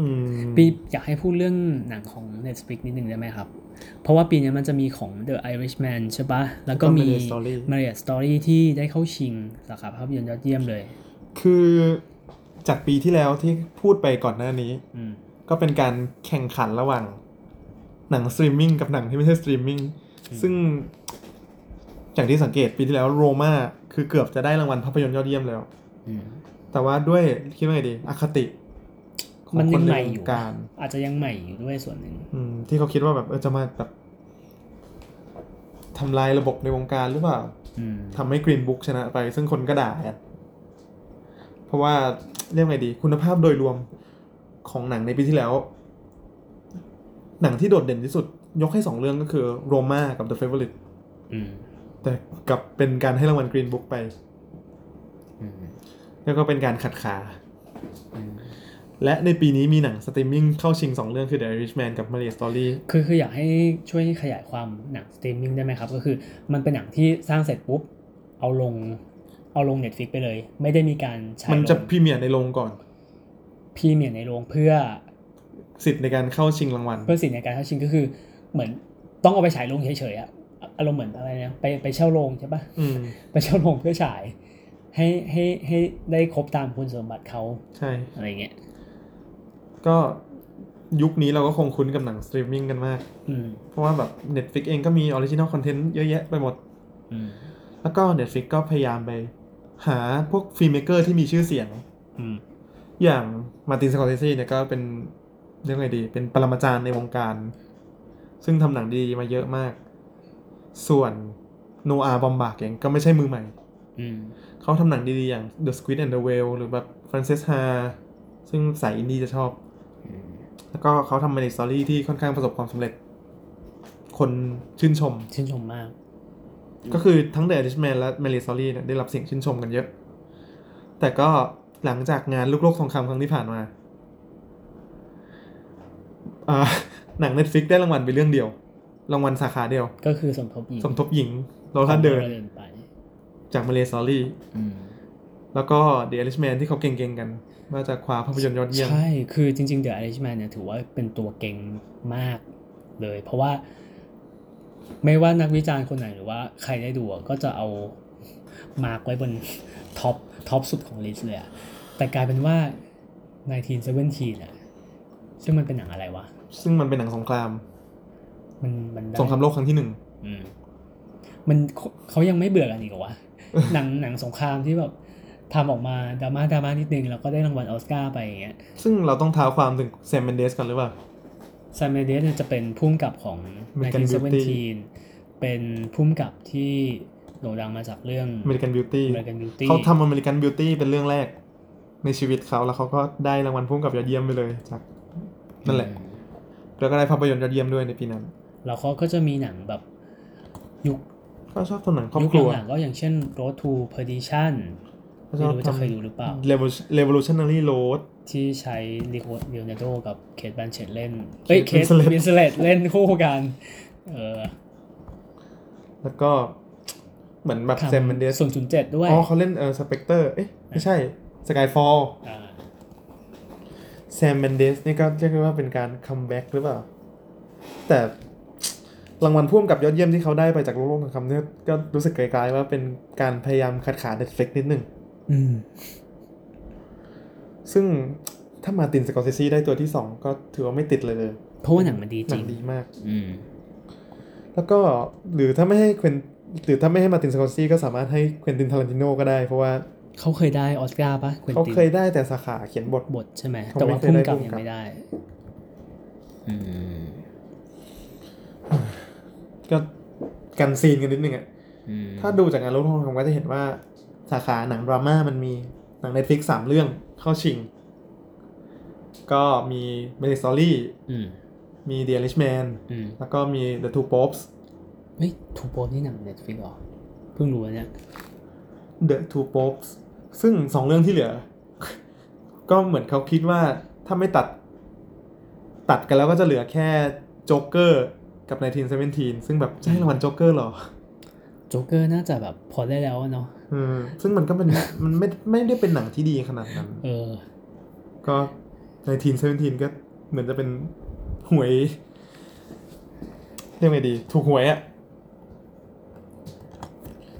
B: อืม
A: ปีอยากให้พูดเรื่องหนังของ Netflix นิดหนึ่งได้ไหมครับ เพราะว่าปีนี้มันจะมีของ The Irishman ใช่ปะแล้วก็มี
B: สตอรี่
A: Marriage Story ที่ได้เข้าชิงสาขาภาพยนตร์ยอดเยี่ยมเลย
B: คือจากปีที่แล้วที่พูดไปก่อนหน้านี้
A: อืม
B: ก็เป็นการแข่งขันระหว่างหนังสตรีมมิ่งกับหนังที่ไม่ใช่สตรีมมิ่งซึ่งอย่างที่สังเกตปีที่แล้วโรมาคือเกือบจะได้รางวัลภาพยนตร์ยอดเยี่ยมแล้ว
A: อืม
B: แต่ว่าด้วยคิดว่าไงดีอคติของ
A: มัน
B: ค
A: ยั
B: น
A: ง
B: ใน
A: ใหม่
B: ว
A: อง ยู่
B: การ
A: อาจจะยังใหม่อยู่ด้วยส่วนหนึ่ง
B: อืมที่เขาคิดว่าแบบเออจะมาแบบทำลายระบบในวงการหรือเปล่า
A: อืม
B: ทำให้กรีนบุ๊กชนะไป ซึ่งคนก็ด่ากันเพราะว่าเรียกไงดี คุณภาพโดยรวมของหนังในปีที่แล้ว หนังที่โดดเด่นที่สุด ยกให้สองเรื่องก็คือโรมากับ The Favorite
A: อืม
B: แต่กลับเป็นการให้รางวัลกรีนบุ๊กไป
A: อืม
B: แล้วก็เป็นการขัดขา และในปีนี้มีหนังสตรีมมิ่งเข้าชิงสองเรื่องคือ The Irishman กับ Marriage Story
A: คือคืออยากให้ช่วยขยายความหนังสตรีมมิ่งได้ไหมครับ ก็คือมันเป็นหนังที่สร้างเสร็จปุ๊บ เอาลง เอาลง Netflix ไปเลย ไม่ได้มีการใช้
B: มันจะ
A: ลง
B: พรีเมียร์ในโรงก่อน
A: พรีเมียร์ในโรงเพื่อ
B: สิทธิ์ในการเข้าชิงรางวัล
A: เพื่อสิทธิ์ในการเข้าชิงก็คือเหมือนต้องเอาไปฉายโรงเฉยๆอะอารมณ์เหมือนอะไรนะไปไปเช่าโรงใช่ปะ
B: อืม
A: ไปเช่าโรงเพื่อฉาย ให้ให้ให้ได้ครบตามคุณสมบัติเขา
B: ใช่
A: อะไรเงี้ย
B: ก็ยุคนี้เราก็คงคุ้นกับหนังสตรีมมิ่งกันมาก
A: อืม
B: เพราะว่าแบบ Netflix เองก็มีออริจิน l ลคอนเทนต์เยอะแยะไปหมด
A: อืม
B: แล้วก็ Netflix ก็พยายามไปหาพวกฟิล์มเมกเกอร์ที่มีชื่อเสียง
A: อืม
B: อย่างมาตินสกอร์เซซีเนี่ยก็เป็นเรียกไงดี เป็นปรมาจารย์ในวงการ ซึ่งทำหนังดีมาเยอะมาก ส่วนโนอาบอมบากเองก็ไม่ใช่มือใหม่
A: อืม
B: เขาทำหนังดีๆ อย่าง The Squid and the Whale หรือแบบ Frances Ha ซึ่งสายอินดี้จะชอบ
A: อืม
B: แล้วก็เขาทำมาในสตอรี่ที่ค่อนข้างประสบความสำเร็จ คนชื่นชม
A: ชื่นชมมาก
B: ก็คือทั้ง The Irishman และ Marriage Story เนี่ยได้รับเสียงชื่นชมกันเยอะ แต่ก็หลังจากงานลูกโลกทองคำครั้งที่ผ่านมา [laughs] อ่าหนัง Netflix ได้รางวัลไปเรื่องเดียว รางวัลสาขาเดียว
A: ก็คือสมทบหญิง
B: สมทบหญิงโรลทันเดิน
A: เดินไป
B: จากมาเลสอรี่
J: อืม
B: แล้วก็ The Irishman ที่เขาเก่งๆกัน ว่าจะคว้าภาพยนตร์ยอดเยี่ยม
A: ใช่ คือจริงๆ The Irishman เนี่ยถือว่าเป็นตัวเก่งมากเลย เพราะว่าไม่ว่านักวิจารณ์คนไหนหรือว่าใครได้ดูอะก็จะเอามาร์กไว้บน [laughs] ท็อปท็อปสุดของลิสต์เลยอะแต่กลายเป็นว่า 1917อะซึ่งมันเป็นหนังอะไรวะ
B: ซึ่งมันเป็นหนังสงคราม
A: มันมันได้
B: สงครามโลกครั้งที่หนึ่ง
A: อืมมันเขาเขายังไม่เบื่อกันอีกเหรอ
B: [laughs]
A: วะ หนังหนังสงครามที่แบบทำออกมาดราม่าดราม่านิดนึง แล้วก็ได้รางวัลออสการ์ไปอย่างเงี้ย
B: ซึ่งเราต้องเท้าความถึงแซมเมนเดสกันหรือเปล่า
A: ซามเมเดสเนี่ยจะเป็นพุ่มกับของ
B: American Beauty
A: 1917 เป็นพุ่มกับที่โด่งดังมาจากเรื่อง
B: American Beauty
A: American Beauty
B: เขาทำ American Beauty เป็นเรื่องแรก ในชีวิตเขาแล้วเขาก็ได้รางวัลพุ่งกับยอดเยี่ยมไปเลยจากนั่นแหละ แล้วก็ได้ภาพยนตร์ยอดเยี่ยมด้วยในปีนั้น
A: แล้วเขาก็จะมีหนังแบบยุค
B: ก็ชอบตัวหนังครอบ
A: ยุค
B: ครัว
A: หลังๆก็อย่างเช่น Road to Perdition
B: ก็
A: ไม่
B: ชอบ
A: รู้
B: ท
A: จะเคยดูหรือเปล่า
B: ำ Revolution- Revolutionary Road
A: ที่ใช้ลิโคเดลนาโดกับเคทแบนเชตเล่น เอ้ย เคท
B: Kate
A: วิ
B: Winslet
A: นสเลตเล่นคู่กัน เออ
B: แล้วก็เหมือนแบบ
A: ทำ
B: แซมเมนเดส
A: ส่วนจุนเจ็ดด้วย
B: อ๋อเขาเล่นเออสเปกเตอร์เอ๊ะไม่ใช่สกายฟอล
A: อ่า
B: แซมเมนเดสนี่ก็เรียกได้ว่าเป็นการคัมแบ็กหรือเปล่า แต่ รางวัลพ่วงกับยอดเยี่ยมที่เขาได้ไปจากโลกโลกทองคำเนี่ยก็รู้สึกไกลๆว่าเป็นการพยายามขัดขาเด็ดเฟกนิดหนึ่ง
A: อืม
B: ซึ่งถ้ามาร์ตินสกอร์ซิซีได้ตัวที่ 2 ก็ถือว่าไม่ติดเลยเลย
A: เพราะว่าหนังมันดี
B: ห
A: จ
B: นั
A: ริ
B: ง
A: ง
B: ดีมาก
A: อืม
B: แล้วก็หรือถ้าไม่ให้เควินหรือถ้าไม่ให้มาร์ตินสกอร์ซิซีก็สามารถให้เควินตินทารันติโนก็ได้ เพราะว่า
A: เขาเคยได้ออสการ์ปะ Quentin
B: เขาเคยได้แต่สาขาเขียนบท
A: บทใช่ไหม
B: เขา
A: แต่
B: ไม่
A: ว่า
B: เคย
A: พุ่มกับ
B: ได้ผู้กำกับ
A: ยังไม่ได้
J: อืม
B: ก็กันซีนกันนิดหนึ่งอะ
J: อืม
B: ถ้าดูจากงานรูปทองคำก็จะเห็นว่าสาขาหนังดราม่ามันมีหนัง Netflix สามเรื่องเข้าชิง ก็มี m a r i s o r y
A: อืม
B: มี The Irishman
A: อืม
B: แล้วก็มี The Two Popes
A: เฮ้ยถูกโปรนี่หนังเน็ตฟิกหรอ เพิ่งรู้นะเนี่ย
B: The Two Popes ซึ่งสองเรื่องที่เหลือ [laughs] ก็เหมือนเขาคิดว่าถ้าไม่ตัด ตัดกันแล้วก็จะเหลือแค่โจ๊กเกอร์กับ 1917 ซึ่งแบบจะให้รางวัลโจ๊กเกอร์เหรอ
A: โจ๊กเกอร์น่าจะแบบพอได้แล้วอะเนาะ
B: อืมซึ่งมันก็เป็นมันไม่ไม่ได้เป็นหนังที่ดีขนาดนั้น
A: เออ
B: ก็ในทีนเซเวนทีนก็เหมือนจะเป็นหวย เรียกไงดี ถูกหวยอะ่ะ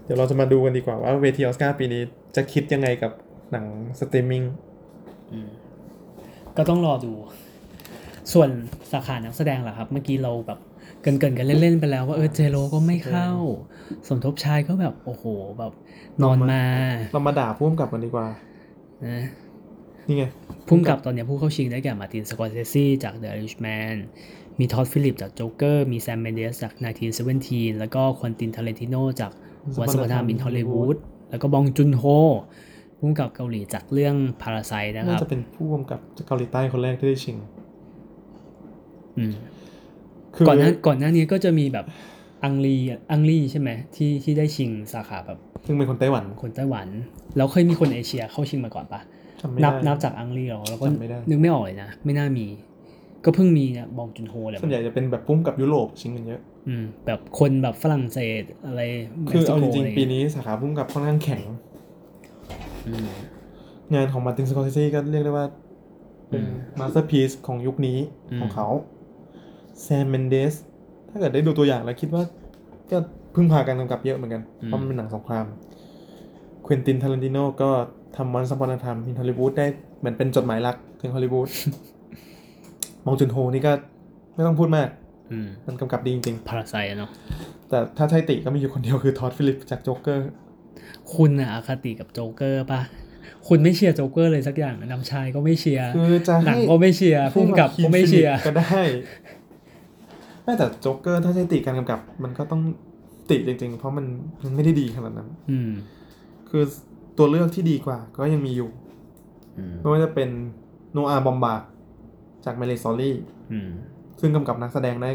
B: เดี๋ยวเราจะมาดูกันดีกว่าว่าเวทีออสการ์ปีนี้จะคิดยังไงกับหนังสตรีมมิ่ง
A: อืมก็ต้องรอดู ส่วนสาขานักแสดงล่ะครับ เมื่อกี้เราแบบเกรินๆกันเล่นๆไปแล้วว่าเออเจโรก็ไม่เข้า สมทบชายก็แบบโอ้โหแบบนอนมา
B: เรามาด่าพุ่มกับกันดีกว่า
A: นะ
B: นี่ไง
A: พุ่มกับตอนเนี้ยผู้เข้าชิงได้แก่มาร์ตินสกอร์เซซีจาก The Irishman มีท็อดฟิลิปจากโจ๊กเกอร์ มีแซมเมนเดสจาก 1917 แล้วก็ควินตินทาเรนติโนจาก วันสมทามอินทอลลีวูดแล้วก็บองจุนโฮพุ่มกับเกาหลีจากเรื่อง Parasite นะค
B: น่า
A: รับ
B: จะเป็นผู้กำกับจากเกาหลีใต้คนแรกที่ได้ชิง
A: อืม
B: คือ
A: ก่อนหน้าก่อนหน้านี้ก็จะมีแบบอังลีอังลีใช่ไหมที่ที่ได้ชิงสาขาแบบ
B: ซึ่งเป็นคนไต้หวัน
A: คนไต้หวัน แล้วเคยมีคนเอเชียเข้าชิงมาก่อนปะ
B: จำไม่
A: นับ
B: ได้
A: นับจากอังลีหรอแล้วก็
B: จำไม่ได้
A: นึกไม่ออกเลยนะ ไม่น่ามี ก็เพิ่งมีเนี่ยบองจุนโฮแหละ
B: ส่วนใหญ่จะเป็นแบบพุ่มกับยุโรปชิงกันเยอะ
A: อืมแบบคนแบบฝรั่งเศสอะไร
B: คือเอาจริง
A: เม็กซิโกะไ
B: ๆปีนี้สาขาพุ่มกับค่อนข้างแข็ง
A: อืม
B: งานของมาร์ตินสกอร์เซซีก็เรียกได้ว่า เป็น
A: อืม
B: มาสเตอร์พี e ของยุคนี้
A: อืม
B: ของเขาแซมเมนเดสถ้าเกิดได้ดูตัวอย่างแล้วคิดว่า ก็พึ่งพาการกำกับเยอะเหมือนกัน เพราะมันเป็นหนังสงครามควินตินทารันติโนก็ทำมันสปอนธรรมอินฮอลลีวูดได้เหมือนเป็นจดหมายรักถึงฮอลลีวูด
A: [laughs]
B: มองจุนโฮนี่ก็ไม่ต้องพูดมาก
A: อืม
B: มันกำกับดีจริง
A: พาราไซเนาะ
B: ๆ แต่ถ้าใช่ติก็มีอยู่คนเดียวคือทอดฟิลิปจากโจ๊กเกอร์
A: คุณอะอคติกับโจ๊กเกอร์ปะคุณไม่เชียร์โจ๊กเกอร์เลยสักอย่างนำชายก็ไม่เชียร์
B: คือจะ
A: หนั
B: ให้
A: งก็ไม่เชียร์พุ่มกับก็ไม่เชียร์
B: ก็ได้ ไม่แต่โจ๊กเกอร์ถ้าใช้ติการกำกับ มันก็ต้องติจริงๆ เพราะมันมันไม่ได้ดีขนาดนั้น
A: อืม
B: คือตัวเลือกที่ดีกว่า ก็ยังมีอยู่
J: อืม
B: ไม่ว่าจะเป็นโนอาบอมบาจากเมเลซอรี่
A: อืม
B: ซึ่งกำกับนักแสดงได้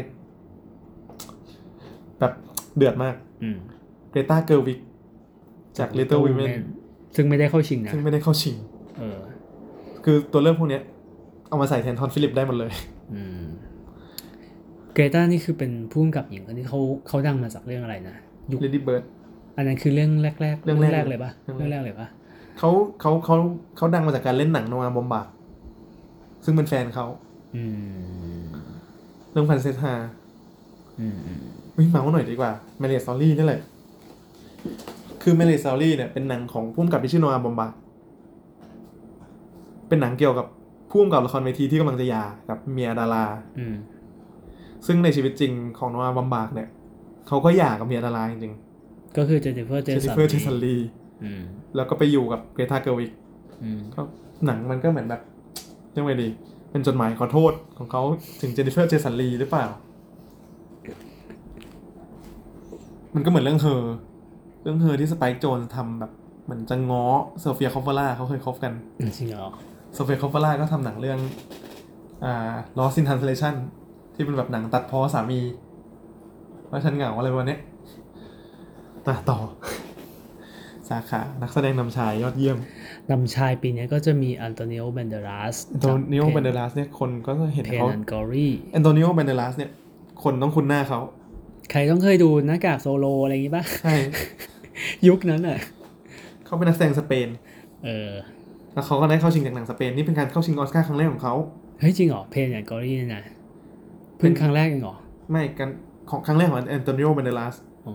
B: แบบเดือดมาก
A: อืม
B: เกรตาเกิร์วิกจาก Little Women
A: ซึ่งไม่ได้เข้าชิงนะ
B: ซึ่งไม่ได้เข้าชิง
A: เออ
B: คือตัวเลือกพวกเนี้ย เอามาใส่แทนทอนฟิลิปได้หมดเลย
A: อืม เกรตานี่คือเป็นผู้กำกับหญิงคนนี้เขาเขาดังมาจากเรื่องอะไรนะยุค
B: Lady Bird
A: อันนั้นคือเรื่องแรกๆ
B: เรื่องแรก
A: เลยปะ
B: เรื่องแรก
A: เรื่องแรกเลยปะ
B: เขาเขาเขาเขาดังมาจากการเล่นหนังโนอาบอมบาซึ่งเป็นแฟนเขา
J: อืม
B: เรื่องพันเซธา
J: อืมอืม
B: วิ่งเมาส์หน่อยดีกว่าเมเลสซอรี่นี่แหละ คือเมเลสซอรี่เนี่ยเป็นหนังของพุ่มกับที่ชื่อโนอาบอมบาเป็นหนังเกี่ยวกับพุ่มกับละครเวทีที่กำลังจะหย่ากับเมียดารา
A: อืม
B: ซึ่งในชีวิตจริงของโนอาบอมบาเนี่ยเขาก็หย่ากับเมียดาราจริง
A: ก็คือเจนนิเฟอร์
B: ๆ
A: เจ
B: เจ
A: สั
B: นิ
A: น
B: เฟอร์เจสันลี
J: อืม
B: แล้วก็ไปอยู่กับเกรทาเกอร์วิก
J: อืม
B: ก็หนังมันก็เหมือนแบบเรียกไงดี เป็นจดหมายขอโทษของเขาถึงเจนนิเฟอร์เจสันลีหรือเปล่า มันก็เหมือนเรื่องเฮอเรื่องเฮอที่สไปค์โจนส์ทำแบบเหมือนจะง้อโซเฟียคอฟเฟอร่าเขาเคยคบกัน
A: จริงเหรอ
B: โซเฟียคอฟเฟอร่าก็ทำหนังเรื่องอ่า Lost in Translation ที่เป็นแบบหนังตัดพ้อสามี ว่าฉันเหงาอะไรประมาณเนี้ยอ่ะต่อ [laughs] สาขานักแสดงนำชายยอดเยี่ยม
A: นำชายปีนี้ก็จะมีอันโตนิโอเบนเดรัส
B: แอนโตนิโอเบนเดลัสเนี่ยคนก็เห็น
A: เพ
B: เขา
A: นันกอรี่
B: แอนโตนิโอเบนเดลัสเนี่ย คนต้องคุ้นหน้า
A: [laughs]
B: เขา
A: ใครต้องเคยดูหน้ากากโซโลอะไรอย่างงี้ป่ะ
B: ใช่
A: [laughs] ยุคนั้นอ่ะ
B: เขาเป็นนักแสดงสเปน
A: เออ
B: แล้วเขาก็ได้เข้าชิงจากหนังสเปน นี่เป็นการเข้าชิงออสการ์ครั้งแรกของเขา
A: เฮ้ยจริงเหรอ เพนแอนกอรี่เนี่ยนะเพิ่ง
B: เป็น
A: ครั้งแรกเองเหรอ
B: ไม่กันของครั้งแรกของแอนโตนิโอเบนเดลัส
A: โอ้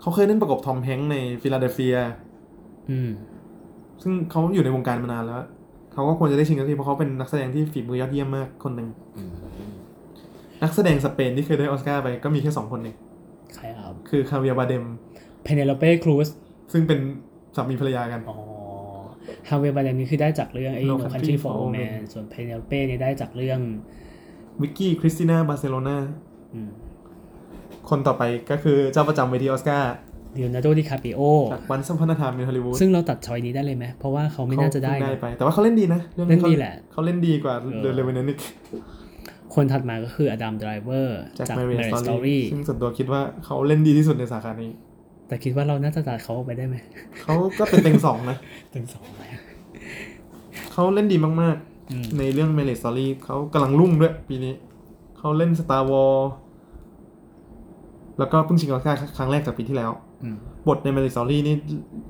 B: เขาเคยเล่นประกบทอมแฮงค์ในฟิลาเดลเฟีย
A: อืม
B: ซึ่งเขาอยู่ในวงการมานานแล้ว เขาก็ควรจะได้ชิงกันทีเพราะเขาเป็นนักแสดงที่ฝีมือยอดเยี่ยมมากคนหนึ่ง
J: อืม
B: นักแสดงสเปนที่เคยได้ออสการ์ไปก็มีแค่สองคนเอง
A: ใครครับ
B: คือคาเวียบาเดม
A: เพเนโลเป้ครูซ
B: ซึ่งเป็นสามีภรรยากัน
A: อ๋อฮาเวลบาดานี่คือได้จากเรื่องไอ้
B: No
A: No
B: Country
A: Country
B: for
A: for
B: Old
A: Old
B: Men
A: Men ส่วนเพเนลเป้เนี่ยได้จากเรื่อง
B: วิกกี้คริสติน่าบาร์เซโลนา
A: อืม
B: คนต่อไปก็คือเจ้าประจำเวทีออสการ์
A: ลีโอนาร์โดดิคาปิโอ
B: จากวันสัมพันธธรรมในฮอลลีวูด
A: ซึ่งเราตัดชอยนี้ได้เลยไหม เพราะว่าเขาไม่น่าจะได้
B: เขเพิ่ง
A: นะ
B: ได้ไป แต่ว่าเขาเล่นดีนะรื่อง
A: เล่นดี
B: ขา
A: แหละ
B: เขาเล่นดีกว่า
A: เออ
B: เดลเวเนนิก
A: คนถัดมาก็คืออดัมไดรเวอร์
B: จา
A: จาก ก
B: แมรี่
A: Marriage
B: สตอ
A: Story
B: รี่ซึ่งส่วนตัวคิดว่าเขาเล่นดีที่สุดในสาขานี้
A: แต่คิดว่าเราน่าจะตัดเขาออกไปได้ไหม
B: เขาก็เป็นเต็งสองนะ
A: ถึงสองเลย
B: เขาเล่นดีมาก
A: อืม
B: ๆ ในเรื่องแมรี่สตอรี่เขากำลังรุ่งด้วยปีนี้ เขาเล่น Star Wars แล้วก็เพิ่งชิงออสการ์ครั้งแรกจากปีที่แล้ว
A: อืม
B: บทในแมรี่สตอรี่นี่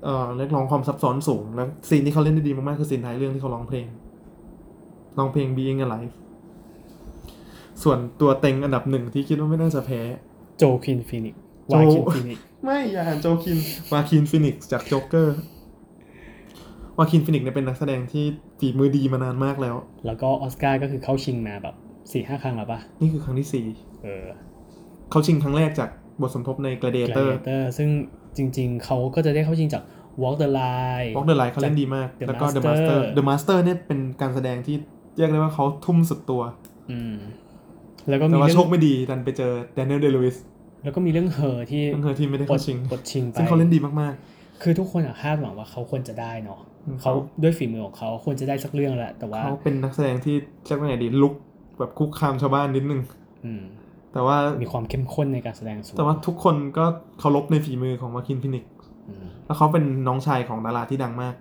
B: เอ่อเรียกร้องความซับซ้อนสูง แล้วซีนที่เขาเล่นได้ดีมากๆ คือซีนท้ายเรื่องที่เขาร้องเพลง ร้องเพลง Being Alive ส่วนตัวเต็งอันดับหนึ่งที่คิดว่าไม่น่าจะแพ้
A: โจคิ
B: [laughs]
A: นฟินิกซ์
B: โจ
A: วาคินฟินิกซ์
B: ไม่อย่าอ่านโจคินวาคินฟินิกซ์จากโจ๊กเกอร์วาคินฟินิกซ์เนี่ยเป็นนักแสดงที่ฝีมือดีมานานมากแล้ว
A: แล้วก็ออสการ์ก็คือเข้าชิงมาแบบสี่ห้าครั้งแล้วปะ
B: นี่คือครั้งที่สี่
A: เออ
B: เขาชิงครั้งแรกจากบทสมทบใน
A: เก
B: Gladiator
A: เตอร์ซึ่งจริง ๆ เขาก็จะได้เข้าชิงจาก Walk the Line
B: Walk the Line เขาเล่นดีมาก
A: The
B: แล้วก็ The
A: Master
B: Master The Master เนี่ยเป็นการแสดงที่เรียกได้ว่าเขาทุ่มสุดตัว
A: อืม แล้วก็มี
B: แต่ว่า
A: เรื่
B: โช
A: อ
B: ค
A: ง
B: ไม่ดีดันไปเจอแดเนียลเดลูวิส
A: แล้วก็มีเรื่องเฮอที่
B: เพื่อนเธอที่ไม่ได้
A: อ
B: เข้า
A: ด
B: ชิง
A: อดชิงไป
B: ซึ่งเขาเล่นดีมาก
A: คือทุกคนอะคาดหวังว่าเขาควรจะได้เนาะ
B: อืม
A: เขาด้วยฝีมือของเขาควรจะได้สักเรื่องแหละแต่
B: ๆ
A: ว่า
B: เขาเป็นนักแสดงที่เรียกว่าไงดีลุกแบบคุกคามชาวบ้านนิดนึง
A: อืม
B: แต่ว่า
A: มีความเข้มข้นในการแสดงสูง
B: แต่ว่าทุกคนก็เคารพในฝีมือของมาคินฟินิกซ์
A: อืม
B: แล้วเขาเป็นน้องชายของดาราที่ดังมาก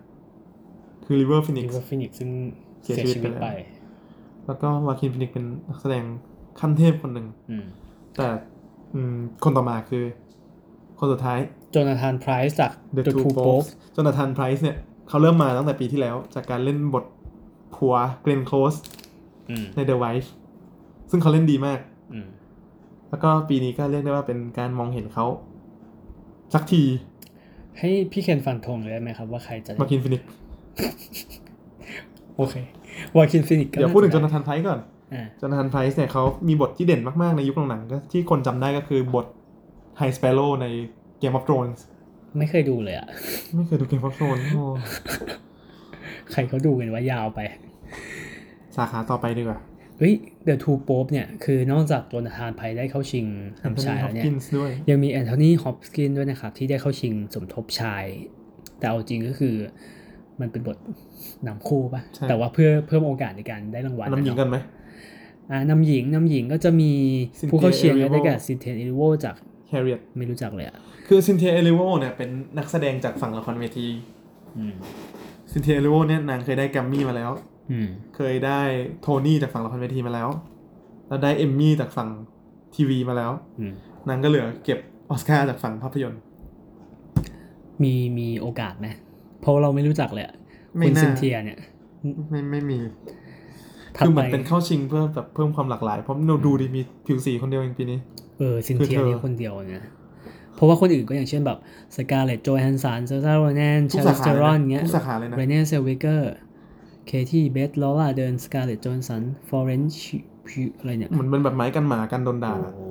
B: คือริเวอร์ฟินิก
A: ลิ
B: ซ์
A: เวอร์ฟินิกซ์ซึ่ง
B: เสี
A: เสี
B: ย
A: ย
B: ชีวิต
A: ชีวิตไป
B: ไปแล้ว แล้วก็มาคินฟินิกซ์เป็นนักแสดงขั้นเทพคนหนึ่ง
A: อืม
B: แต่อืมคนต่อมาคือ คนสุดท้าย
A: โจนาธานไพรส์จาก
B: The
A: The
B: Two
A: Two
B: Popes
A: Popes
B: จนทานไพรส์เนี่ยเขาเริ่มมาตั้งแต่ปีที่แล้ว จากการเล่นบทผัวเกรนโคลส
A: อืม
B: ใน The Wife ซึ่งเขาเล่นดีมาก
A: อืม
B: แล้วก็ปีนี้ก็เรียกได้ว่าเป็นการมองเห็นเขา สักที
A: ให้พี่เคนฟันธงเลยได้ไหมครับว่าใครจะได้
B: มากินฟินิก
A: โอเควาคินฟินิกซ์ก็
B: เดี๋ยวพูดถึงจ
A: จะ
B: นทานไพรส์ก่อน
A: อ่า
B: จนทานไพรส์เนี่ยเขามีบทที่เด่นมาก ๆ ในยุคหลังๆก็ที่คนจำได้ก็คือบทไฮสเปโ w ใน Game of Thrones
A: ไม่เคยดูเลยอ่ะ
B: ไม่เคยดู Game of Thrones โอ้
A: [laughs] ใครเขาดูกันว่ายาวไป
B: สาขาต่อไปดีกว่า
A: เฮ้ย The Two Popes เนี่ย คือนอกจากโดนทานไพได้เข้าชิง
B: แอนโทนี
A: ชาย
B: ฮ
A: แล้ว
B: อป
A: เนี่ย
B: กินส์ด้วย
A: ยังมีแอนโทนีฮอปกินด้วยนะครับ ที่ได้เข้าชิงสมทบชาย แต่เอาจริงก็คือมันเป็นบทนำคู่ปะ
B: ใช่
A: ่ะ แต่ว่าเพื่อเพิ่มโอกาสในการได้รางวัล
B: อันน้ำหญิงกันไหม
A: อ่านำหญิงนำหญิงก็จะมีผู้เข้าชิงเนี่ยได้แก่ซินเทนอิโวจาก
B: Harriet
A: ไม่รู้จักเลยอ่ะ
B: คือซินเทียเอลิโวเนี่ยเป็นนักแสดงจากฝั่งละครเวที
A: อืม
B: ซินเทียเอลิโวเนี่ยนางเคยได้แกรมมี่มาแล้ว
A: อืม
B: เคยได้โทนี่จากฝั่งละครเวทีมาแล้ว แล้วได้เอมมี่จากฝั่ง ทีวีมาแล้ว
J: อืม
B: นางก็เหลือเก็บออสการ์จากฝั่งภาพยนตร์
A: มีมีโอกาสไหมเพราะเราไม่รู้จักเลยอะ
B: ไม่
A: คุณ
B: น่า
A: ซินเทียเนี่ย
B: ไม่ไม่มี
A: ถัด
B: คือเห
A: ไป
B: มือนเป็นเข้าชิงเพื่อแบบเพิ่มความหลากหลาย เพราะดูดูดีมีผิวสีคนเดียวเองปีนี้
A: เออซิน
B: คือ
A: เทีย
B: เธอ
A: นี่คนเดียวนะเพราะว่าคนอื่นก็อย่างเช่นแบบสกาเลตโจแฮนสันเซอร์ซาโรแนน
B: ทุ
A: เช
B: ก
A: ล
B: สา
A: ส
B: ขา
A: เตอ
B: เลย
A: รอน
B: นะ
A: เงี้ย
B: ทุกสาขาเลยนะ
A: เรเน่เซลวิเกอร์ เคที่เบสลอล่าเดินสกาเลตโจนสัน ฟอเรนชิอะไรเนี่ย
B: เหมือนเป็นแบบไม้กันหมากันโดนด่า
A: โอ้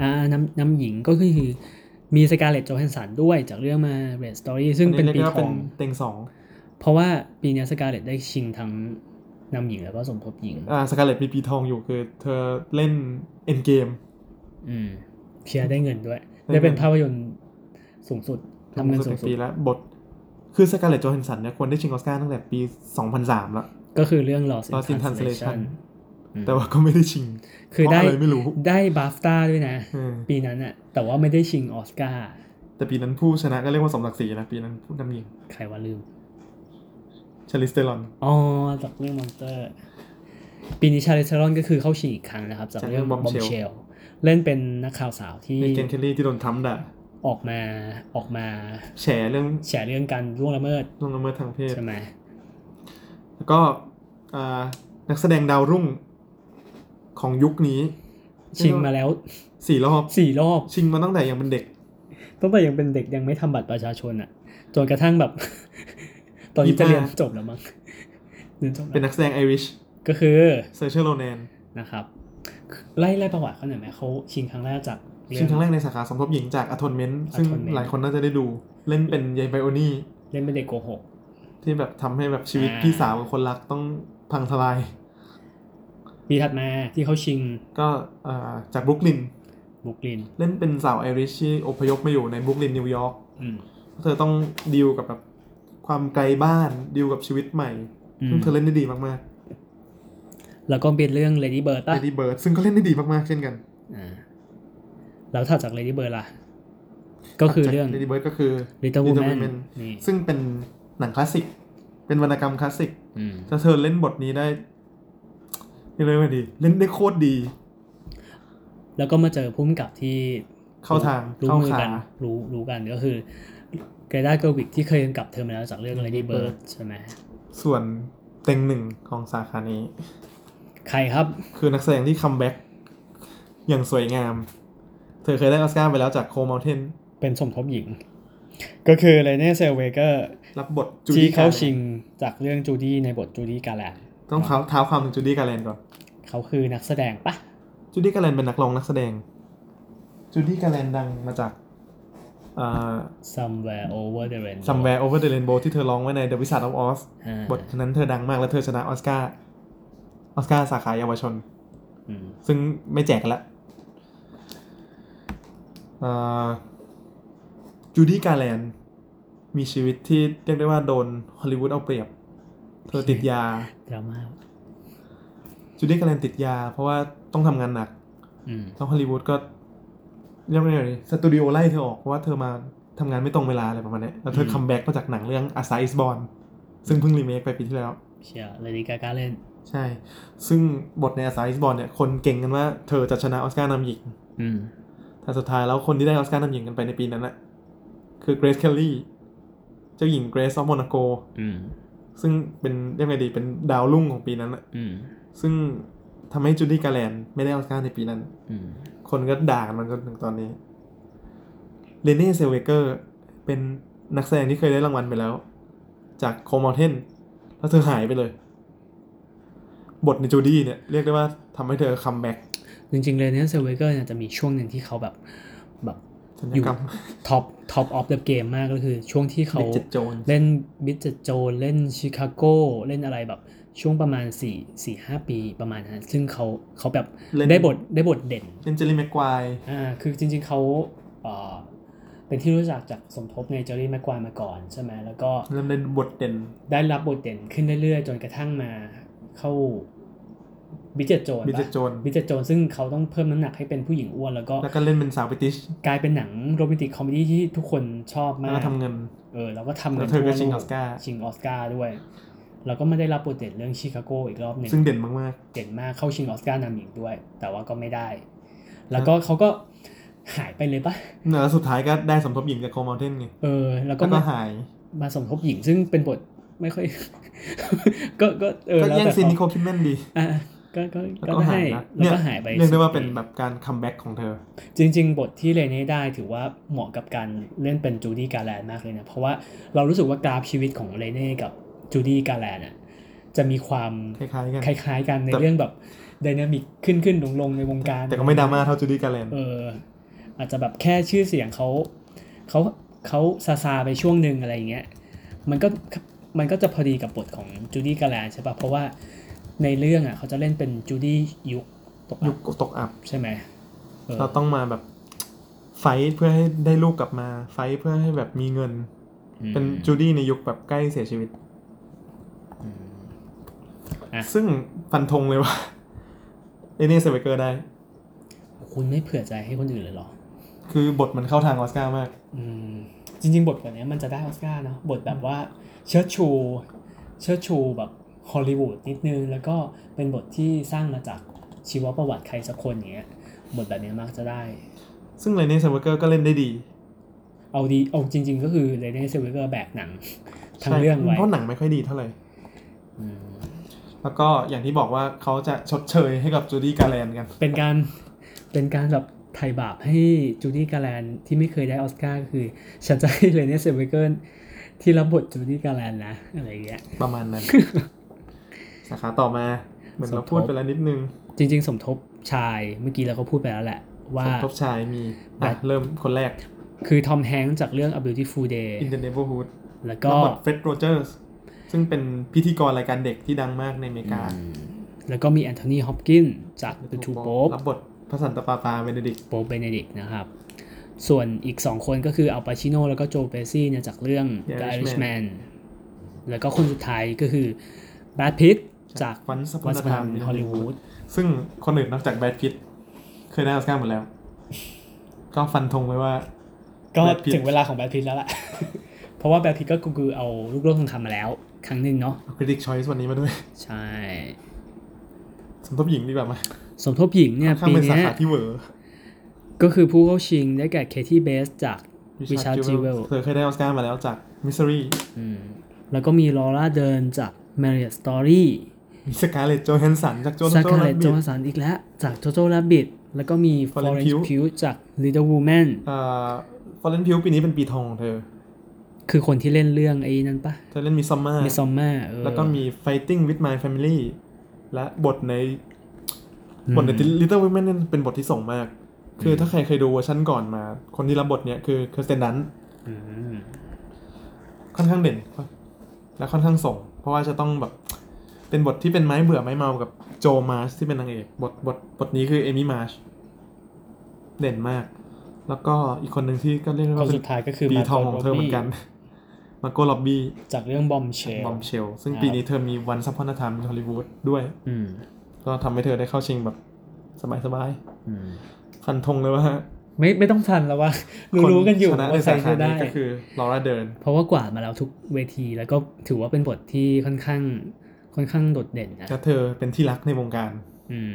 A: อ่าน้ำน้ำหญิงก็คือมีสกาเลตโจแฮนสันด้วยจากเรื่องมาเรดสตอรี่ซึ่งเป็น
B: อั
A: ปี
B: รีย
A: ท
B: กว่า
A: อง
B: เต็งสอง
A: เพราะว่าปีเนี้สกาเลตได้ชิงทั้งนำหญิงแล้วก็สมทบหญิง
B: อ่าสกาเลตมีปีทองอยู่คือเธอเล่นเอ็นเกม
J: อืม
A: เชียร์ได้เงินด้วย
B: ได้
A: ได้
B: เงิน
A: เป็นภาพยนตร์สูงสุดทำเงินสูงสุด
B: ปีแล้วบท คือสกาเลตโจแฮนสันเนี่ยควรได้ชิงออสการ์ตั้งแต่ปี 2003 แล้ว
A: ก็คือเรื่อง Lost
B: Lost
A: in
B: in
A: Translation
B: Translation
J: อืม
B: แต่ว่าก็ไม่ได้ชิง
A: คือ
B: เพราะ
A: ได้
B: อะไรไม่รู้
A: ได้บาฟตาด้วยนะ
B: เออ
A: ปีนั้นอะแต่ว่าไม่ได้ชิงออสการ์
B: แต่ปีนั้นผู้ชนะก็เรียกว่าสมศักดิ์ศรีนะ ปีนั้นผู้นำหญิง
A: ใครว่าลืม
B: ชลิสเตรอน
A: อ๋อจากเรื่องมอนเตอร์ ปีนี้ชาลิซารอนก็คือเข้าชิงอีกครั้งนะครับจาก
B: จากเรื่
A: เรื่อ
B: อง ง
A: บอมเช
B: Bombshell
A: ลเล่นเป็นนักข่าวสาวที่
B: ในเกนเคลลี่ที่โดนทรัมป์ด่า
A: ออกมาออกมา
B: แฉเรื่อง
A: แฉเรื่องการล่วงละเมิด
B: ล่วงละเมิดทางเพศ
A: ใช่ไหม
B: แล้วก็อ่านักแสดงดาวรุ่งของยุคนี้
A: ชิงมาแล้ว
B: สี่รอบ
A: สี่รอบ
B: ชิงมาตั้งแต่ยังเป็นเด็ก
A: ตั้งแต่ยังเป็นเด็กยังไม่ทำบัตรประชาชนอะ่ะจนกระทั่งแบบ [laughs] ตอนนี้จะเรียน
B: ยี่สิบห้า
A: จบแล้วมั้งเรียนจบ
B: เป็น
A: แล้ว
B: นักแสดงไอริช
A: ก็คือ
B: เซอร์เชอร์โรแนน
A: นะครับ ไล่ไล่ประวัติเขาหน่อยไหมเขาชิงครั้งแรกจากเอ
B: ซึ่งครั้งแรกในสาขาสมทบหญิงจาก Atonement ซึ่ง
A: Atonement
B: หลายคนน่าจะได้ดู เล่นเป็นยายไบโอนี่
A: เล่นเป็นเด็กโกหก
B: ที่แบบทำให้แบบชีวิต
A: อ่า
B: พี่สาวกับคนรักต้องพังทลาย
A: ปีถัดมาที่เขาชิง
B: ก็เอ่อจากบรุกลิน
A: บุกลิน
B: เล่นเป็นสาวไอริชที่อพยพมาอยู่ในบรุกลินนิวยอร์ก
A: อืม
B: เธอต้องดีลกับแบบความไกลบ้านดีลกับชีวิตใหม่
A: อืม
B: ซึ่งเธอเล่นได้ดีมาก
A: แล้วก็เป็นเรื่อง Lady Bird
B: ๆ
A: ป่ะ
B: เ a ดี้เบิร์ดซึ่งก็เล่นได้ดีมากๆเช่นกัน
A: อ่าแล้วถัดจาก Lady Bird ล่ะ ก็คือเรื่อง
B: เ a ดี้เบิร์ดก็คือ
A: Little Woman นี่
B: ซึ่งเป็นหนังคลาสสิกเป็นวรรณกรรมคลาสสิก
J: อืม
B: ถ้าเธอเล่นบทนี้ได้เรียกได้ว่าดี เล่นได้โคตรดี
A: แล้วก็มาเจอพุ่มกับที่
B: เข้าทาง
A: รู้
B: เข้า
A: มือ
B: ขา
A: กัน รู้รู้กันก็คือเกรดาเกอร์วิกที่เคยกำกับเธอมาแล้วจากเรื่อง Lady Bird ใช่ไหม
B: ส่วนเต็งหนึ่งของสาขานี้
A: ใครครับ
B: คือนักแสดงที่คัมแบ็กอย่างสวยงาม เธอเคยได้ออสการ์ไปแล้วจากโคมาเทน
A: เป็นสมทบหญิง ก็คือเลเน่เซลเวเกอร์
B: รับบทจู
A: ที่
B: ดี้
A: เข้าชิงจากเรื่องจูดี้ในบทจูดี้กาแลน
B: ต้องเท้าเท้าความถึงจูดี้กาแลนก่อน
A: เขาคือนักแสดงปะ
B: จูดี้กาแลนเป็นนักร้องนักแสดงจูดี้กาแลนดังมาจากอ่า
A: Somewhere Over the Rainbow
B: Somewhere Over the Rainbow ที่เธอร้องไว้ใน The Wizard of Oz
A: อ่า
B: บทนั้นเธอดังมากและเธอชนะออสการ์ออสการ์สาขาเยาวชน
A: อืม
B: ซึ่งไม่แจกกันละจูดี้กาแลนมีชีวิตที่เรียกได้ว่าโดนฮอลลีวูดเอาเปรียบ เธอติดยา
A: ดราม่า
B: จูดี้กาแลนติดยา เพราะว่าต้องทำงานหนัก
J: อืม
B: แล้วฮอลลีวูดก็เรียกว่าไงดีสตูดิโอไล่เธอออกเพราะว่าเธอมาทำงานไม่ตรงเวลาอะไรประมาณเนี้ยแล้วเธอคัมแบ็กมาจากหนังเรื่อง A Star Is Born ซึ่งเพิ่งรีเมคไปปีที่แล้ว
A: เชียร์เลดี้กากาเล่น
B: ใช่ ซึ่งบทใน A Star Is Born เนี่ยคนเก่งกันว่าเธอจะชนะออสการ์นำหญิง
J: อืม
B: แต่สุดท้ายแล้วคนที่ได้ออสการ์นำหญิงกันไปในปีนั้นนะคือเกรซเคลลี่เจ้าหญิงเกรซออฟโมนาโก
J: อืม
B: ซึ่งเป็นเรียกไงดีเป็นดาวรุ่งของปีนั้นนะ
J: อืม
B: ซึ่งทำให้จูดี้กาแลนไม่ได้ออสการ์ในปีนั้น
J: อืม
B: คนก็ด่ากันมันจนถึงตอนนี้เรเน่เซลเวเกอร์เป็นนักแสดงที่เคยได้รางวัลไปแล้ว จากโคมอเทนแล้วเธอหายไปเลย บทในจูดี้เนี่ยเรียกได้ว่าทำให้เธอคัมแบ็ก
A: จริงๆเลยเนี่ยเซเวเกอร์เนี่ยจะมีช่วงหนึ่งที่เขาแบบแบบ
B: สัญ
A: อยู่
B: กรรม
A: ท็อปท็อปออฟเดอะเกมมากก็คือช่วงที่เขา
B: เจ็ดโจน
A: เล่นบิจโจนเล่นชิคาโกเล่นอะไรแบบช่วงประมาณ4ี่สี่ห้าปีประมาณนั้นซึ่งเขาเขาแบบ
B: เล่น
A: ได้บทได้บทเด่น
B: เป็นเจลลี่แม็กควาย
A: อ่าคือจริงๆเขาเอ่อเป็นที่รู้จักจากสมทบในเจอรี่แมกควายมาก่อนใช่ไหมแล้วก็
B: เริ่มเล่นบทเด่น
A: ได้รับบทเด่นขึ้นเรื่อยๆ จนกระทั่งมาเข้าบิจโจน
B: Bridget Jones
A: บิจโจนซึ่งเขาต้องเพิ่มน้ำหนักให้เป็นผู้หญิงอ้วนแล้วก็
B: แล้วก็เล่นเป็นสาวบริติช
A: กลายเป็นหนังโรแมนติกคอมเมดี้ที่ทุกคนชอบ
B: แล้
A: มาว ก
B: ก็ทำเงิน
A: เออเราก็ทำน
B: แล้วเธอก็
A: ทั่วโล
B: ชิงออสการ์
A: ชิงออสการ์ด้วย แล้วก็ไม่ได้รับโปรเจกต์เรื่องชิคาโกอีกรอบหนึ่ง
B: ซึ่งเด่นมาก
A: เด่นมากเข้าชิงออสการ์นำหญิงด้วย แต่ว่าก็ไม่ได้ แล้วก็เขาก็หายไปเลยปะ
B: ๆ แล้วสุดท้ายก็ได้สมทบหญิงจากโคม u เทนไง
A: เออ แล้วก็
B: ก็ก็
A: มา
B: หาย
A: มาสมทบหญิงซึ่งเป็นบทไม่ค่อย [laughs] ก็ก็เออ
B: ก็
A: ล้ว
B: แย่ง
A: ต่
B: ซีน
A: เขา
B: นิโคลคิดแมนดี
A: อ่ะก็ก็
B: แล้ว
A: ก็
B: ก็หา
A: ได้
B: ยนะ
A: แล้วก็หายไป
B: เรียกได้ว่าเป็น
A: สิปี
B: แบบการคัมแบ็กของเธอ
A: จริง ๆ บทที่เลเน่ได้ถือว่าเหมาะกับการเล่นเป็นจูดี้กาแลนด์มากเลยนะ เพราะว่าเรารู้สึกว่ากราฟชีวิตของเลเน่กับจูดี้กาแลนด์อ่ะจะมีความ
B: คล้ายๆกัน
A: คล้าย ๆ กันใน
B: แต่
A: เรื่องแบบดินามิกขึ้นขึ้นลงลงๆในวงการ
B: แต่ก็ไม่ดราม่าเท่าจูดี้กาแลน
A: เอออาจจะแบบแค่ชื่อเสียงเขาเขาเขาซาซาไปช่วงหนึ่งอะไรอย่างเงี้ยมันก็มันก็จะพอดีกับบทของจูดี้กาแลนใช่ปะ่ะ เพราะว่าในเรื่องอ่ะเขาจะเล่นเป็นจูดี้ยุคตกอั
B: ยุ
A: บ
B: คตกอับ
A: ใช่ไหมเออ
B: เราต้องมาแบบไฟท์เพื่อให้ได้ลูกกลับมา ไฟท์เพื่อให้แบบมีเงิน เป็นจูดี้ในยุคแบบใกล้เสียชีวิต
J: อืม
B: ซึ่งฟันธงเลยว่า [laughs] เอเนเซเวเกอร์ได้
A: คุณไม่เผื่อใจให้คนอื่นเลยเหรอ
B: คือบทมันเข้าทางออสการ์มาก
A: อืมจริงๆ บทแบบเนี้ยมันจะได้ออสการ์เนาะบทแบบว่าเชิดชูเชิดชูแบบฮอลลีวูดนิดนึง แล้วก็เป็นบทที่สร้างมาจากชีวประวัติใครสักคนอย่างเงี้ยบทแบบเนี้ยมักจะได้
B: ซึ่งเรเน่เซเวเกอร์ก็เล่นได้ดี
A: เอาดีเอาจริง ๆ ก็คือเรเน่เซเวเกอร์แบกหนัง ทั้ง
B: ใช่
A: เรื่องไว้
B: เพราะหนังไม่ค่อยดีเท่าไหร่
A: อืม
B: แล้วก็อย่างที่บอกว่าเขาจะชดเชยให้กับจูดี้กาแลนกัน
A: เป็นการเป็นการแบบไถ่บาปให้จูดี้กาแลนที่ไม่เคยได้ออสการ์ก็คือ ฉันจะให้เรเน่เซเวเกอร์ที่รับบทจูดี้กาแลนนะอะไรอย่างเงี้ย
B: ประมาณนั้น สาขาต่อมา เหมือนเราพูดไปแล้วนิดนึง
A: จริง ๆ สมทบชายเมื่อกี้เราก็พูดไปแล้วแหละ ว่า
B: สมทบชายมีอ่ะ
A: แบบ
B: เริ่มคนแรก
A: คือทอมแฮงค์จากเรื่อง A Beautiful Day
B: In the Neighborhood
A: แล้ว
B: รั
A: ก็
B: บบทเฟ r ดโรเจอร์สซึ่งเป็นพิธีกรรายการเด็กที่ดังมากในอเมริกา
J: อืม
A: แล้วก็มีแอนโทนีฮอปกินจาก The Two Popes
B: รับบทพระสันตะปาปาเบนเดดิกต์
A: โปเบเนดิกนะครับ ส่วนอีก 2 คนก็คืออัลปาชิโนแล้วก็โจเปซี่เนี่ยจากเรื่อง The Irishman แล้วก็คนสุดท้ายก็คือแบทพิตจาก
B: วันสปอ
A: วัน
B: น
A: ส
B: ธร
A: ปาร
B: ม
A: นฮอลลีวูด
B: ซึ่งคนอื่นนอกจากแบทพิตเคยได้ออสการ์หมดแล้ว ก็ฟันธงไว้ว่า
A: ก็
B: Brad Pitt
A: ถึงเวลาของแบทพิตแล้วล่ะ [laughs] เพราะว่าแบทพิตก็คือเอาลูกโลกทองคำมาแล้ว ครั้งหนึ่งเนาะ
B: c r i t i c Choice วันนี้มาด้วย
A: ใช่
B: สมทบหญิงดีกว่าไหม
A: สมทบหญิงเนี่ย
B: ข้าม
A: ปี
B: เป็นสา
A: เนี้ย
B: ขาที่เหวอร์
A: ก็คือผู้เข้าชิงได้แก่เคที่เบสจาก Richard Jewell
B: เธอเคยได้ออสการ์มาแล้วจาก Misery
J: อืม
A: แล้วก็มีลอร่าเดินจาก Marriott Story
B: มีสกาเลตโจแฮนสันจากโจน
A: ซา
B: โจ
A: คาเล
B: รั
A: ต
B: บ
A: โจ
B: บิท
A: สันอีกแล้วจาก Jojo Rabbit แล้วก็มี
B: Florence
A: Florence
B: Pugh
A: Pugh จาก Little Woman
B: เอ่อฟอร์เรนพิวปีนี้เป็นปีทองของเธอ
A: คือคนที่เล่นเรื่องไอ้นั้นปะ
B: เธอเล่นมีซัมมา
A: Midsommar เออ
B: แล้วก็มี Fighting with My Family และบทใน
A: อืม
B: บทใน Little Women นั่นเป็นบทที่ส่งมาก คือถ้าใครเคยดูเวอร์ชันก่อนมา คนที่รับบทเนี้ยคือเคอร์เซนดัน
A: อืม
B: ค่อนข้างเด่น และค่อนข้างส่ง เพราะว่าจะต้องแบบ เป็นบทที่เป็นไม้เบื่อไม้เมากับโจมาร์ชที่เป็นนางเอกบทบทบทนี้คือเอมี่มาร์ชเด่นมาก แล้วก็อีกคนหนึ่งที่ก็เรียกได้
A: ค
B: ว่านเป็
A: สุ
B: น
A: ดท้ายก็คือ
B: ปีทอง
A: Margot
B: ของเธอเหมือนกัน
A: Robbie
B: มาโก้ล็อบบี้
A: จากเรื่อง Bombshell
B: บอมเชล ซึ่งปีนี้เธอมีวันซัพพอร์ตธรรมฮอลลีวูดด้วย
J: อืม
B: ก็ทำให้เธอได้เข้าชิงแบบสบาย
J: อืม
B: ๆฟันธงเลยว่า
A: ไม่ไม่ต้องทันแล้วว่า
B: คน
A: รู้ๆกันอยู่
B: ชนะใน
A: ว่าใคร
B: สาขา
A: จะได้
B: นี้ก็คือลอร่าเดิน
A: เพราะว่ากวาดมาแล้วทุกเวทีแล้วก็ถือว่าเป็นบทที่ค่อนข้างค่อนข้างโดดเด่นนะ
B: และเธอเป็นที่รักในวงการ
A: อืม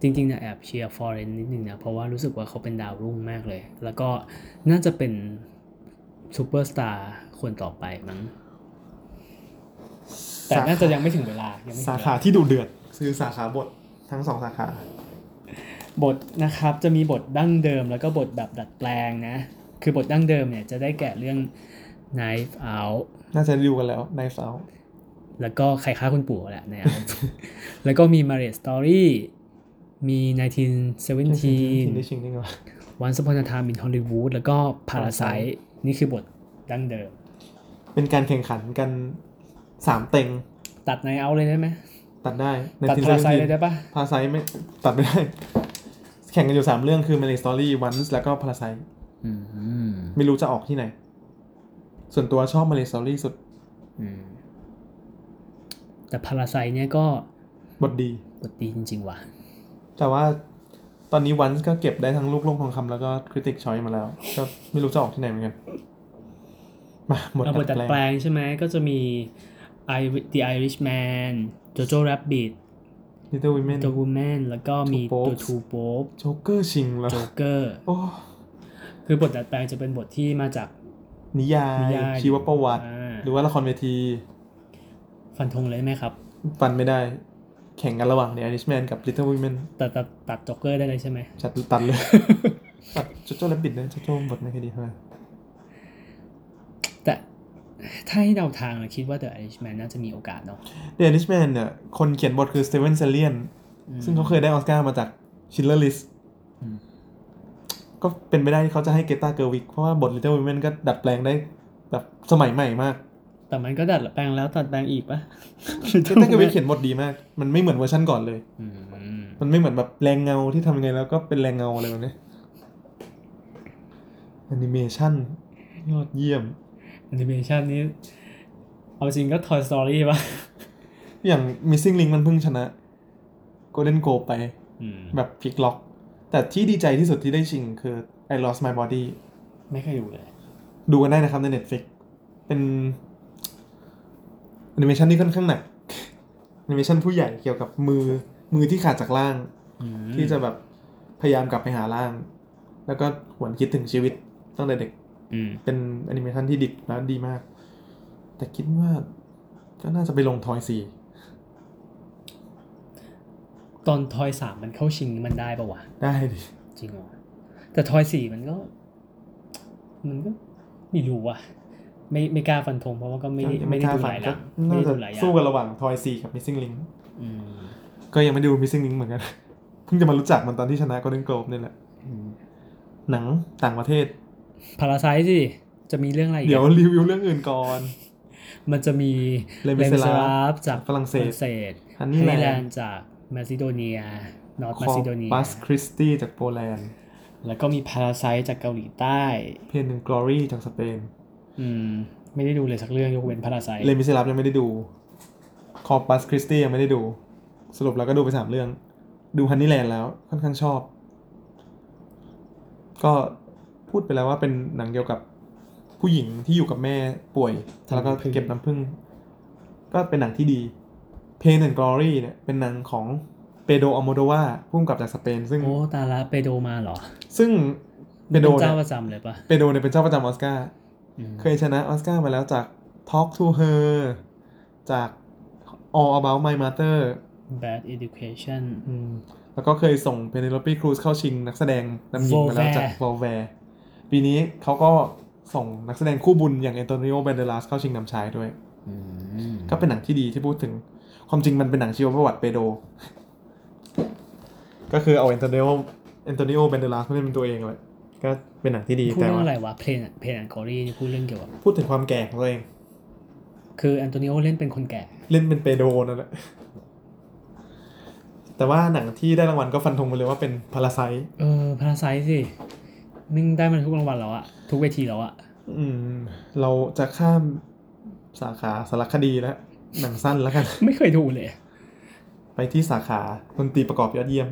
A: จริงๆเนี่ยแอบเชียร์ฟอร์เรนนิดนึงนะ เพราะว่ารู้สึกว่าเขาเป็นดาวรุ่งมากเลย แล้วก็น่าจะเป็นซูเปอร์สตาร์คนต่อไปมั้งแต่น่าจะยังไม่ถึงเวลายังไม่ถึ
B: สาง
A: เว
B: ขา
A: ลา
B: ที่ดุเดือด คือสาขาบททั้งสองสาขา
A: บทนะครับจะมีบทดั้งเดิมแล้วก็บทแบบดัดแปลงนะ คือบทดั้งเดิมเนี่ยจะได้แก่เรื่อง Knife Out
B: น่าจะดูกันแล้วในเสา
A: แล้วก็ใครฆ่าคุณปู่แหละในอัน
B: [laughs]
A: แล้วก็มี Marriage Story มี
B: ชิงได้
A: 1917
B: ชิงได้ไงวะ
A: Once Upon a Time in Hollywood แล้วก็ Parasite นี่คือบทดั้งเดิม
B: เป็นการแข่งขันกันสามเต็ง
A: ตัดในเอาเลยได้ไหม
B: ตัดได้ใน
A: ตัด
B: ทีม
A: Parasite เลยได้ปะ
B: พาราไซไม่ตัดไม่ได้ แข่งกันอยู่ 3 เรื่องคือ m a r r i a g e Story Once แล้วก็พาราไซ
J: อืมอืม
B: ไม่รู้จะออกที่ไหน ส่วนตัวชอบ m a r r i a g e Story สุด
J: อืม
A: แต่ Parasite เนี่ยก็
B: บทดี
A: บทดีจริง ๆ ว่ะ
B: แต่ว่าตอนนี้ Once ก็เก็บได้ทั้งลูกโลงทองคำแล้วก็ Critic Choice มาแล้ว ก็ไม่รู้จะออกที่ไหนเหมือนกัน มาหมด
A: เอาบทดัด
B: ดัด
A: แป
B: แป
A: ล
B: ลง
A: งใช่ไหมก็จะมี I- The Irishman Jojo Rabbit
B: Little Women
A: The Woman แล้วก็มี
B: Two
A: The
B: Popes
A: Two Popes
B: โจ๊กเกอร์ชิงแล้ว
A: Joker
B: โอ้
A: คือบทดัดแปลงจะเป็นบทที่มาจาก
B: นิยา
A: นิ
B: ย
A: ยาย
B: ชีวประวัติ
A: อ่า
B: หรือว่าละครเวที
A: ฟันธงเลยไหมครับ
B: ฟันไม่ได้ แข่งกันระหว่าง The Irishman กับ Little Women
A: ตัดตัดตัดจ็อกเกอร์ได้เลยใช่ไหม
B: จัดตัด
A: [laughs]
B: เลย ตัดโจโจ้และบิดนะโจโจ้บทไม่ค่อยดีเท่าไหร่
A: แต่ถ้าให้เดาทางเราคิดว่า The Irishman น่าจะมีโอกาสเนาะ
B: The Irishman เนี่ย คนเขียนบทคือสเตเวนเซเลียน
A: อืม
B: ซึ่งเขาเคยได้ออสการ์มาจากชิลเลอร์ลิส
J: อืม
B: ก็เป็นไปได้ที่เขาจะให้เกตาเกอร์วิกเพราะว่าบท Little Women ก็ดัดแปลงได้แบบสมัยใหม่มาก
A: แต่มันก็ดัดแปลงแล้วตัดแปลงอี [laughs] กปะ
B: เกตาเกอร์วิก
A: [laughs]
B: เขียนบทดีมาก มันไม่เหมือนเวอร์ชันก่อนเลย
A: อืม
B: มันไม่เหมือนแบบแรงเงาที่ทำยังไงแล้วก็เป็นแรงเงาอะไรแบบเนี้ แอนิเมชันยอดเยี่ยม
A: แอนิเมชันนี้ เอาจริงก็ Toy Story ป่ะ
B: อย่าง Missing Link มันเพิ่งชนะ Golden Globe ไป
A: อืม
B: แบบพลิกล็อก แต่ที่ดีใจที่สุดที่ได้ชิงคือ I Lost My Body
A: ไม่เคยดูเลย
B: ดูกันได้นะครับใน Netflix เป็นแอนิเมชันที่ค่อนข้างหนัก [laughs] แอนิเมชันผู้ใหญ่เกี่ยวกับมือมือที่ขาดจากล่าง
A: อืม
B: ที่จะแบบพยายามกลับไปหาล่าง แล้วก็หวนคิดถึงชีวิตตั้งแต่เด็ก
A: อืม
B: เป็นแอนิเมชันที่ดิบและดีมาก แต่คิดว่าก็น่าจะไปลงทอยสี่
A: ตอน Toy 3 มันเข้าชิงมันได้ปะวะ
B: ได้ดิ
A: จริงเหรอแต่ Toy 4 มันก็ มันก็ไม่รู้ว่ะ ไม่ไม่กล้าฟันธงเพราะว่าก็ไม่ได้ไม่ได้ดูหลายหลังไม่
B: น่า
A: ได้
B: จะ
A: ดูหลายอย่า
B: สู้
A: ง
B: กันระหว่าง Toy 4 กับ Missing Link
A: อืม
B: ก็ยังไม่ได้ดู Missing Link เหมือน [laughs] กัน เพิ่งจะมารู้จักมันตอนที่ชนะ Golden Globe นี่แหละ หนังต่างประเทศ
A: พาราไซสิ จะมีเรื่องอะไรอีกอะ
B: เดี๋ยวรีวิวเรื่องอื่นก่อน
A: มันจะมี
B: Les
A: มิ
B: Miserables
A: บจาก
B: ฝรั่งเศส
A: ส
B: Honeyland
A: ไอร์แลนด์จากมาซิโดเนีย นอร์ทมาซิโดเนีย
B: บัสคริสตี้จากโปแลนด์
A: แล้วก็มีพาราไซจากเกาหลีใต้
B: เพนนกลอรี่จากสเปน
A: อืม ไม่ได้ดูเลยสักเรื่องยกเว้นพาราไซ
B: เลมิเซลับยังไม่ได้ดูคอบัสคริสตี้ยังไม่ได้ดู สรุปแล้วก็ดูไปสามเรื่อง ดูฮันนี่แลนด์แล้วค่อนข้างชอบ ก็พูดไปแล้วว่าเป็นหนังเกี่ยวกับผู้หญิงที่อยู่กับแม่ป่วย แล้วก็เก็บน้ำผึ้งก็เป็นหนังที่ดี Pain and Glory เนี่ยเป็นหนังของเปโดอ l โมโดวาพุ่มกับจากสเปน ซึ่ง
A: โอ้ ตาละเปโดมาเหรอ
B: ซึ่งเปโด
A: เป็น
B: เนี่
A: เจ้าย ประจำเลยปะ
B: เปโดเนี่ยเป็นเจ้าประจำออสการ์
A: อืม
B: เคยชนะออสการ์มาแล้วจาก Talk to Her จาก All About My Mother
A: แบด education
B: อืมแล้วก็เคยส่งเพเนโลปีครูซเข้าชิงนักแสดงนำหญิงมาแล้วจาก v o l v e r ปีนี้เขาก็ส่งนักแสดงคู่บุญอย่าง a อนโตนิโอเบนเดลัสเข้าชิงนำชายด้วย
J: อืม
B: ก็เป็นหนังที่ดีที่พูดถึงความจริงมันเป็นหนังชีวประวัติเปโด ก็คือเอา a อนโตนิโอเอนโตนิโอเบนเดลัสมาเล่นเป็นตัวเองเลยก็เป็นหนังที่ดี
A: พูด
B: แต่
A: เรื่อง
B: ว่า
A: อะไรวะเพลนเพลนแอนคอรี่นี่พูดเรื่องเกี่ยวกับ
B: พูดถึงความแก่ของตัวเอง
A: คือแอนโตนิโอเล่นเป็นคนแก่
B: เล่นเป็นเปโดนั่นแหละ [laughs] แต่ว่าหนังที่ได้รางวัลก็ฟันธงไปเลยว่าเป็นพาราไซ
A: เออ พาราไซสิมึงได้มันทุกรางวัลแล้วอะทุกเวทีแล้วอะ
B: อืม เราจะข้ามสาขาสารคดีและหนังสั้นแล้วกัน [laughs]
A: ไม่เคยดูเลย
B: ไปที่สาขาดนตรีประกอบยอดเยี่ยม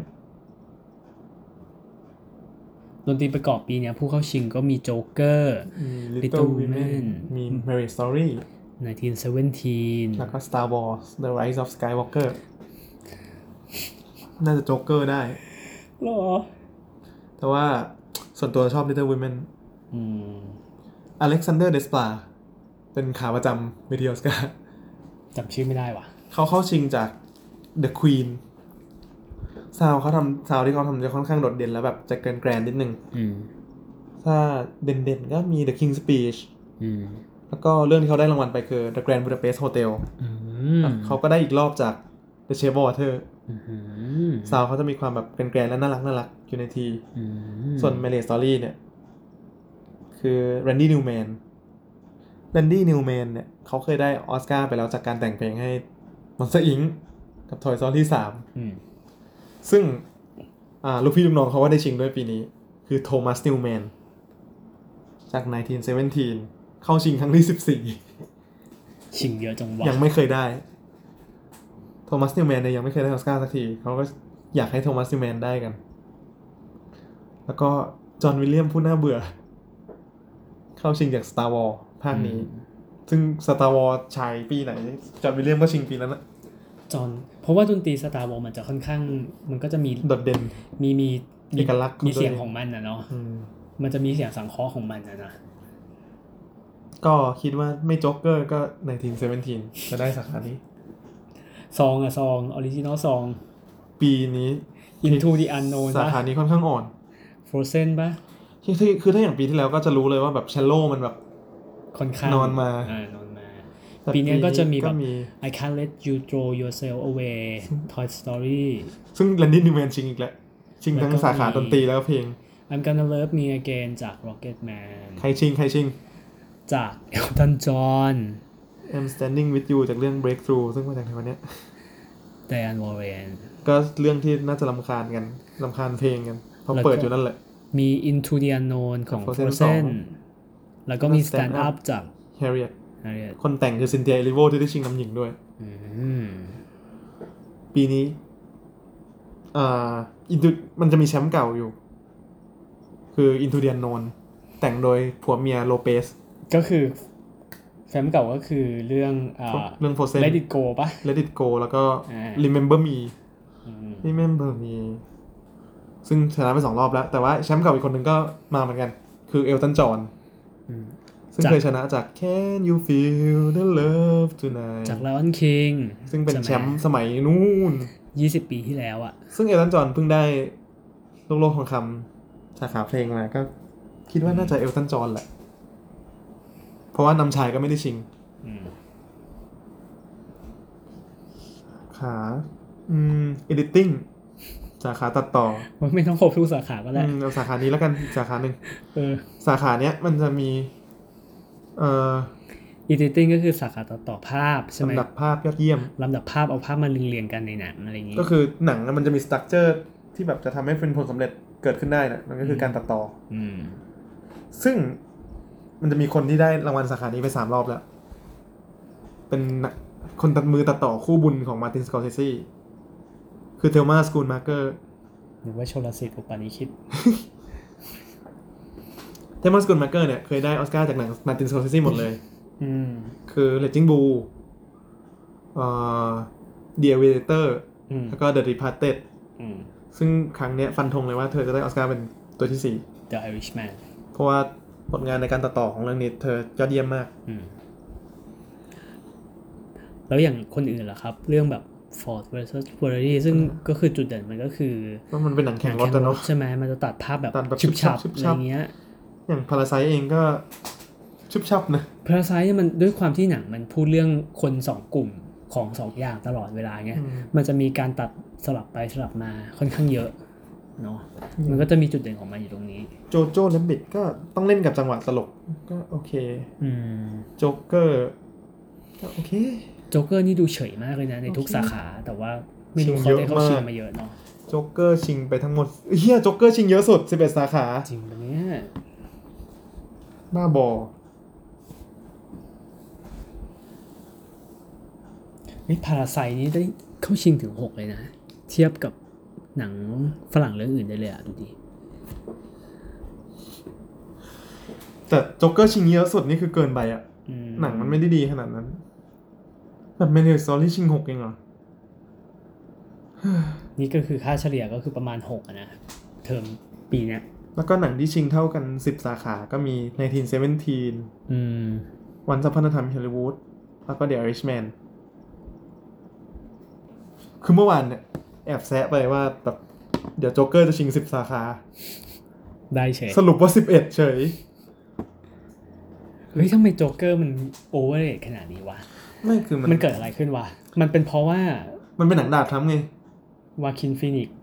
A: ดนตรีประกอบปีเนี้ยผู้เข้าชิงก็มีโจ๊กเกอร์
B: มี
A: Little
B: Little Women
A: Women
B: มี Marriage Story
A: 1917
B: แล้วก็ Star Wars The Rise of Skywalker น่าจะโจ๊กเกอร์ได้
A: หรอ
B: แต่ว่าส่วนตัวชอบ Little Women
A: อืม
B: Alexander Desplat เป็นขาประจำวิดีโอสการ
A: จำชื่อไม่ได้ว่ะ
B: เขาเข้าชิงจาก The Queen ซาวด์เขาทำซาวด์ที่เขาทำจะค่อนข้างโดดเด่นแล้วแบบจะเกินแกรนด์นิดนึง
J: อืม
B: ถ้าเด่นๆก็มี The King's Speech
J: อืม
B: แล้วก็เรื่องที่เขาได้รางวัลไปคือ The Grand Budapest Hotel
J: อืม
B: เขาก็ได้อีกรอบจาก The Shape of Water
J: อืม
B: ซาวด์เขาจะมีความแบบเกินแกรนด์และน่ารักน่ารักอยู่ในที
J: อืม
B: ส่วน Marriage Story เนี่ย คือ Randy Newman Randy Newman เนี่ยเขาเคยได้ออสการ์ไปแล้วจากการแต่งเพลงให้ Monster Inc กับ Toy Story 3
A: อืม
B: ซึ่งอ่าลูกพี่ลูกน้องเขาก็ได้ชิงด้วยปีนี้ คือโทมัสนิวแมนจาก 1917 เข้าชิงครั้งที่
A: ชิงเยอะจังวะ
B: 14 ยังไม่เคยได้ โทมัสนิวแมนเนี่ยยังไม่เคยได้ออสการ์สักที เขาก็อยากให้โทมัสนิวแมนได้กัน แล้วก็จอห์นวิลเลียมผู้น่าเบื่อ เข้าชิงจาก Star Wars ภาคนี้ ซึ่งสตาร์วอลฉายปีไหนจอห์นวิลเลียมก็ชิงปีนั้นนะ
A: จอนเพราะว่าดนตรีสตาร์วอมันจะค่อนข้าง มันก็จะมี
B: โดดเด่น
A: มีมีมี
B: เอกลักษณ์ของ
A: มีเสียง
B: ตัวเอง
A: ของมันนะเนาะ
B: อืม
A: มันจะมีเสียงสังเคราะห์ของมันนะนะ
B: ก็คิดว่าไม่จ็อกเกอร์ก็ในทีมเซเว่นทีนจะได้สาขานี้
A: ซองอะซองออริจินอลซอง
B: ปีนี้
A: Into the Unknown
B: สา
A: ปะ
B: ขานี้ค่อนข้างอ่อน
A: Frozen ปะ
B: ที่ที่คือถ้าอย่างปีที่แล้วก็จะรู้เลยว่าแบบเชลโลมันแบบ
A: ค่อนข้าง
B: นอนมา
A: อ่นอนมา ปีเนี้ยก็จะมีแบบ
B: ก็มี
A: I can't let you throw yourself away
B: [laughs]
A: Toy Story
B: ซึ่งแลนดี้นิวแมนชิงอีกแล้ว ชิงทั้ง
A: แล้วก็มี
B: สาขาดนตรีแล้วก็เพลง
A: I'm gonna love me again จาก Rocket Man
B: ใครชิง ใครชิง
A: จาก Elton John
B: I'm standing with you จากเรื่อง breakthrough ซึ่งมาจากในวันเนี้ย
A: Diane Warren
B: ก็เรื่องที่น่าจะลำคาญกันลำคาญเพลงกันเพราะ
A: แล้วก็
B: เปิดอยู่นั่นแหละ
A: มี Into the Unknown ของ
B: Frozen สอง
A: Frozen แล้วก็มี Stand
B: Stand Up
A: Up จาก
B: Harriet
A: Harriet
B: คนแต่งคือซินเ h ีย e อลิโวที่ได้ชิงนำหญิงด้วย
A: อืม
B: ปีนี้อ่าอินทูมันจะมีแชมป์เก่าอยู่ คืออินทูเดียนนนแต่งโดยผัวเมียโลเปส
A: ก็คือแฟมเก่าก็คือเรื่องอ่า
B: เรื่องโฟเซน
A: Let It Go ปะ
B: Let It Go แล้วก็
A: อ่า
B: Remember Me
A: อืม
B: Remember Me ซึ่งชนะไปสองรอบแล้ว แต่ว่าแชมป์เก่าอีกคนหนึ่งก็มาเหมือนกัน คือเอลตันจอห์น
A: อืม
B: ซึ่งเคยชนะจาก Can you feel the love tonight
A: จาก Lion King
B: ซึ่งเป็นแชมป์
A: ใ
B: สมัยนู่น
A: ยี่สิบปีที่แล้วอะ
B: ซึ่งเอลตันจอห์นเพิ่งได้โลกโลกทองคำสาขาเพลงมาก็คิดว่าน่าจะเอลตันจอห์นแหละ เพราะว่านำชายก็ไม่ได้ชิง
A: อืม
B: ขาอืม editing สาขาตัดต่อ
A: มันไม่ต้องครบทุกสาขาก็ได้
B: อืมเอาสาขานี้แล้วกันอีกสาขาหนึ่ง
A: เออ
B: สาขาเนี้ยมันจะมี เอ่อ
A: editing ก็คือสาขาต่อต่อภาพใช่ไหม
B: ลำดับภาพยอดเยี่ยม
A: ลำดับภาพเอาภาพมาเรียงๆกันในหนังอะไรอย่างนี้
B: ก็คือหนังอะมันจะมีสตั๊กเจอร์ที่แบบจะทำให้เป็นผลสำเร็จเกิดขึ้นได้นะมันก็คือ
A: ม
B: การตัดต่อ
A: อืม
B: ซึ่งมันจะมีคนที่ได้รางวัลสาขานี้ไปสามรอบแล้ว เป็นนักคนตัดมือตัดต่อคู่บุญของมาร์ตินสกอร์เซซีคือเทลมาสกูลมาร์เกอร์
A: หรือว่าโชลสิทธิ์อุปานิชิต
B: เทลมาสกูลมาร์เกอร์เนี่ยเคยได้ออสการ์จากหนังมาร์ตินสกอร์เซซีหมดเลย
A: อืม
B: คือเลจิงบูเอ่อเดียเวเตอร์
A: อืม
B: แล้วก็เดอะริพาร์เต็ด
A: อืม
B: ซึ่งครั้งเนี้ยฟันธงเลยว่าเธอจะได้ออสการ์เป็นตัวที่
A: The Irishman
B: 4 เพราะว่าผลงานในการตัดต่อของเรื่องนี้เธอยอดเยี่ยมมาก
A: อืม แล้วอย่างคนอื่นล่ะครับ เรื่องแบบ Ford vs Ferrari ซึ่งก็คือจุดเด่นมันก็คือ
B: ว่ามันเป็นหนังแข่งรถนะเนาะ
A: ใช่ไหมมันจะตัดภาพแบบ
B: ตัดแบบ
A: ชุบฉับ
B: ชุบ
A: อะ
B: ฉั
A: ไร
B: บ
A: เงี้ย
B: อย่างพาราไซเองก็ชุบชับนะ
A: พราไซเนี่ยมันด้วยความที่หนังมันพูดเรื่องคนสองกลุ่มของสองอย่างตลอดเวลาไง
B: อืม
A: มันจะมีการตัดสลับไปสลับมาค่อนข้างเยอะเนาะมันก็จะมีจุดเด่นของมันอยู่ตรงนี้
B: โจโจ้แลมบิดก็ต้องเล่นกับจังหวะตลก ก็โอเค
A: อืม
B: โจ๊กเกอร์ก็โอเค
A: โจ๊กเกอร์นี่ดูเฉยมากเลยนะในทุก
B: โอเค
A: สาขา แต่ว่าไม่รู้
B: ชิง
A: เขาได้เขา
B: เยอะมาก
A: ชิงมาเยอะเนาะ
B: โจ๊กเกอร์ชิงไปทั้งหมดเฮียโจ๊กเกอร์ชิงเยอะสุด 11 สาขา
A: จริงปะเนี่ย
B: บ้าบอ
A: นี่พาราไซนี่ได้เข้าชิงถึงหกเลยนะ เทียบกับหนังฝรั่งเรื่องอื่นได้เลยอะดูดิ
B: แต่โจ๊กเกอร์ชิงเยอะสุดนี่คือเกินไปอะ
A: อืม
B: หนังมันไม่ได้ดีขนาดนั้น แบบเมนเทลสตอรี่ชิงหกเองเหรอ
A: นี่ก็คือค่าเฉลี่ยก็คือประมาณหกอะนะเทอมปีเนี้ย
B: แล้วก็หนังที่ชิงเท่ากัน 10 สาขาก็มี 1917
A: อืม
B: Once Upon a Time in Hollywood แล้วก็ The Irishman คือเมื่อวานเนี่ยแอบแซะไปว่าแบบเดี๋ยวโจ๊กเกอร์จะชิง 10 สาขา
A: ได้เฉย
B: สรุปว่า 11 เฉย
A: เฮ้ยทำไมโจ๊กเกอร์มันโอเวอร์เรทขนาดนี้วะ
B: ไม่คือมัน
A: มันเกิดอะไรขึ้นวะ มันเป็นเพราะว่า
B: มันเป็นหนังดาบทำไง
A: วาคินฟีนิกซ์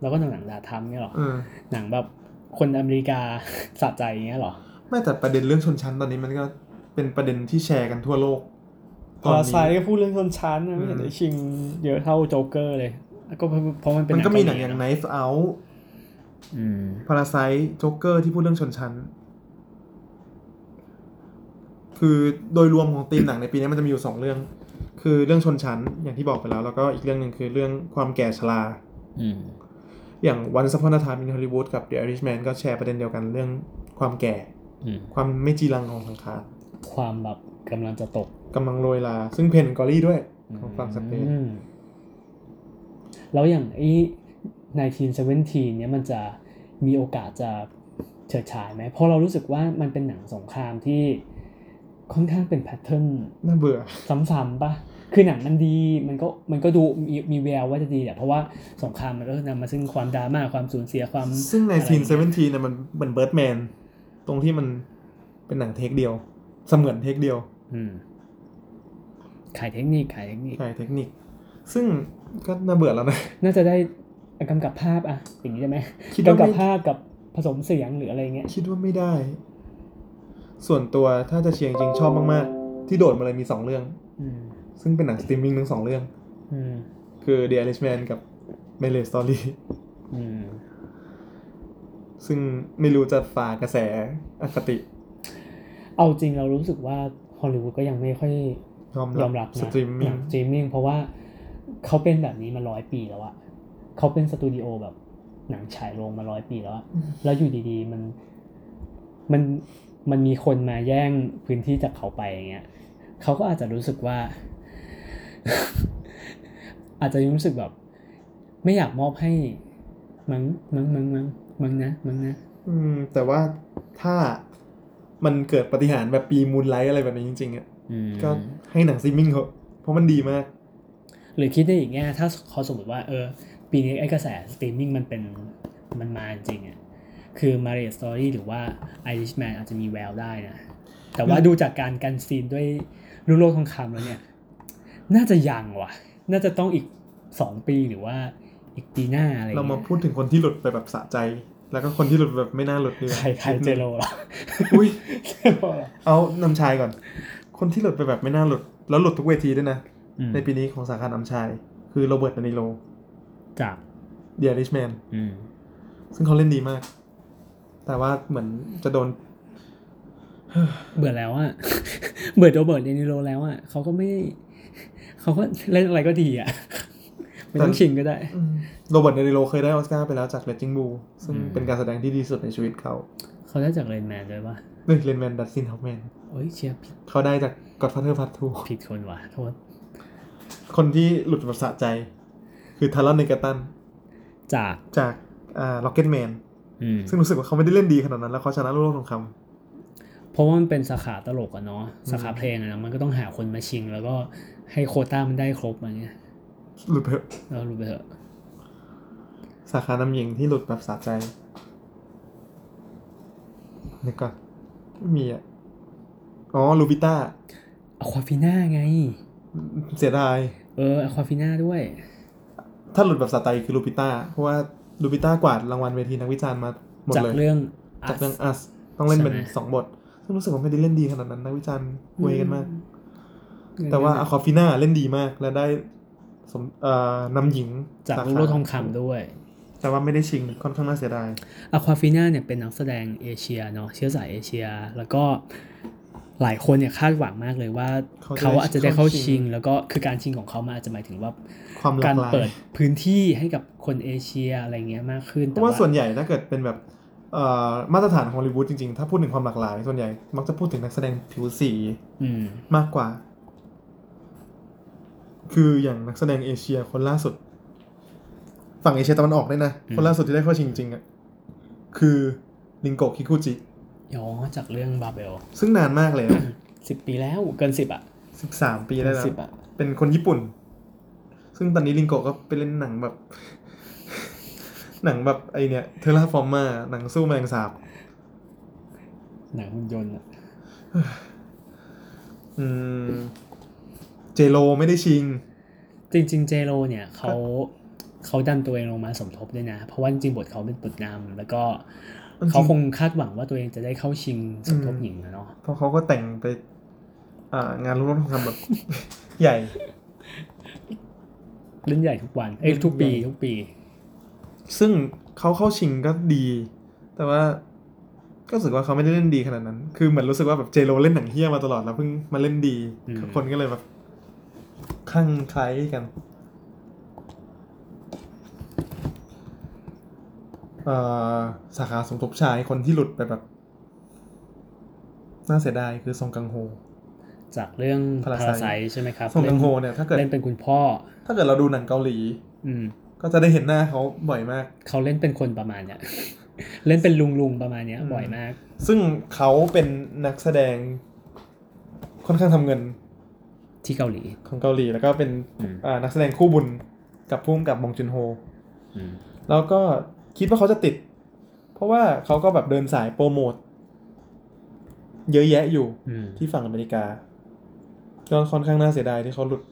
A: แล้วก็หนังดาทำเนี่ยหรอ
B: เออ
A: หนังแบบคนอเมริกา สะใจอย่างเงี้ยหรอ
B: ไม่แต่ประเด็นเรื่องชนชั้นตอนนี้มันก็เป็นประเด็นที่แชร์กันทั่วโลกต
A: พ
B: อน
A: อ
B: นี้
A: ไซก็พูดเรื่องชนชั้นนะไม่เห็น
B: อืม
A: ได้ชิงเยอะเท่าโจ๊กเกอร์เลย ก็เพราะมันเป็น
B: มันก็มีหนัง
A: เกลี
B: อย่า
A: เะ
B: ง Knife Out
A: อืม
B: พาราไซ t จ็อกเกอร์ที่พูดเรื่องชนชั้น คือโดยรวมของธีมหนังในปีนี้มันจะมีอยู่สองเรื่อง คือเรื่องชนชั้นอย่างที่บอกไปแล้ว แล้วก็อีกเรื่องหนึ่งคือเรื่องความแก่ชรา
A: อืม
B: อย่าง Once Upon a Time in Hollywood กับ The Irishman ก็แชร์ประเด็นเดียวกันเรื่องความแก่
A: อืม
B: ความไม่จีรังของสังขาร
A: ความแบบกำลังจะตก
B: กำลังโรยลา ซึ่งเพนกอรี่ด้วยของฝั่งสเปน
A: อืมแล้วอย่างไอ้ในทีนเซเวนทีเนี้ยมันจะมีโอกาสจะเฉิดฉายไหมเพราะเรารู้สึกว่ามันเป็นหนังสงครามที่ค่อนข้างเป็นแพทเทิร์น
B: น่าเบื่อ
A: ซ้ำๆปะคือหนังมันดี มันก็ มันก็ดูมีมีแววว่าจะดีแหละ เพราะว่าสงครามมันก็นำมาซึ่งความดราม่า ความสูญเสีย ความ
B: ซึ่งใน
A: อะไรอ
B: ทีน
A: ย่าง
B: เซ
A: เงี้ย
B: เวนทีเนี่ยมันมันเบิร์ดแมน ตรงที่มันเป็นหนังเทคเดียว เสมือนเทคเดียว
A: อืมขายเทคนิค ขายเทคนิค
B: ใช่เทคนิค ซึ่งก็น่าเบื่อแล้วนะ [laughs]
A: น่าจะได้กำกับภาพอะอย่างนี้ได้ไหม
B: คิดว่าก
A: ำกับ
B: ไม่
A: ภาพกับผสมเสียงหรืออะไรเงี้ย
B: คิดว่าไม่ได้ ส่วนตัวถ้าจะเชียร์จริงๆชอบมากๆ ที่โดดมาเลยมี 2 เรื่อง
A: อืม
B: ซึ่งเป็นหนังสตรีมมิ่งทั้งสองเรื่อง
A: อืม
B: คือ The Irishman กับ Marriage Story [laughs]
A: อืม
B: ซึ่งไม่รู้จะฝ่ากระแสอคติ
A: เอาจริงเรารู้สึกว่าฮอลลีวูดก็ยังไม่ค่อย
B: ยอม
A: ย
B: รั
A: อบ มรับนะ
B: สตรีมมิ่
A: ห
B: ง
A: นังสตรีมมิ่งเพราะว่าเขาเป็นแบบนี้มาร้อยปีแล้วอะเขาเป็นสตูดิโอแบบหนังฉายโรงมาร้อยปีแล้วอะแล้วอยู่ดีๆมันมันมันมีคนมาแย่งพื้นที่จากเขาไปอย่างเงี้ยเขาก็อาจจะรู้สึกว่า [laughs] อาจจะยังรู้สึกแบบ ไม่อยากมอบให้มังมังมังมังมังนะมังนะ
B: อืม แต่ว่าถ้ามันเกิดปาฏิหารย์แบบปีมูนไลท์อะไรแบบนี้จริงๆอะก็ให้หนังสตรีมมิ่งเขาเพราะมันดีมาก
A: หรือคิดในอีกแง่ถ้าเขาสมมติว่าเออ ปีนี้ไอ้กระแสสตรีมมิ่งมันเป็นมันมาจริงอะคือ Marriage Story หรือว่า Irishman อาจจะมีแววได้นะ แต่ว่าดูจากการกันซีนด้วยรูปโลกทองคำแล้วเนี่ย น่าจะยังว่ะ น่าจะต้องอีก 2 ปีหรือว่าอีกปีหน้าอะไรอย่ง
B: เรา
A: งี้ย
B: มาพูดถึงคนที่หลุดไปแบบสะใจ แล้วก็คนที่หลุดแบบไม่น่าหลุดดีกว่า
A: ใครใครเจโรล่ะ
B: อุ้ย
A: เจโร่เหรอ
B: เอานำชายก่อน คนที่หลุดไปแบบไม่น่าหลุด แล้วหลุดทุกเวทีด้วยนะ
A: อืม
B: ในปีนี้ของสาขานำชาย คือโรเบิร์ตดานิโล
A: จาก
B: เดียริชแมน
A: อืม
B: ซึ่งเขาเล่นดีมาก แต่ว่าเหมือนจะโดน
A: เบื่อแล้วอะ [laughs] เบื่อโรเบิร์ตเดนิโรแล้วอะเขาก็ไม่ เขาก็เล่นอะไรก็ดีอะไม่ต้องชินก็ได้
B: อืมโรเบิร์ตดานิโลเคยได้ออสการ์ไปแล้วจากเลจิงบูซึ่ง
A: อืม
B: เป็นการแสดงที่ดีสุดในชีวิตเขา
A: เขาได้จากเรนแมนด้วยปะ
B: เล่นเลนแมนดัตซินฮอฟแมน
A: โอ้ยเชียร์ผิด
B: เขาได้จากกอดฟัตเทอร์พัททู
A: ผิดคนว่ะโทษ
B: คนที่หลุดแบบสะใจ คือทารอนเนกาตัน
A: จาก
B: จากอ่าล็อกเก็ตแมน
A: อืม
B: ซึ่งรู้สึกว่าเขาไม่ได้เล่นดีขนาดนั้น แล้วเขาชนะโลกทองคำ
A: เพราะว่ามันเป็นสาขาตลกอะเนาะสาขาเพลงอะนะมันก็ต้องหาคนมาชิง แล้วก็ให้โควต้ามันได้ครบอะไรเงี้ย
B: หลุดไปเถอะ
A: เรารู้ไปเถอะ
B: สาขานำหญิงที่หลุดแบบสะใจเดี๋ยวก่อนไม่มีอ่ะ อ๋อ ลูบิต้า
A: อควาฟิน่าไง
B: เสียดาย
A: เอออควาฟิน่าด้วย
B: ถ้าหลุดแบบสะใจคือลูบิต้า เพราะว่าลูบิต้ากวาดรางวัลเวทีนักวิจารณ์มาหมด
A: จาก
B: เลย
A: เรื่อง
B: จากเรื่อง
A: Us
B: อัสต้องเล่นเป็น
A: ใช่ไหม
B: สองบท ซึ่งรู้สึกว่าไม่ได้เล่นดีขนาดนั้นนักวิจารณ์เวยกันมาก
A: อืม
B: แต่ว่าอคอฟิน่าเล่นดีมากและได้สมเอ่อนำหญิง
A: จาก
B: สข
A: ลูกโลกทองคำด้วย
B: แต่ว่าไม่ได้ชิงค่อนข้างน่าเสียดาย
A: อควาฟิน่าเนี่ยเป็นนักแสดงเอเชียเนาะเชื้อสายเอเชีย แล้วก็หลายคนเนี่ยคาดหวังมากเลยว่า
B: เขา
A: เขา
B: จะได้
A: อาจจะได้เข้า
B: เข้าชิ
A: ชิ
B: ง
A: ง แล้วก็คือการชิงของเขามาอาจจะหมายถึงว่า
B: ความหลาก
A: ากร
B: หลาย
A: เปิดพื้นที่ให้กับคนเอเชียอะไรเงี้ยมากขึ้น
B: เพราะว่าส่วนใหญ่ถ้าเกิดเป็นแบบเอ่อมาตรฐานฮอลลีวูดจริงๆ ถ้าพูดถึงความหลากหลาย ส่วนใหญ่มักจะพูดถึงนักแสดงผิวสี
A: อืม
B: มากกว่า คืออย่างนักแสดงเอเชียคนล่าสุด ฝั่งเอเชียตะวันออกด้วยนะ คนล่าสุดที่ได้เข้าชิงจริงๆอ่ะคือนิงโกะคิคุจิ
A: ย้อนจากเรื่องบาเบล
B: ซึ่งนานมากเลย
A: สิบปีแล้วเกินสิบอ่ะ
B: สิบสามปี
A: เกิ
B: ได้
A: น
B: แล้ว
A: สิบอ่ะ
B: เป็นคนญี่ปุ่น ซึ่งตอนนี้ลิงโกะก็ไปเล่นหนังแบบ [laughs] หนังแบบไอเนี่ยเทเลฟอร์มาหนังสู้แมลงสาบ
A: หนังหุ่นยนต์อะ
B: อืมเจโลไม่ได้ชิง
A: จริงๆเจโรเนี่ยเขาเขาดันตัวเองลงมาสมทบด้วยนะ เพราะว่าจริงๆบทเขาเป็นบทนำแล้วก็เขาคงคาดหวังว่าตัวเองจะได้เข้าชิงสมทบหญิงนะเนาะ
B: เพราะเขาก็แต่งไป อ่างานรุ่นทองคำแบบ [laughs] ใหญ่
A: เล่นใหญ่ทุกวัน เอ้ยทุกปี
B: เล่นใหญ่
A: ทุกปี
B: ซึ่งเขาเข้าชิงก็ดี แต่ว่า ก็รู้สึกว่าเขาไม่ได้เล่นดีขนาดนั้น คือเหมือนรู้สึกว่าแบบเจโลเล่นหนังเฮี้ยมาตลอดแล้วเพิ่งมาเล่นดี
A: อืม
B: คนก็เลยแบบคลั่งไคล้ายกันเอ่อสาขาสมทบชายคนที่หลุดไปแบบ น่าเสียดายคือซงกังโฮ
A: จากเรื่อง
B: Parasite
A: พาาไซใช่ไหมครับ
B: ซงกังโฮเนี่ยถ้าเกิด
A: เล่นเป็นคุณพ่อ
B: ถ้าเกิดเราดูหนังเกาหลี
A: อืม
B: ก็จะได้เห็นหน้าเขาบ่อยมาก
A: เขาเล่นเป็นคนประมาณเนี้ย [laughs] เล่นเป็นลุงลุงๆประมาณเนี้ย
B: อืม
A: บ่อยมาก
B: ซึ่งเขาเป็นนักแสดงค่อนข้างทำเงิน
A: ที่เกาหลี
B: ของเกาหลี แล้วก็เป็น
J: อืม
B: อ่านักแสดงคู่บุญกับพุ่มกับมงจุนโฮ
J: อืม
B: แล้วก็คิดว่าเขาจะติด เพราะว่าเขาก็แบบเดินสายโปรโมทเยอะแยะอยู่
J: อืม
B: ที่ฝั่งอเมริกา ก็ค่อนข้างน่าเสียดายที่เขาหลุด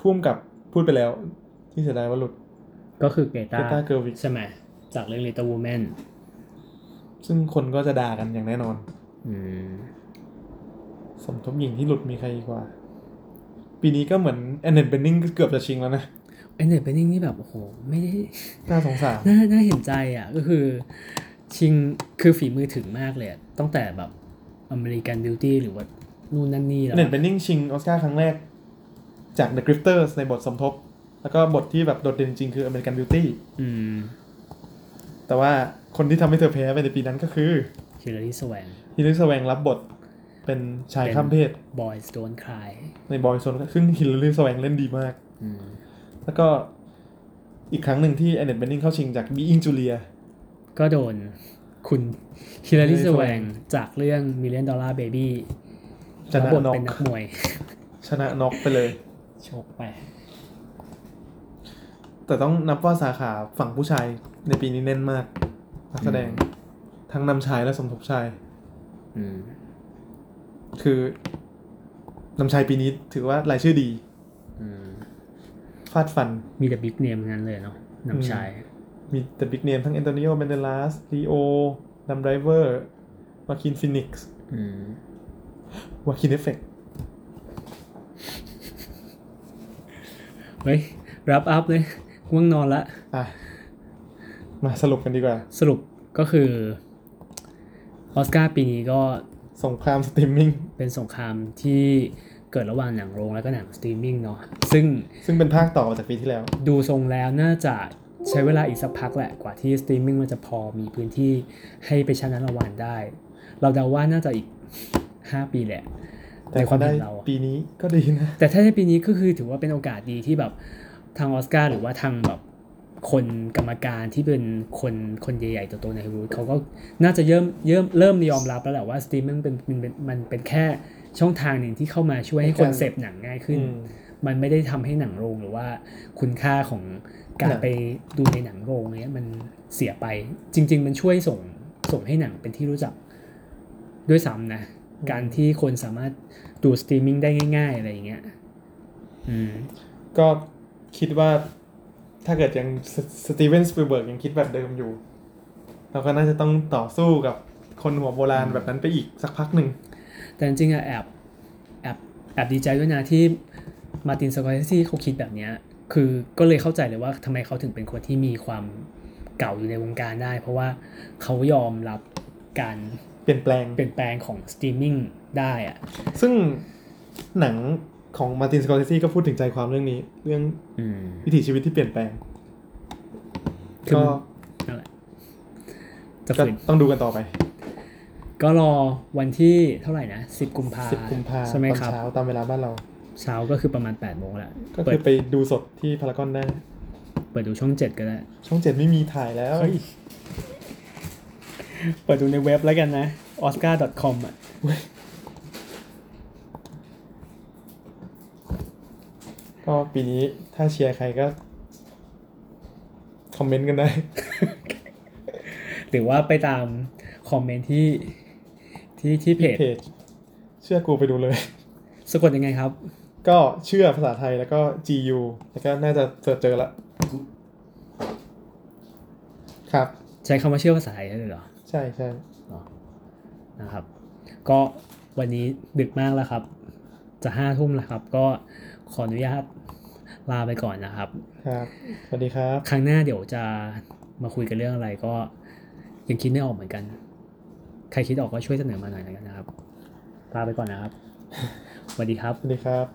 B: พุ่มกับพูดไปแล้ว ที่เสียดายว่าหลุด
A: ก็คือเกตา
B: Greta Gerwig
A: ใช่ไหมจากเรื่อง Little Woman
B: ซึ่งคนก็จะด่ากันอย่างแน่นอน
J: อืม
B: สมทบหญิงที่หลุดมีใครอีกว่า ปีนี้ก็เหมือนแอนเน b เบนนิงเกือบจะชิงแล้วนะ
A: เอ็นเดอร์เบนนิ่งนี่แบบโอ้โหไม่ได้
B: น่าสงสาร
A: น่าน่าเห็นใจอ่ะก็คือชิงคือฝีมือถึงมากเลยอะตั้งแต่แบบอเมริกันบิวตี้หรือว่านู่นนั่นนี่
B: แอ
A: แล้ว
B: นเน b
A: อะ
B: เบนนิงชิงออสการ์ครั้งแรก จาก The Grifters ในบทสมทบ แล้วก็บทที่แบบโดดเด่นจริงคือ American Beauty
A: อืม
B: แต่ว่าคนที่ทำให้เธอแพ้ไปในปีนั้นก็คือ
A: ฮิลลารีสแวง
B: ฮิลลี่สแวงรับบทเป็นชายข้ามเพศ
A: บอยสโตนคลาย
B: ในบอยโซนซึ่งฮิลลี่สแวงเล่นดีมาก
J: อืม
B: แล้วก็อีกครั้งหนึ่งที่แอนเน b เบนนิงเข้าชิงจาก Being Julia
A: ก็โดนคุณฮิลลารี
B: Hilary
A: สแวง
B: Swank
A: จากเรื่อง Million Dollar Baby
B: ชนะ
A: รับบท
B: น็อก
A: เป็นนักมวย
B: ชนะน็อกไปเลย
A: โชคไป
B: แต่ต้องนับว่าสาขาฝั่งผู้ชายในปีนี้เน้นมากนักแสดงทั้งนำชายและสมทบชาย
J: อืม
B: คือนำชายปีนี้ถือว่ารายชื่อดี
J: อืม
B: ฟาดฟัน
A: มีแต่บิ๊กเนมนั้นเลยเนาะนำชาย
B: มีแต่บิ๊กเนมทั้ง a อนโตนิโอเบนเดลัสลีโอดัมไดเวอร์วาคินฟินิกส์
J: อืม
B: วาคินเอฟเฟก
A: เฮ้ย รับอัพเลยง่วงนอนละ
B: อ่ะ มาสรุปกันดีกว่า
A: สรุปก็คือออสการ์ปีนี้ก็
B: สงครามสตรีมมิ่ง
A: เป็นสงครามที่เกิดระหว่างหนังโรงแล้วก็หนังสตรีมมิ่งเนาะซึ่ง
B: ซึ่งเป็นภาคต่อจากปีที่แล้ว
A: ดูทรงแล้วน่าจะใช้เวลาอีกสักพักแหละกว่าที่สตรีมมิ่งมันจะพอมีพื้นที่ให้ไปชนะรางวัลได้ เราเดาว่าน่าจะอีก 5 ปีแหละ
B: แต่
A: ในความ
B: ก็ได้
A: เห็นเราอะ
B: ปีนี้ก็ดีนะ
A: แต่ถ้าในปีนี้ก็คือถือว่าเป็นโอกาสดีที่แบบทางออสการ์หรือว่าทางแบบคนกรรมการที่เป็นคนคนใหญ่ๆตัวโตในฮอลลีวูดเขาก็น่าจะเริ่มเริ่มเริ่มยอมรับแล้วแหละว่าสตรีมมิ่งเป็นมันเป็นมันเป็นแค่ช่องทางหนึ่งที่เข้ามาช่วยให้คนเสพหนังง่ายขึ้น
B: อืม
A: มันไม่ได้ทำให้หนังโรงหรือว่าคุณค่าของกา
B: หนั
A: รง ไปดูในหนังโรงเนี้ยมันเสียไปจริง ๆ มันช่วยส่งส่งให้หนังเป็นที่รู้จักด้วยซ้ำนะ การที่คนสามารถดูสตรีมมิ่งได้ง่าย ๆ อะไรอย่างเงี้ยอืม
B: ก็คิดว่าถ้าเกิดยังสสตีเวนสปิลเบิร์กยังคิดแบบเดิมอยู่ เราก็น่าจะต้องต่อสู้กับคนหัวโบราณแบบนั้นไปอีกสักพักหนึ่ง
A: แต่จริงๆอะแอบแอบแอบดีใจด้วยนะที่มาตินสกอร์เซซีเขาคิดแบบเนี้ยคือก็เลยเข้าใจเลยว่าทำไมเขาถึงเป็นคนที่มีความเก่าอยู่ในวงการได้ เพราะว่าเขายอมรับการ
B: เปลี่ยนแปลง
A: เปลี่ยนแปลงของสตรีมมิ่งได้อะ
B: ซึ่งหนังของมาตินสกอร์เซซีก็พูดถึงใจความเรื่องนี้ เรื่อง
J: อืม
B: วิถีชีวิตที่เปลี่ยนแปลง
A: คือ
B: ก็
A: มันนั่นแหละจะ
B: ก็
A: ฝืน
B: ต้องดูกันต่อไป
A: ก็รอวันที่เท่าไหร่นะ 10 กุมภา
B: 10 กุมภา
A: ใช่ไหม
B: ตอน
A: ครับ
B: เช้าตามเวลาบ้านเรา
A: เช้าก็คือประมาณ 8 โมงแล้ว
B: ก็
A: เปิ
B: คื
A: ด
B: อไปดูสดที่พารากอนได้
A: เปิดดูช่อง 7 ก็ได้
B: ช่องเจ็ดไม่มีถ่ายแล้ว
A: เปิดดูในเว็บแล้วกันนะ oscar.com อ่ะ
B: ก็ปีนี้ถ้าเชียร์ใครก็ คอมเมนต์กันได้
A: หรือว่าไปตามคอมเมนต์ที่ที่ที่เพจ
B: เพจเชื่อกูไปดูเลย
A: สะกดยังไงครับ
B: ก็เชื่อภาษาไทยแล้วก็ GU แล้วก็น่าจะเจอเจอละครับ
A: ใช้คำว่าเชื่อภาษาไทยได้เลยเหรอ
B: ใช่ใช่
A: นะครับ ก็วันนี้ดึกมากแล้วครับ จะห้าทุ่มแล้วครับ ก็ขออนุญาตลาไปก่อนนะครับ
B: ครับ สวัสดีครับ
A: ครั้งหน้าเดี๋ยวจะมาคุยกันเรื่องอะไรก็ยังคิดไม่ออกเหมือนกัน ใค [laughs] รคิดออกก็ช่วยเสนอมาหน่อยแล้วกันนะครับ ลาไปก่อนนะครับ สวัสดีครับ
B: สวัสดีครับ